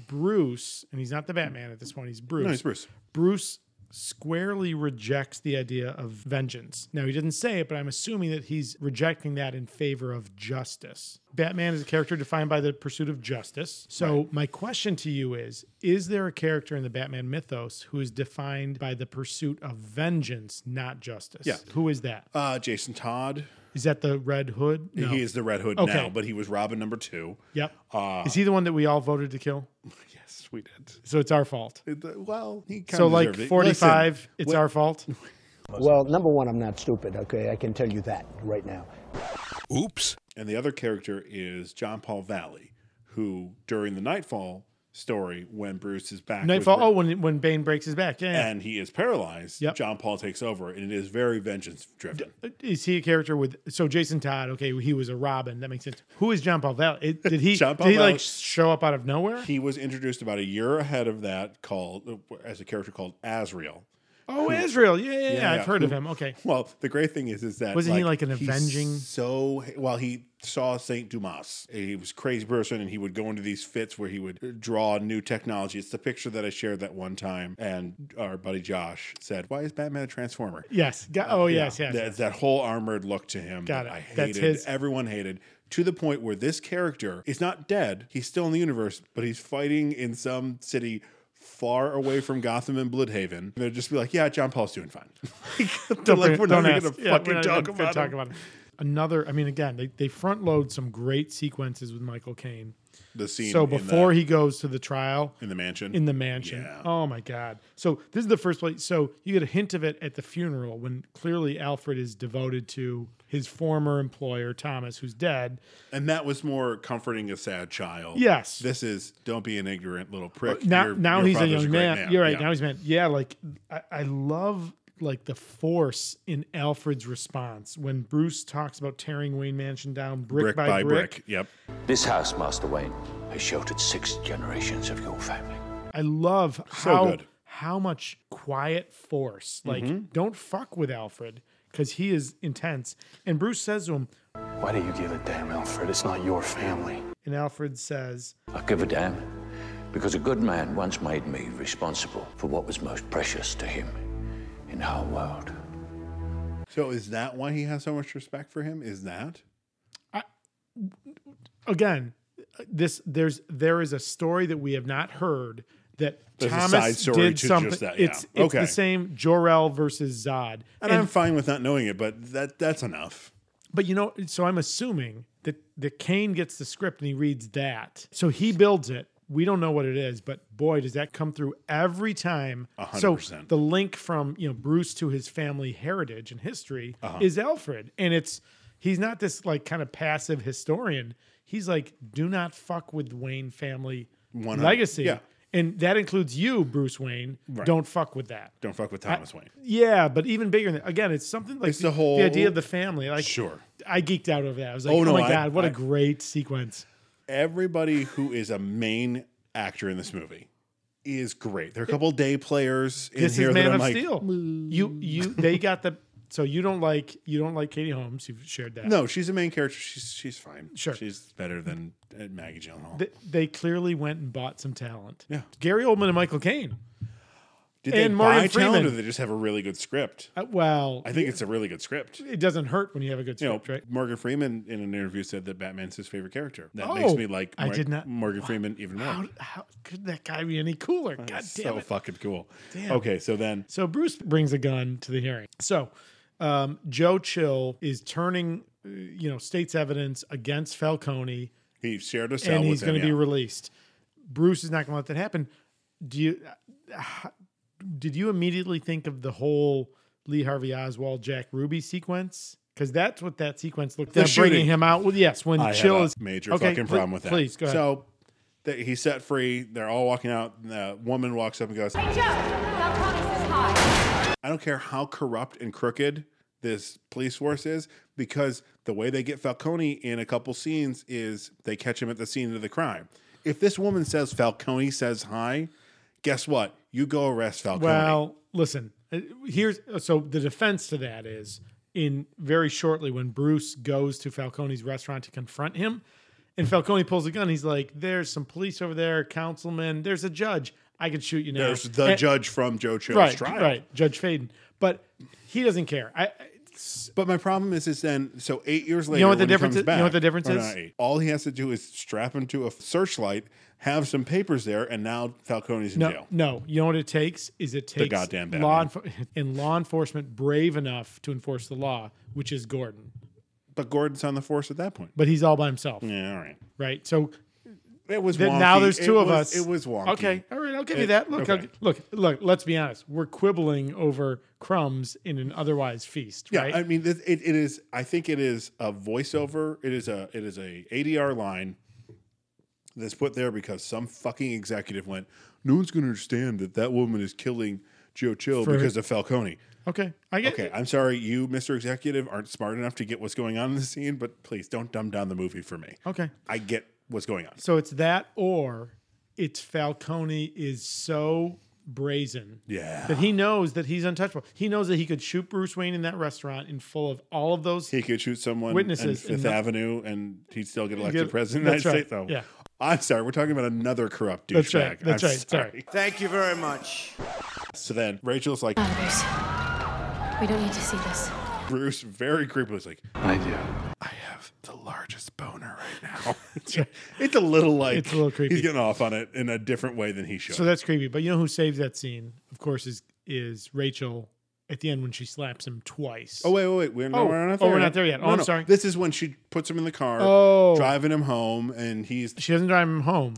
Speaker 2: Bruce, and he's not the Batman at this point, he's Bruce.
Speaker 1: No, it's Bruce.
Speaker 2: Bruce squarely rejects the idea of vengeance. Now, he didn't say it, but I'm assuming that he's rejecting that in favor of justice. Batman is a character defined by the pursuit of justice. So, my question to you is Is there a character in the Batman mythos who is defined by the pursuit of vengeance, not justice?
Speaker 1: Yeah.
Speaker 2: Who is that?
Speaker 1: Uh, Jason Todd.
Speaker 2: Is that the Red Hood? No.
Speaker 1: He is Uh, the Red Hood
Speaker 2: Okay.
Speaker 1: now, but he was Robin number two.
Speaker 2: Yep. is he the one that we all voted to kill?
Speaker 1: Yes, we did.
Speaker 2: So it's our fault.
Speaker 1: It- Well, he kind
Speaker 2: So
Speaker 1: of
Speaker 2: like 45, it's our fault.
Speaker 11: Well, number one, I'm not stupid, okay? I can tell you that right now.
Speaker 12: Oops.
Speaker 1: And the other character is John Paul Valley, who during the Nightfall story, when Bruce is back, with
Speaker 2: Nightfall.
Speaker 1: Red-
Speaker 2: Oh, when when Bane breaks his back. Yeah. yeah.
Speaker 1: and he is paralyzed,
Speaker 2: Yep.
Speaker 1: John Paul takes over, and it is very vengeance driven.
Speaker 2: Uh, is he a character with so Jason Todd? Okay, he was a Robin. That makes sense. Who is John Paul Valley? It- Did he
Speaker 1: John Paul
Speaker 2: did he
Speaker 1: Valley-
Speaker 2: like show up out of nowhere?
Speaker 1: He was introduced about a year ahead of that, called as a character called Azrael.
Speaker 2: oh, Israel. Yeah, yeah, yeah,
Speaker 1: Yeah,
Speaker 2: I've
Speaker 1: yeah.
Speaker 2: heard of
Speaker 1: Who-
Speaker 2: him. Okay.
Speaker 1: Well, the great thing is, is that
Speaker 2: Wasn't he like an
Speaker 1: he's
Speaker 2: avenging-
Speaker 1: So well, he saw Saint Dumas. He was a crazy person, and he would go into these fits where he would draw new technology. It's the picture that I shared that one time, and our buddy Josh said, "Why is Batman a transformer?"
Speaker 2: Yes. Go- oh, yes, yes.
Speaker 1: That, that whole armored look to him.
Speaker 2: Got
Speaker 1: that
Speaker 2: it.
Speaker 1: I hated.
Speaker 2: That's his-
Speaker 1: Everyone hated. To the point where this character is not dead. He's still in the universe, but he's fighting in some city far away from Gotham and Bloodhaven. They'll just be like, "Yeah, John Paul's doing fine." They're
Speaker 2: Don't
Speaker 1: like,
Speaker 2: bring-
Speaker 1: "We're not
Speaker 2: don't
Speaker 1: even
Speaker 2: ask.
Speaker 1: gonna
Speaker 2: Yeah, we're
Speaker 1: fucking
Speaker 2: not
Speaker 1: talk,
Speaker 2: even gonna
Speaker 1: about
Speaker 2: talk
Speaker 1: him.
Speaker 2: about it. Another, I mean, again, they, they front load some great sequences with Michael Caine.
Speaker 1: the scene."
Speaker 2: So
Speaker 1: in the-
Speaker 2: before he goes to the trial,
Speaker 1: in the mansion,
Speaker 2: in the mansion.
Speaker 1: Yeah.
Speaker 2: Oh my god! So this is the first place. So you get a hint of it at the funeral when clearly Alfred is devoted to his former employer Thomas, who's dead.
Speaker 1: and that was more comforting a sad child.
Speaker 2: Yes.
Speaker 1: this is don't be an ignorant little prick.
Speaker 2: now
Speaker 1: Your-
Speaker 2: now
Speaker 1: your
Speaker 2: he's a
Speaker 1: father's
Speaker 2: young
Speaker 1: great
Speaker 2: man. You're right.
Speaker 1: Yeah.
Speaker 2: Now he's a man. Yeah, like I, I love like the force in Alfred's response when Bruce talks about tearing Wayne Mansion down brick,
Speaker 1: brick
Speaker 2: by,
Speaker 1: by
Speaker 2: brick.
Speaker 1: brick. Yep.
Speaker 6: This house, Master Wayne, has sheltered six generations of your family.
Speaker 2: I love how
Speaker 1: good. Mm-hmm.
Speaker 2: how much quiet force. Like don't fuck with Alfred because he is intense. And Bruce says to him,
Speaker 6: Why do you give a damn, Alfred? It's not your family.
Speaker 2: and Alfred says,
Speaker 6: I give a damn because a good man once made me responsible for what was most precious to him in our world.
Speaker 1: So is that why he has so much respect for him? Is that?
Speaker 2: again, this there's there is a story that we have not heard that
Speaker 1: There's a
Speaker 2: Thomas
Speaker 1: side story
Speaker 2: did
Speaker 1: to
Speaker 2: something.
Speaker 1: just that, yeah.
Speaker 2: It's it's
Speaker 1: Okay.
Speaker 2: the same Jor-El versus Zod.
Speaker 1: And, I'm fine with not knowing it, but that that's enough.
Speaker 2: But you know, so I'm assuming that that Kane gets the script and he reads that. So he builds it. We don't know what it is, but boy, does that come through every time. So
Speaker 1: 100%.
Speaker 2: the link from you know Bruce to his family heritage and history
Speaker 1: Uh-huh.
Speaker 2: is Alfred, and it's he's not this like kind of passive historian. He's like, do not fuck with Wayne family
Speaker 1: One-
Speaker 2: legacy,
Speaker 1: yeah.
Speaker 2: and that includes you, Bruce Wayne. Don't fuck with that.
Speaker 1: Don't fuck with Thomas Wayne.
Speaker 2: Yeah, but even bigger than that. Again, it's something like
Speaker 1: It's the whole-
Speaker 2: idea of the family. Like,
Speaker 1: Sure.
Speaker 2: I geeked out over that. I was like, oh,
Speaker 1: Oh, no,
Speaker 2: my
Speaker 1: I-
Speaker 2: god, what a
Speaker 1: I-
Speaker 2: great sequence.
Speaker 1: Everybody who is a main actor in this movie is great. There are a couple day players in
Speaker 2: This
Speaker 1: here
Speaker 2: is
Speaker 1: that
Speaker 2: Man
Speaker 1: I'm
Speaker 2: of
Speaker 1: like,
Speaker 2: Steel. You you they got the so you don't like you don't like Katie Holmes. You've shared that.
Speaker 1: no, she's a main character. She's she's fine.
Speaker 2: Sure.
Speaker 1: she's better than uh, Maggie Gyllenhaal.
Speaker 2: They, they clearly went and bought some talent.
Speaker 1: Yeah.
Speaker 2: Gary Oldman and Michael Caine.
Speaker 1: Did they
Speaker 2: and Morgan
Speaker 1: buy talent, or
Speaker 2: Freeman.
Speaker 1: did they just have a really good script?
Speaker 2: Uh, well,
Speaker 1: I think it's a really good script.
Speaker 2: it doesn't hurt when you have a good
Speaker 1: You know,
Speaker 2: script, right?
Speaker 1: Morgan Freeman in an interview said that Batman's his favorite character. That makes
Speaker 2: Oh,
Speaker 1: me like
Speaker 2: I did not-
Speaker 1: Morgan Freeman even more.
Speaker 2: How, how could that guy be any cooler? God damn
Speaker 1: so
Speaker 2: it!
Speaker 1: fucking cool. Okay, so then
Speaker 2: So Bruce brings a gun to the hearing. So um, Joe Chill is turning, uh, you know, state's evidence against Falcone
Speaker 1: He shared a cell
Speaker 2: and
Speaker 1: with
Speaker 2: he's
Speaker 1: him,
Speaker 2: going to be
Speaker 1: yeah.
Speaker 2: released. Bruce is not going to let that happen. Do you? h- Did you immediately think of the whole Lee Harvey Oswald Jack Ruby sequence? Because that's what that sequence looked
Speaker 1: The
Speaker 2: like. Bringing
Speaker 1: shooting.
Speaker 2: him out. Well, yes, when
Speaker 1: I
Speaker 2: Chill
Speaker 1: have a
Speaker 2: is
Speaker 1: major
Speaker 2: Okay,
Speaker 1: fucking
Speaker 2: pl-
Speaker 1: problem with that.
Speaker 2: Please go ahead.
Speaker 1: So th- he's set free. They're all walking out. And the woman walks up and goes,
Speaker 13: Hey, Joe, Balcones is hot.
Speaker 1: I don't care how corrupt and crooked this police force is, because the way they get Falcone in a couple scenes is they catch him at the scene of the crime. If this woman says Falcone says hi, guess what? You go arrest Falcone.
Speaker 2: Well, listen. uh, Here's so the defense to that is in very shortly when Bruce goes to Falcone's restaurant to confront him,
Speaker 1: Mm-hmm.
Speaker 2: and Falcone pulls a gun. He's like, "There's some police over there, councilman. There's a judge. I could shoot you now."
Speaker 1: There's the
Speaker 2: And-
Speaker 1: judge from Joe Chill's
Speaker 2: right,
Speaker 1: trial.
Speaker 2: right, Judge Faden. But he doesn't care. I,
Speaker 1: But my problem is, is then so eight years
Speaker 2: You know
Speaker 1: later.
Speaker 2: what the
Speaker 1: when he
Speaker 2: difference
Speaker 1: comes
Speaker 2: is- you know
Speaker 1: back-
Speaker 2: what the difference
Speaker 1: or
Speaker 2: is?
Speaker 1: not eight. all he has to do is strap him to a searchlight, have some papers there, and now Falcone's in
Speaker 2: no,
Speaker 1: jail.
Speaker 2: no. You know what it takes is it takes
Speaker 1: goddamn Batman.
Speaker 2: law enfor- and law enforcement brave enough to enforce the law, which is Gordon.
Speaker 1: But Gordon's on the force at that point.
Speaker 2: But he's all by himself,
Speaker 1: Yeah, all right.
Speaker 2: right? So
Speaker 1: It was
Speaker 2: Th- now
Speaker 1: wonky.
Speaker 2: there's
Speaker 1: It
Speaker 2: two of us.
Speaker 1: was- It was wonky.
Speaker 2: Okay, all right, I'll give
Speaker 1: It-
Speaker 2: you that. Look, I'll
Speaker 1: okay.
Speaker 2: g- look, look. Let's be honest. We're quibbling over crumbs in an otherwise feast,
Speaker 1: Yeah,
Speaker 2: right?
Speaker 1: I mean, it, it it is. I think it is a voiceover. It is a it is a ADR line that's put there because some fucking executive went. No one's going to understand that that woman is killing Joe Chill
Speaker 2: For-
Speaker 1: because of Falcone.
Speaker 2: okay, I get.
Speaker 1: Okay, I'm sorry, you, Mr. Executive, aren't smart enough to get what's going on in the scene, but please don't dumb down the movie for me.
Speaker 2: Okay,
Speaker 1: I get what's going on.
Speaker 2: so it's that, or it's Falcone is so brazen,
Speaker 1: Yeah.
Speaker 2: that he knows that he's untouchable. He knows that he could shoot Bruce Wayne in that restaurant in full of all of those.
Speaker 1: He could shoot someone
Speaker 2: Witnesses
Speaker 1: in Fifth
Speaker 2: and not-
Speaker 1: Avenue and he'd still get elected
Speaker 2: get-
Speaker 1: president of the United
Speaker 2: that's
Speaker 1: States.
Speaker 2: right, yeah.
Speaker 1: I'm sorry, we're talking about another corrupt douchebag.
Speaker 2: That's right, that's
Speaker 1: I'm
Speaker 2: right, sorry.
Speaker 14: Thank you very much.
Speaker 1: So then Rachel's like,
Speaker 13: Others. We don't need to see this.
Speaker 1: Bruce, very creepy, was like,
Speaker 15: I do.
Speaker 1: I have the largest boner right now. it's, it's a little like,
Speaker 2: It's a little creepy.
Speaker 1: He's getting off on it in a different way than he should.
Speaker 2: So that's creepy. But you know who saves that scene? Of course, is is Rachel at the end when she slaps him twice.
Speaker 1: Oh wait, wait, wait. We're, no,
Speaker 2: Oh,
Speaker 1: we're not
Speaker 2: oh,
Speaker 1: there
Speaker 2: we're
Speaker 1: yet.
Speaker 2: not there yet. Oh,
Speaker 1: No,
Speaker 2: I'm
Speaker 1: no.
Speaker 2: sorry.
Speaker 1: This is when she puts him in the car,
Speaker 2: Oh.
Speaker 1: driving him home, and he's
Speaker 2: She doesn't drive him home.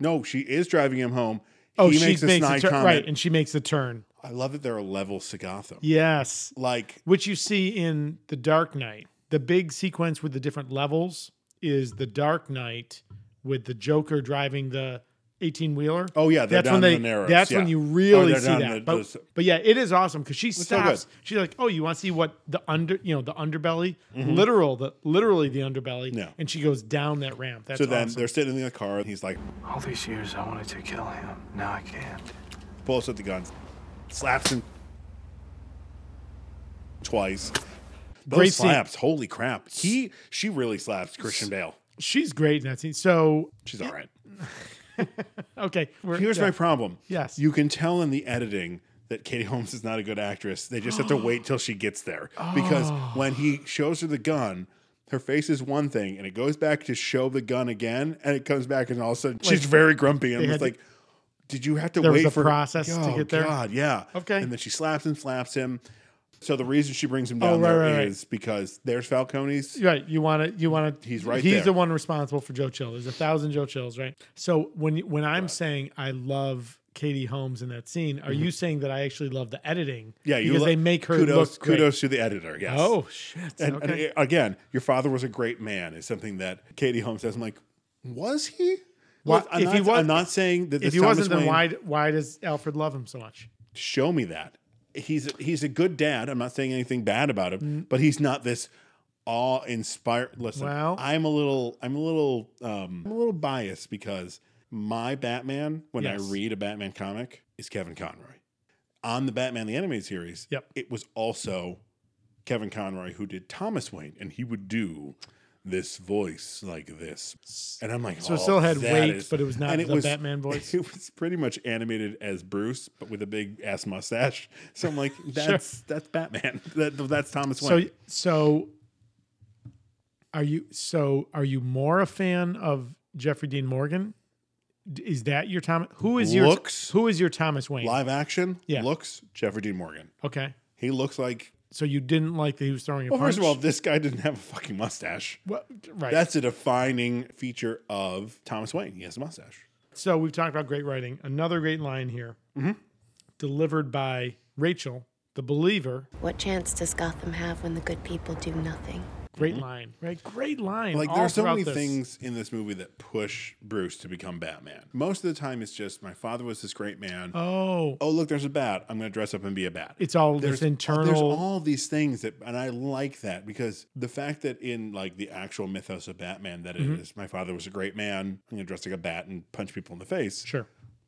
Speaker 1: no, she is driving him home.
Speaker 2: Oh,
Speaker 1: he
Speaker 2: she
Speaker 1: makes a snide
Speaker 2: turn,
Speaker 1: comment.
Speaker 2: right, and she makes the turn.
Speaker 1: I love that there are levels to Gotham.
Speaker 2: Yes,
Speaker 1: Like
Speaker 2: which you see in the Dark Knight. The big sequence with the different levels is the Dark Knight with the Joker driving the eighteen wheeler.
Speaker 1: Oh, yeah, they're
Speaker 2: that's
Speaker 1: down
Speaker 2: when they.
Speaker 1: in the narrows,
Speaker 2: that's
Speaker 1: yeah.
Speaker 2: when you
Speaker 1: Or
Speaker 2: really
Speaker 1: they're
Speaker 2: see
Speaker 1: down
Speaker 2: that.
Speaker 1: the-
Speaker 2: but,
Speaker 1: the-
Speaker 2: but yeah, it is awesome because she
Speaker 1: so good.
Speaker 2: stops. She's like, "Oh, you want to see what the under, you know, the underbelly,
Speaker 1: Mhm.
Speaker 2: literal, the literally the underbelly."
Speaker 1: Yeah.
Speaker 2: and she goes down that ramp. That's
Speaker 1: so then
Speaker 2: awesome.
Speaker 1: they're sitting in the car, and he's like
Speaker 16: All these years I wanted to kill him. Now I can't.
Speaker 1: pulls out the gun, slaps him twice. Those
Speaker 2: Great scene.
Speaker 1: slaps! Holy crap! He she really slaps Christian Bale.
Speaker 2: She's great in that scene. So
Speaker 1: She's all right.
Speaker 2: okay, we're-
Speaker 1: Here's
Speaker 2: yeah.
Speaker 1: my problem.
Speaker 2: Yes.
Speaker 1: You can tell in the editing that Katie Holmes is not a good actress. They just have to wait till she gets there. Because
Speaker 2: Oh.
Speaker 1: when he shows her the gun, her face is one thing and it goes back to show the gun again and it comes back and all of a sudden she's very grumpy and
Speaker 2: they
Speaker 1: I'm
Speaker 2: had
Speaker 1: just
Speaker 2: to-
Speaker 1: like, did you have to
Speaker 2: There was
Speaker 1: wait
Speaker 2: a
Speaker 1: for
Speaker 2: process to
Speaker 1: Oh,
Speaker 2: get there?
Speaker 1: God, yeah.
Speaker 2: Okay.
Speaker 1: And then she slaps him, slaps him. So the reason she brings him
Speaker 2: Oh,
Speaker 1: down
Speaker 2: right,
Speaker 1: there is
Speaker 2: right, right.
Speaker 1: because there's Falcone's.
Speaker 2: Right. You want to. You want to.
Speaker 1: He's right
Speaker 2: He's
Speaker 1: there.
Speaker 2: the one responsible for Joe Chill. There's a thousand Joe Chills, right? So when you- when I'm saying I love Katie Holmes in that scene, are you saying that I actually love the editing?
Speaker 1: Mm-hmm. Yeah, you
Speaker 2: because
Speaker 1: lo-
Speaker 2: they make her
Speaker 1: kudos,
Speaker 2: look great.
Speaker 1: kudos to the editor. Yes.
Speaker 2: Oh shit.
Speaker 1: And, and
Speaker 2: okay.
Speaker 1: it- again, your father was a great man is something that Katie Holmes says. I'm like, was he?
Speaker 2: Well,
Speaker 1: Look, I'm
Speaker 2: if
Speaker 1: not,
Speaker 2: he was-
Speaker 1: I'm not saying that this
Speaker 2: if he
Speaker 1: Thomas
Speaker 2: wasn't, then
Speaker 1: Wayne-
Speaker 2: why why does Alfred love him so much?
Speaker 1: show me that he's he's a good dad. I'm not saying anything bad about him,
Speaker 2: Mm.
Speaker 1: but he's not this awe inspired. Listen,
Speaker 2: Well-
Speaker 1: I'm a little I'm a little um, I'm a little biased because my Batman when
Speaker 2: Yes.
Speaker 1: I read a Batman comic is Kevin Conroy. On the Batman the Animated Series,
Speaker 2: Yep.
Speaker 1: it was also Kevin Conroy who did Thomas Wayne, and he would do this voice like this, and I'm like,
Speaker 2: So
Speaker 1: oh,
Speaker 2: it still had
Speaker 1: that
Speaker 2: weight,
Speaker 1: is-
Speaker 2: but it was not
Speaker 1: and
Speaker 2: the Batman voice?
Speaker 1: It was pretty much animated as Bruce, but with a big ass mustache. So I'm like, that's that's Batman. That, that's Thomas
Speaker 2: So
Speaker 1: Wayne.
Speaker 2: so are you so are you more a fan of Jeffrey Dean Morgan? D- Is that your Thomas? Who is your
Speaker 1: Looks.
Speaker 2: Who is your Thomas Wayne?
Speaker 1: Live action
Speaker 2: Yeah.
Speaker 1: looks Jeffrey Dean Morgan.
Speaker 2: Okay.
Speaker 1: He looks like
Speaker 2: So you didn't like that he was throwing a
Speaker 1: well,
Speaker 2: punch?
Speaker 1: First of all, this guy didn't have a fucking mustache.
Speaker 2: Well, right.
Speaker 1: That's a defining feature of Thomas Wayne. He has a mustache.
Speaker 2: So we've talked about great writing. Another great line here,
Speaker 1: mm-hmm.
Speaker 2: delivered by Rachel, the believer.
Speaker 13: What chance does Gotham have when the good people do nothing?
Speaker 2: Great mm-hmm. line, right? Great line.
Speaker 1: Like
Speaker 2: all
Speaker 1: there are so
Speaker 2: throughout
Speaker 1: many
Speaker 2: this.
Speaker 1: things in this movie that push Bruce to become Batman. Most of the time, it's just my father was this great man.
Speaker 2: Oh,
Speaker 1: Oh, look, there's a bat. I'm going to dress up and be a bat.
Speaker 2: it's all this
Speaker 1: There's
Speaker 2: internal.
Speaker 1: all these things that, and I like that because the fact that in like the actual mythos of Batman, that it
Speaker 2: Mhm.
Speaker 1: is, my father was a great man. I'm gonna dress like a bat and punch people in the face.
Speaker 2: sure.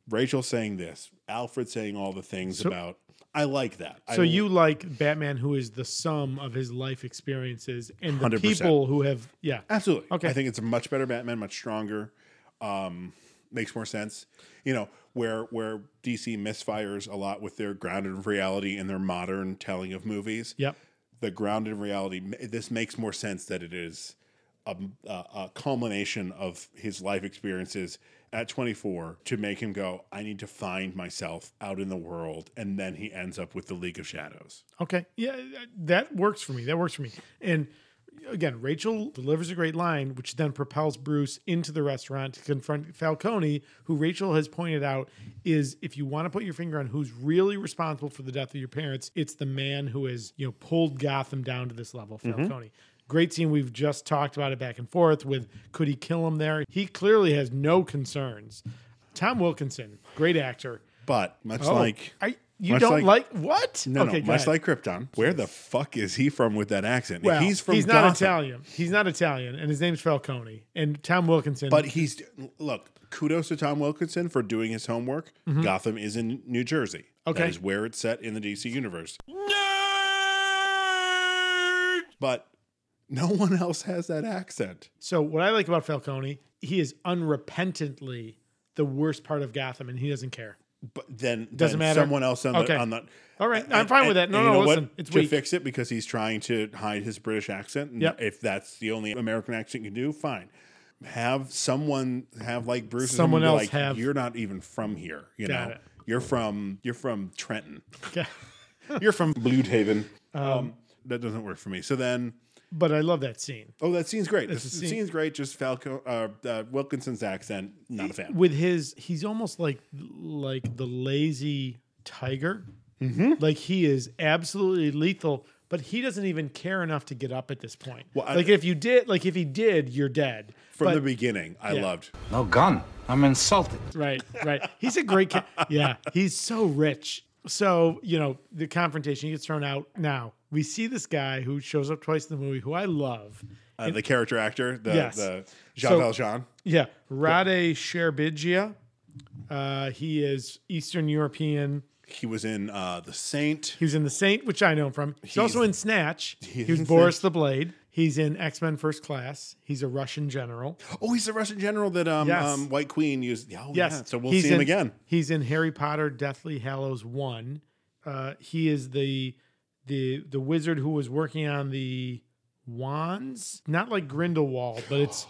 Speaker 1: Rachel saying this, Alfred saying all the things
Speaker 2: So-
Speaker 1: about. I like that. I
Speaker 2: So
Speaker 1: l-
Speaker 2: you like Batman, who is the sum of his life experiences and the
Speaker 1: 100%.
Speaker 2: people who have, yeah,
Speaker 1: absolutely.
Speaker 2: Okay.
Speaker 1: I think it's a much better Batman, much stronger. Um, makes more sense. You know where where DC misfires a lot with their grounded in reality and their modern telling of movies.
Speaker 2: yep,
Speaker 1: the grounded in reality. ma- This makes more sense that it is a, a, a culmination of his life experiences at 24 to make him go, I need to find myself out in the world. And then he ends up with the League of Shadows.
Speaker 2: okay, yeah, that works for me. That works for me. And again, Rachel delivers a great line, which then propels Bruce into the restaurant to confront Falcone, who Rachel has pointed out is if you want to put your finger on who's really responsible for the death of your parents, it's the man who has you know pulled Gotham down to this level,
Speaker 1: Mm-hmm.
Speaker 2: Falcone. Great scene. We've just talked about it back and forth with could he kill him there? He clearly has no concerns. Tom Wilkinson, great actor.
Speaker 1: But much
Speaker 2: Oh,
Speaker 1: like.
Speaker 2: I, you
Speaker 1: much
Speaker 2: don't like,
Speaker 1: like-
Speaker 2: what?
Speaker 1: no,
Speaker 2: okay,
Speaker 1: no,
Speaker 2: go
Speaker 1: much
Speaker 2: ahead.
Speaker 1: like Krypton. Where the fuck is he from with that accent?
Speaker 2: Well,
Speaker 1: he's from
Speaker 2: not
Speaker 1: Gotham.
Speaker 2: Italian. He's not Italian, and his name's Falcone. And Tom Wilkinson.
Speaker 1: But he's look. Kudos to Tom Wilkinson for doing his homework. Gotham is in New Jersey.
Speaker 2: Mm-hmm. Okay.
Speaker 1: that is where it's set in the DC universe. But no one else has that accent.
Speaker 2: so what I like about Falcone, he is unrepentantly the worst part of Gotham, and he doesn't care.
Speaker 1: But then
Speaker 2: Doesn't
Speaker 1: then
Speaker 2: matter.
Speaker 1: Someone else on
Speaker 2: Okay.
Speaker 1: the on the.
Speaker 2: All right, I'm fine with that. No,
Speaker 1: and you
Speaker 2: no,
Speaker 1: know what?
Speaker 2: listen, it's
Speaker 1: to
Speaker 2: weak.
Speaker 1: fix it because he's trying to hide his British accent. And
Speaker 2: Yep.
Speaker 1: If that's the only American accent you can do, fine. Have someone have like Bruce. or
Speaker 2: Someone
Speaker 1: be
Speaker 2: else
Speaker 1: like,
Speaker 2: have-
Speaker 1: You're not even from here. You
Speaker 2: Got
Speaker 1: know.
Speaker 2: it.
Speaker 1: You're from you're from Trenton.
Speaker 2: Yeah.
Speaker 1: You're from Bloodhaven. Um, that doesn't work for me. So then,
Speaker 2: But I love that scene
Speaker 1: oh, that scene's great.
Speaker 2: It's
Speaker 1: This
Speaker 2: a
Speaker 1: the
Speaker 2: scene.
Speaker 1: scene's great. Just Falco, uh, uh, Wilkinson's accent. Not a fan.
Speaker 2: with his. He's almost like like the lazy tiger.
Speaker 1: Mm-hmm.
Speaker 2: Like he is absolutely lethal, but he doesn't even care enough to get up at this point.
Speaker 1: Well, I-
Speaker 2: like if you did, like if he did, you're dead.
Speaker 1: From
Speaker 2: But-
Speaker 1: the beginning, I
Speaker 2: yeah.
Speaker 1: loved.
Speaker 11: No gun. I'm insulted.
Speaker 2: Right, right. He's a great ca- yeah, he's so rich. So, you know, the confrontation he gets thrown out. Now, we see this guy who shows up twice in the movie who I love.
Speaker 1: Uh, the character actor, the,
Speaker 2: Yes.
Speaker 1: the Jean
Speaker 2: So-
Speaker 1: Valjean.
Speaker 2: Yeah, Rade Sherbigia. Uh, he is Eastern European.
Speaker 1: He was in uh, The Saint.
Speaker 2: He was in The Saint, which I know him from. He's,
Speaker 1: He's-
Speaker 2: also in Snatch. He
Speaker 1: He's
Speaker 2: was
Speaker 1: in
Speaker 2: Boris
Speaker 1: Snatch.
Speaker 2: the Blade. He's in X Men First Class. He's a Russian general.
Speaker 1: Oh, he's the Russian general that um,
Speaker 2: Yes.
Speaker 1: um White Queen used. Oh,
Speaker 2: Yes.
Speaker 1: yeah. So we'll
Speaker 2: He's
Speaker 1: see him
Speaker 2: in-
Speaker 1: again.
Speaker 2: He's in Harry Potter Deathly Hallows 1. Uh, he is the the the wizard who was working on the wands, not like Grindelwald, but it's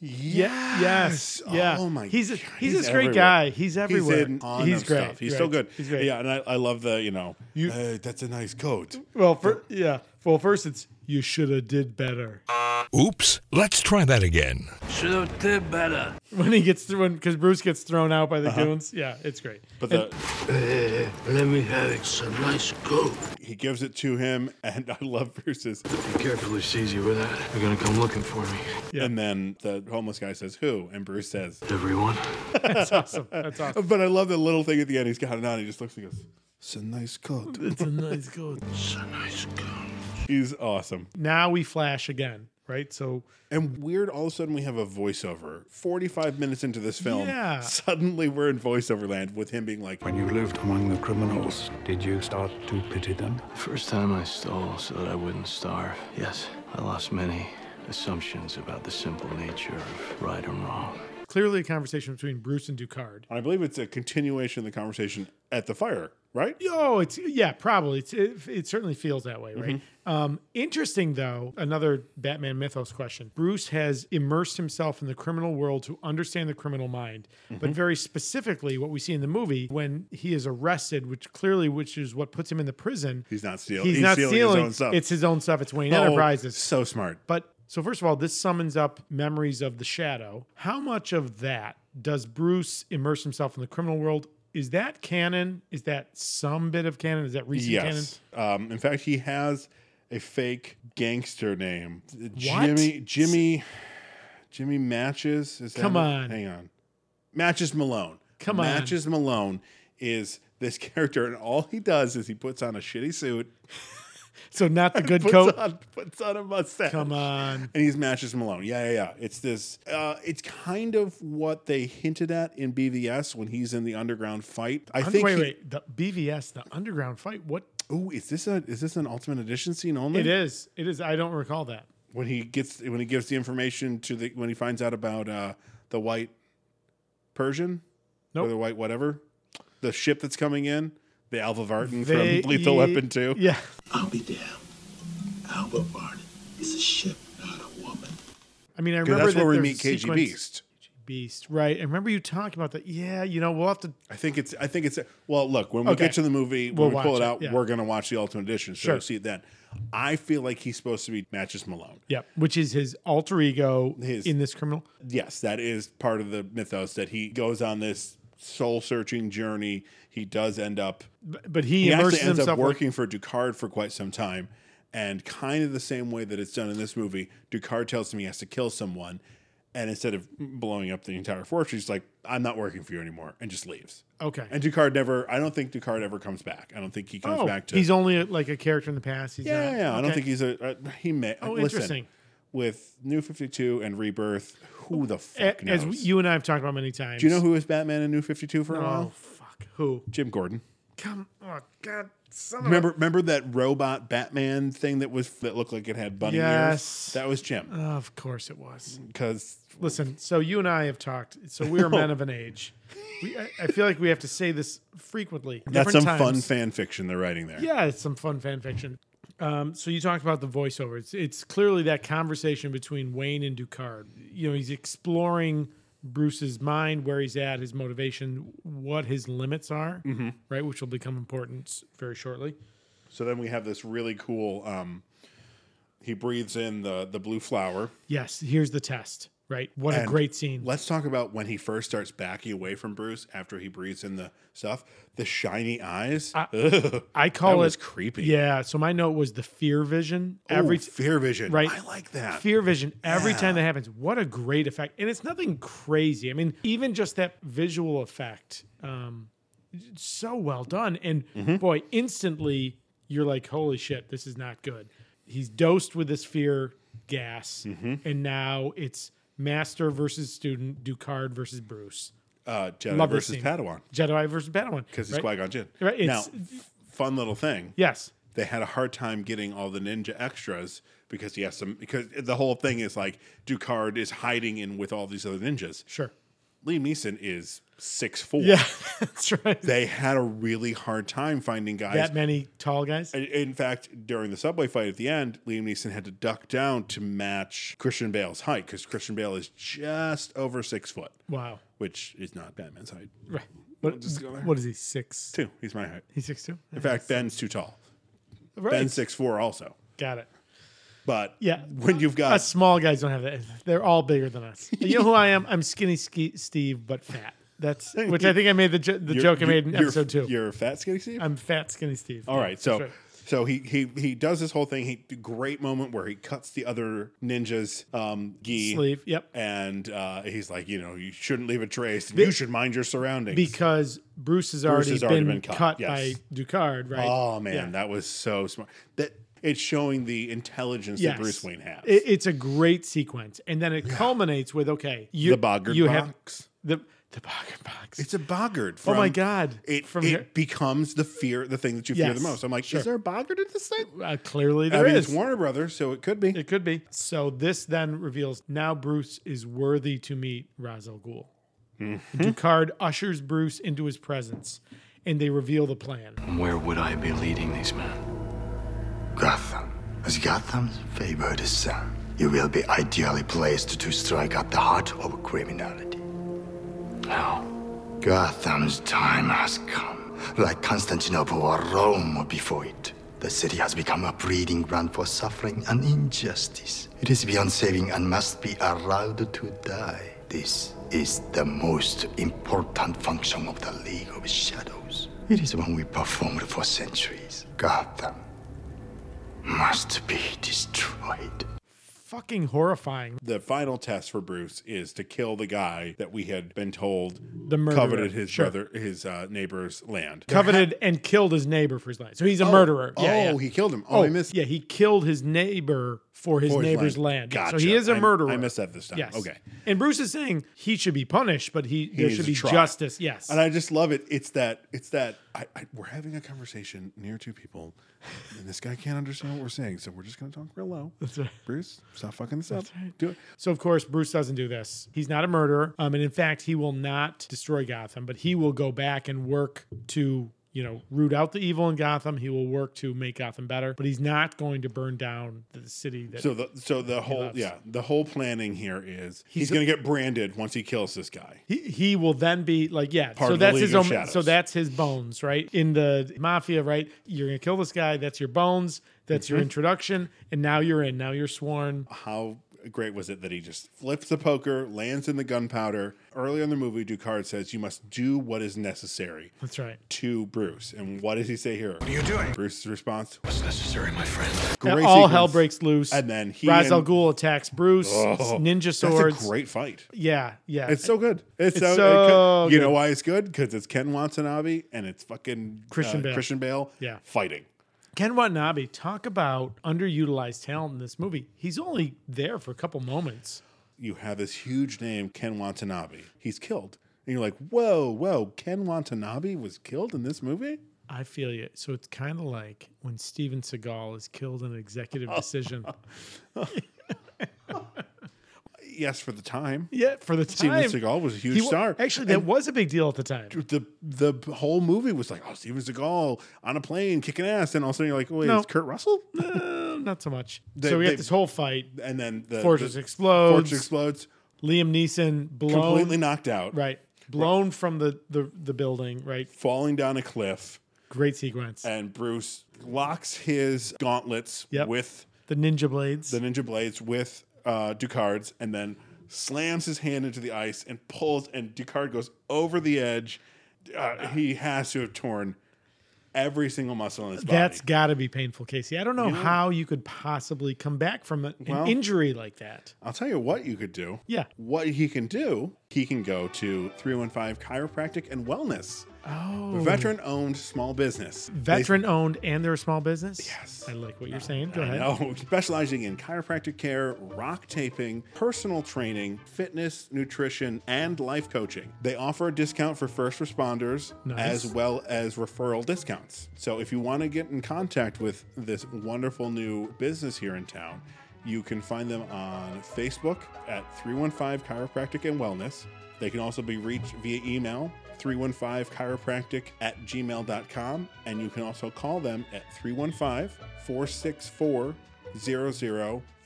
Speaker 2: yeah, yes, yeah.
Speaker 1: Oh my.
Speaker 2: he's a,
Speaker 1: God.
Speaker 2: he's, a straight
Speaker 1: everywhere.
Speaker 2: guy. He's everywhere.
Speaker 1: He's in ton
Speaker 2: He's
Speaker 1: of
Speaker 2: great.
Speaker 1: Stuff. He's
Speaker 2: right.
Speaker 1: so good.
Speaker 2: He's great.
Speaker 1: Yeah, and I, I love the you know.
Speaker 2: You-
Speaker 1: "Hey, that's a nice coat.
Speaker 2: Well, for, yeah. Well, first it's you should have did better
Speaker 3: Oops, let's try that again.
Speaker 11: Should have did better.
Speaker 2: when he gets thrown because Bruce gets thrown out by the
Speaker 1: Uh-huh.
Speaker 2: goons. Yeah, it's great.
Speaker 1: But
Speaker 2: And-
Speaker 1: the,
Speaker 11: let me have it. Some nice goat.
Speaker 1: he gives it to him, and I love Bruce's.
Speaker 11: Be careful who sees you with that. They're gonna come looking for me.
Speaker 1: And then the homeless guy says, "Who?" And Bruce says, "Oh,
Speaker 11: Everyone.
Speaker 2: that's awesome. That's awesome.
Speaker 1: "But I love the little thing at the end. He's got it on. He just looks and goes, "It's a nice coat."
Speaker 2: It's a nice goat.
Speaker 11: It's a nice goat.
Speaker 1: He's awesome.
Speaker 2: Now we flash again, right? So
Speaker 1: And weird, all of a sudden we have a voiceover. Forty-five minutes into this film,
Speaker 2: Yeah.
Speaker 1: suddenly we're in voiceover land with him being like,
Speaker 17: When you lived among the criminals, did you start to pity them?
Speaker 11: First time I stole so that I wouldn't starve. Yes, I lost many assumptions about the simple nature of right and wrong.
Speaker 2: clearly a conversation between Bruce and Ducard.
Speaker 1: I believe it's a continuation of the conversation at the fire, right?
Speaker 2: Oh, it's yeah, probably. It's, it, it certainly feels that way, right? Mm-hmm. Um, interesting though, another Batman mythos question. Bruce has immersed himself in the criminal world to understand the criminal mind, mm-hmm. but very specifically, what we see in the movie when he is arrested, which clearly, which is what puts him in the prison.
Speaker 1: He's not stealing. He's, he's not stealing. stealing. His own stuff.
Speaker 2: It's his own stuff. It's Wayne oh, Enterprises.
Speaker 1: So smart.
Speaker 2: But so first of all, this summons up memories of the shadow. How much of that does Bruce immerse himself in the criminal world? Is that canon? Is that some bit of canon? Is that recent
Speaker 1: yes. canon? Um, in fact, he has a fake gangster name. What? Jimmy Jimmy Jimmy Matches. Is
Speaker 2: Come
Speaker 1: that
Speaker 2: on.
Speaker 1: It? Hang on. Matches Malone.
Speaker 2: Come
Speaker 1: Matches on. Matches Malone is this character, and all he does is he puts on a shitty suit.
Speaker 2: So not the good coat.
Speaker 1: On, puts on a mustache.
Speaker 2: Come on.
Speaker 1: And he's matches Malone. Yeah, yeah, yeah. It's this. Uh, it's kind of what they hinted at in BVS when he's in the underground fight. I
Speaker 2: Un-
Speaker 1: think.
Speaker 2: Wait, he, wait. The BVS, the underground fight. What?
Speaker 1: Oh, is this a is this an Ultimate Edition scene only?
Speaker 2: It is. It is. I don't recall that.
Speaker 1: When he gets when he gives the information to the when he finds out about uh, the white Persian,
Speaker 2: nope.
Speaker 1: or the white whatever, the ship that's coming in the Alva Varden they, from Lethal Weapon 2.
Speaker 2: Yeah.
Speaker 11: I'll be damned. Alva Varden is a ship, not a woman.
Speaker 2: I mean, I remember
Speaker 1: that's
Speaker 2: that
Speaker 1: where we meet KG sequence. Beast.
Speaker 2: Beast, right? I remember you talking about that. Yeah, you know, we'll have to.
Speaker 1: I think it's. I think it's. Well, look, when we okay. get to the movie, when we'll we pull it out, it, yeah. we're gonna watch the Ultimate Edition, so
Speaker 2: sure.
Speaker 1: you'll see it then. I feel like he's supposed to be Matches Malone.
Speaker 2: Yeah, which is his alter ego his, in this criminal.
Speaker 1: Yes, that is part of the mythos that he goes on this soul searching journey. He does end up,
Speaker 2: but, but he, he actually
Speaker 1: ends
Speaker 2: up
Speaker 1: working like, for Ducard for quite some time, and kind of the same way that it's done in this movie. Ducard tells him he has to kill someone, and instead of blowing up the entire fortress, he's like, "I'm not working for you anymore," and just leaves.
Speaker 2: Okay.
Speaker 1: And Ducard never. I don't think Ducard ever comes back. I don't think he comes
Speaker 2: oh,
Speaker 1: back to.
Speaker 2: He's only like a character in the past. He's
Speaker 1: yeah,
Speaker 2: not,
Speaker 1: yeah. I
Speaker 2: okay.
Speaker 1: don't think he's a. Uh, he may.
Speaker 2: Oh,
Speaker 1: listen,
Speaker 2: interesting.
Speaker 1: With New Fifty Two and Rebirth, who the fuck
Speaker 2: a- As you and I have talked about many times.
Speaker 1: Do you know who was Batman in New 52 for
Speaker 2: oh,
Speaker 1: a while? Oh,
Speaker 2: fuck. Who?
Speaker 1: Jim Gordon.
Speaker 2: Come on. God.
Speaker 1: remember, a- remember that robot Batman thing that was that looked like it had bunny
Speaker 2: yes. Uh,
Speaker 1: ears. That was Jim.
Speaker 2: Of course, it was.
Speaker 1: Because
Speaker 2: listen, so you and I have talked. So we are men of an age. We, I, I, feel like we have to say this frequently.
Speaker 1: That's some times. fun fan fiction they're writing there.
Speaker 2: Yeah, it's some fun fan fiction. Um, so you talked about the voiceover. It's, it's, clearly that conversation between Wayne and Ducard. You know, he's exploring Bruce's mind, where he's at, his motivation, what his limits are,
Speaker 1: mm-hmm.
Speaker 2: right? Which will become important very shortly.
Speaker 1: So then we have this really cool. Um, he breathes in the the blue flower.
Speaker 2: Yes, here's the test. Right. What and a great scene.
Speaker 1: Let's talk about when he first starts backing away from Bruce after he breathes in the stuff. The shiny eyes.
Speaker 2: I, I call that
Speaker 1: it was creepy.
Speaker 2: Yeah. So my note was the fear vision.
Speaker 1: Oh, every fear vision. Right. I like that.
Speaker 2: Fear vision. Every yeah. time that happens, what a great effect. And it's nothing crazy. I mean, even just that visual effect, um, so well done. And
Speaker 1: mm-hmm.
Speaker 2: boy, instantly you're like, holy shit, this is not good. He's dosed with this fear gas,
Speaker 1: mm-hmm.
Speaker 2: and now it's master versus student, Ducard versus Bruce.
Speaker 1: Uh, Jedi Love versus Padawan.
Speaker 2: Jedi versus Padawan.
Speaker 1: Because it's right? Qui Gon Jinn.
Speaker 2: Right. It's,
Speaker 1: now, f- fun little thing.
Speaker 2: Yes.
Speaker 1: They had a hard time getting all the ninja extras because he has some. Because the whole thing is like Ducard is hiding in with all these other ninjas.
Speaker 2: Sure.
Speaker 1: Lee Neeson is six four.
Speaker 2: Yeah, that's right.
Speaker 1: They had a really hard time finding guys.
Speaker 2: That many tall guys.
Speaker 1: In fact, during the subway fight at the end, Liam Neeson had to duck down to match Christian Bale's height because Christian Bale is just over six foot.
Speaker 2: Wow,
Speaker 1: which is not Batman's height.
Speaker 2: Right. What, what is he? Six
Speaker 1: two. He's my height.
Speaker 2: He's six two.
Speaker 1: In yes. fact, Ben's too tall. Right. Ben's six four also.
Speaker 2: Got it.
Speaker 1: But
Speaker 2: yeah,
Speaker 1: when you've got
Speaker 2: us small guys don't have that. They're all bigger than us. you know who I am? I'm skinny ski- Steve, but fat. That's which I think I made the jo- the
Speaker 1: you're,
Speaker 2: joke I made in episode two.
Speaker 1: You're fat skinny Steve.
Speaker 2: I'm fat skinny Steve.
Speaker 1: All yeah, right, so right. so he he he does this whole thing. He great moment where he cuts the other ninja's um, gi
Speaker 2: sleeve. Yep,
Speaker 1: and uh, he's like, you know, you shouldn't leave a trace. The, you should mind your surroundings
Speaker 2: because Bruce has, Bruce already, has already, been, been cut, cut yes. by Ducard. Right?
Speaker 1: Oh man, yeah. that was so smart. That it's showing the intelligence yes. that Bruce Wayne has.
Speaker 2: It, it's a great sequence, and then it yeah. culminates with okay,
Speaker 1: you, the Boggart you box.
Speaker 2: have the the Boggart box.
Speaker 1: It's a Boggart.
Speaker 2: From, oh my god!
Speaker 1: It from it here. becomes the fear, the thing that you yes. fear the most. I'm like, sure. is there a Boggart in this thing?
Speaker 2: Uh, clearly, there I mean,
Speaker 1: is. It's Warner Brothers, so it could be.
Speaker 2: It could be. So this then reveals now Bruce is worthy to meet Ra's al Ghul.
Speaker 1: mm
Speaker 2: mm-hmm. Ducard ushers Bruce into his presence and they reveal the plan.
Speaker 11: Where would I be leading these men?
Speaker 18: Gotham. As Gotham's favored son, you will be ideally placed to strike at the heart of criminality.
Speaker 11: How?
Speaker 18: Gotham's time has come. Like Constantinople or Rome before it, the city has become a breeding ground for suffering and injustice. It is beyond saving and must be allowed to die. This is the most important function of the League of Shadows. It is one we performed for centuries. Gotham must be destroyed.
Speaker 2: Fucking horrifying.
Speaker 1: The final test for Bruce is to kill the guy that we had been told
Speaker 2: the murderer.
Speaker 1: coveted his sure. brother, his uh, neighbor's land.
Speaker 2: Coveted ha- and killed his neighbor for his land. So he's a oh, murderer.
Speaker 1: Oh,
Speaker 2: yeah, yeah.
Speaker 1: he killed him. Oh, I missed.
Speaker 2: Yeah, he killed his neighbor for his, for his neighbor's land.
Speaker 1: Gotcha.
Speaker 2: So he is a murderer.
Speaker 1: I, I missed that this time.
Speaker 2: Yes.
Speaker 1: Okay.
Speaker 2: And Bruce is saying he should be punished, but he, there
Speaker 1: needs
Speaker 2: should
Speaker 1: to
Speaker 2: be
Speaker 1: try.
Speaker 2: justice. Yes.
Speaker 1: And I just love it. It's that. It's that. I, I, we're having a conversation near two people, and this guy can't understand what we're saying, so we're just going to talk real low.
Speaker 2: That's right.
Speaker 1: Bruce, stop fucking this
Speaker 2: That's
Speaker 1: up.
Speaker 2: right.
Speaker 1: Do it.
Speaker 2: So of course Bruce doesn't do this. He's not a murderer. Um, and in fact, he will not destroy Gotham, but he will go back and work to you know, root out the evil in Gotham. He will work to make Gotham better, but he's not going to burn down the city. That
Speaker 1: so the so the whole
Speaker 2: loves.
Speaker 1: yeah the whole planning here is he's,
Speaker 2: He's a-
Speaker 1: going to get branded once he kills this guy.
Speaker 2: he, he will then be like, yeah.
Speaker 1: Part
Speaker 2: so
Speaker 1: of the
Speaker 2: that's
Speaker 1: League
Speaker 2: his
Speaker 1: of
Speaker 2: own.
Speaker 1: Shadows.
Speaker 2: So that's his bones, right? In the mafia, right? You're gonna kill this guy. That's your bones. That's
Speaker 1: Mhm.
Speaker 2: your introduction, and now you're in. Now you're sworn.
Speaker 1: How great was it that he just flips the poker, lands in the gunpowder? Earlier in the movie, Ducard says you must do what is necessary
Speaker 2: That's right.
Speaker 1: to Bruce, and what does he say here? What are you doing? Bruce's response.
Speaker 18: What's necessary, my friend?
Speaker 2: All
Speaker 1: Great
Speaker 2: hell
Speaker 1: sequence.
Speaker 2: breaks loose,
Speaker 1: And then he
Speaker 2: Ra's al
Speaker 1: and-
Speaker 2: Ghul attacks Bruce.
Speaker 1: Oh,
Speaker 2: ninja swords.
Speaker 1: That's a great fight.
Speaker 2: yeah, yeah.
Speaker 1: It's so good. It's,
Speaker 2: It's
Speaker 1: so,
Speaker 2: so
Speaker 1: you
Speaker 2: good.
Speaker 1: know why it's good because it's Ken Watanabe and it's fucking uh,
Speaker 2: Christian Bale.
Speaker 1: Christian Bale.
Speaker 2: Yeah.
Speaker 1: fighting.
Speaker 2: Ken Watanabe, talk about underutilized talent in this movie. He's only there for a couple moments.
Speaker 1: You have this huge name, Ken Watanabe. He's killed, and you're like, whoa, whoa, Ken Watanabe was killed in this movie.
Speaker 2: I feel you. So it's kind of like when Steven Seagal is killed in an executive
Speaker 1: Oh.
Speaker 2: decision.
Speaker 1: Yes, for the time.
Speaker 2: yeah, for the
Speaker 1: Steven
Speaker 2: time.
Speaker 1: Seagal was a huge
Speaker 2: he wa-
Speaker 1: star.
Speaker 2: Actually, that
Speaker 1: And
Speaker 2: was a big deal at the time.
Speaker 1: the the whole movie was like, oh, Steven Seagal on a plane kicking ass, and all of a sudden you're like, wait,
Speaker 2: No.
Speaker 1: it's Kurt Russell.
Speaker 2: Uh, not so much.
Speaker 1: They-
Speaker 2: so we
Speaker 1: they-
Speaker 2: got this whole fight.
Speaker 1: And then the
Speaker 2: Fortress
Speaker 1: the-
Speaker 2: explodes.
Speaker 1: Fortress explodes.
Speaker 2: Liam Neeson blown
Speaker 1: Completely knocked out.
Speaker 2: right, blown from the, the the building. Right,
Speaker 1: Falling down a cliff.
Speaker 2: great sequence.
Speaker 1: and Bruce locks his gauntlets
Speaker 2: Yep.
Speaker 1: with
Speaker 2: the ninja blades.
Speaker 1: the ninja blades with uh, Ducard's, and then slams his hand into the ice and pulls, and Ducard goes over the edge. Uh, he has to have torn every single muscle in his body.
Speaker 2: That's got to be painful, Casey. I don't know how you could possibly come back from an, an
Speaker 1: Well-
Speaker 2: injury like that.
Speaker 1: I'll tell you what you could do.
Speaker 2: Yeah.
Speaker 1: What he can do, he can go to 315 Chiropractic and Wellness,
Speaker 2: Oh,
Speaker 1: veteran owned small business. They
Speaker 2: veteran owned and they're a small business.
Speaker 1: Yes.
Speaker 2: I like what you're saying. Go ahead.
Speaker 1: No, specializing in chiropractic care, rock taping, personal training, fitness, nutrition, and life coaching. They offer a discount for first responders
Speaker 2: Nice.
Speaker 1: as well as referral discounts. So if you want to get in contact with this wonderful new business here in town, you can find them on Facebook at 315 Chiropractic and Wellness. They can also be reached via email 315 chiropractic at gmail.com. And you can also call them at 315 464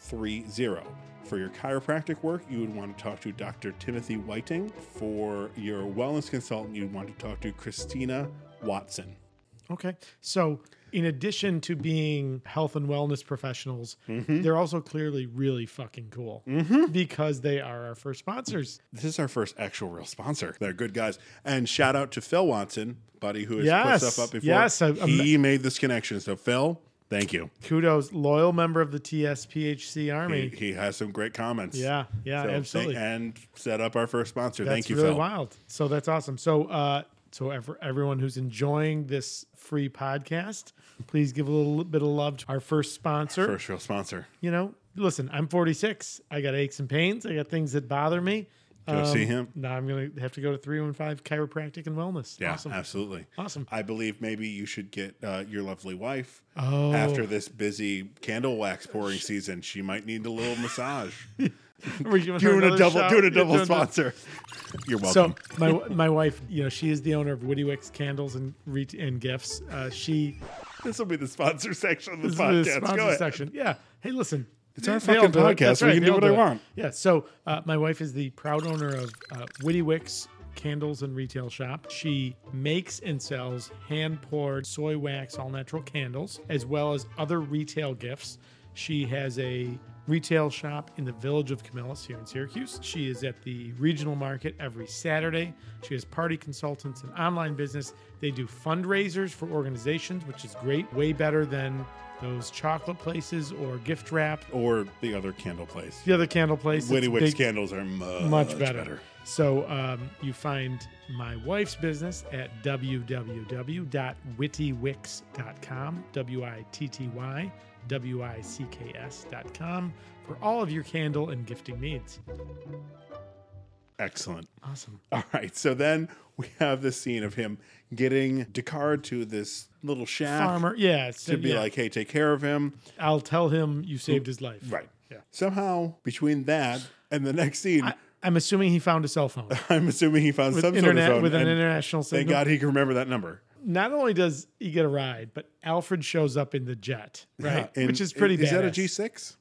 Speaker 1: 0030. For your chiropractic work, you would want to talk to Dr. Timothy Whiting. For your wellness consultant, you'd want to talk to Christina Watson.
Speaker 2: Okay. So, in addition to being health and wellness professionals,
Speaker 1: Mm-hmm.
Speaker 2: they're also clearly really fucking cool because they are our first sponsors.
Speaker 1: This is our first actual real sponsor. They're good guys. And shout out to Phil Watson, buddy who has put
Speaker 2: Yes.
Speaker 1: stuff up before.
Speaker 2: Yes, I- I'm-
Speaker 1: he made this connection. So, Phil, thank you.
Speaker 2: Kudos, loyal member of the TSPHC Army.
Speaker 1: He, he has some great comments.
Speaker 2: yeah. Yeah.
Speaker 1: So,
Speaker 2: absolutely.
Speaker 1: thank- and set up our first sponsor.
Speaker 2: That's
Speaker 1: Thank you,
Speaker 2: really
Speaker 1: Phil.
Speaker 2: wild. So that's awesome. So uh so ev- everyone who's enjoying this free podcast, please give a little bit of love to our first sponsor.
Speaker 1: First real sponsor.
Speaker 2: You know, listen, I'm 46. I got aches and pains. I got things that bother me.
Speaker 1: Go see him.
Speaker 2: Now I'm going to have to go to 315 Chiropractic and Wellness.
Speaker 1: Yeah,
Speaker 2: awesome.
Speaker 1: absolutely.
Speaker 2: Awesome.
Speaker 1: I believe maybe you should get uh, your lovely wife
Speaker 2: Oh.
Speaker 1: after this busy candle wax pouring season. She might need a little massage.
Speaker 2: doing,
Speaker 1: doing a double, doing a double sponsor. You're welcome.
Speaker 2: So my my wife, you know, she is the owner of Woody Wicks candles and re- and gifts. Uh, she
Speaker 1: this will be the sponsor section of the
Speaker 2: this is
Speaker 1: podcast.
Speaker 2: the
Speaker 1: Go
Speaker 2: sponsor
Speaker 1: ahead.
Speaker 2: section. Yeah. Hey, listen.
Speaker 1: It's our
Speaker 2: They'll
Speaker 1: fucking
Speaker 2: do it.
Speaker 1: podcast.
Speaker 2: That's
Speaker 1: We can do
Speaker 2: they'll
Speaker 1: what I
Speaker 2: it.
Speaker 1: want.
Speaker 2: Yeah. So uh, my wife is the proud owner of uh, Witty Wicks Candles and Retail Shop. She makes and sells hand poured soy wax all natural candles, as well as other retail gifts. She has a retail shop in the village of Camillus here in Syracuse. She is at the regional market every Saturday. She has party consultants and online business. They do fundraisers for organizations, which is great, way better than those chocolate places or gift wrap
Speaker 1: Or the other candle place.
Speaker 2: the other candle place.
Speaker 1: Witty
Speaker 2: it's
Speaker 1: Wicks Oh,
Speaker 2: big-
Speaker 1: candles are much,
Speaker 2: much better. So um, you find my wife's business at www.wittywicks.com, W I T T Y W I C K S.com for all of your candle and gifting needs.
Speaker 1: Excellent.
Speaker 2: Awesome.
Speaker 1: All right. So then we have this scene of him getting Dakar to this little shack
Speaker 2: Farmer. Yeah. So,
Speaker 1: to be
Speaker 2: yeah.
Speaker 1: like, hey, take care of him.
Speaker 2: I'll tell him you saved his life.
Speaker 1: Right.
Speaker 2: Yeah.
Speaker 1: Somehow between that and the next scene,
Speaker 2: I, I'm assuming he found a cell phone.
Speaker 1: I'm assuming he found
Speaker 2: With
Speaker 1: some
Speaker 2: internet
Speaker 1: sort of phone.
Speaker 2: with an
Speaker 1: and
Speaker 2: international
Speaker 1: Thank
Speaker 2: signal.
Speaker 1: God he can remember that number.
Speaker 2: Not only does he get a ride, but Alfred shows up in the jet, right?
Speaker 1: Yeah, and
Speaker 2: Which is pretty
Speaker 1: Is that a
Speaker 2: badass.
Speaker 1: G6?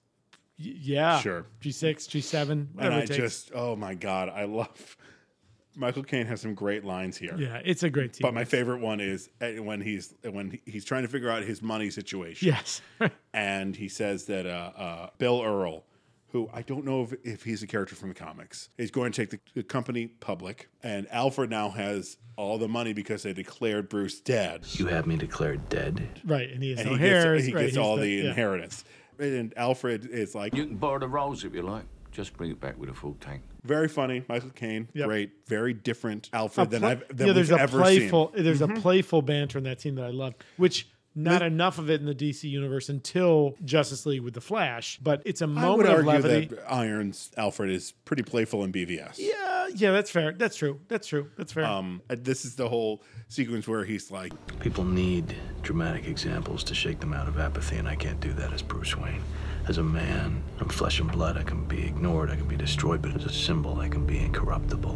Speaker 2: Y- Yeah.
Speaker 1: Sure.
Speaker 2: G6, G7,
Speaker 1: And
Speaker 2: whatever
Speaker 1: I
Speaker 2: it takes.
Speaker 1: just, oh my God, I love. Michael Caine has some great lines here.
Speaker 2: yeah, it's a great team.
Speaker 1: But my favorite one is uh, when he's when he's trying to figure out his money situation.
Speaker 2: yes.
Speaker 1: and he says that uh, uh, Bill Earl, who I don't know if, if he's a character from the comics, is going to take the, the company public, and Alfred now has all the money because they declared Bruce dead.
Speaker 11: You have me declared dead.
Speaker 2: right. And he has
Speaker 1: And
Speaker 2: no
Speaker 1: he
Speaker 2: hair.
Speaker 1: gets, he gets all the,
Speaker 2: yeah.
Speaker 1: inheritance. And Alfred is like
Speaker 19: You can borrow the rolls if you like. Just bring it back with a full tank.
Speaker 1: very funny. Michael Caine,
Speaker 2: Yep.
Speaker 1: great, very different Alfred than
Speaker 2: Pla-
Speaker 1: I've than
Speaker 2: yeah, there's
Speaker 1: we've
Speaker 2: a
Speaker 1: ever
Speaker 2: playful
Speaker 1: seen. Mm-hmm.
Speaker 2: there's a playful banter in that scene that I love, which not enough of it in the DC universe until Justice League with the Flash, but it's a
Speaker 1: I would
Speaker 2: moment of
Speaker 1: argue
Speaker 2: levity.
Speaker 1: that Irons Alfred is pretty playful in BVS.
Speaker 2: yeah, yeah, that's fair. That's true. That's true. That's fair.
Speaker 1: Um, this is the whole sequence where he's like,
Speaker 11: People need dramatic examples to shake them out of apathy, and I can't do that as Bruce Wayne. As a man, I'm flesh and blood. I can be ignored, I can be destroyed, but as a symbol, I can be incorruptible.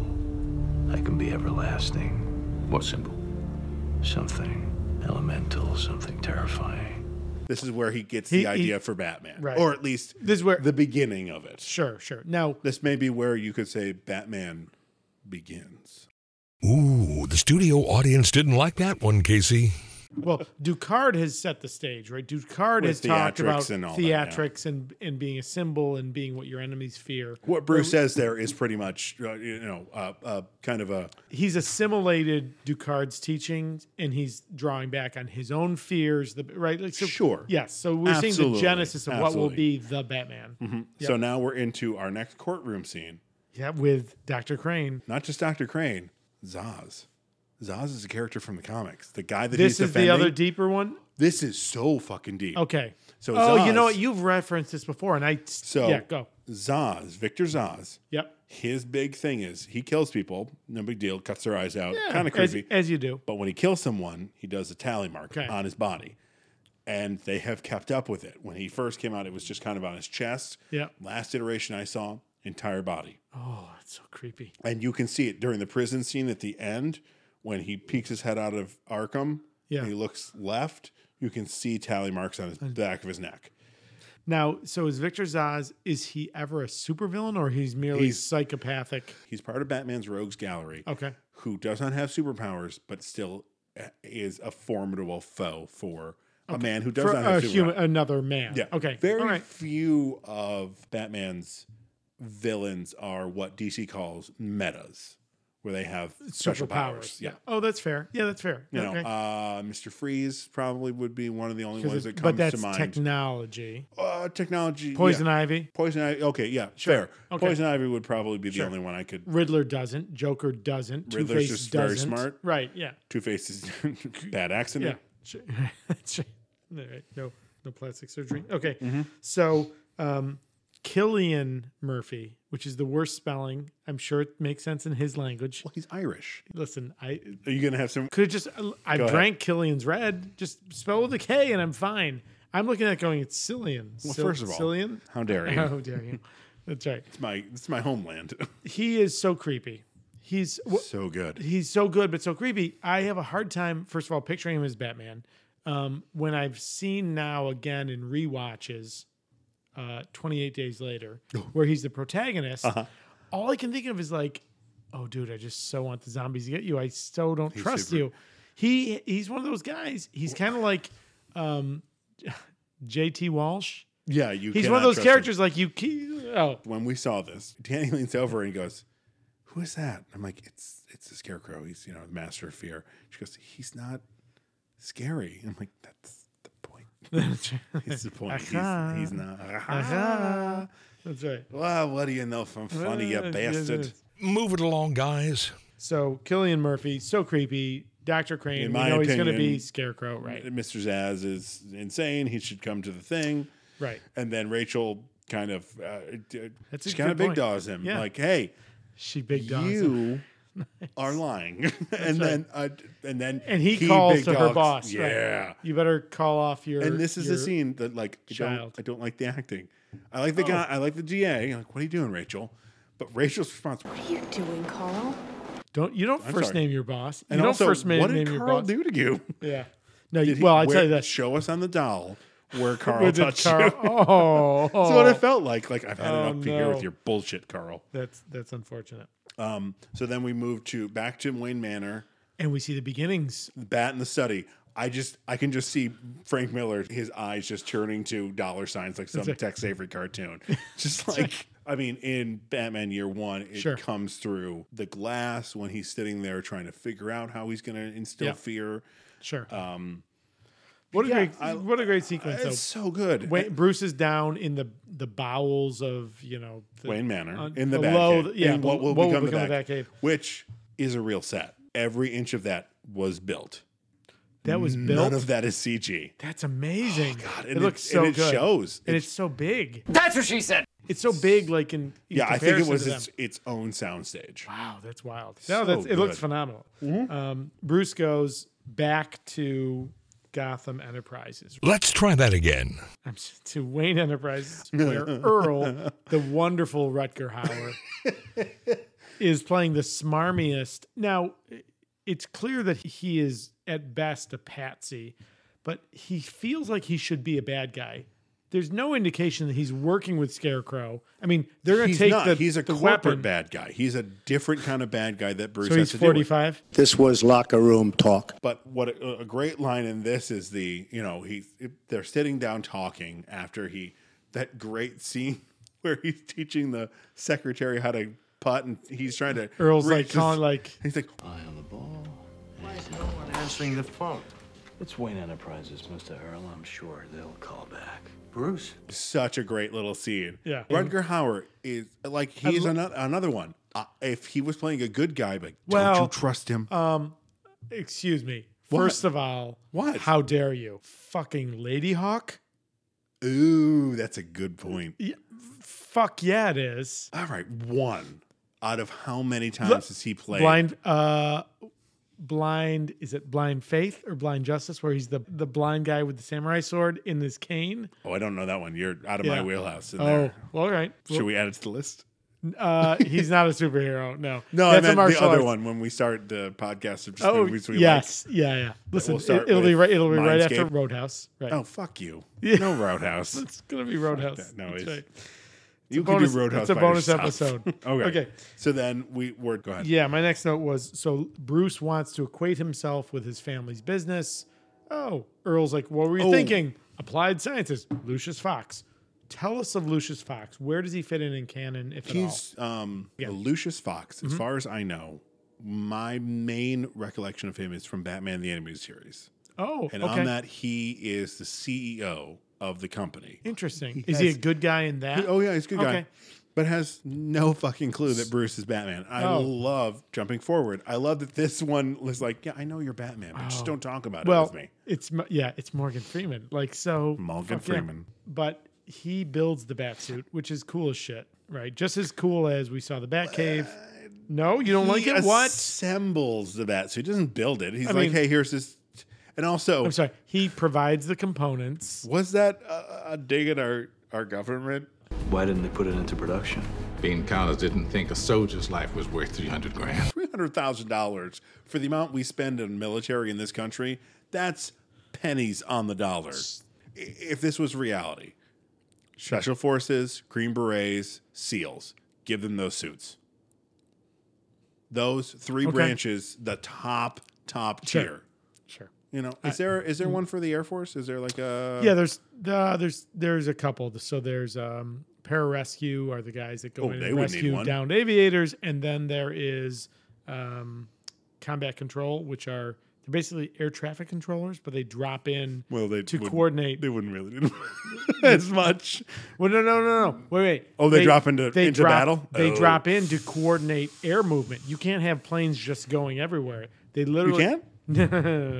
Speaker 11: I can be everlasting.
Speaker 19: What symbol?
Speaker 11: Something elemental, something terrifying.
Speaker 1: This is where he gets
Speaker 2: He-
Speaker 1: the idea
Speaker 2: he-
Speaker 1: for Batman,
Speaker 2: Right.
Speaker 1: or at least
Speaker 2: This is where-
Speaker 1: the beginning of it.
Speaker 2: sure, sure. Now
Speaker 1: This may be where you could say Batman begins.
Speaker 3: Ooh, the studio audience didn't like that one, Casey.
Speaker 2: well, Ducard has set the stage, right? Ducard
Speaker 1: With
Speaker 2: has talked
Speaker 1: theatrics
Speaker 2: about
Speaker 1: and all that, yeah.
Speaker 2: theatrics and, and being a symbol and being what your enemies fear.
Speaker 1: What Bruce says there is pretty much, uh, you know, uh, uh, kind of a
Speaker 2: he's assimilated Ducard's teachings and he's drawing back on his own fears. The right, like, so,
Speaker 1: Sure.
Speaker 2: yes. So we're seeing the
Speaker 1: Absolutely.
Speaker 2: genesis of what will
Speaker 1: Absolutely. Mm-hmm.
Speaker 2: be the Batman.
Speaker 1: so now we're into our next courtroom scene.
Speaker 2: Yeah, with Doctor Crane.
Speaker 1: Not just Doctor Crane, Zaz. Zaz is a character from the comics. The guy that
Speaker 2: This is
Speaker 1: he's defending.
Speaker 2: the other deeper one.
Speaker 1: This is so fucking deep.
Speaker 2: Okay.
Speaker 1: So
Speaker 2: oh, you
Speaker 1: Zaz-
Speaker 2: know what? You've referenced this before, and I
Speaker 1: So
Speaker 2: so yeah, go.
Speaker 1: Zaz, Victor Zaz.
Speaker 2: Yep.
Speaker 1: His big thing is he kills people. No big deal. Cuts their eyes out.
Speaker 2: Yeah,
Speaker 1: kind of
Speaker 2: as-
Speaker 1: creepy.
Speaker 2: as, you do.
Speaker 1: But when he kills someone, he does a tally mark
Speaker 2: Okay.
Speaker 1: on his body. And they have kept up with it. When he first came out, it was just kind of on his chest.
Speaker 2: Yep.
Speaker 1: Last iteration I saw, entire body.
Speaker 2: Oh, it's so creepy.
Speaker 1: And you can see it during the prison scene at the end when he peeks his head out of Arkham.
Speaker 2: Yeah.
Speaker 1: And he looks left. You can see tally marks on his back of his neck.
Speaker 2: Now, so is Victor Zaz? Is he ever a supervillain, or he's merely
Speaker 1: He's-
Speaker 2: psychopathic?
Speaker 1: He's part of Batman's Rogues Gallery.
Speaker 2: Okay.
Speaker 1: who does not have superpowers but still eh, is a formidable foe for a man who does
Speaker 2: For
Speaker 1: not
Speaker 2: a
Speaker 1: have superpowers.
Speaker 2: human, another man.
Speaker 1: yeah.
Speaker 2: Okay.
Speaker 1: Very
Speaker 2: All right.
Speaker 1: few of Batman's villains are what DC calls metas, where they have special powers. Yeah.
Speaker 2: Oh, that's fair. Yeah, that's fair.
Speaker 1: You
Speaker 2: okay.
Speaker 1: know, uh, Mr. Freeze probably would be one of the only
Speaker 2: 'Cause
Speaker 1: ones
Speaker 2: it-
Speaker 1: that comes
Speaker 2: but that's
Speaker 1: to mind.
Speaker 2: technology.
Speaker 1: uh, technology.
Speaker 2: Poison
Speaker 1: yeah.
Speaker 2: Ivy.
Speaker 1: Poison Ivy. Okay, yeah, fair.
Speaker 2: Okay.
Speaker 1: Poison Ivy would probably be the only one I could.
Speaker 2: Riddler doesn't. Joker doesn't. Two
Speaker 1: Riddler's
Speaker 2: Face
Speaker 1: just
Speaker 2: doesn't.
Speaker 1: very smart.
Speaker 2: Right. Yeah.
Speaker 1: Two Faces, bad
Speaker 2: Yeah.
Speaker 1: accident.
Speaker 2: Sure. Sure. All right. No. No plastic surgery. Okay.
Speaker 1: Mm-hmm.
Speaker 2: So, um, Killian Murphy, which is the worst spelling, I'm sure it makes sense in his language.
Speaker 1: Well, he's Irish.
Speaker 2: Listen, I
Speaker 1: Are you gonna have some?
Speaker 2: could just uh, I
Speaker 1: Go ahead.
Speaker 2: drank Killian's red. Just spell with a K, and I'm fine. I'm looking at it going. It's Cillian.
Speaker 1: Well,
Speaker 2: Cil-
Speaker 1: first of all,
Speaker 2: Cillian.
Speaker 1: how dare you?
Speaker 2: How dare you? Oh, That's right.
Speaker 1: It's my it's my homeland.
Speaker 2: he is so creepy. He's
Speaker 1: wh- so good.
Speaker 2: He's so good, but so creepy. I have a hard time, first of all, picturing him as Batman. Um, when I've seen now again in rewatches, uh, 28 days later, where he's the protagonist,
Speaker 1: Oh. Uh-huh.
Speaker 2: all I can think of is like, oh, dude, I just so want the zombies to get you. I so don't
Speaker 1: He's
Speaker 2: trust
Speaker 1: super-
Speaker 2: you. He he's one of those guys. He's kind of like um, J.T. Walsh.
Speaker 1: Yeah, you.
Speaker 2: he's one
Speaker 1: cannot
Speaker 2: of those
Speaker 1: trust him.
Speaker 2: characters like you. ke- Oh,
Speaker 1: When we saw this, Danny leans over and he goes, "Who is that?" I'm like, "It's it's the Scarecrow. He's you know the master of fear." She goes, "He's not scary." I'm like, "That's the point. That's the point. He's,
Speaker 2: Uh-huh.
Speaker 1: he's not."
Speaker 2: Aha. that's right.
Speaker 1: Well, what do you know from funny, you
Speaker 2: Uh,
Speaker 1: bastard?
Speaker 2: yes.
Speaker 3: Move it along, guys.
Speaker 2: So Killian Murphy, so creepy. Doctor Crane,
Speaker 1: In
Speaker 2: we
Speaker 1: my
Speaker 2: know he's going to
Speaker 1: opinion-
Speaker 2: be Scarecrow, right?
Speaker 1: Mr. Zaz is insane. He should come to the thing.
Speaker 2: Right.
Speaker 1: And then Rachel kind of, uh, d-
Speaker 2: That's a
Speaker 1: she kind
Speaker 2: good
Speaker 1: of big
Speaker 2: point.
Speaker 1: dogs him.
Speaker 2: Yeah.
Speaker 1: Like, hey,
Speaker 2: She big dogs. him.
Speaker 1: you are lying. and then, uh, and then,
Speaker 2: and he, calls
Speaker 1: big
Speaker 2: to her
Speaker 1: dogs-
Speaker 2: boss. right.
Speaker 1: Yeah.
Speaker 2: You better call off your.
Speaker 1: And this is the
Speaker 2: your-
Speaker 1: scene that, like, I
Speaker 2: child. Oh.
Speaker 1: don't, I don't like the acting. I like the guy. I like the GA. like, what are you doing, Rachel? But Rachel's response.
Speaker 13: What are you doing, Carl?
Speaker 2: Don't you don't
Speaker 1: I'm
Speaker 2: first
Speaker 1: sorry.
Speaker 2: name your boss. You
Speaker 1: And
Speaker 2: don't
Speaker 1: also,
Speaker 2: first ma-
Speaker 1: what
Speaker 2: name
Speaker 1: did
Speaker 2: your
Speaker 1: Carl
Speaker 2: boss.
Speaker 1: do to you?
Speaker 2: Yeah. No. You,
Speaker 1: Did he-
Speaker 2: well, I tell
Speaker 1: where-
Speaker 2: you this.
Speaker 1: Show us on the doll where Carl
Speaker 2: Where did
Speaker 1: touched
Speaker 2: Carl-
Speaker 1: you.
Speaker 2: Oh.
Speaker 1: That's what it felt like. Like I've had
Speaker 2: Oh,
Speaker 1: enough to hear
Speaker 2: no.
Speaker 1: with your bullshit, Carl.
Speaker 2: That's that's unfortunate.
Speaker 1: Um, so then we move to back to Wayne Manor,
Speaker 2: And we see the beginnings.
Speaker 1: the bat in the study. I just I can just see Frank Miller, his eyes just turning to dollar signs like some
Speaker 2: right.
Speaker 1: tech savory cartoon. Just like I mean, in Batman Year One, it
Speaker 2: Sure.
Speaker 1: comes through the glass when he's sitting there trying to figure out how he's going to instill
Speaker 2: Yeah.
Speaker 1: fear.
Speaker 2: Sure.
Speaker 1: Um,
Speaker 2: what a
Speaker 1: yeah,
Speaker 2: great
Speaker 1: I-
Speaker 2: what a great sequence.
Speaker 1: it's
Speaker 2: though.
Speaker 1: so good.
Speaker 2: Wayne, Bruce is down in the the bowels of you know the,
Speaker 1: Wayne Manor
Speaker 2: on-
Speaker 1: in the
Speaker 2: below
Speaker 1: Batcave.
Speaker 2: Uh, the- yeah,
Speaker 1: in what will
Speaker 2: what
Speaker 1: become, the
Speaker 2: Batcave.
Speaker 1: Batcave, which is a real set. Every inch of that was built.
Speaker 2: That was built.
Speaker 1: None of that is CG.
Speaker 2: That's amazing.
Speaker 1: God,
Speaker 2: it,
Speaker 1: and
Speaker 2: looks
Speaker 1: it-
Speaker 2: so
Speaker 1: and it
Speaker 2: good.
Speaker 1: shows.
Speaker 2: and it's, so big. That's what she said. It's so big, like in, in
Speaker 1: Yeah, I think it
Speaker 2: comparison
Speaker 1: was
Speaker 2: to
Speaker 1: its,
Speaker 2: them.
Speaker 1: its own soundstage.
Speaker 2: Wow, that's wild.
Speaker 1: So
Speaker 2: no, that's it looks
Speaker 1: good. Mm-hmm.
Speaker 2: phenomenal. Um, Bruce goes back to Gotham Enterprises.
Speaker 3: Let's try that again.
Speaker 2: I'm s- to Wayne Enterprises, where Earl, the wonderful Rutger Hauer, is playing the smarmiest. Now, i- it's clear that he is at best a patsy, but he feels like he should be a bad guy. There's no indication that he's working with Scarecrow. I mean, they're going to
Speaker 1: He's
Speaker 2: take
Speaker 1: not.
Speaker 2: the
Speaker 1: he's a
Speaker 2: the
Speaker 1: corporate
Speaker 2: weapon.
Speaker 1: bad guy. He's a different kind of bad guy that Bruce
Speaker 2: So he's
Speaker 1: has to deal with.
Speaker 2: 45.
Speaker 20: This was locker room talk.
Speaker 1: But what a, a great line in this is the you know he they're sitting down talking after he that great scene where he's teaching the secretary how to putt and he's trying to
Speaker 2: Earl's
Speaker 1: reach
Speaker 2: like
Speaker 1: his-
Speaker 2: calling like
Speaker 1: he's like
Speaker 11: Answering the phone. It's Wayne Enterprises, Mr. Earl. I'm sure they'll call back. Bruce?
Speaker 1: such a great little scene.
Speaker 2: Yeah.
Speaker 1: Rutger Hauer is like he's
Speaker 2: lo-
Speaker 1: another another one. Uh, if he was playing a good guy, but don't
Speaker 2: Well,
Speaker 1: you trust him?
Speaker 2: Um, excuse me.
Speaker 1: What?
Speaker 2: First of all,
Speaker 1: What?
Speaker 2: How dare you, fucking Lady Hawk?
Speaker 1: Ooh, that's a good point.
Speaker 2: Yeah, fuck yeah, it is.
Speaker 1: All right, one out of how many times has he played?
Speaker 2: Blind, uh, blind. Is it blind faith or blind justice? Where he's the the blind guy with the samurai sword in his cane.
Speaker 1: Oh, I don't know that one. You're out of my
Speaker 2: Yeah.
Speaker 1: wheelhouse. In
Speaker 2: Oh,
Speaker 1: there.
Speaker 2: well, all right.
Speaker 1: Should we add it to the list?
Speaker 2: Uh, he's not a superhero. No,
Speaker 1: No,
Speaker 2: That's a
Speaker 1: I meant the
Speaker 2: martial
Speaker 1: other
Speaker 2: arts-
Speaker 1: one when we start the podcast of just
Speaker 2: Oh,
Speaker 1: movies we
Speaker 2: yes, yeah, yeah. Listen,
Speaker 1: we'll start
Speaker 2: it, will be
Speaker 1: with
Speaker 2: right. It'll be right after
Speaker 1: Mindscape.
Speaker 2: Roadhouse. Right.
Speaker 1: like. Oh, fuck you.
Speaker 2: Yeah.
Speaker 1: No Roadhouse.
Speaker 2: it's gonna be Roadhouse.
Speaker 1: that noise.
Speaker 2: That's right.
Speaker 1: you
Speaker 2: a
Speaker 1: can
Speaker 2: bonus-
Speaker 1: do Roadhouse.
Speaker 2: it's a
Speaker 1: by
Speaker 2: bonus
Speaker 1: yourself.
Speaker 2: episode.
Speaker 1: okay.
Speaker 2: Okay.
Speaker 1: So then we were go ahead.
Speaker 2: Yeah, my next note was so Bruce wants to equate himself with his family's business. Oh, Earl's like, what were you
Speaker 1: Oh.
Speaker 2: thinking? Applied scientist, Lucius Fox. Tell us of Lucius Fox. Where does he fit in in canon, if
Speaker 1: He's um, Lucius Fox.
Speaker 2: Mm-hmm.
Speaker 1: As far as I know, my main recollection of him is from Batman: The Animated Series,
Speaker 2: at all? Oh,
Speaker 1: and
Speaker 2: okay.
Speaker 1: on that he is the CEO of the company.
Speaker 2: Interesting. Is he a
Speaker 1: has-
Speaker 2: good guy in that?
Speaker 1: Oh yeah, he's a good guy.
Speaker 2: Okay.
Speaker 1: But has no fucking clue that Bruce is Batman. I
Speaker 2: Oh.
Speaker 1: love jumping forward. I love that this one was like, yeah, I know you're Batman, but
Speaker 2: Oh.
Speaker 1: just don't talk about
Speaker 2: well,
Speaker 1: it with me.
Speaker 2: it's Mo- yeah, it's Morgan Freeman. Like so,
Speaker 1: Morgan
Speaker 2: fuck yeah.
Speaker 1: Freeman.
Speaker 2: But he builds the Batsuit, which is cool as shit, right? Just as cool as we saw the Batcave. No, you don't like
Speaker 1: He
Speaker 2: it. What?
Speaker 1: assembles the bat suit? He doesn't build it. He's
Speaker 2: I
Speaker 1: like,
Speaker 2: mean-
Speaker 1: hey, here's this. And also,
Speaker 2: I'm sorry. He provides the components.
Speaker 1: was that a, a dig at our our government?
Speaker 11: Why didn't they put it into production?
Speaker 21: Bean Collins didn't think a soldier's life was worth 300 grand.
Speaker 1: $300,000 for the amount we spend on military in this country, that's pennies on the dollar. If this was reality, Special Forces, Green Berets, SEALs, give them those suits. Those three
Speaker 2: Okay.
Speaker 1: branches, the top, top
Speaker 2: Sure.
Speaker 1: tier.
Speaker 2: Sure. Mm.
Speaker 1: You know, is there is there one for the Air Force? Is there like a
Speaker 2: yeah, there's uh, there's there's a couple. So there's um, pararescue are the guys that go
Speaker 1: Oh,
Speaker 2: in
Speaker 1: they
Speaker 2: and
Speaker 1: would need
Speaker 2: rescue
Speaker 1: one.
Speaker 2: downed aviators, and then there is um, combat control, which are they're basically air traffic controllers, but they drop in
Speaker 1: Well, they
Speaker 2: to
Speaker 1: wouldn't-
Speaker 2: coordinate.
Speaker 1: They wouldn't really do as much.
Speaker 2: Well, no, no, no, no. Wait, wait.
Speaker 1: Oh, they drop into- into
Speaker 2: drop-
Speaker 1: battle?
Speaker 2: They
Speaker 1: Oh.
Speaker 2: drop in to coordinate air movement. You can't have planes just going everywhere. They literally
Speaker 1: can't?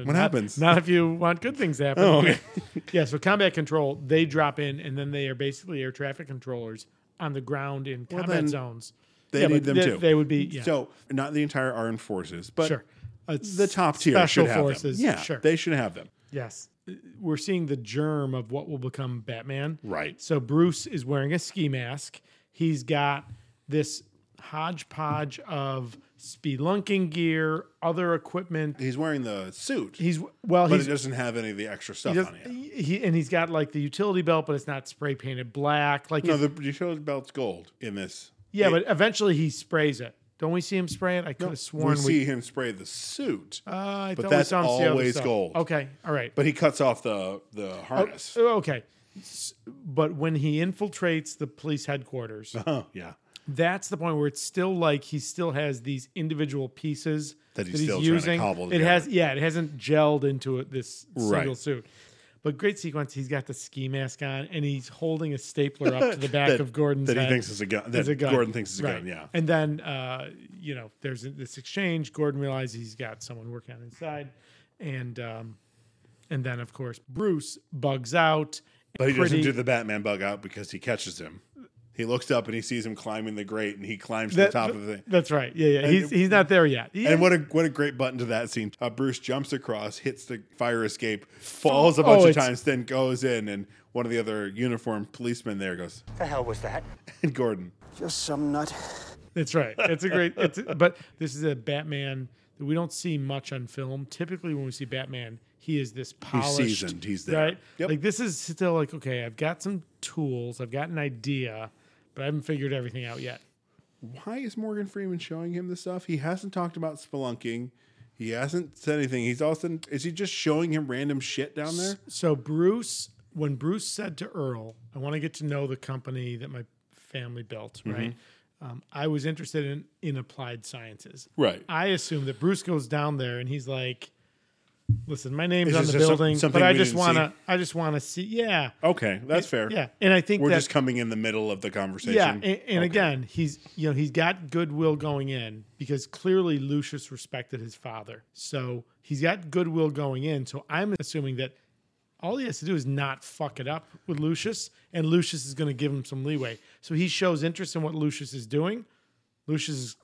Speaker 2: what
Speaker 1: happens?
Speaker 2: Not if you want good things to happen.
Speaker 1: Oh, okay.
Speaker 2: yeah. So combat control, they drop in, and then they are basically air traffic controllers on the ground in
Speaker 1: Well,
Speaker 2: combat
Speaker 1: then
Speaker 2: zones.
Speaker 1: They
Speaker 2: Yeah,
Speaker 1: need
Speaker 2: but
Speaker 1: them
Speaker 2: they,
Speaker 1: too.
Speaker 2: They would be yeah.
Speaker 1: So not the entire armed forces, but
Speaker 2: Sure. Uh,
Speaker 1: the top tier
Speaker 2: special
Speaker 1: should have
Speaker 2: forces,
Speaker 1: Them. Yeah,
Speaker 2: sure.
Speaker 1: they should have them.
Speaker 2: Yes. We're seeing the germ of what will become Batman.
Speaker 1: Right.
Speaker 2: So Bruce is wearing a ski mask. He's got this hodgepodge of spelunking gear, other equipment.
Speaker 1: He's wearing the suit,
Speaker 2: He's well,
Speaker 1: but
Speaker 2: he's
Speaker 1: he doesn't have any of the extra
Speaker 2: he
Speaker 1: stuff
Speaker 2: does-
Speaker 1: on him.
Speaker 2: he- and he's got like the utility belt, but it's not spray painted black. Like
Speaker 1: No,
Speaker 2: it-
Speaker 1: the you showed belt's gold in this.
Speaker 2: yeah,
Speaker 1: It-
Speaker 2: but eventually he sprays it. Don't we see him spray it? I could have
Speaker 1: we
Speaker 2: sworn we.
Speaker 1: see him spray the suit,
Speaker 2: uh, I
Speaker 1: but
Speaker 2: thought we
Speaker 1: that's
Speaker 2: saw him see other
Speaker 1: always
Speaker 2: stuff.
Speaker 1: gold.
Speaker 2: Okay, all right.
Speaker 1: but he cuts off the the harness.
Speaker 2: Oh, okay. S- But when he infiltrates the police headquarters,
Speaker 1: Oh, yeah.
Speaker 2: that's the point where it's still like he still has these individual pieces
Speaker 1: That he's still trying to
Speaker 2: using.
Speaker 1: cobble
Speaker 2: it
Speaker 1: together.
Speaker 2: has, yeah, it hasn't gelled into it, this single
Speaker 1: Right.
Speaker 2: suit. But great sequence. He's got the ski mask on and he's holding a stapler up to the back
Speaker 1: That-
Speaker 2: of Gordon's
Speaker 1: that he
Speaker 2: head
Speaker 1: thinks is a gun-
Speaker 2: as
Speaker 1: that Gordon thinks is a gun, yeah.
Speaker 2: And then, uh, you know, there's this exchange. Gordon realizes he's got someone working on his side. And, um, and then, of course, Bruce bugs out.
Speaker 1: But he
Speaker 2: Pretty-
Speaker 1: doesn't do the Batman bug out because he catches him. He looks up and he sees him climbing the grate, and he climbs to
Speaker 2: That-
Speaker 1: the top of the thing.
Speaker 2: That's right. Yeah, yeah.
Speaker 1: And-
Speaker 2: He's he's not there yet. He
Speaker 1: And
Speaker 2: is-
Speaker 1: what a what a great button to that scene. Uh, Bruce jumps across, hits the fire escape, falls a bunch
Speaker 2: Oh,
Speaker 1: of
Speaker 2: it's-
Speaker 1: times, then goes in, and one of the other uniformed policemen there goes,
Speaker 22: The hell was that?
Speaker 1: and Gordon.
Speaker 22: Just some nut.
Speaker 2: That's right. It's a great. It's but this is a Batman that we don't see much on film. Typically, when we see Batman, he is this polished.
Speaker 1: seasoned. He's there.
Speaker 2: Right.
Speaker 1: Yep.
Speaker 2: Like this is still like okay. I've got some tools. I've got an idea, but I haven't figured everything out yet.
Speaker 1: Why is Morgan Freeman showing him this stuff? He hasn't talked about spelunking. He hasn't said anything. He's also is he just showing him random shit down there?
Speaker 2: So Bruce, when Bruce said to Earl, "I want to get to know the company that my family built,"
Speaker 1: Mm-hmm.
Speaker 2: right? Um, I was interested in in applied sciences.
Speaker 1: Right.
Speaker 2: I assume that Bruce goes down there and he's like, "Listen, my name's
Speaker 1: Is
Speaker 2: on
Speaker 1: this
Speaker 2: the
Speaker 1: just some-
Speaker 2: building,
Speaker 1: something
Speaker 2: but I
Speaker 1: we
Speaker 2: just
Speaker 1: didn't see?"
Speaker 2: want to, I just want to see." Yeah.
Speaker 1: Okay, that's fair.
Speaker 2: Yeah, and I think
Speaker 1: We're
Speaker 2: that,
Speaker 1: just coming in the middle of the conversation.
Speaker 2: yeah, and, and again, he's you know he's got goodwill going in because clearly Lucius respected his father, so he's got goodwill going in. So I'm assuming that all he has to do is not fuck it up with Lucius, and Lucius is going to give him some leeway. So he shows interest in what Lucius is doing. Lucius is,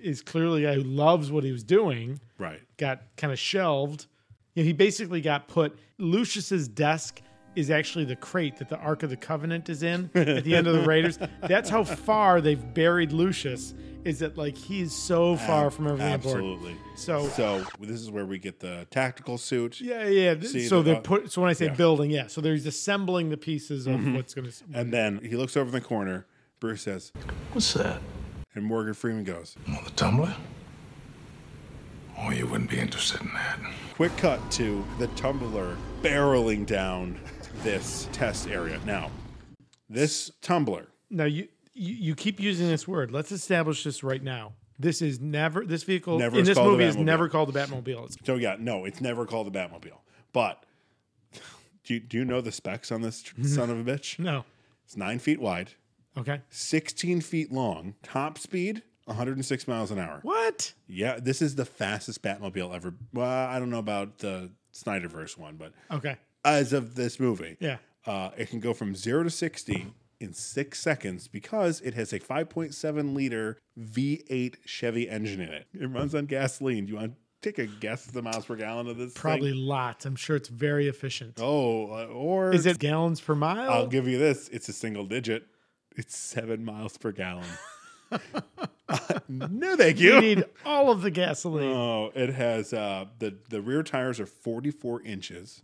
Speaker 2: is clearly a guy who loves what he was doing
Speaker 1: right.
Speaker 2: got kind of shelved. You know, he basically got put. Lucius's desk is actually the crate that the Ark of the Covenant is in at the end of the Raiders. That's how far they've buried Lucius. Is that like he's so far from everything important?
Speaker 1: Absolutely.
Speaker 2: So-
Speaker 1: so this is where we get the tactical suit.
Speaker 2: Yeah, yeah. th-
Speaker 1: See,
Speaker 2: so
Speaker 1: the-
Speaker 2: they're put. So when I say
Speaker 1: yeah. Mm-hmm.
Speaker 2: building, yeah. So they're assembling the pieces of what's going to.
Speaker 1: And then he looks over in the corner. Bruce says,
Speaker 11: What's that?
Speaker 1: and Morgan Freeman goes,
Speaker 4: On the tumbler? Oh, you wouldn't be interested in that.
Speaker 1: quick cut to the tumbler barreling down this test area. Now, this tumbler,
Speaker 2: Now you, you you keep using this word. Let's establish this right now. This is never this vehicle
Speaker 1: Never
Speaker 2: in
Speaker 1: is
Speaker 2: this
Speaker 1: called the
Speaker 2: movie is
Speaker 1: Batmobile.
Speaker 2: never called the Batmobile. It's
Speaker 1: so yeah, no, it's never called the Batmobile. But do you, do you know the specs on this son of a bitch?
Speaker 2: no.
Speaker 1: It's nine feet wide,
Speaker 2: Okay.
Speaker 1: 16 feet long, top speed, 106 miles an hour.
Speaker 2: What?
Speaker 1: Yeah, this is the fastest Batmobile ever. Well, I don't know about the Snyderverse one, but
Speaker 2: Okay.
Speaker 1: as of this movie,
Speaker 2: Yeah.
Speaker 1: uh, it can go from zero to 60 in six seconds because it has a 5.7 liter V8 Chevy engine in it. It runs on gasoline. Do you want to take a guess at the miles per gallon of this? thing?
Speaker 2: Probably lots. I'm sure it's very efficient.
Speaker 1: Oh, uh, or
Speaker 2: Is it gallons per mile?
Speaker 1: I'll give you this. It's a single digit. It's seven miles per gallon. uh, no, thank you.
Speaker 2: We need all of the gasoline.
Speaker 1: Oh, it has uh, the the rear tires are forty four inches.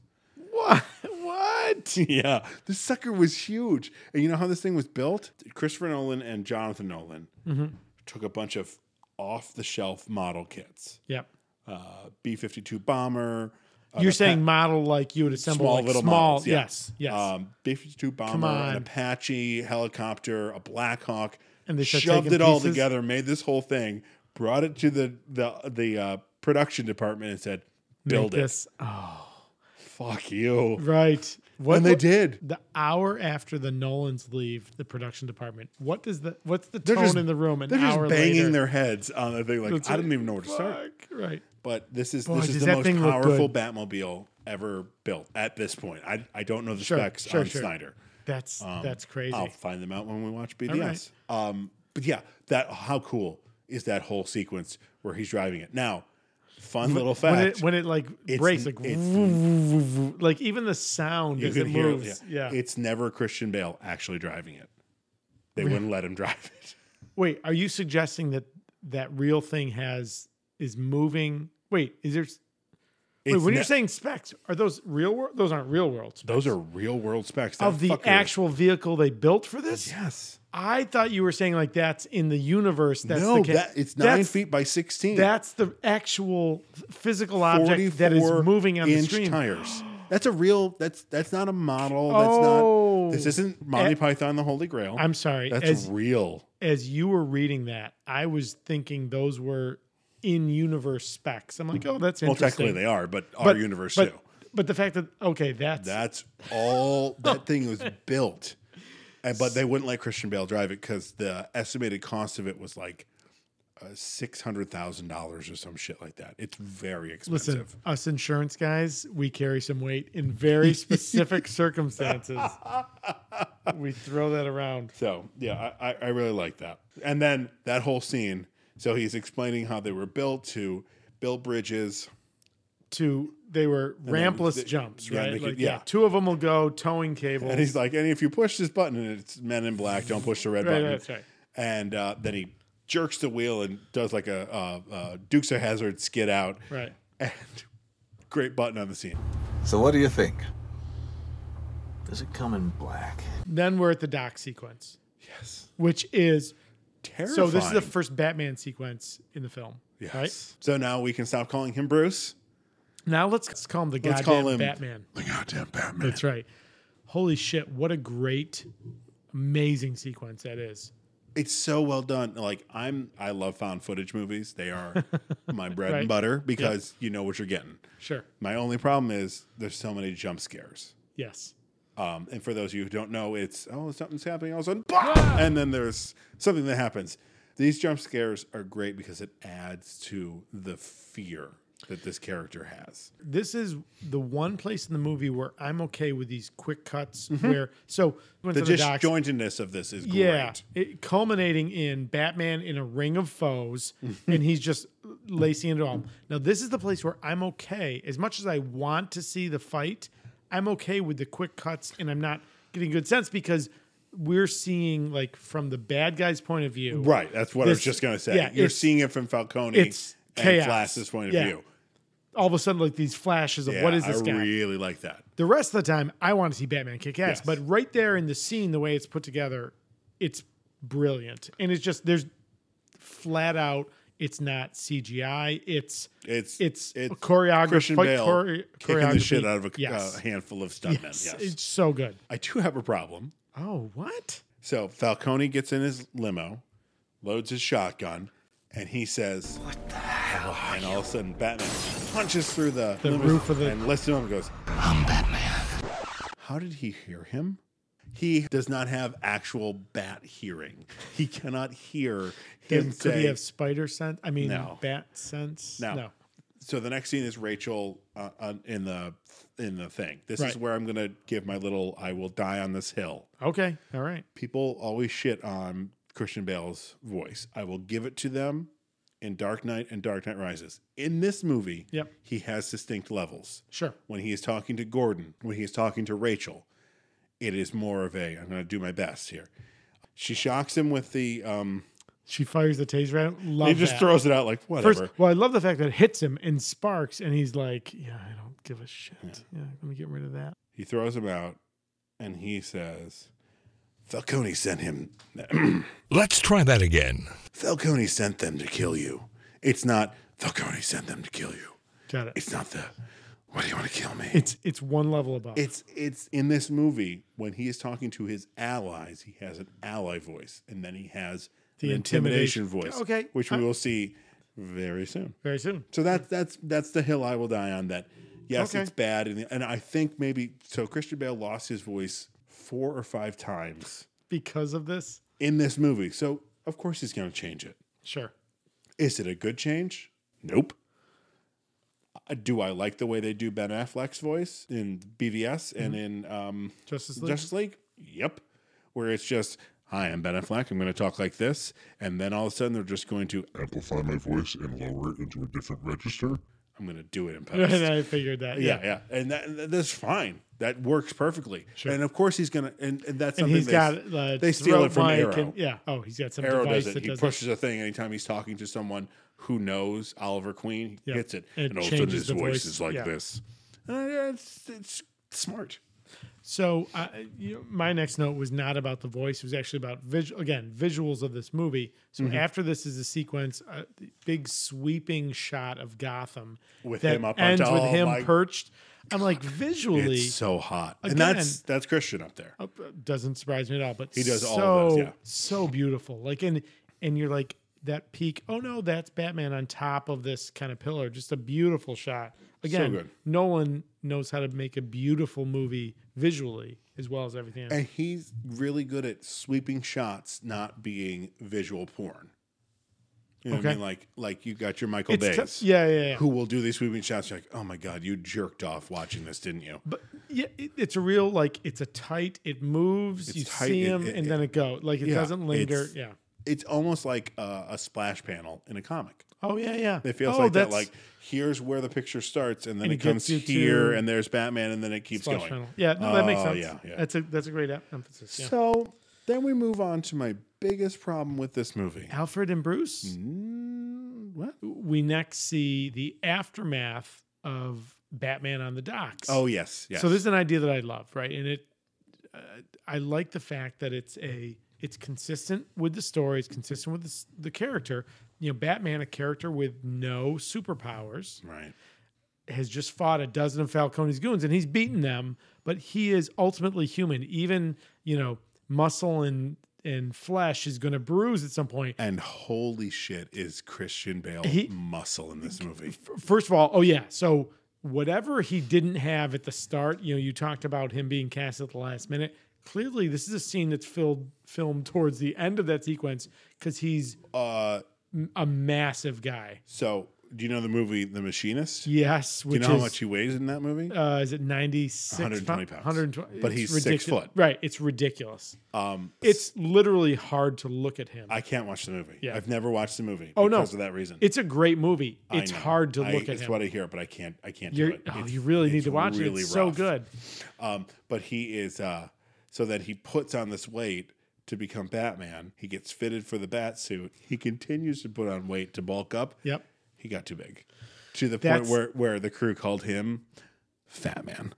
Speaker 2: What? What?
Speaker 1: Yeah, the sucker was huge. And you know how this thing was built? Christopher Nolan and Jonathan Nolan
Speaker 2: Mhm.
Speaker 1: took a bunch of off the shelf model kits.
Speaker 2: Yep.
Speaker 1: Uh, B fifty two bomber. uh,
Speaker 2: You're
Speaker 1: the
Speaker 2: saying
Speaker 1: Pa-
Speaker 2: model like you would assemble
Speaker 1: small
Speaker 2: like
Speaker 1: little
Speaker 2: small.
Speaker 1: models, yeah.
Speaker 2: Yes. Yes.
Speaker 1: Um, B-52
Speaker 2: Come
Speaker 1: bomber,
Speaker 2: on.
Speaker 1: an Apache helicopter, a Black Hawk,
Speaker 2: And they start
Speaker 1: shoved
Speaker 2: taking
Speaker 1: it all
Speaker 2: pieces?
Speaker 1: together, made this whole thing, brought it to the the the uh, production department, and said, "Build
Speaker 2: Make
Speaker 1: it."
Speaker 2: this- Oh.
Speaker 1: Fuck you.
Speaker 2: Right. What,
Speaker 1: and they
Speaker 2: what-
Speaker 1: did.
Speaker 2: The hour after the Nolans leave the production department, what does the what's the
Speaker 1: They're
Speaker 2: tone
Speaker 1: just
Speaker 2: in the room an
Speaker 1: They're just
Speaker 2: hour
Speaker 1: banging
Speaker 2: later?
Speaker 1: their heads on the thing. Like
Speaker 2: That's
Speaker 1: I didn't
Speaker 2: right.
Speaker 1: even know where to start.
Speaker 2: Fuck, Right.
Speaker 1: But this is
Speaker 2: Boy,
Speaker 1: this
Speaker 2: does
Speaker 1: is the
Speaker 2: that
Speaker 1: most
Speaker 2: thing look
Speaker 1: powerful
Speaker 2: good.
Speaker 1: Batmobile ever built at this point. I I don't know the
Speaker 2: Sure,
Speaker 1: specs
Speaker 2: sure,
Speaker 1: on
Speaker 2: sure.
Speaker 1: Snyder.
Speaker 2: That's
Speaker 1: Um,
Speaker 2: that's crazy.
Speaker 1: I'll find them out when we watch
Speaker 2: right.
Speaker 1: BVS. Um, but yeah, that how cool is that whole sequence where he's driving it? Now, fun little fact.
Speaker 2: When it when it like
Speaker 1: It's-
Speaker 2: breaks, like
Speaker 1: it's-
Speaker 2: vroom, vroom, vroom, like even the sound
Speaker 1: you
Speaker 2: as it
Speaker 1: can hear, it,
Speaker 2: moves. Yeah.
Speaker 1: it's never Christian Bale actually driving it. They
Speaker 2: Really?
Speaker 1: wouldn't let him drive it.
Speaker 2: Wait, are you suggesting that that real thing has is moving? Wait, is there? Wait,
Speaker 1: It's
Speaker 2: when
Speaker 1: ne-
Speaker 2: you're saying specs, are those real world? Those aren't real world.
Speaker 1: Those are real world specs That
Speaker 2: of the
Speaker 1: fucker-
Speaker 2: actual vehicle they built for this.
Speaker 1: Yes.
Speaker 2: I thought you were saying like that's in the universe. That's
Speaker 1: no,
Speaker 2: the ca-
Speaker 1: that, it's nine
Speaker 2: that's-
Speaker 1: feet by sixteen.
Speaker 2: That's the actual physical object that is
Speaker 1: 44
Speaker 2: moving on the
Speaker 1: inch
Speaker 2: screen.
Speaker 1: Tires. That's a real. That's that's not a model. That's
Speaker 2: Oh.
Speaker 1: not. This isn't Monty
Speaker 2: Eh,
Speaker 1: Python and the Holy Grail.
Speaker 2: I'm sorry.
Speaker 1: That's
Speaker 2: as
Speaker 1: real.
Speaker 2: as you were reading that, I was thinking those were in universe specs. I'm like, oh, that's
Speaker 1: Hmm. Well,
Speaker 2: interesting.
Speaker 1: technically they are, but, our universe
Speaker 2: but,
Speaker 1: too.
Speaker 2: But the fact that okay, that's
Speaker 1: That's all that thing was built, and, but they wouldn't let Christian Bale drive it because the estimated cost of it was like uh, six hundred thousand dollars or some shit like that. It's very expensive.
Speaker 2: listen, us insurance guys, we carry some weight in very specific circumstances. We throw that around.
Speaker 1: So yeah, I, I, I really like that. And then that whole scene. So he's explaining how they were built to build bridges.
Speaker 2: To they were rampless
Speaker 1: they-
Speaker 2: jumps,
Speaker 1: yeah,
Speaker 2: right?
Speaker 1: they could-
Speaker 2: Like, yeah.
Speaker 1: yeah.
Speaker 2: two of them will go towing cable.
Speaker 1: And he's like, and if you push this button, and it's Men in Black, don't push the red
Speaker 2: Right,
Speaker 1: button.
Speaker 2: right, that's right.
Speaker 1: And uh, then he jerks the wheel and does like a uh, uh, Dukes of Hazard skid out.
Speaker 2: right.
Speaker 1: And great button on the scene.
Speaker 10: So what do you think?
Speaker 11: Does it come in black?
Speaker 2: Then we're at the dock sequence,
Speaker 1: Yes.
Speaker 2: which is
Speaker 1: Terrifying.
Speaker 2: so. This is the first Batman sequence in the film.
Speaker 1: Yes.
Speaker 2: Right?
Speaker 1: So now we can stop calling him Bruce.
Speaker 2: Now let's call him the
Speaker 1: Let's
Speaker 2: goddamn
Speaker 1: call him-
Speaker 2: Batman.
Speaker 23: The goddamn Batman.
Speaker 2: That's right. Holy shit! What a great, amazing sequence that is.
Speaker 1: It's so well done. Like I'm, I love found footage movies. They are my bread
Speaker 2: Right.
Speaker 1: and butter because you know what you're getting.
Speaker 2: Sure.
Speaker 1: My only problem is there's so many jump scares.
Speaker 2: Yes.
Speaker 1: Um, and for those of you who don't know, it's oh something's happening all of a sudden, bah!
Speaker 2: Ah!
Speaker 1: and then there's something that happens. These jump scares are great because it adds to the fear that this character has.
Speaker 2: This is the one place in the movie where I'm okay with these quick cuts.
Speaker 1: Mm-hmm.
Speaker 2: Where so went
Speaker 1: The
Speaker 2: to the docks,
Speaker 1: disjointedness of this is great.
Speaker 2: yeah, it, culminating in Batman in a ring of foes,
Speaker 1: Mm-hmm.
Speaker 2: and he's just lacing it all. Now this is the place where I'm okay. As much as I want to see the fight, I'm okay with the quick cuts, and I'm not getting good sense because we're seeing like from the bad guy's point of view,
Speaker 1: Right. That's what I was
Speaker 2: This-
Speaker 1: just gonna say.
Speaker 2: yeah,
Speaker 1: You're
Speaker 2: it's-
Speaker 1: seeing it from Falcone
Speaker 2: it's
Speaker 1: and
Speaker 2: chaos.
Speaker 1: Flass's point of
Speaker 2: Yeah.
Speaker 1: view.
Speaker 2: all of a sudden like these flashes of
Speaker 1: Yeah,
Speaker 2: what is this
Speaker 1: I
Speaker 2: guy?
Speaker 1: really like that.
Speaker 2: the rest of the time, I want to see Batman kick ass.
Speaker 1: Yes.
Speaker 2: But right there in the scene, the way it's put together, it's brilliant, and it's just there's flat out. It's not CGI. It's
Speaker 1: It's
Speaker 2: it's,
Speaker 1: it's
Speaker 2: choreography.
Speaker 1: Christian Bale kicking the shit out of a
Speaker 2: yes.
Speaker 1: uh, handful of stuntmen.
Speaker 2: Yes,
Speaker 1: Yes.
Speaker 2: it's so good.
Speaker 1: I do have a problem.
Speaker 2: Oh, what?
Speaker 1: So Falcone gets in his limo, loads his shotgun, and he says, "What the hell?" And all of a sudden, Batman punches through the,
Speaker 2: The
Speaker 1: limo
Speaker 2: roof of the-
Speaker 1: and lets him and goes,
Speaker 18: I'm Batman.
Speaker 1: "How did he hear him?" He does not have actual bat hearing. He cannot hear
Speaker 2: Does-
Speaker 1: him
Speaker 2: could
Speaker 1: say.
Speaker 2: he have spider sense? I mean,
Speaker 1: No.
Speaker 2: bat sense?
Speaker 1: No. so the next scene is Rachel uh, on in the in the thing. This
Speaker 2: Right.
Speaker 1: is where I'm going to give my little "I will die on this hill."
Speaker 2: Okay. All right.
Speaker 1: people always shit on Christian Bale's voice. I will give it to them in Dark Knight and Dark Knight Rises. In this movie,
Speaker 2: Yep.
Speaker 1: he has distinct levels.
Speaker 2: Sure.
Speaker 1: When he is talking to Gordon, when he is talking to Rachel, it is more of a I'm going to do my best here. She shocks him with the. Um,
Speaker 2: she fires the taser at him. Love
Speaker 1: he just
Speaker 2: that.
Speaker 1: throws it out like whatever.
Speaker 2: First, well, I love the fact that it hits him and sparks, and he's like, "Yeah, I don't give a shit. Yeah, yeah let me get rid of that."
Speaker 1: He throws him out, and he says, "Falcone sent him."
Speaker 3: Let's try that again.
Speaker 1: Falcone sent them to kill you. It's not Falcone sent them to kill you.
Speaker 2: Got it.
Speaker 1: It's not the. What do you want to kill me?
Speaker 2: It's it's one level above.
Speaker 1: It's it's in this movie when he is talking to his allies, he has an ally voice, and then he has
Speaker 2: The
Speaker 1: the
Speaker 2: intimidation.
Speaker 1: intimidation, voice.
Speaker 2: Okay.
Speaker 1: which we
Speaker 2: I-
Speaker 1: will see very soon.
Speaker 2: very soon.
Speaker 1: So that's that's that's the hill I will die on. That yes,
Speaker 2: Okay.
Speaker 1: it's bad, and and I think maybe so. Christian Bale lost his voice four or five times
Speaker 2: because of this.
Speaker 1: in this movie, so of course he's going to change it.
Speaker 2: Sure.
Speaker 1: Is it a good change? Nope. Uh, Do I like the way they do Ben Affleck's voice in BVS and in um,
Speaker 2: Mm-hmm. Justice League?
Speaker 1: Justice League? Yep. Where it's just, hi, I'm Ben Affleck. I'm going to talk like this. And then all of a sudden, they're just going to, "Oh,
Speaker 11: Amplify my voice and lower it into a different register.
Speaker 1: I'm going to do it in post.
Speaker 2: and I figured that.
Speaker 1: yeah,
Speaker 2: Yeah.
Speaker 1: yeah. And that, and that's fine. That works perfectly. And of course, he's going to, and, and that's
Speaker 2: And
Speaker 1: something
Speaker 2: he's
Speaker 1: they,
Speaker 2: got uh,
Speaker 1: they steal
Speaker 2: throat
Speaker 1: it from
Speaker 2: mic
Speaker 1: Arrow.
Speaker 2: and- yeah. Oh, he's got some
Speaker 1: Arrow
Speaker 2: device
Speaker 1: does it.
Speaker 2: that
Speaker 1: he
Speaker 2: does
Speaker 1: pushes a thing anytime he's talking to someone who knows Oliver Queen. He
Speaker 2: Yeah.
Speaker 1: hits it,
Speaker 2: And it
Speaker 1: and all of a sudden
Speaker 2: changes
Speaker 1: his
Speaker 2: the
Speaker 1: voice.
Speaker 2: voice.
Speaker 1: is like
Speaker 2: Yeah.
Speaker 1: this. Uh, it's, it's smart.
Speaker 2: So uh, you know, my next note was not about the voice. It was actually about visual again visuals of this movie. So
Speaker 1: Mhm.
Speaker 2: after this is a sequence, a big sweeping shot of Gotham
Speaker 1: With
Speaker 2: that
Speaker 1: him up on
Speaker 2: ends
Speaker 1: top.
Speaker 2: with
Speaker 1: Oh
Speaker 2: him
Speaker 1: my-
Speaker 2: perched. I'm like visually
Speaker 1: It's so hot,
Speaker 2: Again-
Speaker 1: and that's that's Christian up there.
Speaker 2: uh, doesn't surprise me at all. But
Speaker 1: He does
Speaker 2: so,
Speaker 1: all of those, yeah.
Speaker 2: so beautiful. Like and and you're like that peak. Oh no, that's Batman on top of this kind of pillar. Just a beautiful shot. Again,
Speaker 1: good.
Speaker 2: Nolan knows how to make a beautiful movie visually as well as everything. Else.
Speaker 1: And he's really good at sweeping shots, not being visual porn. You know what
Speaker 2: Okay.
Speaker 1: I mean? Like, like you got your Michael
Speaker 2: It's
Speaker 1: Bay's,
Speaker 2: t- yeah, yeah, yeah.
Speaker 1: who will do these sweeping shots. You're like, oh my god, you jerked off watching this, didn't you?
Speaker 2: But yeah, it, it's a real like it's a tight. It moves.
Speaker 1: It's
Speaker 2: you
Speaker 1: tight,
Speaker 2: see
Speaker 1: it-
Speaker 2: him,
Speaker 1: it-
Speaker 2: and then it go. Like it
Speaker 1: Yeah,
Speaker 2: doesn't linger.
Speaker 1: it's-
Speaker 2: Yeah.
Speaker 1: It's almost like a, a splash panel in a comic.
Speaker 2: Oh yeah, yeah.
Speaker 1: It feels
Speaker 2: oh,
Speaker 1: like that.
Speaker 2: that's-
Speaker 1: Like here's where the picture starts, and then
Speaker 2: And
Speaker 1: it,
Speaker 2: it
Speaker 1: comes
Speaker 2: gets you to-
Speaker 1: here, and there's Batman, and then it keeps
Speaker 2: Splash
Speaker 1: going.
Speaker 2: panel. Yeah, no, that makes
Speaker 1: Oh,
Speaker 2: sense.
Speaker 1: Yeah, yeah.
Speaker 2: That's a that's a great em- emphasis. Yeah.
Speaker 1: So then we move on to my biggest problem with this movie.
Speaker 2: Alfred and Bruce.
Speaker 1: Mm, what?
Speaker 2: We next see the aftermath of Batman on the docks.
Speaker 1: Oh yes, yes.
Speaker 2: So this is an idea that I love, right? And it, uh, I like the fact that it's a, it's consistent with the story. It's consistent with the, s- the character. You know, Batman, a character with no superpowers,
Speaker 1: right.
Speaker 2: has just fought a dozen of Falcone's goons and he's beaten them, but he is ultimately human. Even you know, muscle and and flesh is going to bruise at some point.
Speaker 1: And holy shit, is Christian Bale
Speaker 2: He-
Speaker 1: muscle in this movie?
Speaker 2: first of all, oh yeah, so whatever he didn't have at the start, you know, you talked about him being cast at the last minute. Clearly, this is a scene that's filled filmed towards the end of that sequence because he's
Speaker 1: Uh,
Speaker 2: m- a massive guy.
Speaker 1: so do you know the movie The Machinist?
Speaker 2: Yes,
Speaker 1: Do you
Speaker 2: which
Speaker 1: know how
Speaker 2: is
Speaker 1: much he weighs in that movie?
Speaker 2: uh, is it ninety six?
Speaker 1: 120 pounds.
Speaker 2: Hundred twenty.
Speaker 1: But he's six foot.
Speaker 2: Right, it's ridiculous.
Speaker 1: Um,
Speaker 2: It's literally hard to look at him.
Speaker 1: I can't watch the movie.
Speaker 2: Yeah.
Speaker 1: I've never watched the movie.
Speaker 2: oh no,
Speaker 1: because of that reason.
Speaker 2: it's a great movie.
Speaker 1: I
Speaker 2: It's
Speaker 1: know.
Speaker 2: hard to
Speaker 1: I-
Speaker 2: look at
Speaker 1: It's
Speaker 2: him.
Speaker 1: what I hear, but I can't. I can't
Speaker 2: You're,
Speaker 1: do it.
Speaker 2: oh,
Speaker 1: It's-
Speaker 2: you really need
Speaker 1: it's
Speaker 2: to watch it.
Speaker 1: really
Speaker 2: It's so
Speaker 1: rough.
Speaker 2: good.
Speaker 1: Um, but he is uh, so that he puts on this weight to become Batman. He gets fitted for the bat suit. He continues to put on weight to bulk up.
Speaker 2: Yep.
Speaker 1: He got too big to the
Speaker 2: That's-
Speaker 1: point where where the crew called him Fat Man.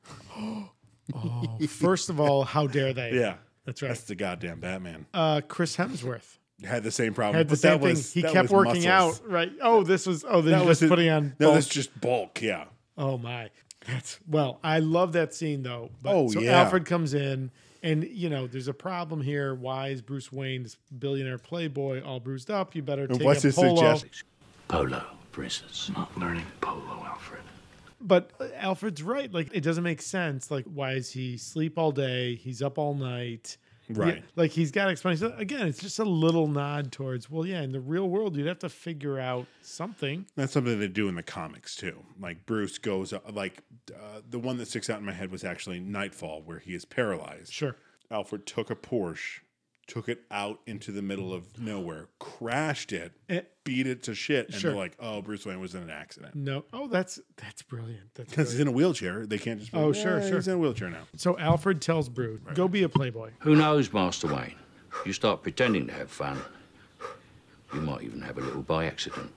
Speaker 2: Oh, first of all, how dare they?
Speaker 1: Yeah,
Speaker 2: That's right.
Speaker 1: That's the goddamn Batman.
Speaker 2: Uh, Chris Hemsworth
Speaker 1: Had the same problem.
Speaker 2: had the
Speaker 1: but
Speaker 2: same
Speaker 1: that
Speaker 2: thing.
Speaker 1: was-
Speaker 2: he
Speaker 1: that
Speaker 2: kept
Speaker 1: was
Speaker 2: working
Speaker 1: muscles.
Speaker 2: out, right? Oh, this was oh, then
Speaker 1: That
Speaker 2: he
Speaker 1: was
Speaker 2: was
Speaker 1: his-
Speaker 2: putting on.
Speaker 1: No,
Speaker 2: bulk.
Speaker 1: that's just bulk. Yeah.
Speaker 2: oh my, that's well. I love that scene though. But,
Speaker 1: Oh,
Speaker 2: so
Speaker 1: yeah.
Speaker 2: Alfred comes in, and you know, there's a problem here. Why is Bruce Wayne, this billionaire playboy, all bruised up? You better
Speaker 1: And
Speaker 2: take
Speaker 1: what's
Speaker 2: a
Speaker 1: his
Speaker 2: polo.
Speaker 1: suggestion?
Speaker 6: Polo, for instance. Not learning polo, Alfred.
Speaker 2: But uh, Alfred's right. Like it doesn't make sense. Like why is he sleep all day? He's up all night.
Speaker 1: Right.
Speaker 2: Yeah, like he's got to explain. So again, it's just a little nod towards. Well, yeah, in the real world, you'd have to figure out something.
Speaker 1: That's something they do in the comics too. Like Bruce goes, like uh, the one that sticks out in my head was actually Nightfall, where he is paralyzed.
Speaker 2: Sure.
Speaker 1: Alfred took a Porsche, took it out into the middle of nowhere, crashed it,
Speaker 2: Eh.
Speaker 1: beat it to shit, and
Speaker 2: Sure.
Speaker 1: they're like, "Oh, Bruce Wayne was in an accident
Speaker 2: No. Oh, that's that's brilliant. That's
Speaker 1: because he's
Speaker 2: brilliant.
Speaker 1: in a wheelchair. They can't just be
Speaker 2: Oh,
Speaker 1: like,
Speaker 2: sure,
Speaker 1: "Yeah,
Speaker 2: sure.
Speaker 1: he's in a wheelchair now."
Speaker 2: So Alfred tells Bruce, "Go be a playboy."
Speaker 24: Who knows, Master Wayne?
Speaker 6: You start pretending to have fun, you might even have a little by accident.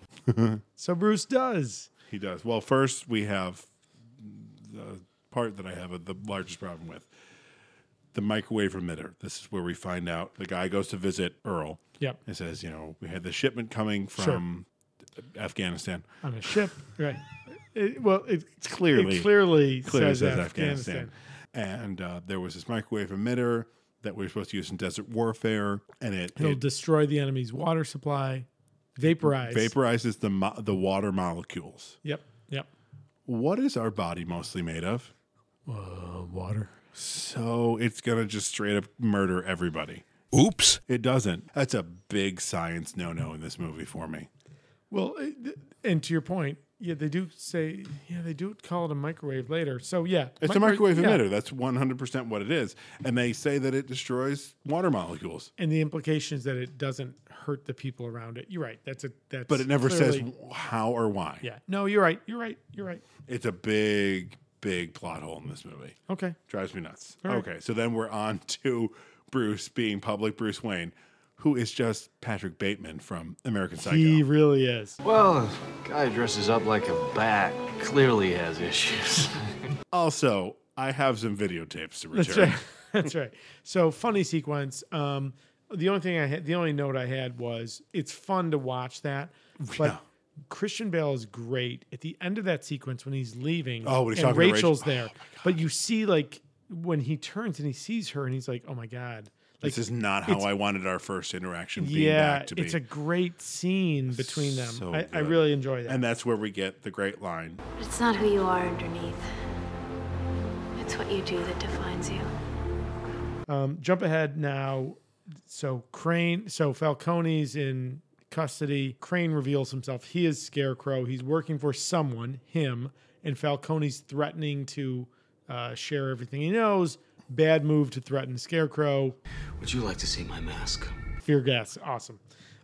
Speaker 2: so Bruce does.
Speaker 1: He does. Well, first we have the part that I have a, the largest problem with the microwave emitter. This is where we find out the guy goes to visit Earl.
Speaker 2: Yep.
Speaker 1: And says, you know, we had the shipment coming from Afghanistan.
Speaker 2: On a ship, right? It, well, it
Speaker 1: It's clearly
Speaker 2: it clearly,
Speaker 1: clearly
Speaker 2: says, Afghanistan.
Speaker 1: And uh, there was this microwave emitter that we were supposed to use in desert warfare, and it,
Speaker 2: It'll
Speaker 1: it
Speaker 2: destroy the enemy's water supply, vaporize.
Speaker 1: vaporizes the mo- the water molecules.
Speaker 2: Yep. Yep.
Speaker 1: What is our body mostly made of?
Speaker 2: Uh, water.
Speaker 1: So it's gonna just straight up murder everybody.
Speaker 3: Oops.
Speaker 1: It doesn't. That's a big science no no in this movie for me.
Speaker 2: Well, it- th- and to your point, yeah, they do say, yeah, they do call it a microwave later. So yeah,
Speaker 1: It's a microwave
Speaker 2: yeah.
Speaker 1: emitter. That's 100% what it is. And they say that it destroys water molecules,
Speaker 2: and the implications that it doesn't hurt the people around it. You're right. That's a that's.
Speaker 1: but it never
Speaker 2: clearly-
Speaker 1: says how or why.
Speaker 2: Yeah. No, you're right. You're right. You're right.
Speaker 1: It's a big, big plot hole in this movie.
Speaker 2: Okay.
Speaker 1: Drives me nuts.
Speaker 2: All right.
Speaker 1: Okay. So then we're on to Bruce being public Bruce Wayne, who is just Patrick Bateman from American Psycho.
Speaker 2: He really is.
Speaker 11: Well, if a guy dresses up like a bat, clearly has issues.
Speaker 1: also, I have some videotapes to
Speaker 2: That's
Speaker 1: return.
Speaker 2: right. That's right. So funny sequence. Um, the only thing I had, the only note I had was it's fun to watch that, but.
Speaker 1: Yeah.
Speaker 2: Christian Bale is great at the end of that sequence when he's leaving.
Speaker 1: Oh, when he's
Speaker 2: and
Speaker 1: talking to Rachel.
Speaker 2: Rachel's
Speaker 1: Oh,
Speaker 2: there, but you see like when he turns and he sees her and he's like, "Oh my god!" Like
Speaker 1: this is not how
Speaker 2: it's-
Speaker 1: I wanted our first interaction being
Speaker 2: yeah,
Speaker 1: back to be.
Speaker 2: it's a great scene between them.
Speaker 1: So
Speaker 2: I, I
Speaker 1: good.
Speaker 2: really enjoy that.
Speaker 1: and that's where we get the great line
Speaker 13: But it's not who you are underneath. It's what you do that defines you.
Speaker 2: Um, jump ahead now. So Crane, so Falcone's in custody. Crane reveals himself. He is Scarecrow. He's working for someone, him, and Falcone's threatening to uh, share everything he knows. Bad move to threaten Scarecrow.
Speaker 11: Would you like to see my mask?
Speaker 2: Fear gas, awesome.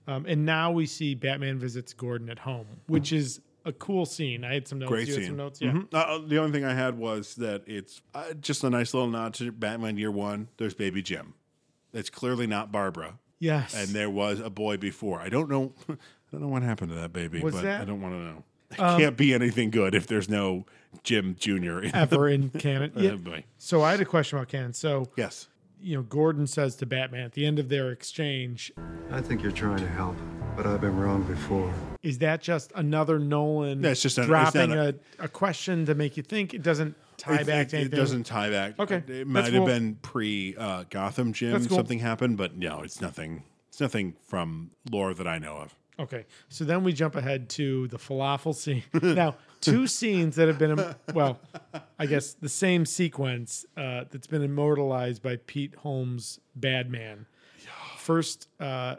Speaker 2: Um, and now we see Batman visits Gordon at home, which is a cool scene. I had some notes.
Speaker 1: Great
Speaker 2: you
Speaker 1: scene.
Speaker 2: had some notes, yeah.
Speaker 1: Mhm. Uh, Uh, the only thing I had was that it's uh, just a nice little nod to Batman Year One. There's Baby Jim. It's clearly not Barbara,
Speaker 2: Yes.
Speaker 1: and there was a boy before. I don't know. I don't know what happened to that baby,
Speaker 2: Was
Speaker 1: but
Speaker 2: that- Um,
Speaker 1: I don't want to know. It can't be anything good if there's no Jim Junior. In
Speaker 2: ever in canon. Yeah.
Speaker 1: boy.
Speaker 2: So I had a question about canon. So
Speaker 1: yes,
Speaker 2: you know, Gordon says to Batman at the end of their exchange,
Speaker 9: I think you're trying to help, but I've been wrong before.
Speaker 2: is that just another Nolan
Speaker 1: No, it's just an- it's not
Speaker 2: dropping a, a question to make you think it doesn't tie
Speaker 1: It-
Speaker 2: back
Speaker 1: it,
Speaker 2: to
Speaker 1: it
Speaker 2: anything?
Speaker 1: doesn't tie back.
Speaker 2: Okay,
Speaker 1: it, it
Speaker 2: that's
Speaker 1: might have
Speaker 2: cool.
Speaker 1: been pre uh, Gotham Jim.
Speaker 2: That's cool.
Speaker 1: Something happened, but no, it's nothing. It's nothing from lore that I know of.
Speaker 2: Okay. So then we jump ahead to the falafel scene. now, two scenes that have been, well, I guess the same sequence uh, that's been immortalized by Pete Holmes' Bad Man. First, uh,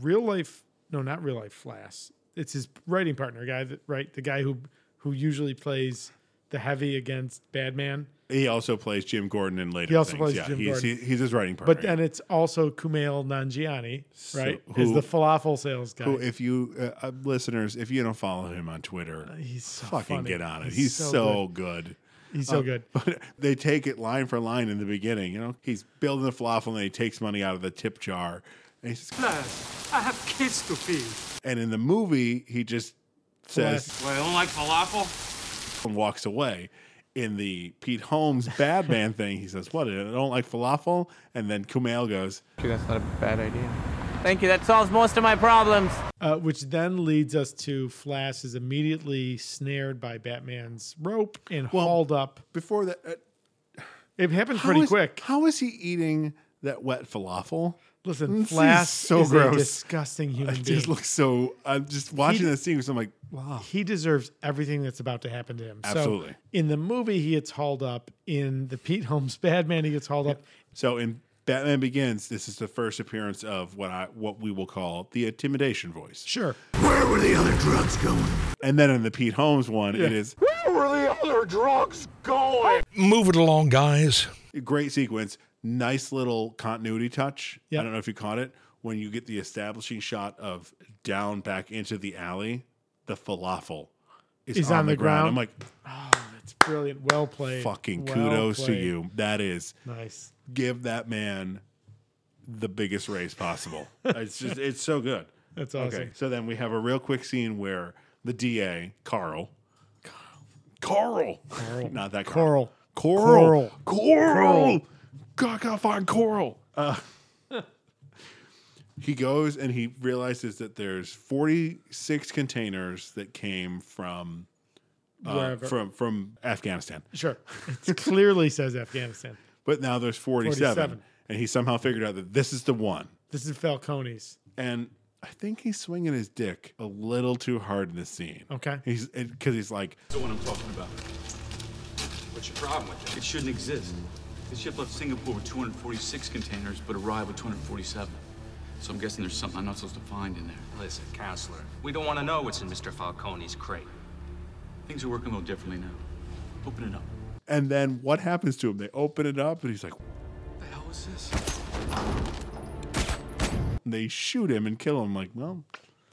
Speaker 2: real life, no, not real life Flash. It's his writing partner, guy that, right? The guy who, who usually plays the heavy against Bad Man.
Speaker 1: He also plays Jim Gordon in later.
Speaker 2: He also
Speaker 1: things.
Speaker 2: plays
Speaker 1: yeah,
Speaker 2: Jim
Speaker 1: he's,
Speaker 2: Gordon.
Speaker 1: he- he's his writing partner.
Speaker 2: But then it's also Kumail Nanjiani, right? Is
Speaker 1: who-
Speaker 2: the falafel sales guy.
Speaker 1: Who, if you uh, uh, listeners, if you don't follow him on Twitter,
Speaker 2: Uh, he's so
Speaker 1: fucking
Speaker 2: funny.
Speaker 1: get on it.
Speaker 2: He's
Speaker 1: He's,
Speaker 2: so
Speaker 1: so, good.
Speaker 2: He's so
Speaker 1: Uh,
Speaker 2: good.
Speaker 1: But they take it line for line in the beginning. You know, he's building the falafel and then he takes money out of the tip jar. And, he says,
Speaker 7: Flash, I have kids to feed.
Speaker 1: and in the movie, he just says
Speaker 7: Well, I don't like falafel.
Speaker 1: and walks away. In the Pete Holmes bad man thing, he says, "What? I don't like falafel." And then Kumail goes,
Speaker 25: That's not a bad idea. Thank you. That solves most of my problems.
Speaker 2: Uh, which then leads us to Flash is immediately snared by Batman's rope and hauled up.
Speaker 1: "Before that, uh,
Speaker 2: It happened
Speaker 1: how
Speaker 2: pretty
Speaker 1: is-
Speaker 2: quick.
Speaker 1: How is he eating that wet falafel?"
Speaker 2: Listen,
Speaker 1: Mm, This is
Speaker 2: Flash
Speaker 1: so
Speaker 2: is
Speaker 1: gross.
Speaker 2: a disgusting human
Speaker 1: It
Speaker 2: being.
Speaker 1: just looks so. I'm just watching
Speaker 2: He-
Speaker 1: that scene. 'cause I'm like, wow.
Speaker 2: he deserves everything that's about to happen to him. So,
Speaker 1: Absolutely.
Speaker 2: in the movie, he gets hauled up. In the Pete Holmes Batman, he gets hauled up.
Speaker 1: So in Batman Begins, this is the first appearance of what I what we will call the intimidation voice.
Speaker 2: Sure.
Speaker 18: Where were the other drugs going?
Speaker 1: And then in the Pete Holmes one, it is
Speaker 4: Where were the other drugs going?
Speaker 3: Move it along, guys.
Speaker 1: a great sequence, nice little continuity touch.
Speaker 2: Yep.
Speaker 1: I don't know if you caught it when you get the establishing shot of down back into the alley, the falafel is
Speaker 2: Is
Speaker 1: on, the, ground. I'm like,
Speaker 2: Oh, that's brilliant. Well played.
Speaker 1: fucking
Speaker 2: Well
Speaker 1: kudos to
Speaker 2: played.
Speaker 1: you. That is
Speaker 2: Nice.
Speaker 1: give that man the biggest raise possible. it's just it's so good.
Speaker 2: That's awesome. Okay,
Speaker 1: so then we have a real quick scene where the DA Carl, Carl,
Speaker 2: Carl.
Speaker 1: not that
Speaker 2: Coral.
Speaker 1: Coral,
Speaker 2: Coral.
Speaker 1: Coral, Coral. God, gotta find Coral. Uh, he goes and he realizes that there's 46 containers that came from uh,
Speaker 2: Wherever.
Speaker 1: from from Afghanistan.
Speaker 2: Sure. It clearly says Afghanistan.
Speaker 1: But now there's 47,
Speaker 2: 47.
Speaker 1: and he somehow figured out that this is the one.
Speaker 2: This is Falcone's.
Speaker 1: And I think he's swinging his dick a little too hard in this scene.
Speaker 2: Okay.
Speaker 1: He's because he's like,
Speaker 26: That's what I'm talking about. What's your problem with it? It shouldn't exist. The ship left Singapore with 246 containers, but arrived with 247. So I'm guessing there's something I'm not supposed to find in there.
Speaker 27: Listen, counselor, we don't want to know what's in Mr. Falcone's crate.
Speaker 26: Things are working a little differently now. Open it up.
Speaker 1: and then what happens to him? They open it up, and he's like,
Speaker 26: What the hell is this?
Speaker 1: and they shoot him and kill him. Like, well,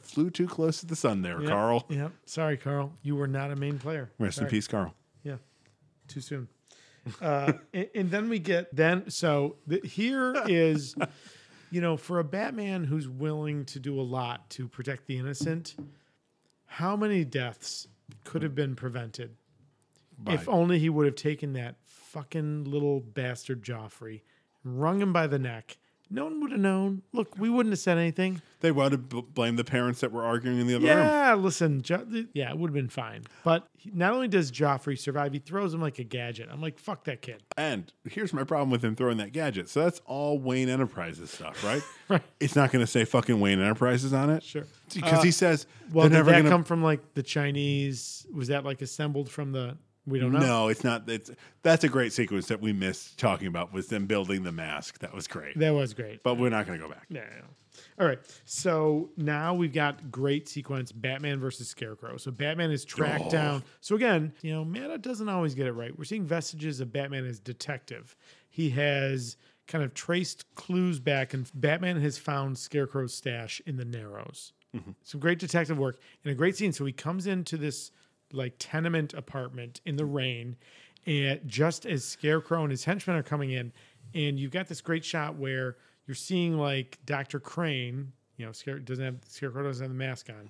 Speaker 1: flew too close to the sun there,
Speaker 2: Yep.
Speaker 1: Carl.
Speaker 2: Yep. Sorry, Carl. You were not a main player.
Speaker 1: Rest
Speaker 2: Sorry.
Speaker 1: in peace, Carl.
Speaker 2: Yeah. Too soon. Uh, and, and then we get then so the, here is you know for a Batman who's willing to do a lot to protect the innocent, how many deaths could have been prevented if
Speaker 1: Bye.
Speaker 2: only he would have taken that fucking little bastard Joffrey, wrung him by the neck. No one would have known. Look, we wouldn't have said anything.
Speaker 1: They would have bl- blamed the parents that were arguing in the other room.
Speaker 2: Yeah, listen, jo- yeah, it would have been fine. But he- not only does Joffrey survive, he throws him like a gadget. I'm like, fuck that kid.
Speaker 1: And here's my problem with him throwing that gadget. So that's all Wayne Enterprises stuff, right?
Speaker 2: Right.
Speaker 1: It's not going to say fucking Wayne Enterprises on it.
Speaker 2: Sure.
Speaker 1: Because
Speaker 2: Uh,
Speaker 1: he says
Speaker 2: Well,
Speaker 1: well,
Speaker 2: did
Speaker 1: they're never
Speaker 2: that
Speaker 1: going to
Speaker 2: come from like the Chinese? Was that like assembled from the? We don't know.
Speaker 1: No, it's not. It's that's a great sequence that we missed talking about was them building the mask. That was great.
Speaker 2: that was great.
Speaker 1: but we're not going to go back.
Speaker 2: No, no, no. All right. So now we've got great sequence Batman versus Scarecrow. So Batman is
Speaker 1: Oh.
Speaker 2: tracked down. So again, you know, Matta doesn't always get it right. We're seeing vestiges of Batman as detective. He has kind of traced clues back, and Batman has found Scarecrow's stash in the Narrows. Some great detective work and a great scene. So he comes into this like tenement apartment in the rain, and just as Scarecrow and his henchmen are coming in, and you've got this great shot where you're seeing like Doctor Crane. You know, Scare doesn't have Scarecrow doesn't have the mask on.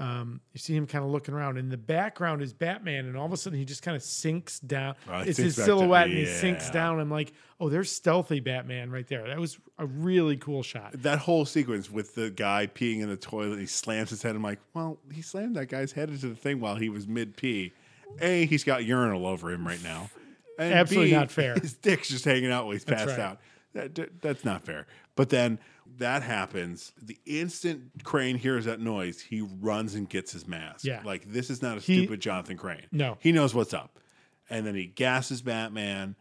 Speaker 2: Um, you see him kind of looking around. In the background is Batman, and all of a sudden he just kind of sinks down.
Speaker 1: Oh, he
Speaker 2: it's his
Speaker 1: sinks back down.
Speaker 2: silhouette, and he sinks
Speaker 1: Yeah.
Speaker 2: down. I'm like, oh, there's stealthy Batman right there. That was a really cool shot.
Speaker 1: That whole sequence with the guy peeing in the toilet, he slams his head. I'm like, well, he slammed that guy's head into the thing while he was mid pee. A, he's got urine all over him right now. And
Speaker 2: Absolutely not fair.
Speaker 1: His dick's just hanging out while he's
Speaker 2: That's
Speaker 1: passed
Speaker 2: right.
Speaker 1: out. That, that- that's not fair. But then that happens. The instant Crane hears that noise, he runs and gets his mask.
Speaker 2: Yeah.
Speaker 1: Like, this is not a
Speaker 2: He-
Speaker 1: stupid Jonathan Crane.
Speaker 2: No.
Speaker 1: He knows what's up. And then he gasses Batman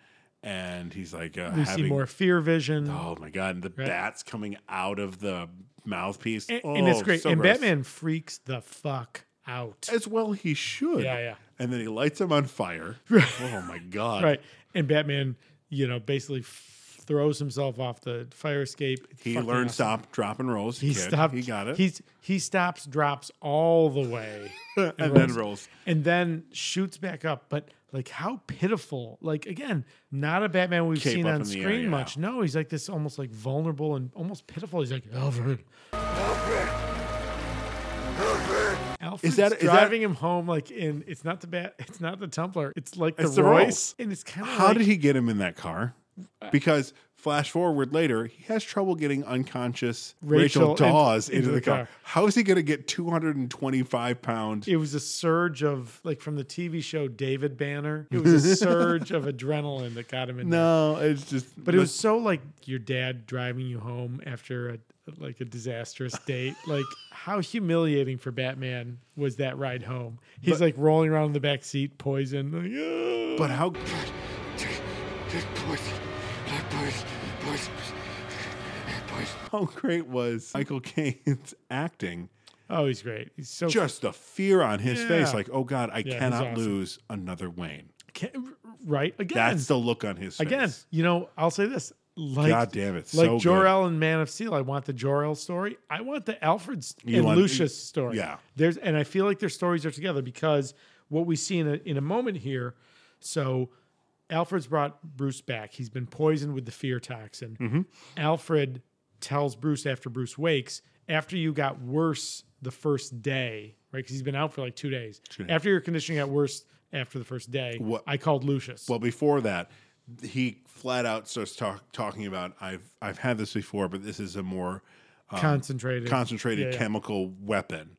Speaker 1: and he's like, uh,
Speaker 2: We
Speaker 1: having,
Speaker 2: see more fear vision.
Speaker 1: Oh my god! And the
Speaker 2: Right.
Speaker 1: bats coming out of the mouthpiece,
Speaker 2: and,
Speaker 1: oh,
Speaker 2: and it's great.
Speaker 1: so
Speaker 2: and
Speaker 1: gross.
Speaker 2: Batman freaks the fuck out.
Speaker 1: as well he should.
Speaker 2: Yeah, yeah.
Speaker 1: And then he lights him on fire. oh my god!
Speaker 2: Right. And Batman, you know, basically f- throws himself off the fire escape. It's
Speaker 1: He
Speaker 2: fucking
Speaker 1: learned
Speaker 2: awesome.
Speaker 1: stop, drop, and rolls.
Speaker 2: He
Speaker 1: Kid,
Speaker 2: stopped.
Speaker 1: He got it.
Speaker 2: He's he stops, drops all the way,
Speaker 1: and, then rolls.
Speaker 2: and then shoots back up. But like, how pitiful! Like again, not a Batman we've
Speaker 1: Cape
Speaker 2: seen
Speaker 1: up
Speaker 2: on
Speaker 1: in the air,
Speaker 2: screen
Speaker 1: yeah.
Speaker 2: much. No, he's like this almost like vulnerable and almost pitiful. He's like Alfred. Alfred's
Speaker 1: that- is that-
Speaker 2: driving him home like in it's not the bat it's not the Tumbler it's like the,
Speaker 1: It's the
Speaker 2: Royce and it's kind of
Speaker 1: How
Speaker 2: like, Uh,
Speaker 1: did he get him in that car? Because flash forward later, he has trouble getting unconscious
Speaker 2: Rachel
Speaker 1: Rachel,
Speaker 2: in-
Speaker 1: Dawes into, the car.
Speaker 2: car.
Speaker 1: How is he going to get 225 pounds?
Speaker 2: it was a surge of like from the TV show David Banner. It was a surge of adrenaline that got him in. there.
Speaker 1: No, it's just.
Speaker 2: but it was so like your dad driving you home after a like a disastrous date. like how humiliating for Batman was that ride home? He's
Speaker 1: But-
Speaker 2: like rolling around in the back seat, poison. Like, "Ah."
Speaker 1: But how? How great was Michael Caine's acting?
Speaker 2: oh, he's great. He's so
Speaker 1: Just the fear on his
Speaker 2: Yeah.
Speaker 1: face, like, oh God, I
Speaker 2: he's
Speaker 1: cannot
Speaker 2: awesome.
Speaker 1: lose another Wayne.
Speaker 2: can- right again.
Speaker 1: That's the look on his face.
Speaker 2: again. You know, I'll say this. Like,
Speaker 1: God damn it,
Speaker 2: Like
Speaker 1: so good.
Speaker 2: Jor El and Man of Steel, I want the Jor El story. I want the Alfred st-
Speaker 1: You
Speaker 2: and
Speaker 1: want-
Speaker 2: Lucius story.
Speaker 1: yeah.
Speaker 2: there's and I feel like their stories are together because what we see in a in a moment here. So
Speaker 1: Mm-hmm.
Speaker 2: Alfred's brought Bruce back. He's been poisoned with the fear toxin. Alfred tells Bruce after Bruce wakes, after you got worse the first day, right? Because he's been out for like two days. two days. After your conditioning got worse after the first day, what, I called Lucius.
Speaker 1: Well, before that, he flat out starts talk, talking about I've I've had this before, but this is a more um,
Speaker 2: concentrated
Speaker 1: concentrated
Speaker 2: Yeah, yeah.
Speaker 1: chemical weapon.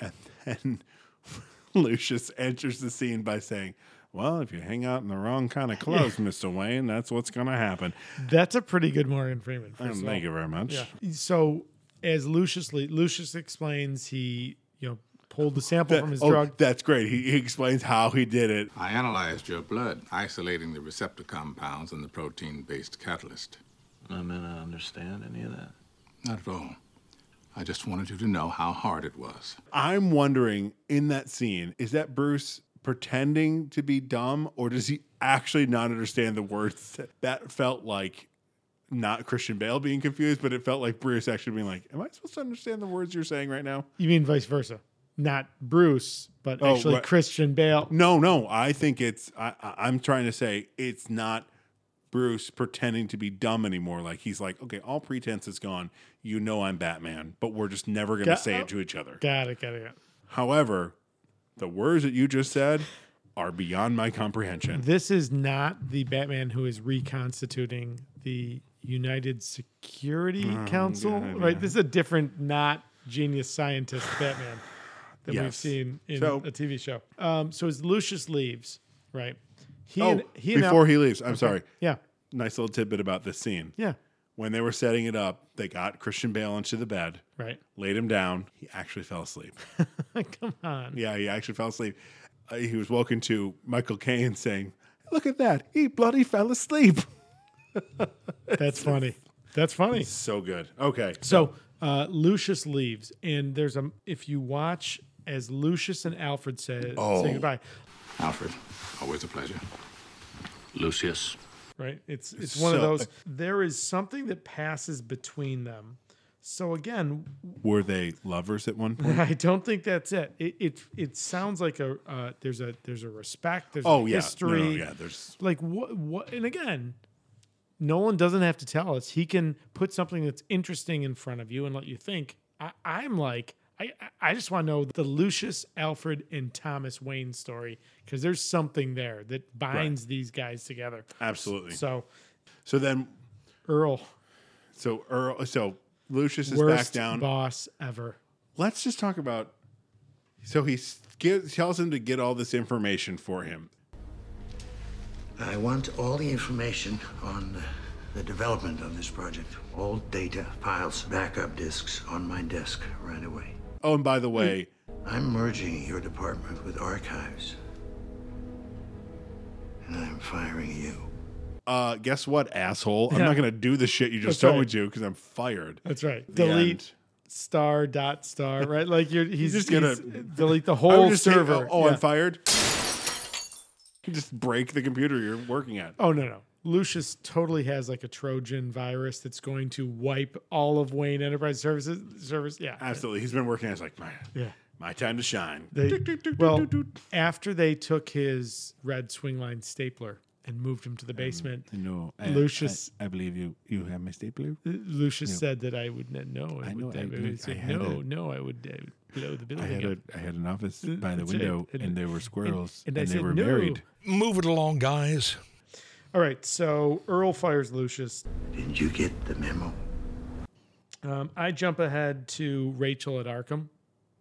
Speaker 1: And then Lucius enters the scene by saying, "Well, if you hang out in the wrong kind of clothes, Mister Wayne, that's what's going to happen." Mm,
Speaker 2: That's a pretty good Morgan Freeman. first of all.
Speaker 1: Thank you very much.
Speaker 2: Yeah. So as Lucius Le- Lucius explains, he you know pulled the sample
Speaker 1: That-
Speaker 2: from his
Speaker 1: oh,
Speaker 2: drug.
Speaker 1: That's great. He, he explains how he did it.
Speaker 21: I analyzed your blood, isolating the receptor compounds and the protein based catalyst.
Speaker 11: I mean, I understand any of that.
Speaker 21: Not at all. I just wanted you to know how hard it was.
Speaker 1: I'm wondering in that scene, is that Bruce pretending to be dumb or does he actually not understand the words? That felt like not Christian Bale being confused, but it felt like Bruce actually being like, Am I supposed to understand the words you're saying right now?
Speaker 2: You mean vice versa? Not Bruce, but
Speaker 1: Oh,
Speaker 2: actually
Speaker 1: right.
Speaker 2: Christian Bale.
Speaker 1: No, no. I think it's, I, I- I'm trying to say it's not Bruce pretending to be dumb anymore. Like he's like, Okay, all pretense is gone. You know I'm Batman, but we're just never going to
Speaker 2: Got-
Speaker 1: say it to each other.
Speaker 2: Got it. Got it. Got it.
Speaker 1: However, the words that you just said are beyond my comprehension.
Speaker 2: This is not the Batman who is reconstituting the United Security
Speaker 1: Oh,
Speaker 2: Council, right? This is a different, not genius scientist Batman that we've
Speaker 1: Yes.
Speaker 2: seen in
Speaker 1: So-
Speaker 2: a TV show. Um, so as Lucius leaves, right? He
Speaker 1: Oh,
Speaker 2: and he and Al-
Speaker 1: before he leaves, I'm sorry.
Speaker 2: yeah,
Speaker 1: Nice little tidbit about this scene.
Speaker 2: yeah,
Speaker 1: When they were setting it up, they got Christian Bale into the bed,
Speaker 2: right.
Speaker 1: laid him down. He actually fell asleep.
Speaker 2: Come on,
Speaker 1: yeah, he actually fell asleep. Uh, he was woken to Michael Caine saying, Look at that. He bloody fell asleep.
Speaker 2: that's funny. That's funny.
Speaker 1: So good. Okay.
Speaker 2: So uh, Lucius leaves, and there's a if you watch as Lucius and Alfred say,
Speaker 1: Oh.
Speaker 2: say goodbye,
Speaker 21: Alfred, always a pleasure.
Speaker 6: Lucius,
Speaker 2: right? It's it's one of
Speaker 1: So-
Speaker 2: those. There is something that passes between them. So again,
Speaker 1: Were they lovers at one point?
Speaker 2: I don't think that's it. It it, it sounds like a uh, there's a there's a respect. There's
Speaker 1: Oh,
Speaker 2: a
Speaker 1: yeah. No,
Speaker 2: history.
Speaker 1: no, yeah. There's
Speaker 2: Like what what? And again, Nolan doesn't have to tell us. He can put something that's interesting in front of you and let you think. I, I'm like. I, I- I just want to know the Lucius, Alfred, and Thomas Wayne story because there's something there that binds these guys together.
Speaker 1: absolutely. So,
Speaker 2: So,
Speaker 1: then,
Speaker 2: Earl,
Speaker 1: so Earl, so Lucius is back
Speaker 2: worst
Speaker 1: down.
Speaker 2: boss ever.
Speaker 1: let's just talk about. So he s- gives, tells him to get all this information for him.
Speaker 18: I want all the information on uh, the development of this project. All data, files, backup disks on my desk right away.
Speaker 1: Oh, and by the way,
Speaker 18: I'm merging your department with archives. And I'm firing you.
Speaker 1: uh, guess what, asshole? I'm not going to do the shit you just
Speaker 2: That's
Speaker 1: told me
Speaker 2: right.
Speaker 1: to because I'm fired.
Speaker 2: That's right.
Speaker 1: The
Speaker 2: delete
Speaker 1: end.
Speaker 2: star dot star, right? Like you're he's,
Speaker 1: just
Speaker 2: just
Speaker 1: gonna-
Speaker 2: gonna delete the
Speaker 1: I would
Speaker 2: whole
Speaker 1: just say,
Speaker 2: server.
Speaker 1: oh, oh,
Speaker 2: Yeah.
Speaker 1: I'm fired. You just break the computer you're working at.
Speaker 2: Oh no no. Lucius totally has like a Trojan virus that's going to wipe all of Wayne Enterprise Services service. Yeah.
Speaker 1: Absolutely. He's been working. I was like, my,
Speaker 2: Yeah.
Speaker 1: my time to shine.
Speaker 2: They, well, after they took his red swing line stapler and moved him to
Speaker 1: Um,
Speaker 2: the basement,
Speaker 1: No,
Speaker 2: Lucius-
Speaker 1: I, believe you. You have my stapler.
Speaker 2: Lucius said that I would not know. I,
Speaker 1: I know,
Speaker 2: would,
Speaker 1: I-
Speaker 2: I would
Speaker 1: look,
Speaker 2: say,
Speaker 1: I had
Speaker 2: no,
Speaker 1: a-
Speaker 2: no, I would, I would blow the building
Speaker 1: I had
Speaker 2: up.
Speaker 1: a, I had an office by the
Speaker 2: That's right.
Speaker 1: window,
Speaker 2: And-
Speaker 1: and, there were squirrels,
Speaker 2: and
Speaker 1: and,
Speaker 2: I
Speaker 1: they
Speaker 2: said,
Speaker 1: were
Speaker 2: "No."
Speaker 1: married.
Speaker 3: Move it along, guys.
Speaker 2: All right, so Earl fires Lucius.
Speaker 18: Didn't you get the memo?
Speaker 2: Um, I jump ahead to Rachel at Arkham.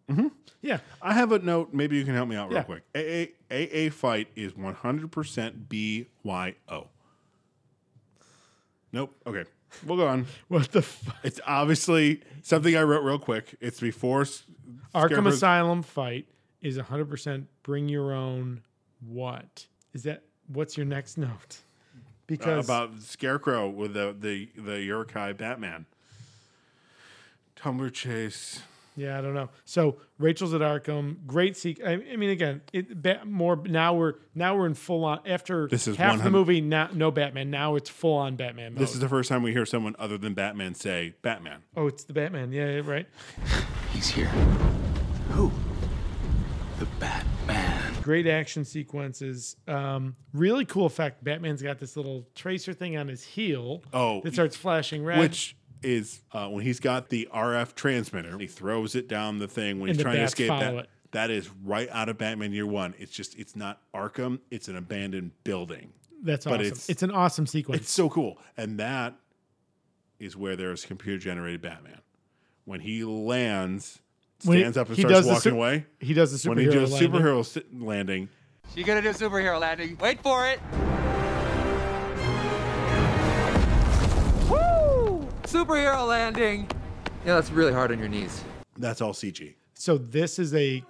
Speaker 2: Mm-hmm. Yeah,
Speaker 1: I have a note. Maybe you can help me out real
Speaker 2: Yeah.
Speaker 1: quick. A A fight is 100% B Y O. Nope. Okay. We'll go on.
Speaker 2: what the fu-
Speaker 1: It's obviously something I wrote real quick. It's before s-
Speaker 2: Arkham
Speaker 1: Scarecrow's-
Speaker 2: Asylum fight is 100% bring your own what? Is that what's your next note?
Speaker 1: uh,
Speaker 2: Because
Speaker 1: about Scarecrow with the the the Yurkai Batman. Tumbler chase.
Speaker 2: yeah, I don't know. So Rachel's at Arkham. Great sequ I, I mean, again, it ba- more now we're now we're in full on after
Speaker 1: This is
Speaker 2: half the
Speaker 1: 100
Speaker 2: movie. Not no Batman. Now it's full on Batman. Mode.
Speaker 1: This is the first time we hear someone other than Batman say Batman.
Speaker 2: oh, it's the Batman. Yeah, yeah, right.
Speaker 4: He's here. Who? The Batman.
Speaker 2: great action sequences. Um, really cool effect. Batman's got this little tracer thing on his heel
Speaker 1: Oh.
Speaker 2: that starts flashing red.
Speaker 1: Which is uh, when he's got the RF transmitter, he throws it down the thing when and he's trying to escape that. It. That is right out of Batman Year One. It's just it's not Arkham. It's an abandoned building.
Speaker 2: That's awesome. It's, it's, an awesome sequence.
Speaker 1: It's so cool, and that is where there's computer generated Batman. When he lands, stands
Speaker 2: he,
Speaker 1: up and starts walking su- away.
Speaker 2: He does the superhero when he does landing.
Speaker 1: superhero landing.
Speaker 28: She's gonna do superhero landing. Wait for it. superhero landing. Yeah, that's really hard on your knees.
Speaker 1: That's all CG.
Speaker 2: So this is a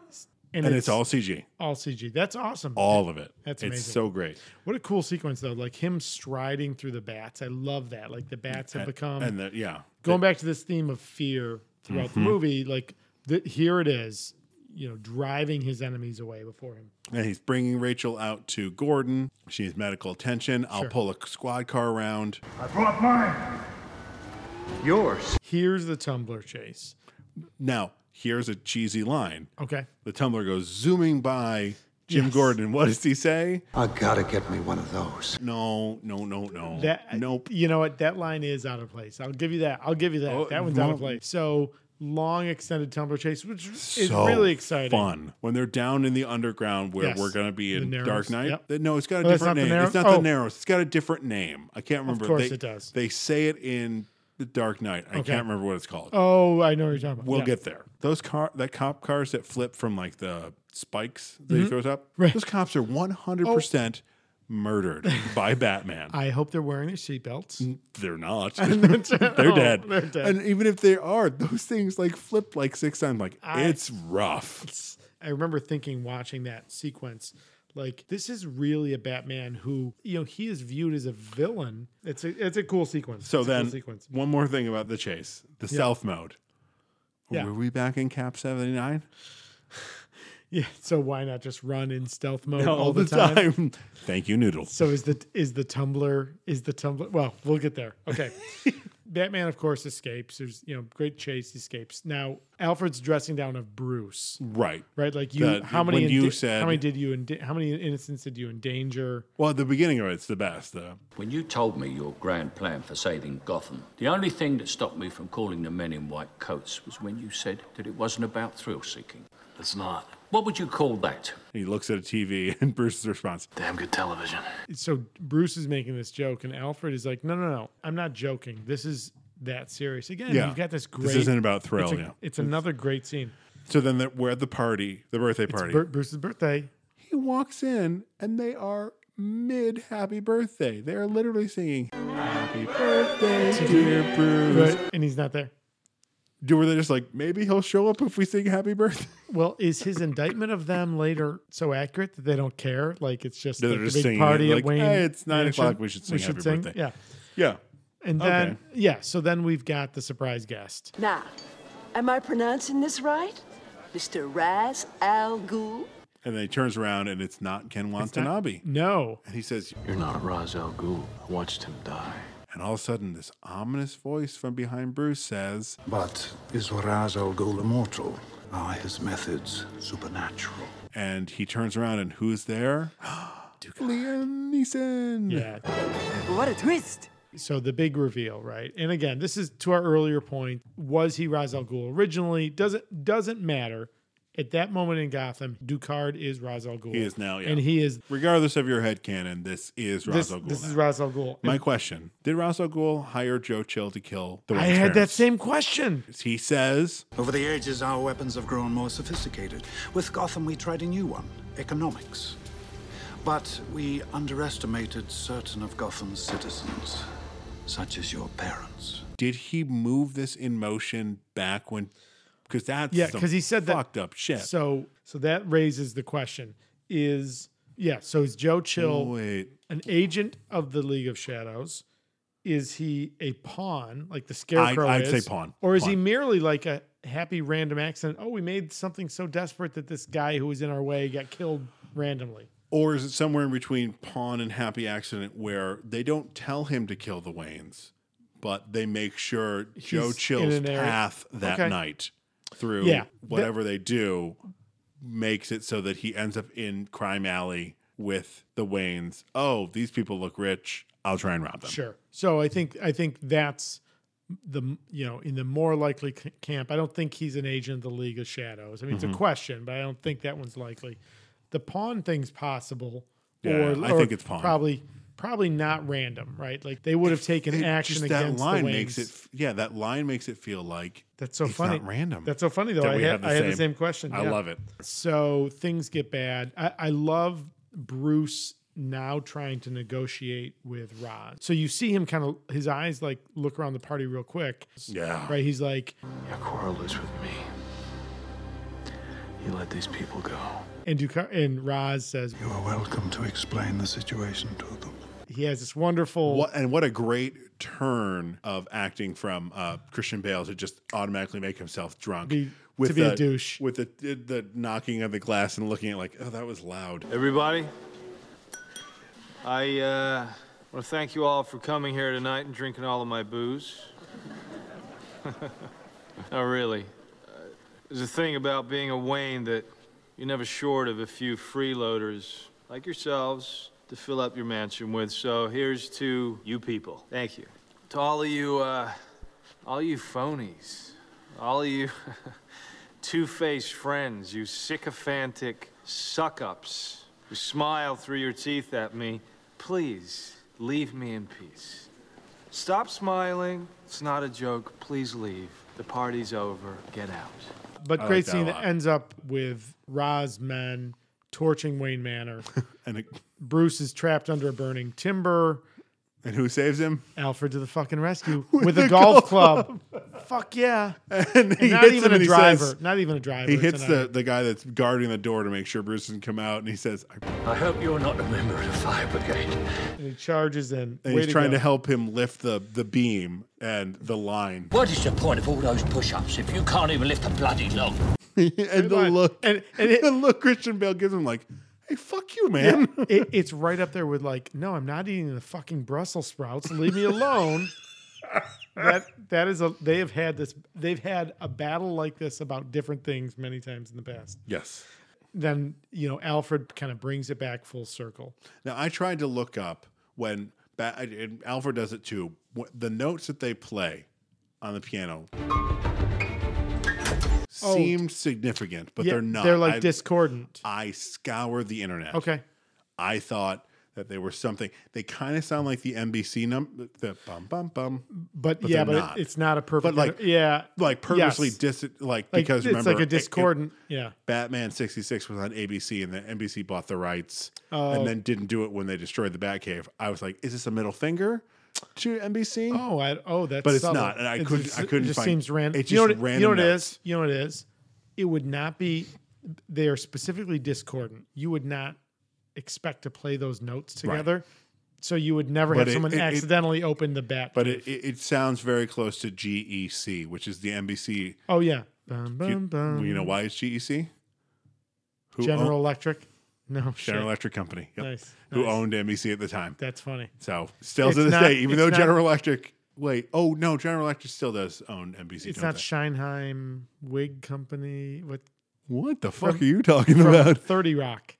Speaker 1: and, and it's, it's, all CG.
Speaker 2: All CG. That's awesome.
Speaker 1: All of it.
Speaker 2: That's
Speaker 1: amazing.
Speaker 2: It's
Speaker 1: so great.
Speaker 2: What a cool sequence though. Like him striding through the bats. I love that. Like the bats have
Speaker 1: and,
Speaker 2: become
Speaker 1: and the, yeah.
Speaker 2: Going
Speaker 1: the,
Speaker 2: back to this theme of fear throughout mm-hmm. the movie, like the, here it is. You know, driving his enemies away before him.
Speaker 1: And he's bringing Rachel out to Gordon. She needs medical attention. I'll sure. pull a squad car around.
Speaker 9: I brought mine.
Speaker 28: Yours.
Speaker 2: Here's the tumbler chase.
Speaker 1: Now, here's a cheesy line.
Speaker 2: Okay.
Speaker 1: The tumbler goes zooming by Jim yes. Gordon. What does he say?
Speaker 29: I gotta get me one of those.
Speaker 1: No, no, no, no.
Speaker 2: That, uh,
Speaker 1: nope.
Speaker 2: You know what? That line is out of place. I'll give you that. I'll give you that. Oh, that one's no. out of place. So long extended tumbler chase, which is
Speaker 1: so
Speaker 2: really exciting.
Speaker 1: Fun when they're down in the underground where yes. we're going to be in Dark Knight. Yep. No, it's got a
Speaker 2: oh,
Speaker 1: different
Speaker 2: name.
Speaker 1: The it's not
Speaker 2: oh.
Speaker 1: the Narrows. It's got a different name. I can't remember.
Speaker 2: Of course,
Speaker 1: they,
Speaker 2: it does.
Speaker 1: They say it in the Dark Knight. I
Speaker 2: Okay.
Speaker 1: can't remember what it's called.
Speaker 2: Oh, I know what you're talking about.
Speaker 1: We'll
Speaker 2: Yeah.
Speaker 1: get there. Those car, that cop cars that flip from like the spikes that he
Speaker 2: Mhm.
Speaker 1: throws up.
Speaker 2: Right. Oh.
Speaker 1: Those cops are one hundred percent murdered by Batman.
Speaker 2: I hope they're wearing their seatbelts. Oh,
Speaker 1: they're not.
Speaker 2: they're
Speaker 1: they're dead.
Speaker 2: They're dead.
Speaker 1: And even if they are, those things like flip like six times. Like
Speaker 2: I-
Speaker 1: it's rough.
Speaker 2: it's- I remember thinking watching that sequence. Like this is really a Batman who you know he is viewed as a villain. It's a it's a cool sequence.
Speaker 1: So
Speaker 2: It's a cool
Speaker 1: then,
Speaker 2: sequence.
Speaker 1: one more thing about the chase, the stealth mode.
Speaker 2: Yeah.
Speaker 1: Were we back in Cap seventy nine?
Speaker 2: Yeah. So why not just run in stealth mode
Speaker 1: No,
Speaker 2: all the, time?
Speaker 1: Thank you, Noodle.
Speaker 2: So is the is the tumbler is the tumbler? Well, we'll get there. Okay. Batman, of course, escapes. There's you know great chase. He escapes. Now Alfred's dressing down of Bruce.
Speaker 1: Right.
Speaker 2: Right, like you.
Speaker 1: That-
Speaker 2: how many?
Speaker 1: when you
Speaker 2: enda-
Speaker 1: said-
Speaker 2: how many did you? Enda- how many innocents did you endanger?
Speaker 1: Well, at the beginning of it's the best though.
Speaker 6: When you told me your grand plan for saving Gotham, the only thing that stopped me from calling the men in white coats was when you said that it wasn't about thrill seeking.
Speaker 30: It's not.
Speaker 6: What would you call that?
Speaker 1: He looks at a TV and Bruce's response.
Speaker 30: Damn good television.
Speaker 2: So Bruce is making this joke, and Alfred is like, "No, no, no, I'm not joking. This is that serious." Again,
Speaker 1: Yeah.
Speaker 2: you've got this great.
Speaker 1: This isn't about thrill,
Speaker 2: It's, a-
Speaker 1: yeah.
Speaker 2: it's another great scene.
Speaker 1: So then that we're at the party, the birthday
Speaker 2: It's
Speaker 1: party.
Speaker 2: Bur- Bruce's birthday.
Speaker 1: he walks in and they are mid happy birthday. They are literally singing happy birthday dear Bruce.
Speaker 2: Right, and he's not there.
Speaker 1: Do were they just like maybe he'll show up if we sing happy birthday?
Speaker 2: Well, is his indictment of them later so accurate that they don't care? Like it's just
Speaker 1: They're
Speaker 2: like, a
Speaker 1: just
Speaker 2: big
Speaker 1: singing
Speaker 2: party
Speaker 1: it,
Speaker 2: at
Speaker 1: like,
Speaker 2: Wayne.
Speaker 1: "Hey, it's nine
Speaker 2: Mansion.
Speaker 1: o'clock, we should sing happy birthday."
Speaker 2: Yeah,
Speaker 1: Yeah.
Speaker 2: and
Speaker 1: Okay.
Speaker 2: then yeah, so then we've got the surprise guest.
Speaker 11: Now, am I pronouncing this right? Mr. Raz Al Ghul?
Speaker 1: And then he turns around and it's not Ken Watanabe.
Speaker 2: No,
Speaker 1: and he says
Speaker 30: You're not Ra's al Ghul. I watched him die.
Speaker 1: and all of a sudden this ominous voice from behind Bruce says
Speaker 9: But is Raz al Ghul immortal? Are his methods supernatural?
Speaker 1: and he turns around and who's there? Liam Neeson.
Speaker 2: yeah.
Speaker 11: What a twist!
Speaker 2: So the big reveal, right? And again, this is to our earlier point: was he Ra's al Ghul originally? Doesn't doesn't matter. At that moment in Gotham, Ducard is Ra's al Ghul.
Speaker 1: He is now, yeah.
Speaker 2: and he is
Speaker 1: Regardless of your headcanon, this is Ra's
Speaker 2: this.
Speaker 1: al Ghul.
Speaker 2: This is
Speaker 1: now.
Speaker 2: Ra's al Ghul.
Speaker 1: My question: Did Ra's al Ghul hire Joe Chill to kill the?
Speaker 2: I
Speaker 1: Wayne's
Speaker 2: had that
Speaker 1: parents?
Speaker 2: same question.
Speaker 1: He says,
Speaker 9: Over the ages, our weapons have grown more sophisticated. With Gotham, we tried a new one economics. But we underestimated certain of Gotham's citizens, such as your parents.
Speaker 1: "Did he move this in motion back when?" Because that's
Speaker 2: Yeah,
Speaker 1: some
Speaker 2: 'cause he said that-
Speaker 1: fucked up shit.
Speaker 2: So so that raises the question: Is yeah? So is Joe Chill
Speaker 1: Wait,
Speaker 2: an agent of the League of Shadows? Is he a pawn, like the
Speaker 1: I'd,
Speaker 2: Scarecrow
Speaker 1: I'd say
Speaker 2: is?
Speaker 1: pawn,
Speaker 2: Or is he
Speaker 1: Pawn.
Speaker 2: merely like a happy random accident? Oh, we made something so desperate that this guy who was in our way got killed randomly.
Speaker 1: Or is it somewhere in between pawn and happy accident where they don't tell him to kill the Waynes, but they make sure Joe
Speaker 2: in
Speaker 1: Chill's
Speaker 2: an area.
Speaker 1: path that
Speaker 2: Okay.
Speaker 1: night through
Speaker 2: Yeah, that-
Speaker 1: whatever they do makes it so that he ends up in crime alley with the Waynes. Oh, these people look rich. I'll try and rob them.
Speaker 2: Sure. So I think I think that's the you know in the more likely c- camp. I don't think he's an agent of the League of Shadows. I mean, it's
Speaker 1: Mhm.
Speaker 2: a question, but I don't think that one's likely. The pawn thing's possible,
Speaker 1: Yeah,
Speaker 2: or
Speaker 1: I
Speaker 2: or
Speaker 1: think it's pawn.
Speaker 2: Probably, probably not random, right? Like they would have taken
Speaker 1: It-
Speaker 2: action
Speaker 1: just
Speaker 2: against
Speaker 1: that line
Speaker 2: the Wings.
Speaker 1: makes it. f- Yeah, that line makes it feel like
Speaker 2: That's so
Speaker 1: it's
Speaker 2: funny.
Speaker 1: Not random.
Speaker 2: That's so funny though.
Speaker 1: that
Speaker 2: I,
Speaker 1: we
Speaker 2: had,
Speaker 1: have the
Speaker 2: I had the
Speaker 1: same.
Speaker 2: same question.
Speaker 1: I love it.
Speaker 2: So things get bad. I, I love Bruce now trying to negotiate with Ron. So you see him kind of his eyes like look around the party real quick.
Speaker 1: Yeah.
Speaker 2: Right. He's like,
Speaker 31: Your quarrel is with me. You let these people go.
Speaker 2: and Duca- and Roz says
Speaker 9: You are welcome to explain the situation to them.
Speaker 2: he has this wonderful.
Speaker 1: What and what a great turn of acting from uh, Christian Bale to just automatically make himself drunk
Speaker 2: Be- to be a
Speaker 1: the,
Speaker 2: douche.
Speaker 1: with the the knocking of the glass and looking at like oh that was loud.
Speaker 8: Everybody, I uh, want to thank you all for coming here tonight and drinking all of my booze. no, really. Uh, there's a thing about being a Wayne that you're never short of a few freeloaders like yourselves to fill up your mansion with. So here's to you people. Thank you. To all of you, uh, all you phonies, all of you two-faced friends, you sycophantic suck-ups who smile through your teeth at me, please leave me in peace. Stop smiling. It's not a joke. Please leave. The party's over. Get out.
Speaker 2: But great scene that ends up with Roz men torching Wayne Manor,
Speaker 1: and
Speaker 2: Bruce is trapped under a burning timber.
Speaker 1: And who saves him?
Speaker 2: Alfred to the fucking rescue with, a golf, club. Fuck yeah!
Speaker 1: And,
Speaker 2: And not
Speaker 1: hits
Speaker 2: even
Speaker 1: him
Speaker 2: a
Speaker 1: and he
Speaker 2: driver.
Speaker 1: says-
Speaker 2: not even a driver.
Speaker 1: He
Speaker 2: It's
Speaker 1: hits
Speaker 2: an
Speaker 1: the, the guy that's guarding the door to make sure Bruce doesn't come out, and he says,
Speaker 8: I hope you're not a member of the fire brigade.
Speaker 2: And he charges in.
Speaker 1: and
Speaker 2: Way
Speaker 1: he's trying
Speaker 2: go.
Speaker 1: to help him lift the, the beam and the line.
Speaker 8: What is the point of all those push-ups if you can't even lift a bloody log?
Speaker 1: and the look,
Speaker 2: and,
Speaker 1: the look Christian Bale gives him, like, hey, fuck you, man.
Speaker 2: Yeah, it, it's right up there with like, no, I'm not eating the fucking Brussels sprouts. Leave me alone. that that is a they have had this they've had a battle like this about different things many times in the past.
Speaker 1: Yes.
Speaker 2: Then you know Alfred kind of brings it back full circle.
Speaker 1: Now I tried to look up when ba- and Alfred does it too. wh- The notes that they play on the piano
Speaker 2: Oh.
Speaker 1: seem significant, but
Speaker 2: Yeah,
Speaker 1: they're not.
Speaker 2: They're like
Speaker 1: I-
Speaker 2: discordant.
Speaker 1: I scoured the internet.
Speaker 2: Okay.
Speaker 1: I thought that they were something. They kind of sound like the NBC num the bum bum bum.
Speaker 2: But, yeah,
Speaker 1: they're
Speaker 2: but it-
Speaker 1: not.
Speaker 2: it's not a perfect.
Speaker 1: But like
Speaker 2: yeah,
Speaker 1: like purposely
Speaker 2: yes.
Speaker 1: dis like,
Speaker 2: Like,
Speaker 1: because
Speaker 2: it's
Speaker 1: remember
Speaker 2: like a
Speaker 1: it- it-
Speaker 2: discordant- yeah.
Speaker 1: Batman sixty six was on ABC and then NBC bought the rights
Speaker 2: Oh.
Speaker 1: and then didn't do it when they destroyed the Batcave. I was like, is this a middle finger to NBC?
Speaker 2: Oh, I, oh, that's
Speaker 1: but it's
Speaker 2: subtle.
Speaker 1: not, and I
Speaker 2: It
Speaker 1: couldn't.
Speaker 2: just-
Speaker 1: I couldn't.
Speaker 2: It just
Speaker 1: find,
Speaker 2: seems random.
Speaker 1: It's just
Speaker 2: you know what, it-
Speaker 1: random.
Speaker 2: You know what it
Speaker 1: notes.
Speaker 2: is? You know what it is? It would not be. They are specifically discordant. You would not expect to play those notes
Speaker 1: Right.
Speaker 2: together, so you would never
Speaker 1: But
Speaker 2: have
Speaker 1: it-
Speaker 2: someone
Speaker 1: it- it-
Speaker 2: accidentally open the bat.
Speaker 1: But it, it, it sounds very close to GEC, which is the NBC.
Speaker 2: oh yeah, Bum,
Speaker 1: Do you,
Speaker 2: bum, bum.
Speaker 1: you know why it's GEC? Who
Speaker 2: General
Speaker 1: own-
Speaker 2: Electric? No, shit.
Speaker 1: General Electric Company. Yep.
Speaker 2: Nice,
Speaker 1: Who
Speaker 2: nice.
Speaker 1: owned NBC at the time?
Speaker 2: That's funny.
Speaker 1: So still
Speaker 2: It's
Speaker 1: to this
Speaker 2: not-
Speaker 1: day, even
Speaker 2: it's
Speaker 1: though
Speaker 2: not-
Speaker 1: General Electric, wait, oh no, General Electric still does own NBC.
Speaker 2: It's
Speaker 1: don't
Speaker 2: not
Speaker 1: they?
Speaker 2: Scheinheim Wig Company. What?
Speaker 1: What the
Speaker 2: from-
Speaker 1: fuck are you talking
Speaker 2: from
Speaker 1: about?
Speaker 2: Thirty Rock.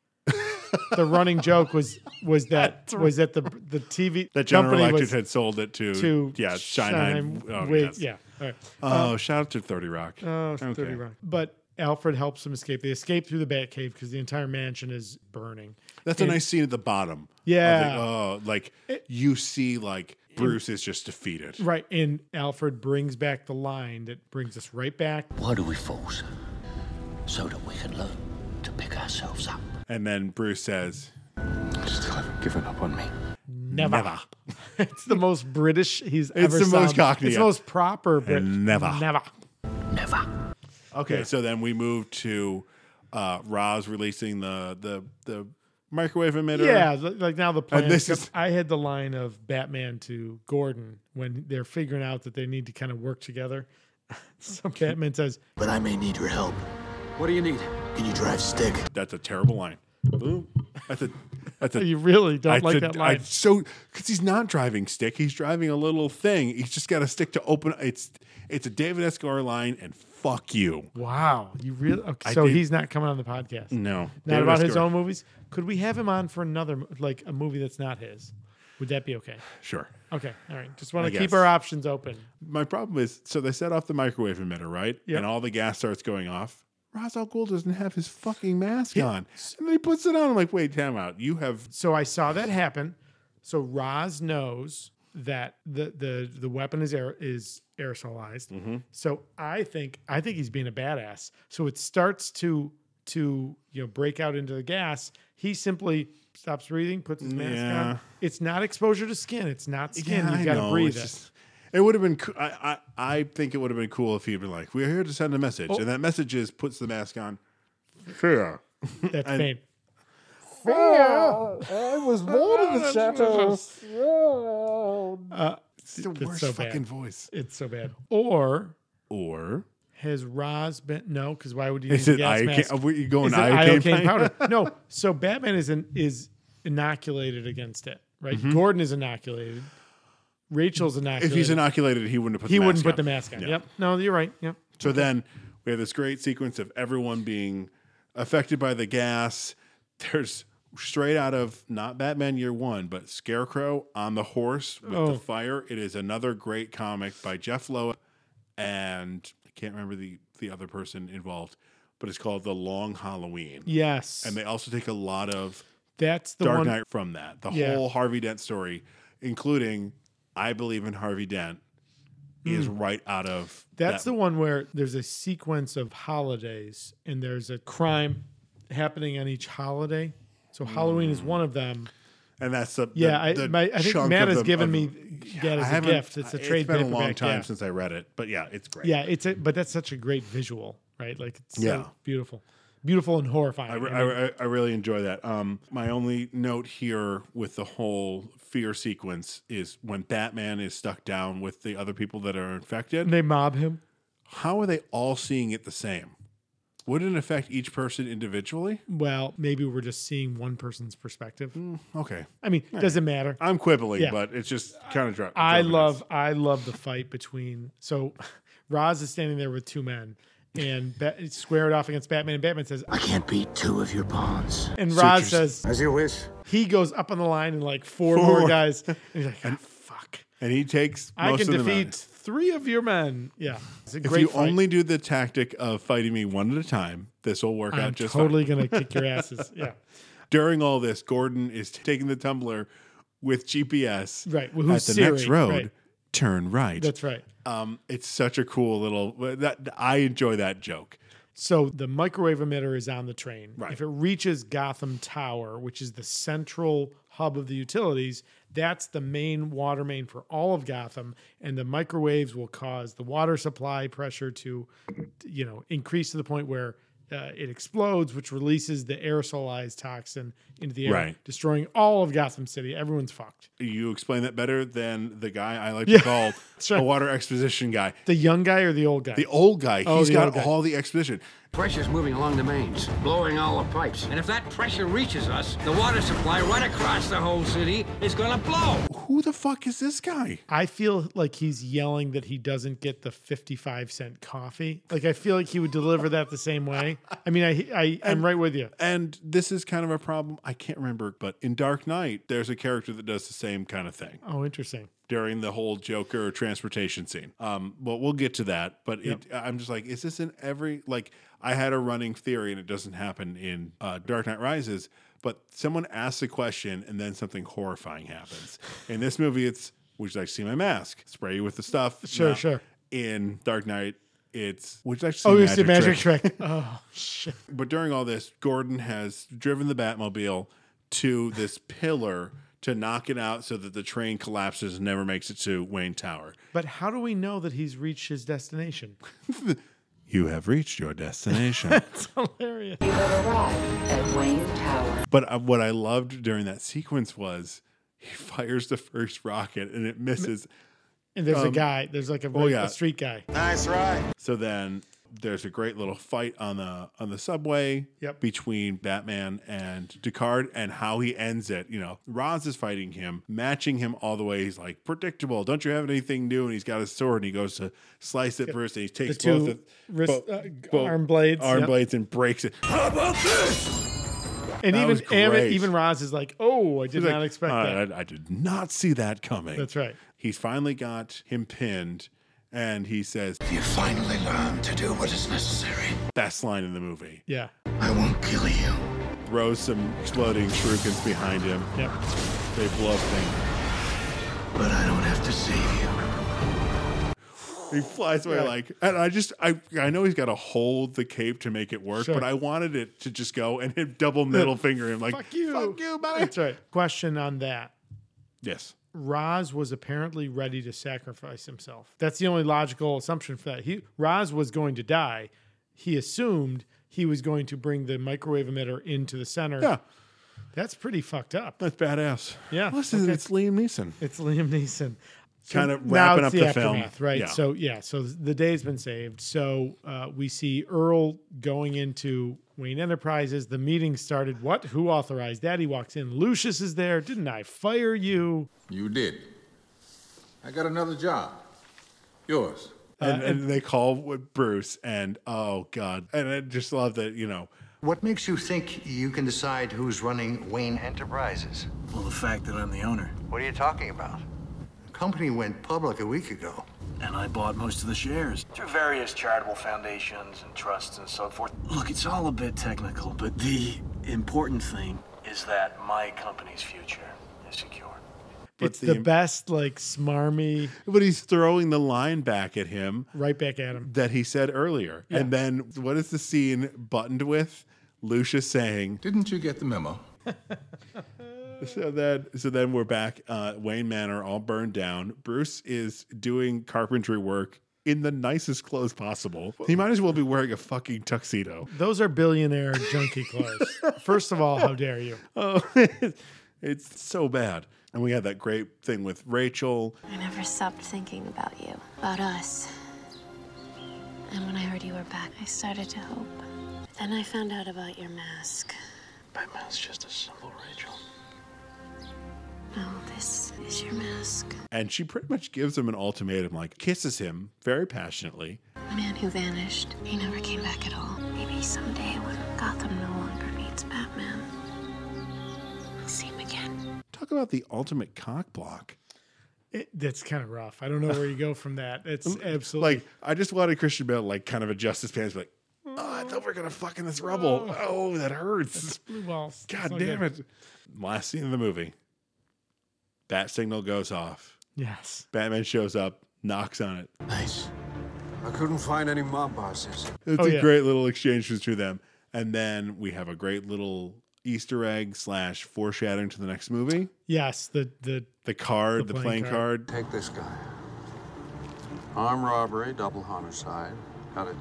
Speaker 2: the running joke was was that was that the the TV
Speaker 1: That General
Speaker 2: company
Speaker 1: Electric
Speaker 2: was-
Speaker 1: had sold it to,
Speaker 2: to
Speaker 1: yeah, Shine.
Speaker 2: Shine
Speaker 1: Oh,
Speaker 2: Wig-
Speaker 1: yes.
Speaker 2: yeah, all right.
Speaker 1: Oh,
Speaker 2: Uh,
Speaker 1: shout out to Thirty Rock.
Speaker 2: Oh, it's
Speaker 1: Okay.
Speaker 2: 30 Rock. But Alfred helps them escape. They escape through the Bat Cave because the entire mansion is burning.
Speaker 1: That's
Speaker 2: And-
Speaker 1: a nice scene at the bottom. of the-
Speaker 2: Yeah.
Speaker 1: oh, like you see, like Bruce is just defeated.
Speaker 2: Right. And Alfred brings back the line that brings us right back.
Speaker 8: Why do we force? So that we can learn to pick ourselves up.
Speaker 1: And then Bruce says,
Speaker 8: Still haven't given up on me.
Speaker 2: Never. it's the most British he's ever
Speaker 1: the most
Speaker 2: sounded.
Speaker 1: Cockney,
Speaker 2: It's the
Speaker 1: yeah.
Speaker 2: most proper British.
Speaker 1: never.
Speaker 2: Never.
Speaker 1: Okay,
Speaker 2: Yeah.
Speaker 1: so then we move to uh Roz releasing the the the microwave emitter.
Speaker 2: Yeah, li- like now the plan.
Speaker 1: And this
Speaker 2: except
Speaker 1: is
Speaker 2: I had the line of Batman to Gordon when they're figuring out that they need to kind of work together. so Batman says,
Speaker 11: But I may need your help.
Speaker 8: What do you need?
Speaker 11: Can you drive stick?
Speaker 1: that's a terrible line. Boom. That's a that's a
Speaker 2: You really don't
Speaker 1: that's
Speaker 2: like
Speaker 1: a-
Speaker 2: that line.
Speaker 1: so because he's not driving stick, he's driving a little thing. He's just got a stick to open. It's it's a David Escobar line, and fuck you.
Speaker 2: Wow, you really? Okay,
Speaker 1: I
Speaker 2: so
Speaker 1: did-
Speaker 2: he's not coming on the podcast.
Speaker 1: No.
Speaker 2: not
Speaker 1: David
Speaker 2: about his
Speaker 1: Escobar.
Speaker 2: own movies. Could we have him on for another, mo- like a movie that's not his? Would that be okay?
Speaker 1: Sure.
Speaker 2: Okay. All right. Just want to keep our options open.
Speaker 1: My problem is so they set off the microwave emitter, right?
Speaker 2: Yep.
Speaker 1: And all the gas starts going off. Ra's al Ghul doesn't have his fucking mask on. And then he puts it on. I'm like, wait, time out. You have.
Speaker 2: So I saw that happen. So Raz knows that the the the weapon is air, is aerosolized.
Speaker 1: Mm-hmm.
Speaker 2: So I think I think he's being a badass. So it starts to to you know break out into the gas. He simply stops breathing, puts his mask
Speaker 1: Yeah.
Speaker 2: on. It's not exposure to skin. It's not skin.
Speaker 1: Yeah, I
Speaker 2: You've got to
Speaker 1: know.
Speaker 2: breathe
Speaker 1: It's
Speaker 2: it.
Speaker 1: just- it would have been. coo- I, I I think it would have been cool if he'd been like, "We're here to send a message,"
Speaker 2: Oh.
Speaker 1: and that message is puts the mask on. Yeah.
Speaker 2: That's
Speaker 1: I-
Speaker 2: pain.
Speaker 1: I was born in the shadows. it's the
Speaker 2: That's
Speaker 1: worst
Speaker 2: Uh, so bad.
Speaker 1: fucking voice.
Speaker 2: It's so bad. Or
Speaker 1: Or
Speaker 2: has Roz been no? Because why would you?
Speaker 1: is
Speaker 2: need a
Speaker 1: it
Speaker 2: gas mask?
Speaker 1: iocane? Are you going
Speaker 2: Is it
Speaker 1: iocane,
Speaker 2: iocane
Speaker 1: powder?
Speaker 2: powder? no. So Batman is in, is inoculated against it, right? Gordon is inoculated. Rachel's inoculated.
Speaker 1: Mm-hmm. If he's inoculated, he wouldn't have put.
Speaker 2: he
Speaker 1: the
Speaker 2: wouldn't
Speaker 1: mask
Speaker 2: put
Speaker 1: on.
Speaker 2: the mask on.
Speaker 1: Yeah.
Speaker 2: Yep. No, you're right. Yep.
Speaker 1: So then we have this great sequence of everyone being affected by the gas. There's straight out of not Batman Year One, but Scarecrow on the horse with
Speaker 2: Oh.
Speaker 1: the fire. It is another great comic by Jeff Loeb, and I can't remember the the other person involved, but it's called The Long Halloween.
Speaker 2: Yes.
Speaker 1: And they also take a lot of
Speaker 2: That's the
Speaker 1: Dark
Speaker 2: one.
Speaker 1: Knight from that. The
Speaker 2: Yeah.
Speaker 1: whole Harvey Dent story, including I believe in Harvey Dent, is right out of
Speaker 2: Hmm. That's
Speaker 1: that
Speaker 2: the one where there's a sequence of holidays and there's a crime happening on each holiday. So Halloween is one of them.
Speaker 1: and that's Hmm. the the-
Speaker 2: Yeah, I-
Speaker 1: the
Speaker 2: my- I think
Speaker 1: chunk
Speaker 2: Matt
Speaker 1: of
Speaker 2: has
Speaker 1: the-
Speaker 2: given
Speaker 1: of-
Speaker 2: me that as
Speaker 1: I
Speaker 2: a
Speaker 1: haven't-
Speaker 2: gift. It's a trade
Speaker 1: It's been a long
Speaker 2: paperback,
Speaker 1: time
Speaker 2: yeah.
Speaker 1: since I read it, but yeah, it's great.
Speaker 2: Yeah, it's a, but that's such a great visual, right? Like it's so
Speaker 1: Yeah.
Speaker 2: beautiful, beautiful and horrifying.
Speaker 1: I, re-
Speaker 2: I
Speaker 1: I,
Speaker 2: mean,
Speaker 1: re- I really enjoy that. Um, my only note here with the whole fear sequence is when Batman is stuck down with the other people that are infected.
Speaker 2: they mob him.
Speaker 1: How are they all seeing it the same? Wouldn't it affect each person individually?
Speaker 2: Well, maybe we're just seeing one person's perspective.
Speaker 1: Mm. Okay,
Speaker 2: I mean, doesn't matter.
Speaker 1: I'm quibbling,
Speaker 2: Yeah.
Speaker 1: but it's just kind of dry.
Speaker 2: I love I love the fight between so Roz is standing there with two men and ba- squared off against Batman and Batman says
Speaker 32: I can't beat two of your pawns.
Speaker 2: and Roz
Speaker 1: Suit yours-
Speaker 2: says
Speaker 32: As you wish.
Speaker 2: he goes up on the line and like four,
Speaker 1: Four.
Speaker 2: more guys and he's like "Ah, fuck
Speaker 1: and he takes.
Speaker 2: I
Speaker 1: most
Speaker 2: can
Speaker 1: of the
Speaker 2: defeat
Speaker 1: men.
Speaker 2: three of your men yeah it's a
Speaker 1: If
Speaker 2: great
Speaker 1: you
Speaker 2: fight.
Speaker 1: only do the tactic of fighting me one at a time, this will work
Speaker 2: I'm
Speaker 1: out just
Speaker 2: totally
Speaker 1: fine.
Speaker 2: gonna kick your asses yeah
Speaker 1: During all this, Gordon is taking the tumbler with GPS
Speaker 2: right well,
Speaker 1: at
Speaker 2: who's
Speaker 1: the
Speaker 2: Siri?
Speaker 1: next road.
Speaker 2: Right.
Speaker 1: Turn right.
Speaker 2: that's right
Speaker 1: um, it's such a cool little. That I enjoy that joke.
Speaker 2: So the microwave emitter is on the train.
Speaker 1: Right.
Speaker 2: If it reaches Gotham Tower, which is the central hub of the utilities, that's the main water main for all of Gotham, and the microwaves will cause the water supply pressure to, you know, increase to the point where uh, it explodes, which releases the aerosolized toxin into the air,
Speaker 1: Right.
Speaker 2: destroying all of Gotham City. Everyone's fucked.
Speaker 1: You explain that better than the guy I like
Speaker 2: Yeah,
Speaker 1: to call
Speaker 2: right.
Speaker 1: a water exposition guy.
Speaker 2: The young guy or the old guy?
Speaker 1: The old guy.
Speaker 2: Oh,
Speaker 1: he's
Speaker 2: the
Speaker 1: got
Speaker 2: old guy.
Speaker 1: all the exposition.
Speaker 10: Pressure's moving along the mains, blowing all the pipes. And if that pressure reaches us, the water supply right across the whole city is gonna blow.
Speaker 1: Who the fuck is this guy?
Speaker 2: I feel like he's yelling that he doesn't get the 55 cent coffee. Like I feel like he would deliver that the same way. I mean, I, I I'm right with you.
Speaker 1: And this is kind of a problem. I can't remember, but in Dark Knight, there's a character that does the same kind of thing.
Speaker 2: Oh, interesting.
Speaker 1: during the whole Joker transportation scene. Um, but we'll get to that. But it, I'm just like, is this in every like? I had a running theory, and it doesn't happen in uh, Dark Knight Rises. But someone asks a question, and then something horrifying happens. In this movie, it's would you like to see my mask? Spray you with the stuff.
Speaker 2: Sure,
Speaker 1: No.
Speaker 2: sure.
Speaker 1: In Dark Knight, it's would you like to see
Speaker 2: Oh,
Speaker 1: magic,
Speaker 2: it's the magic
Speaker 1: trick?
Speaker 2: trick. Oh shit.
Speaker 1: But during all this, Gordon has driven the Batmobile to this pillar to knock it out so that the train collapses and never makes it to Wayne Tower.
Speaker 2: But how do we know that he's reached his destination?
Speaker 1: You have reached your destination.
Speaker 2: It's hilarious.
Speaker 1: but uh, what I loved during that sequence was he fires the first rocket and it misses.
Speaker 2: And there's a
Speaker 1: Um,
Speaker 2: guy. There's like a,
Speaker 1: oh, yeah.
Speaker 2: a street guy.
Speaker 1: So then there's a great little fight on the on the subway
Speaker 2: Yep.
Speaker 1: between Batman and Descartes and how he ends it. You know, Roz is fighting him, matching him all the way. He's like, predictable, don't you have anything new? And he's got his sword and he goes to slice it first and he takes
Speaker 2: two
Speaker 1: both, of,
Speaker 2: wrist- uh, arm blades,
Speaker 1: arm
Speaker 2: yep.
Speaker 1: blades and breaks it. How about this?
Speaker 2: And
Speaker 1: That
Speaker 2: even
Speaker 1: was great.
Speaker 2: even Roz is like, "Oh, I did
Speaker 1: He's
Speaker 2: not
Speaker 1: like,
Speaker 2: expect
Speaker 1: "Uh,
Speaker 2: that."
Speaker 1: I, I did not see that coming.
Speaker 2: That's right.
Speaker 1: He's finally got him pinned, and he says,
Speaker 33: You finally learn to do what is necessary.
Speaker 1: best line in the movie.
Speaker 2: Yeah.
Speaker 33: I won't kill you.
Speaker 1: Throws some exploding shurikens behind him.
Speaker 2: Yep.
Speaker 1: They blow up thing.
Speaker 33: But I don't have to save you.
Speaker 1: He flies away
Speaker 2: Right.
Speaker 1: like, and I just, I, I know he's got to hold the cape to make it work,
Speaker 2: Sure.
Speaker 1: but I wanted it to just go and him double middle finger him like,
Speaker 2: Fuck you.
Speaker 1: fuck you, buddy.
Speaker 2: That's right. Question on that.
Speaker 1: Yes.
Speaker 2: Roz was apparently ready to sacrifice himself. That's the only logical assumption for that. He Roz was going to die. He assumed he was going to bring the microwave emitter into the center.
Speaker 1: Yeah.
Speaker 2: That's pretty fucked up.
Speaker 1: That's badass.
Speaker 2: Yeah,
Speaker 1: Listen,
Speaker 2: okay.
Speaker 1: it's Liam Neeson.
Speaker 2: It's Liam Neeson. So
Speaker 1: Kind of
Speaker 2: now
Speaker 1: wrapping
Speaker 2: it's
Speaker 1: up the film.
Speaker 2: aftermath, right?
Speaker 1: Yeah.
Speaker 2: So uh, yeah, so the day's been saved. So uh, we see Earl going into Wayne Enterprises. The meeting started. What? Who authorized that? He walks in. Lucius is there. Didn't I fire you?
Speaker 34: You did. I got another job. Yours.
Speaker 1: and, and they call with Bruce, and oh god, and I just love that you know
Speaker 8: What makes you think you can decide who's running Wayne Enterprises?
Speaker 35: Well, the fact that I'm the owner,
Speaker 8: What are you talking about? The company went public a week ago.
Speaker 35: and I bought most of the shares.
Speaker 8: Through various charitable foundations and trusts and so forth.
Speaker 35: Look, it's all a bit technical, but the important thing
Speaker 8: Is that my company's future is secure?
Speaker 2: it's the, best, like smarmy,
Speaker 1: but he's throwing the line back at him
Speaker 2: right back at him.
Speaker 1: that he said earlier. And then what is the scene buttoned with? Lucius saying
Speaker 34: Didn't you get the memo?
Speaker 1: so then so then we're back uh Wayne Manor all burned down. Bruce is doing carpentry work in the nicest clothes possible. He might as well be wearing a fucking tuxedo.
Speaker 2: Those are billionaire junkie clothes. First of all, how dare you?
Speaker 1: Oh, it's so bad. And we had that great thing with Rachel.
Speaker 13: I never stopped thinking about you, about us. And when I heard you were back, I started to hope. But then I found out about your mask.
Speaker 8: Batman's just a symbol, Rachel.
Speaker 13: No, this is your mask.
Speaker 1: And she pretty much gives him an ultimatum, like kisses him very passionately.
Speaker 13: The man who vanished, he never came back at all. Maybe someday when Gotham no longer needs Batman, I'll see him again.
Speaker 1: Talk about the ultimate cock block.
Speaker 2: It, that's kind of rough. I don't know where you go from that. It's absolutely
Speaker 1: Like, I just wanted Christian Bale, to, like, kind of adjust his pants, be like, oh, I thought we are going to fuck in this rubble. Oh, that hurts.
Speaker 2: blue balls. It's
Speaker 1: God
Speaker 2: no
Speaker 1: damn
Speaker 2: good.
Speaker 1: it. Last scene of the movie. Bat signal goes off.
Speaker 2: Yes.
Speaker 1: Batman shows up, knocks on it.
Speaker 11: Nice. I couldn't find any mob bosses.
Speaker 1: It's
Speaker 2: Oh,
Speaker 1: a
Speaker 2: yeah.
Speaker 1: great little exchange between them. And then we have a great little Easter egg slash foreshadowing to the next movie.
Speaker 2: Yes. The the
Speaker 1: The card,
Speaker 2: The
Speaker 1: the,
Speaker 2: playing
Speaker 1: playing card.
Speaker 11: Take this guy. Armed robbery, double homicide. Got a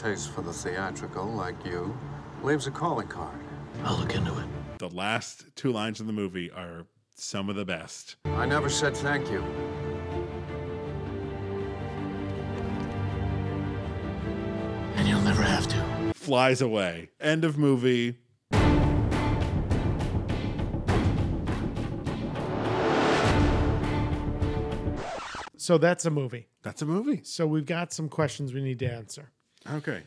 Speaker 11: taste for the theatrical, like you. Leaves a calling card.
Speaker 35: I'll look into it.
Speaker 1: The last two lines of the movie are some of the best.
Speaker 11: I never said thank you.
Speaker 36: And you'll never have to.
Speaker 1: Flies away. End of movie.
Speaker 2: so that's a movie.
Speaker 1: That's a movie.
Speaker 2: So we've got some questions we need to answer.
Speaker 1: Okay.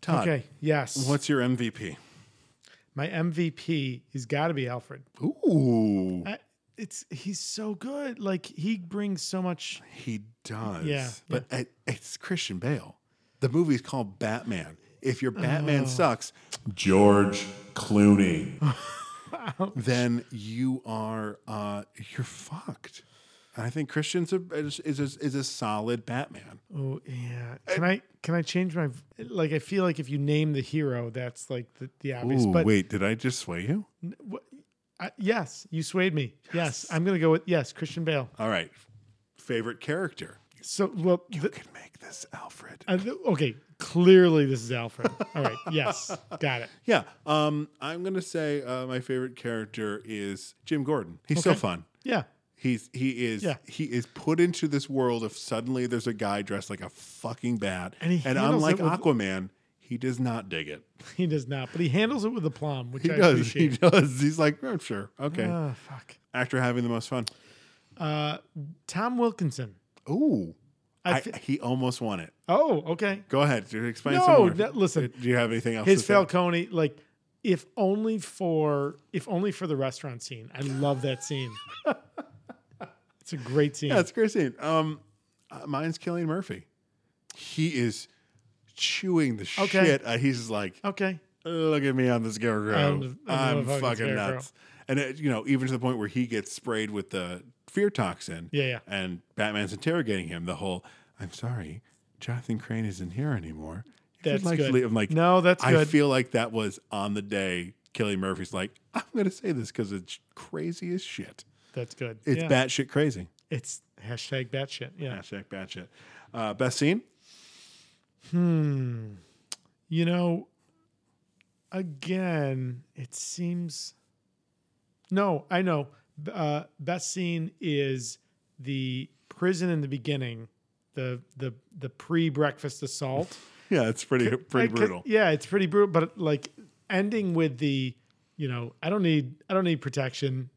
Speaker 1: Todd,
Speaker 2: Okay. Yes.
Speaker 1: what's your MVP?
Speaker 2: my MVP has got to be Alfred.
Speaker 1: Ooh.
Speaker 2: I, it's he's so good. Like he brings so much.
Speaker 1: He does.
Speaker 2: Yeah,
Speaker 1: But It, it's Christian Bale. The movie's called Batman. If your
Speaker 2: Oh.
Speaker 1: Batman sucks, George Clooney, then you are uh, you're fucked. And I think Christian's a, is, is a, is a solid Batman.
Speaker 2: Oh yeah. Can I can I change my like? I feel like if you name the hero, that's like the, the obvious.
Speaker 1: Ooh,
Speaker 2: but
Speaker 1: wait, did I just sway you?
Speaker 2: I, yes, you swayed me. Yes. I'm gonna go with yes, Christian Bale.
Speaker 1: All right. Favorite character?
Speaker 2: So well,
Speaker 1: You
Speaker 2: the-
Speaker 1: can make this Alfred.
Speaker 2: uh, the- okay. Clearly, this is Alfred. All right. Yes, got it.
Speaker 1: yeah. Um, I'm gonna say uh, my favorite character is Jim Gordon. He's so
Speaker 2: Okay.
Speaker 1: fun.
Speaker 2: Yeah.
Speaker 1: He's he is
Speaker 2: Yeah.
Speaker 1: he is put into this world of suddenly there's a guy dressed like a fucking bat.
Speaker 2: And he handles
Speaker 1: unlike
Speaker 2: it with-
Speaker 1: Aquaman, he does not dig it.
Speaker 2: He does not, but he handles it with aplomb, which
Speaker 1: He
Speaker 2: I
Speaker 1: does. He
Speaker 2: appreciate.
Speaker 1: does. He's like, oh, sure. Okay.
Speaker 2: Ah, fuck.
Speaker 1: Actor having the most fun.
Speaker 2: Uh, Tom Wilkinson.
Speaker 1: Ooh.
Speaker 2: I
Speaker 1: I-
Speaker 2: fe-
Speaker 1: he almost won it.
Speaker 2: Oh, okay.
Speaker 1: Go ahead. Explain some
Speaker 2: No,
Speaker 1: more.
Speaker 2: that- listen.
Speaker 1: Do you have anything else
Speaker 2: His
Speaker 1: to say?
Speaker 2: Falcone, like if only for if only for the restaurant scene. I love that scene. it's a great scene.
Speaker 1: Yeah, it's a great scene. Um, mine's Killian Murphy. He is chewing the
Speaker 2: Okay.
Speaker 1: shit. Uh, he's like,
Speaker 2: okay,
Speaker 1: look at me on this scarecrow.
Speaker 2: I'm
Speaker 1: I'm,
Speaker 2: the- I'm the
Speaker 1: fucking,
Speaker 2: fucking scarecrow."
Speaker 1: nuts. And it, you know, even to the point where he gets sprayed with the fear toxin.
Speaker 2: Yeah, yeah.
Speaker 1: And Batman's interrogating him. The whole, I'm sorry, Jonathan Crane isn't here anymore. If you'd
Speaker 2: That's
Speaker 1: like to
Speaker 2: good.
Speaker 1: leave-" I'm like,
Speaker 2: No, that's
Speaker 1: I
Speaker 2: good.
Speaker 1: feel like that was on the day Kelly Murphy's like, I'm gonna say this because it's crazy as shit.
Speaker 2: that's good.
Speaker 1: It's
Speaker 2: yeah.
Speaker 1: batshit crazy.
Speaker 2: It's hashtag batshit. Yeah.
Speaker 1: Hashtag batshit. Uh, best scene.
Speaker 2: Hmm. You know, again, it seems. No, I know. B- Uh, best scene is the prison in the beginning, the the the pre-breakfast assault.
Speaker 1: Yeah, it's pretty pretty
Speaker 2: Like, 'cause-
Speaker 1: brutal.
Speaker 2: Yeah, it's pretty brutal. But like ending with the, you know, I don't need I don't need protection,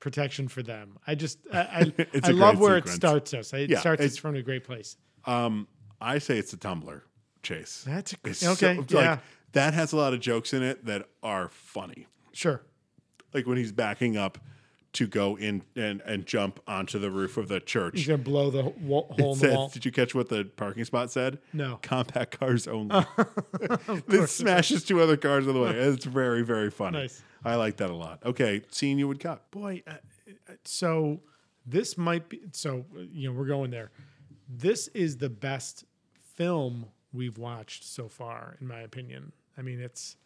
Speaker 2: protection for them. I just I I,
Speaker 1: It's
Speaker 2: I
Speaker 1: a
Speaker 2: love
Speaker 1: great
Speaker 2: where it
Speaker 1: sequence.
Speaker 2: starts us. It
Speaker 1: Yeah,
Speaker 2: starts us
Speaker 1: it's-
Speaker 2: from a great place.
Speaker 1: Um, I say it's a Tumblr chase.
Speaker 2: That's a,
Speaker 1: It's
Speaker 2: great
Speaker 1: so-
Speaker 2: okay.
Speaker 1: like,
Speaker 2: yeah,
Speaker 1: That has a lot of jokes in it that are funny.
Speaker 2: sure.
Speaker 1: Like when he's backing up to go in and, and jump onto the roof of the
Speaker 2: He's
Speaker 1: church.
Speaker 2: gonna blow the wa- hole
Speaker 1: It
Speaker 2: in the
Speaker 1: says,
Speaker 2: wall.
Speaker 1: did you catch what the parking spot said?
Speaker 2: No.
Speaker 1: Compact cars only. this smashes two other cars on the way. It's very, very funny.
Speaker 2: Nice.
Speaker 1: I like that a lot. Okay, scene you would cut.
Speaker 2: Boy, uh, uh, so this might be so uh, you know we're going there. This is the best film we've watched so far, in my opinion. I mean, it's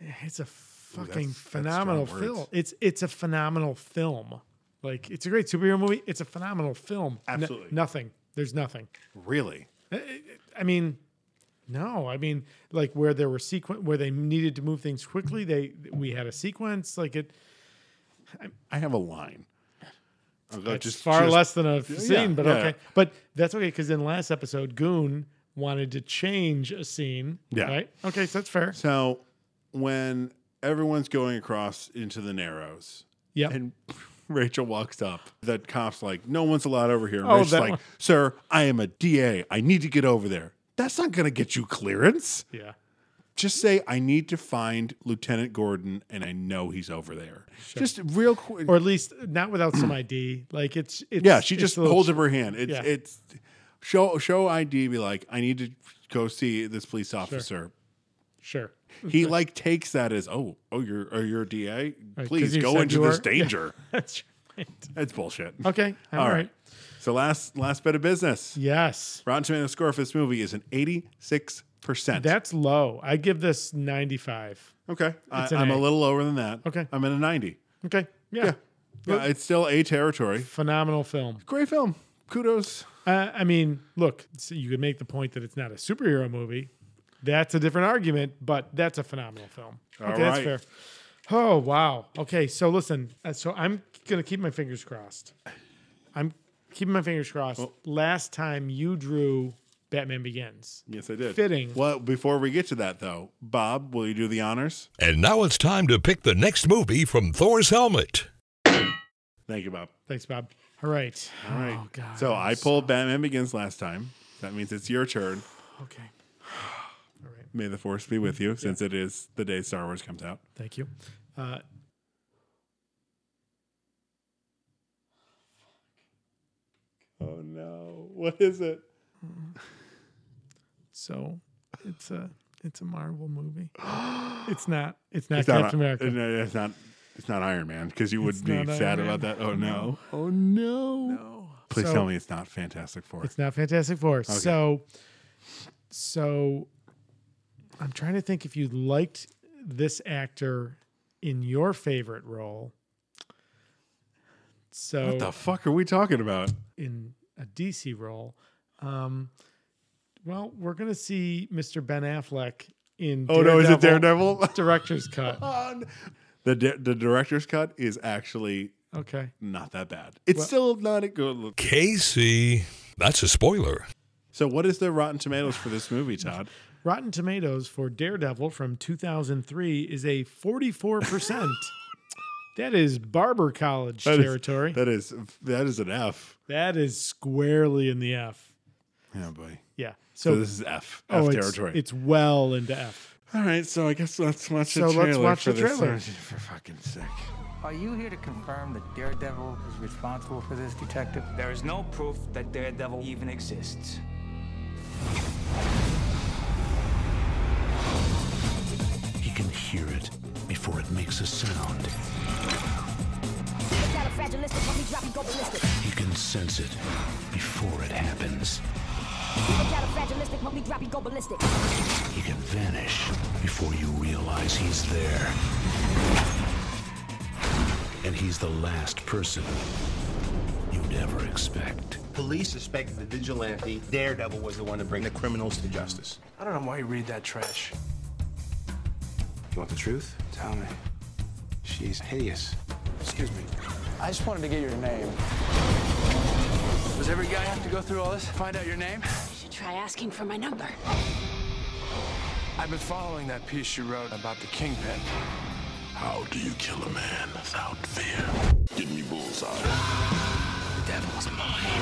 Speaker 2: it's a fucking
Speaker 1: that's strong
Speaker 2: phenomenal
Speaker 1: words.
Speaker 2: film. It's it's a phenomenal film. Like it's a great superhero movie. It's a phenomenal film. No-
Speaker 1: Absolutely.
Speaker 2: nothing. There's nothing.
Speaker 1: Really?
Speaker 2: I mean, no. I mean, like where there were sequen where they needed to move things quickly. They we had a sequence. Like it,
Speaker 1: I have a line. I'll go
Speaker 2: That's
Speaker 1: just-
Speaker 2: far
Speaker 1: just-
Speaker 2: less than a f-
Speaker 1: Yeah,
Speaker 2: scene, but
Speaker 1: yeah.
Speaker 2: okay. But that's okay because in last episode, Goon wanted to change a scene.
Speaker 1: Yeah.
Speaker 2: Right. Okay, so that's fair.
Speaker 1: So when everyone's going across into the narrows,
Speaker 2: Yep.
Speaker 1: and Rachel walks up, the cop's like, "No one's allowed over here." And
Speaker 2: Oh,
Speaker 1: Rachel's
Speaker 2: that
Speaker 1: like,
Speaker 2: one.
Speaker 1: "Sir, I am a DA. I need to get over there." That's not going to get you clearance.
Speaker 2: yeah.
Speaker 1: Just say, "I need to find Lieutenant Gordon, and I know he's over there." Just real quick.
Speaker 2: Or at least not without some ID. Like it's it's
Speaker 1: yeah, she
Speaker 2: it's
Speaker 1: just
Speaker 2: a little-
Speaker 1: holds up her hand. It's
Speaker 2: yeah.
Speaker 1: it's show show ID. Be like, "I need to go see this police officer."
Speaker 2: Sure.
Speaker 1: he like takes that as oh oh you're oh you're a DA.
Speaker 2: 'cause
Speaker 1: Please
Speaker 2: you
Speaker 1: go
Speaker 2: said
Speaker 1: into
Speaker 2: you
Speaker 1: this
Speaker 2: were-
Speaker 1: danger.
Speaker 2: That's right.
Speaker 1: It's bullshit.
Speaker 2: Okay.
Speaker 1: All right. So last last bit of business.
Speaker 2: Yes.
Speaker 1: Rotten Tomatoes score for this movie is an eighty six percent.
Speaker 2: That's low. I give this ninety five.
Speaker 1: okay. I,
Speaker 2: it's an
Speaker 1: I'm a
Speaker 2: A.
Speaker 1: little lower than that.
Speaker 2: Okay.
Speaker 1: I'm in a ninety.
Speaker 2: Okay. Yeah.
Speaker 1: Yeah, it's still A territory.
Speaker 2: Phenomenal film.
Speaker 1: Great film. Kudos.
Speaker 2: Uh, I mean, look, so you could make the point that it's not a superhero movie. That's a different argument, but that's a phenomenal film.
Speaker 1: All
Speaker 2: okay, that's
Speaker 1: right.
Speaker 2: fair. Oh wow. Okay, so listen. uh, So I'm gonna keep my fingers crossed. I'm keeping my fingers crossed. Last time you drew Batman Begins.
Speaker 1: Yes, I did.
Speaker 2: Fitting.
Speaker 1: Well, before we get to that though, Bob, will you do the honors?
Speaker 3: And now it's time to pick the next movie from Thor's helmet.
Speaker 1: Thank you, Bob.
Speaker 2: Thanks, Bob. All right.
Speaker 1: All right.
Speaker 2: Oh God.
Speaker 1: so uh, I pulled Batman Begins last time. That means it's your turn.
Speaker 2: Okay. All right.
Speaker 1: May the force be with you, since it is the day Star Wars comes out.
Speaker 2: Thank you. Uh,
Speaker 1: Oh no! What is it?
Speaker 2: so it's a it's a Marvel movie. it's not. It's not
Speaker 1: It's not,
Speaker 2: Captain America.
Speaker 1: no, it's not. It's not Iron Man because you would
Speaker 2: It's
Speaker 1: be
Speaker 2: not Iron
Speaker 1: sad
Speaker 2: Man.
Speaker 1: about that. Oh no! Oh no!
Speaker 2: No.
Speaker 1: Please
Speaker 2: So-
Speaker 1: tell me it's not Fantastic Four.
Speaker 2: It's not Fantastic Four. So, so I'm trying to think if you liked this actor in your favorite role. So
Speaker 1: what the fuck are we talking about?
Speaker 2: in a DC role, um, well, we're gonna see Mr. Ben Affleck in.
Speaker 1: Oh no! Is it Daredevil?
Speaker 2: Director's cut.
Speaker 1: the di- the director's cut is actually
Speaker 2: Okay.
Speaker 1: not that bad. It's
Speaker 2: Well-
Speaker 1: still not a good look.
Speaker 3: Casey, that's a spoiler.
Speaker 1: So what is the Rotten Tomatoes for this movie, Todd?
Speaker 2: Rotten Tomatoes for Daredevil from 2003 is a 44 percent. That is Barber College
Speaker 1: That is-
Speaker 2: territory.
Speaker 1: That is that is an F.
Speaker 2: That is squarely in the F.
Speaker 1: Yeah, boy.
Speaker 2: Yeah. So,
Speaker 1: So, this is F. F
Speaker 2: oh, it's-
Speaker 1: territory.
Speaker 2: It's, well into F.
Speaker 1: All right, so I guess let's watch
Speaker 2: so
Speaker 1: the trailer.
Speaker 2: let's watch
Speaker 1: for
Speaker 2: the
Speaker 1: this.
Speaker 2: trailer.
Speaker 1: For fucking sick.
Speaker 37: Are you here to confirm that Daredevil is responsible for this, Detective?
Speaker 38: There is no proof that Daredevil even exists.
Speaker 11: He can hear it before it makes a sound. He can sense it before it happens. He can vanish before you realize he's there. And he's the last person you'd ever expect.
Speaker 39: Police suspected the vigilante Daredevil was the one to bring the criminals to justice.
Speaker 37: I don't know why you read that trash.
Speaker 39: You want the truth?
Speaker 37: Tell me.
Speaker 39: She's hideous. Excuse me.
Speaker 37: I just wanted to get your name. Does every guy have to go through all this? Find out your name?
Speaker 13: You should try asking for my number.
Speaker 37: I've been following that piece you wrote about the kingpin.
Speaker 11: How do you kill a man without fear? Give me bullseye.
Speaker 38: The devil's mine.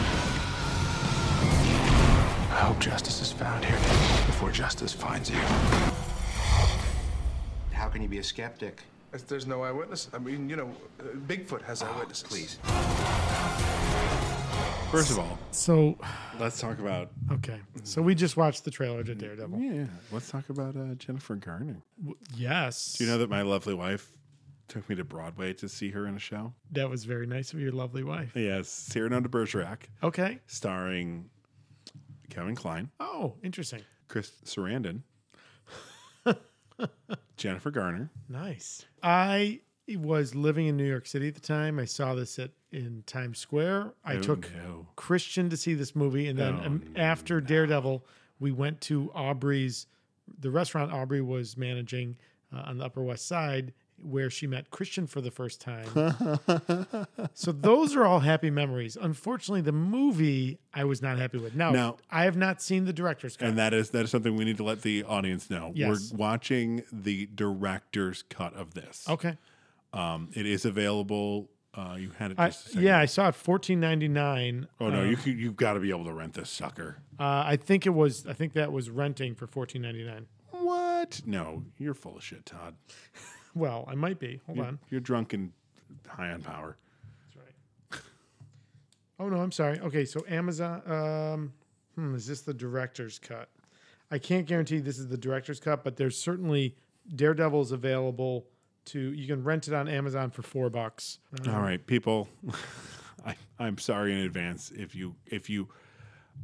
Speaker 11: I hope justice is found here before justice finds you.
Speaker 39: How can you be a skeptic?
Speaker 37: If there's no eyewitness, I mean, you know, uh, Bigfoot has
Speaker 38: Ah,
Speaker 37: eyewitnesses.
Speaker 39: Please.
Speaker 1: First of all,
Speaker 2: So,
Speaker 1: let's talk about.
Speaker 2: okay. So we just watched the trailer to Daredevil.
Speaker 1: Yeah, let's talk about uh, Jennifer Garner.
Speaker 2: Yes.
Speaker 1: Do you know that my lovely wife took me to Broadway to see her in a show?
Speaker 2: That was very nice of your lovely wife.
Speaker 1: Yes, Cyrano de Bergerac,
Speaker 2: Okay.
Speaker 1: starring Kevin Klein,
Speaker 2: Oh, interesting.
Speaker 1: Chris Sarandon, Jennifer Garner.
Speaker 2: Nice. I was living in New York City at the time. I saw this at in Times Square. I
Speaker 1: Oh,
Speaker 2: took
Speaker 1: no.
Speaker 2: Christian to see this movie, and
Speaker 1: Oh,
Speaker 2: then um, after Daredevil, we went to Aubrey's, the restaurant Aubrey was managing uh, on the Upper West Side, where she met Christian for the first time. so those are all happy memories. Unfortunately, the movie I was not happy with. Now,
Speaker 1: Now-
Speaker 2: I have not seen the director's cut.
Speaker 1: And that is that is something we need to let the audience know.
Speaker 2: Yes.
Speaker 1: We're watching the director's cut of this.
Speaker 2: okay.
Speaker 1: Um, it is available. Uh, you had it
Speaker 2: I,
Speaker 1: just a second.
Speaker 2: yeah, I saw it fourteen ninety nine.
Speaker 1: Oh no, you can, you've got to be able to rent this sucker.
Speaker 2: Uh, I think it was. I think that was renting for fourteen ninety nine.
Speaker 1: What? No, you're full of shit, Todd.
Speaker 2: Well, I might be. Hold on.
Speaker 1: You're drunk and high on power.
Speaker 2: Oh no, I'm sorry. Okay, so Amazon. Um, hmm, is this the director's cut? I can't guarantee this is the director's cut, but there's certainly Daredevil's available to. You can rent it on Amazon for four bucks. Uh,
Speaker 1: All right, people. I, I'm sorry in advance if you if you.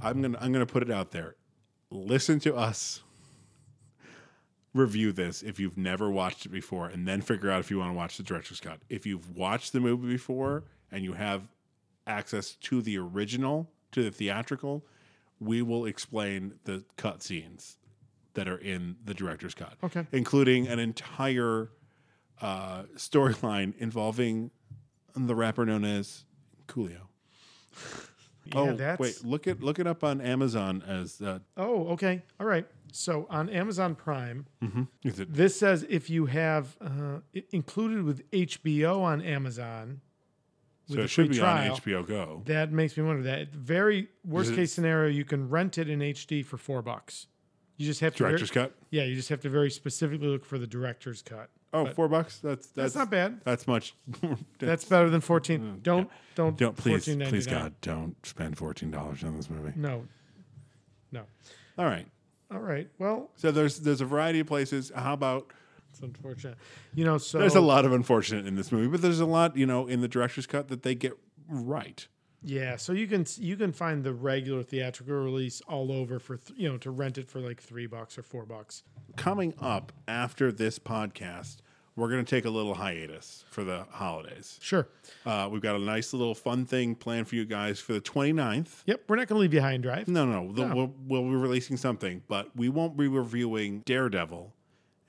Speaker 1: I'm gonna I'm gonna put it out there. Listen to us. Review this if you've never watched it before, and then figure out if you want to watch the director's cut. If you've watched the movie before and you have access to the original, to the theatrical, we will explain the cut scenes that are in the director's cut,
Speaker 2: Okay.
Speaker 1: including an entire uh, storyline involving the rapper known as Coolio.
Speaker 2: yeah,
Speaker 1: oh,
Speaker 2: that's-
Speaker 1: wait, look it look it up on Amazon as uh,
Speaker 2: Oh, okay. All right. So on Amazon Prime,
Speaker 1: is it
Speaker 2: This says if you have uh, i- included with HBO on Amazon. with
Speaker 1: so
Speaker 2: the
Speaker 1: it should
Speaker 2: free
Speaker 1: be
Speaker 2: trial,
Speaker 1: on HBO Go.
Speaker 2: That makes me wonder. That very worst
Speaker 1: it-
Speaker 2: case scenario, you can rent it in HD for four bucks. You just have to very-
Speaker 1: Director's cut.
Speaker 2: Yeah, you just have to very specifically look for the director's cut.
Speaker 1: Oh,
Speaker 2: But
Speaker 1: four bucks. That's
Speaker 2: that's
Speaker 1: that's,
Speaker 2: not bad.
Speaker 1: That's much.
Speaker 2: That's better than fourteen. Don't don't
Speaker 1: Mm, don't please please
Speaker 2: $14.99.
Speaker 1: God don't spend fourteen dollars on this movie.
Speaker 2: No, no.
Speaker 1: All right.
Speaker 2: All right. Well,
Speaker 1: So there's there's a variety of places. How about
Speaker 2: it's unfortunate. You know, so
Speaker 1: there's a lot of unfortunate in this movie, but there's a lot you know in the director's cut that they get right.
Speaker 2: Yeah, so you can you can find the regular theatrical release all over for th- you know to rent it for like three bucks or four bucks.
Speaker 1: coming up after this podcast, we're going to take a little hiatus for the holidays.
Speaker 2: Sure.
Speaker 1: Uh, we've got a nice little fun thing planned for you guys for the 29th.
Speaker 2: Yep, we're not going to leave you high and dry.
Speaker 1: No, no, the, We'll, we'll be releasing something, but we won't be reviewing Daredevil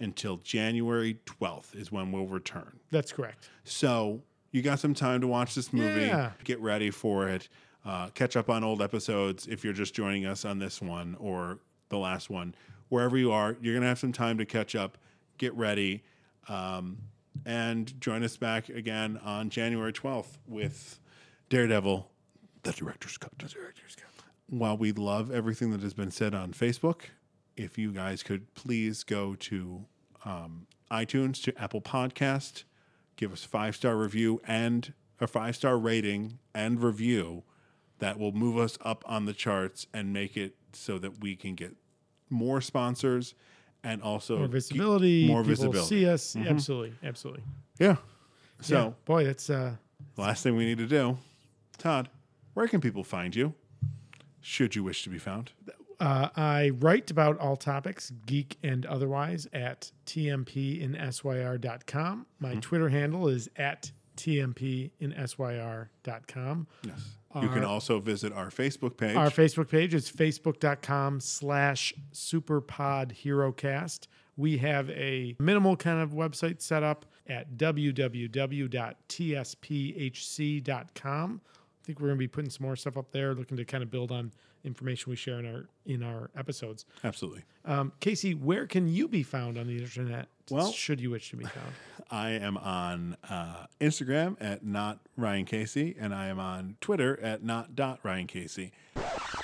Speaker 1: until January 12th, is when we'll return.
Speaker 2: That's correct.
Speaker 1: So you got some time to watch this movie,
Speaker 2: Yeah.
Speaker 1: get ready for it, uh, catch up on old episodes if you're just joining us on this one or the last one. Wherever you are, you're going to have some time to catch up, get ready, um, and join us back again on January 12th with Daredevil, the director's cut. The director's cut. While we love everything that has been said on Facebook, if you guys could please go to um, iTunes to Apple Podcast, give us five star review and a five star rating and review that will move us up on the charts and make it so that we can get more sponsors and also
Speaker 2: more
Speaker 1: ge-
Speaker 2: visibility.
Speaker 1: more
Speaker 2: people
Speaker 1: visibility.
Speaker 2: See us.
Speaker 1: Mhm.
Speaker 2: Absolutely. Absolutely.
Speaker 1: Yeah. So
Speaker 2: Yeah. boy, that's uh,
Speaker 1: last thing we need to do, Todd, where can people find you? Should you wish to be found?
Speaker 2: Uh, I write about all topics, geek and otherwise, at tmpinsyr.com. My Twitter handle is at tmpinsyr.com.
Speaker 1: Yes. You can
Speaker 2: Our-
Speaker 1: also visit our Facebook page.
Speaker 2: Our Facebook page is facebook.com slash superpodherocast. We have a minimal kind of website set up at www.tspHC.com. I think we're going to be putting some more stuff up there, looking to kind of build on information we share in our in our episodes.
Speaker 1: Absolutely.
Speaker 2: Um, Casey, where can you be found on the internet?
Speaker 1: Well-
Speaker 2: should you wish to be found?
Speaker 1: I am on uh, Instagram at not Ryan Casey, and I am on Twitter at not dot Ryan Casey.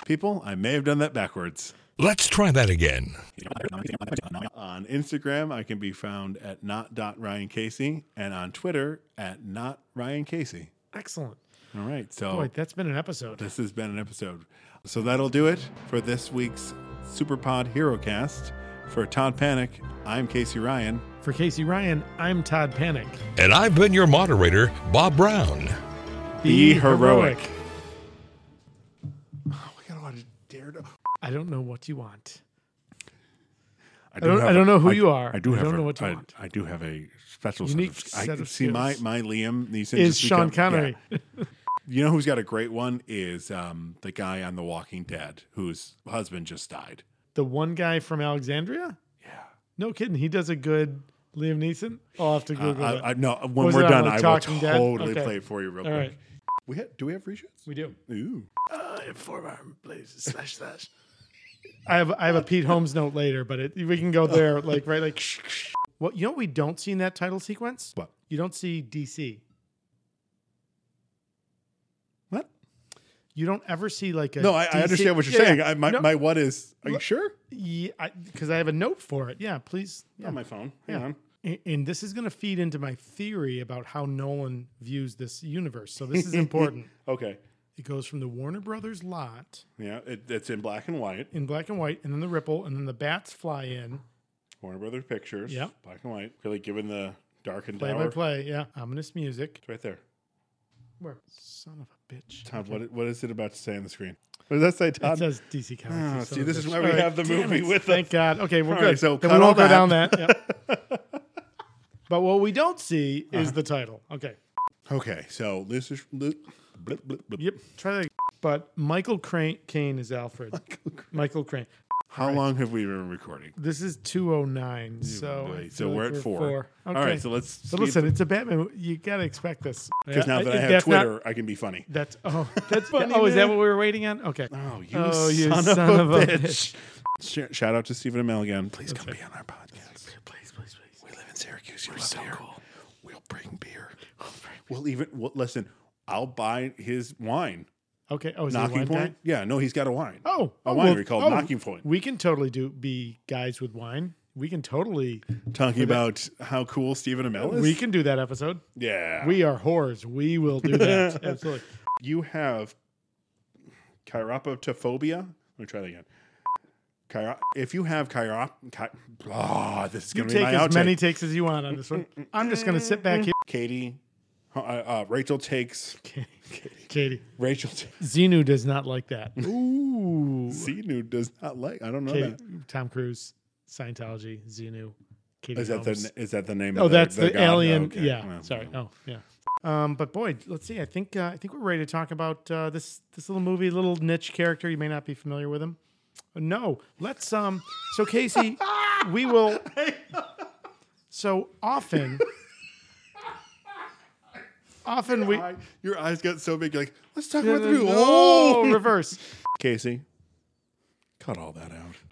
Speaker 1: People, I may have done that backwards.
Speaker 3: Let's try that again.
Speaker 1: On Instagram, I can be found at not dot Ryan Casey, and on Twitter at not Ryan Casey.
Speaker 2: Excellent.
Speaker 1: All right, so
Speaker 2: Boy, that's been an episode.
Speaker 1: this has been an episode. So that'll do it for this week's Superpod HeroCast. For Todd Panic, I'm Casey Ryan.
Speaker 2: For Casey Ryan, I'm Todd Panic.
Speaker 3: And I've been your moderator, Bob Brown.
Speaker 1: Be heroic.
Speaker 2: Oh, I don't know what you want.
Speaker 1: I,
Speaker 2: don't- I don't know who you are.
Speaker 1: I do
Speaker 2: I
Speaker 1: have.
Speaker 2: don't
Speaker 1: a-
Speaker 2: know what you
Speaker 1: I-
Speaker 2: want.
Speaker 1: I do have a special
Speaker 2: Unique
Speaker 1: set of,
Speaker 2: set
Speaker 1: I,
Speaker 2: of
Speaker 1: see my
Speaker 2: skills.
Speaker 1: my Liam Neeson
Speaker 2: Is
Speaker 1: just
Speaker 2: Sean
Speaker 1: become-
Speaker 2: Connery.
Speaker 1: yeah. You know who's got a great one is um, the guy on The Walking Dead whose husband just died.
Speaker 2: The one guy from Alexandria? Yeah. No kidding. He does a good Liam Neeson. I'll have to
Speaker 1: Uh,
Speaker 2: Google it.
Speaker 1: I, I, no, when
Speaker 2: Was
Speaker 1: we're
Speaker 2: it on
Speaker 1: done,
Speaker 2: the
Speaker 1: I will
Speaker 2: Talking Dead?
Speaker 1: totally
Speaker 2: Okay.
Speaker 1: play it for you real
Speaker 2: All
Speaker 1: quick.
Speaker 2: right.
Speaker 1: We ha- do we have reshoots?
Speaker 2: We do.
Speaker 1: Ooh,
Speaker 11: Uh, inform our blaze slash slash.
Speaker 2: I have I have a Pete Holmes note later, but it, we can go there like right like. Well, you know what we don't see in that title sequence?
Speaker 1: What?
Speaker 2: You don't see DC.
Speaker 1: what?
Speaker 2: You don't ever see like a
Speaker 1: No, I, I
Speaker 2: DC
Speaker 1: understand what you're
Speaker 2: Yeah, yeah.
Speaker 1: saying. I, my,
Speaker 2: No,
Speaker 1: my what is? Are you
Speaker 2: Look-
Speaker 1: sure?
Speaker 2: Yeah, because I, have a note for it. Yeah, please. Yeah.
Speaker 1: On my phone. Hang
Speaker 2: Yeah.
Speaker 1: on.
Speaker 2: A- And this is going to feed into my theory about how Nolan views this universe. So this is important.
Speaker 1: Okay.
Speaker 2: it goes from the Warner Brothers lot
Speaker 1: Yeah, it, it's in black and white.
Speaker 2: in black and white, and then the ripple, and then the bats fly in,
Speaker 1: Warner Brothers Pictures.
Speaker 2: Yep.
Speaker 1: Black and white. Really given the dark and
Speaker 2: play by
Speaker 1: dour.
Speaker 2: play. Yeah, ominous music.
Speaker 1: It's right there.
Speaker 2: Where? Son of a bitch.
Speaker 1: Todd, what, what is it about to say on the screen? What does that say, Todd?
Speaker 2: It says DC Comics.
Speaker 1: Ah,
Speaker 2: you son
Speaker 1: see,
Speaker 2: of a
Speaker 1: this is
Speaker 2: bitch.
Speaker 1: why we
Speaker 2: All right,
Speaker 1: have the
Speaker 2: damn
Speaker 1: movie
Speaker 2: it.
Speaker 1: with
Speaker 2: Thank
Speaker 1: us.
Speaker 2: God. Okay, we're
Speaker 1: All
Speaker 2: good.
Speaker 1: right, so
Speaker 2: Then
Speaker 1: cut
Speaker 2: we
Speaker 1: all
Speaker 2: won't go
Speaker 1: that.
Speaker 2: down that. Yep. but what we don't see is the title. Okay.
Speaker 1: Okay, so Lucius. Lu- blip, blip, blip.
Speaker 2: Yep. Try that. But Michael Crane, Kane is Alfred. Michael Crane.
Speaker 1: How long have we been recording?
Speaker 2: This is 209. So, I
Speaker 1: boy.
Speaker 2: feel
Speaker 1: So we're at four. All
Speaker 2: Okay.
Speaker 1: right, so let's
Speaker 2: So
Speaker 1: speed-
Speaker 2: listen, it's a Batman. mo- You got to expect this.
Speaker 1: Because now
Speaker 2: Yeah,
Speaker 1: that I
Speaker 2: it-
Speaker 1: have
Speaker 2: that's not-
Speaker 1: Twitter, I can be funny.
Speaker 2: that's oh, that's
Speaker 1: funny,
Speaker 2: Oh, is that
Speaker 1: man.
Speaker 2: what we were waiting on? Okay.
Speaker 1: Oh, you,
Speaker 2: Oh, you
Speaker 1: son,
Speaker 2: son of
Speaker 1: of, a
Speaker 2: a
Speaker 1: bitch. Sh- Shout out to Stephen Amell again. Please come be on our podcast. Please, please, please. We live in Syracuse. You live here. We'll bring beer. We'll even we'll, listen. I'll buy his wine.
Speaker 2: Okay. Oh, is it a
Speaker 1: Knocking
Speaker 2: wine
Speaker 1: Point.
Speaker 2: guy?
Speaker 1: Yeah, no, he's got a wine.
Speaker 2: Oh,
Speaker 1: a
Speaker 2: oh,
Speaker 1: winery
Speaker 2: well,
Speaker 1: called
Speaker 2: oh,
Speaker 1: Knocking Point.
Speaker 2: We can totally do be guys with wine. We can totally.
Speaker 1: Talking about how cool Stephen Amell is.
Speaker 2: We can do that episode.
Speaker 1: yeah.
Speaker 2: We are whores. We will do that. Absolutely.
Speaker 1: you have chiroptophobia. Let me try that again. Chiro- if you have chirop, chi- Ah, this is
Speaker 2: You
Speaker 1: going to be
Speaker 2: take
Speaker 1: my
Speaker 2: as
Speaker 1: outtake.
Speaker 2: many takes as you want on this one. I'm just gonna sit back here.
Speaker 1: Katie, uh, uh, Rachel takes.
Speaker 2: Katie,
Speaker 1: Rachel takes.
Speaker 2: Xenu does not like that. Ooh.
Speaker 1: Zenu does not like. I don't know
Speaker 2: Katie,
Speaker 1: that.
Speaker 2: Tom Cruise, Scientology, Xenu, Katie.
Speaker 1: Is that the
Speaker 2: Holmes.
Speaker 1: n- is that the name?
Speaker 2: Oh,
Speaker 1: of the,
Speaker 2: that's the,
Speaker 1: god?
Speaker 2: alien.
Speaker 1: Okay.
Speaker 2: Yeah.
Speaker 1: Well,
Speaker 2: Sorry.
Speaker 1: well.
Speaker 2: Oh, yeah. Um, but boy, let's see. I think uh, I think we're ready to talk about uh, this this little movie, little niche character. You may not be familiar with him. Uh, No, let's. Um, so Casey, we will. So often, often we.
Speaker 1: I- your eyes got so big. You're like, let's talk
Speaker 2: No,
Speaker 1: about the movie.
Speaker 2: no,
Speaker 1: Oh,
Speaker 2: reverse.
Speaker 1: Casey, cut all that out.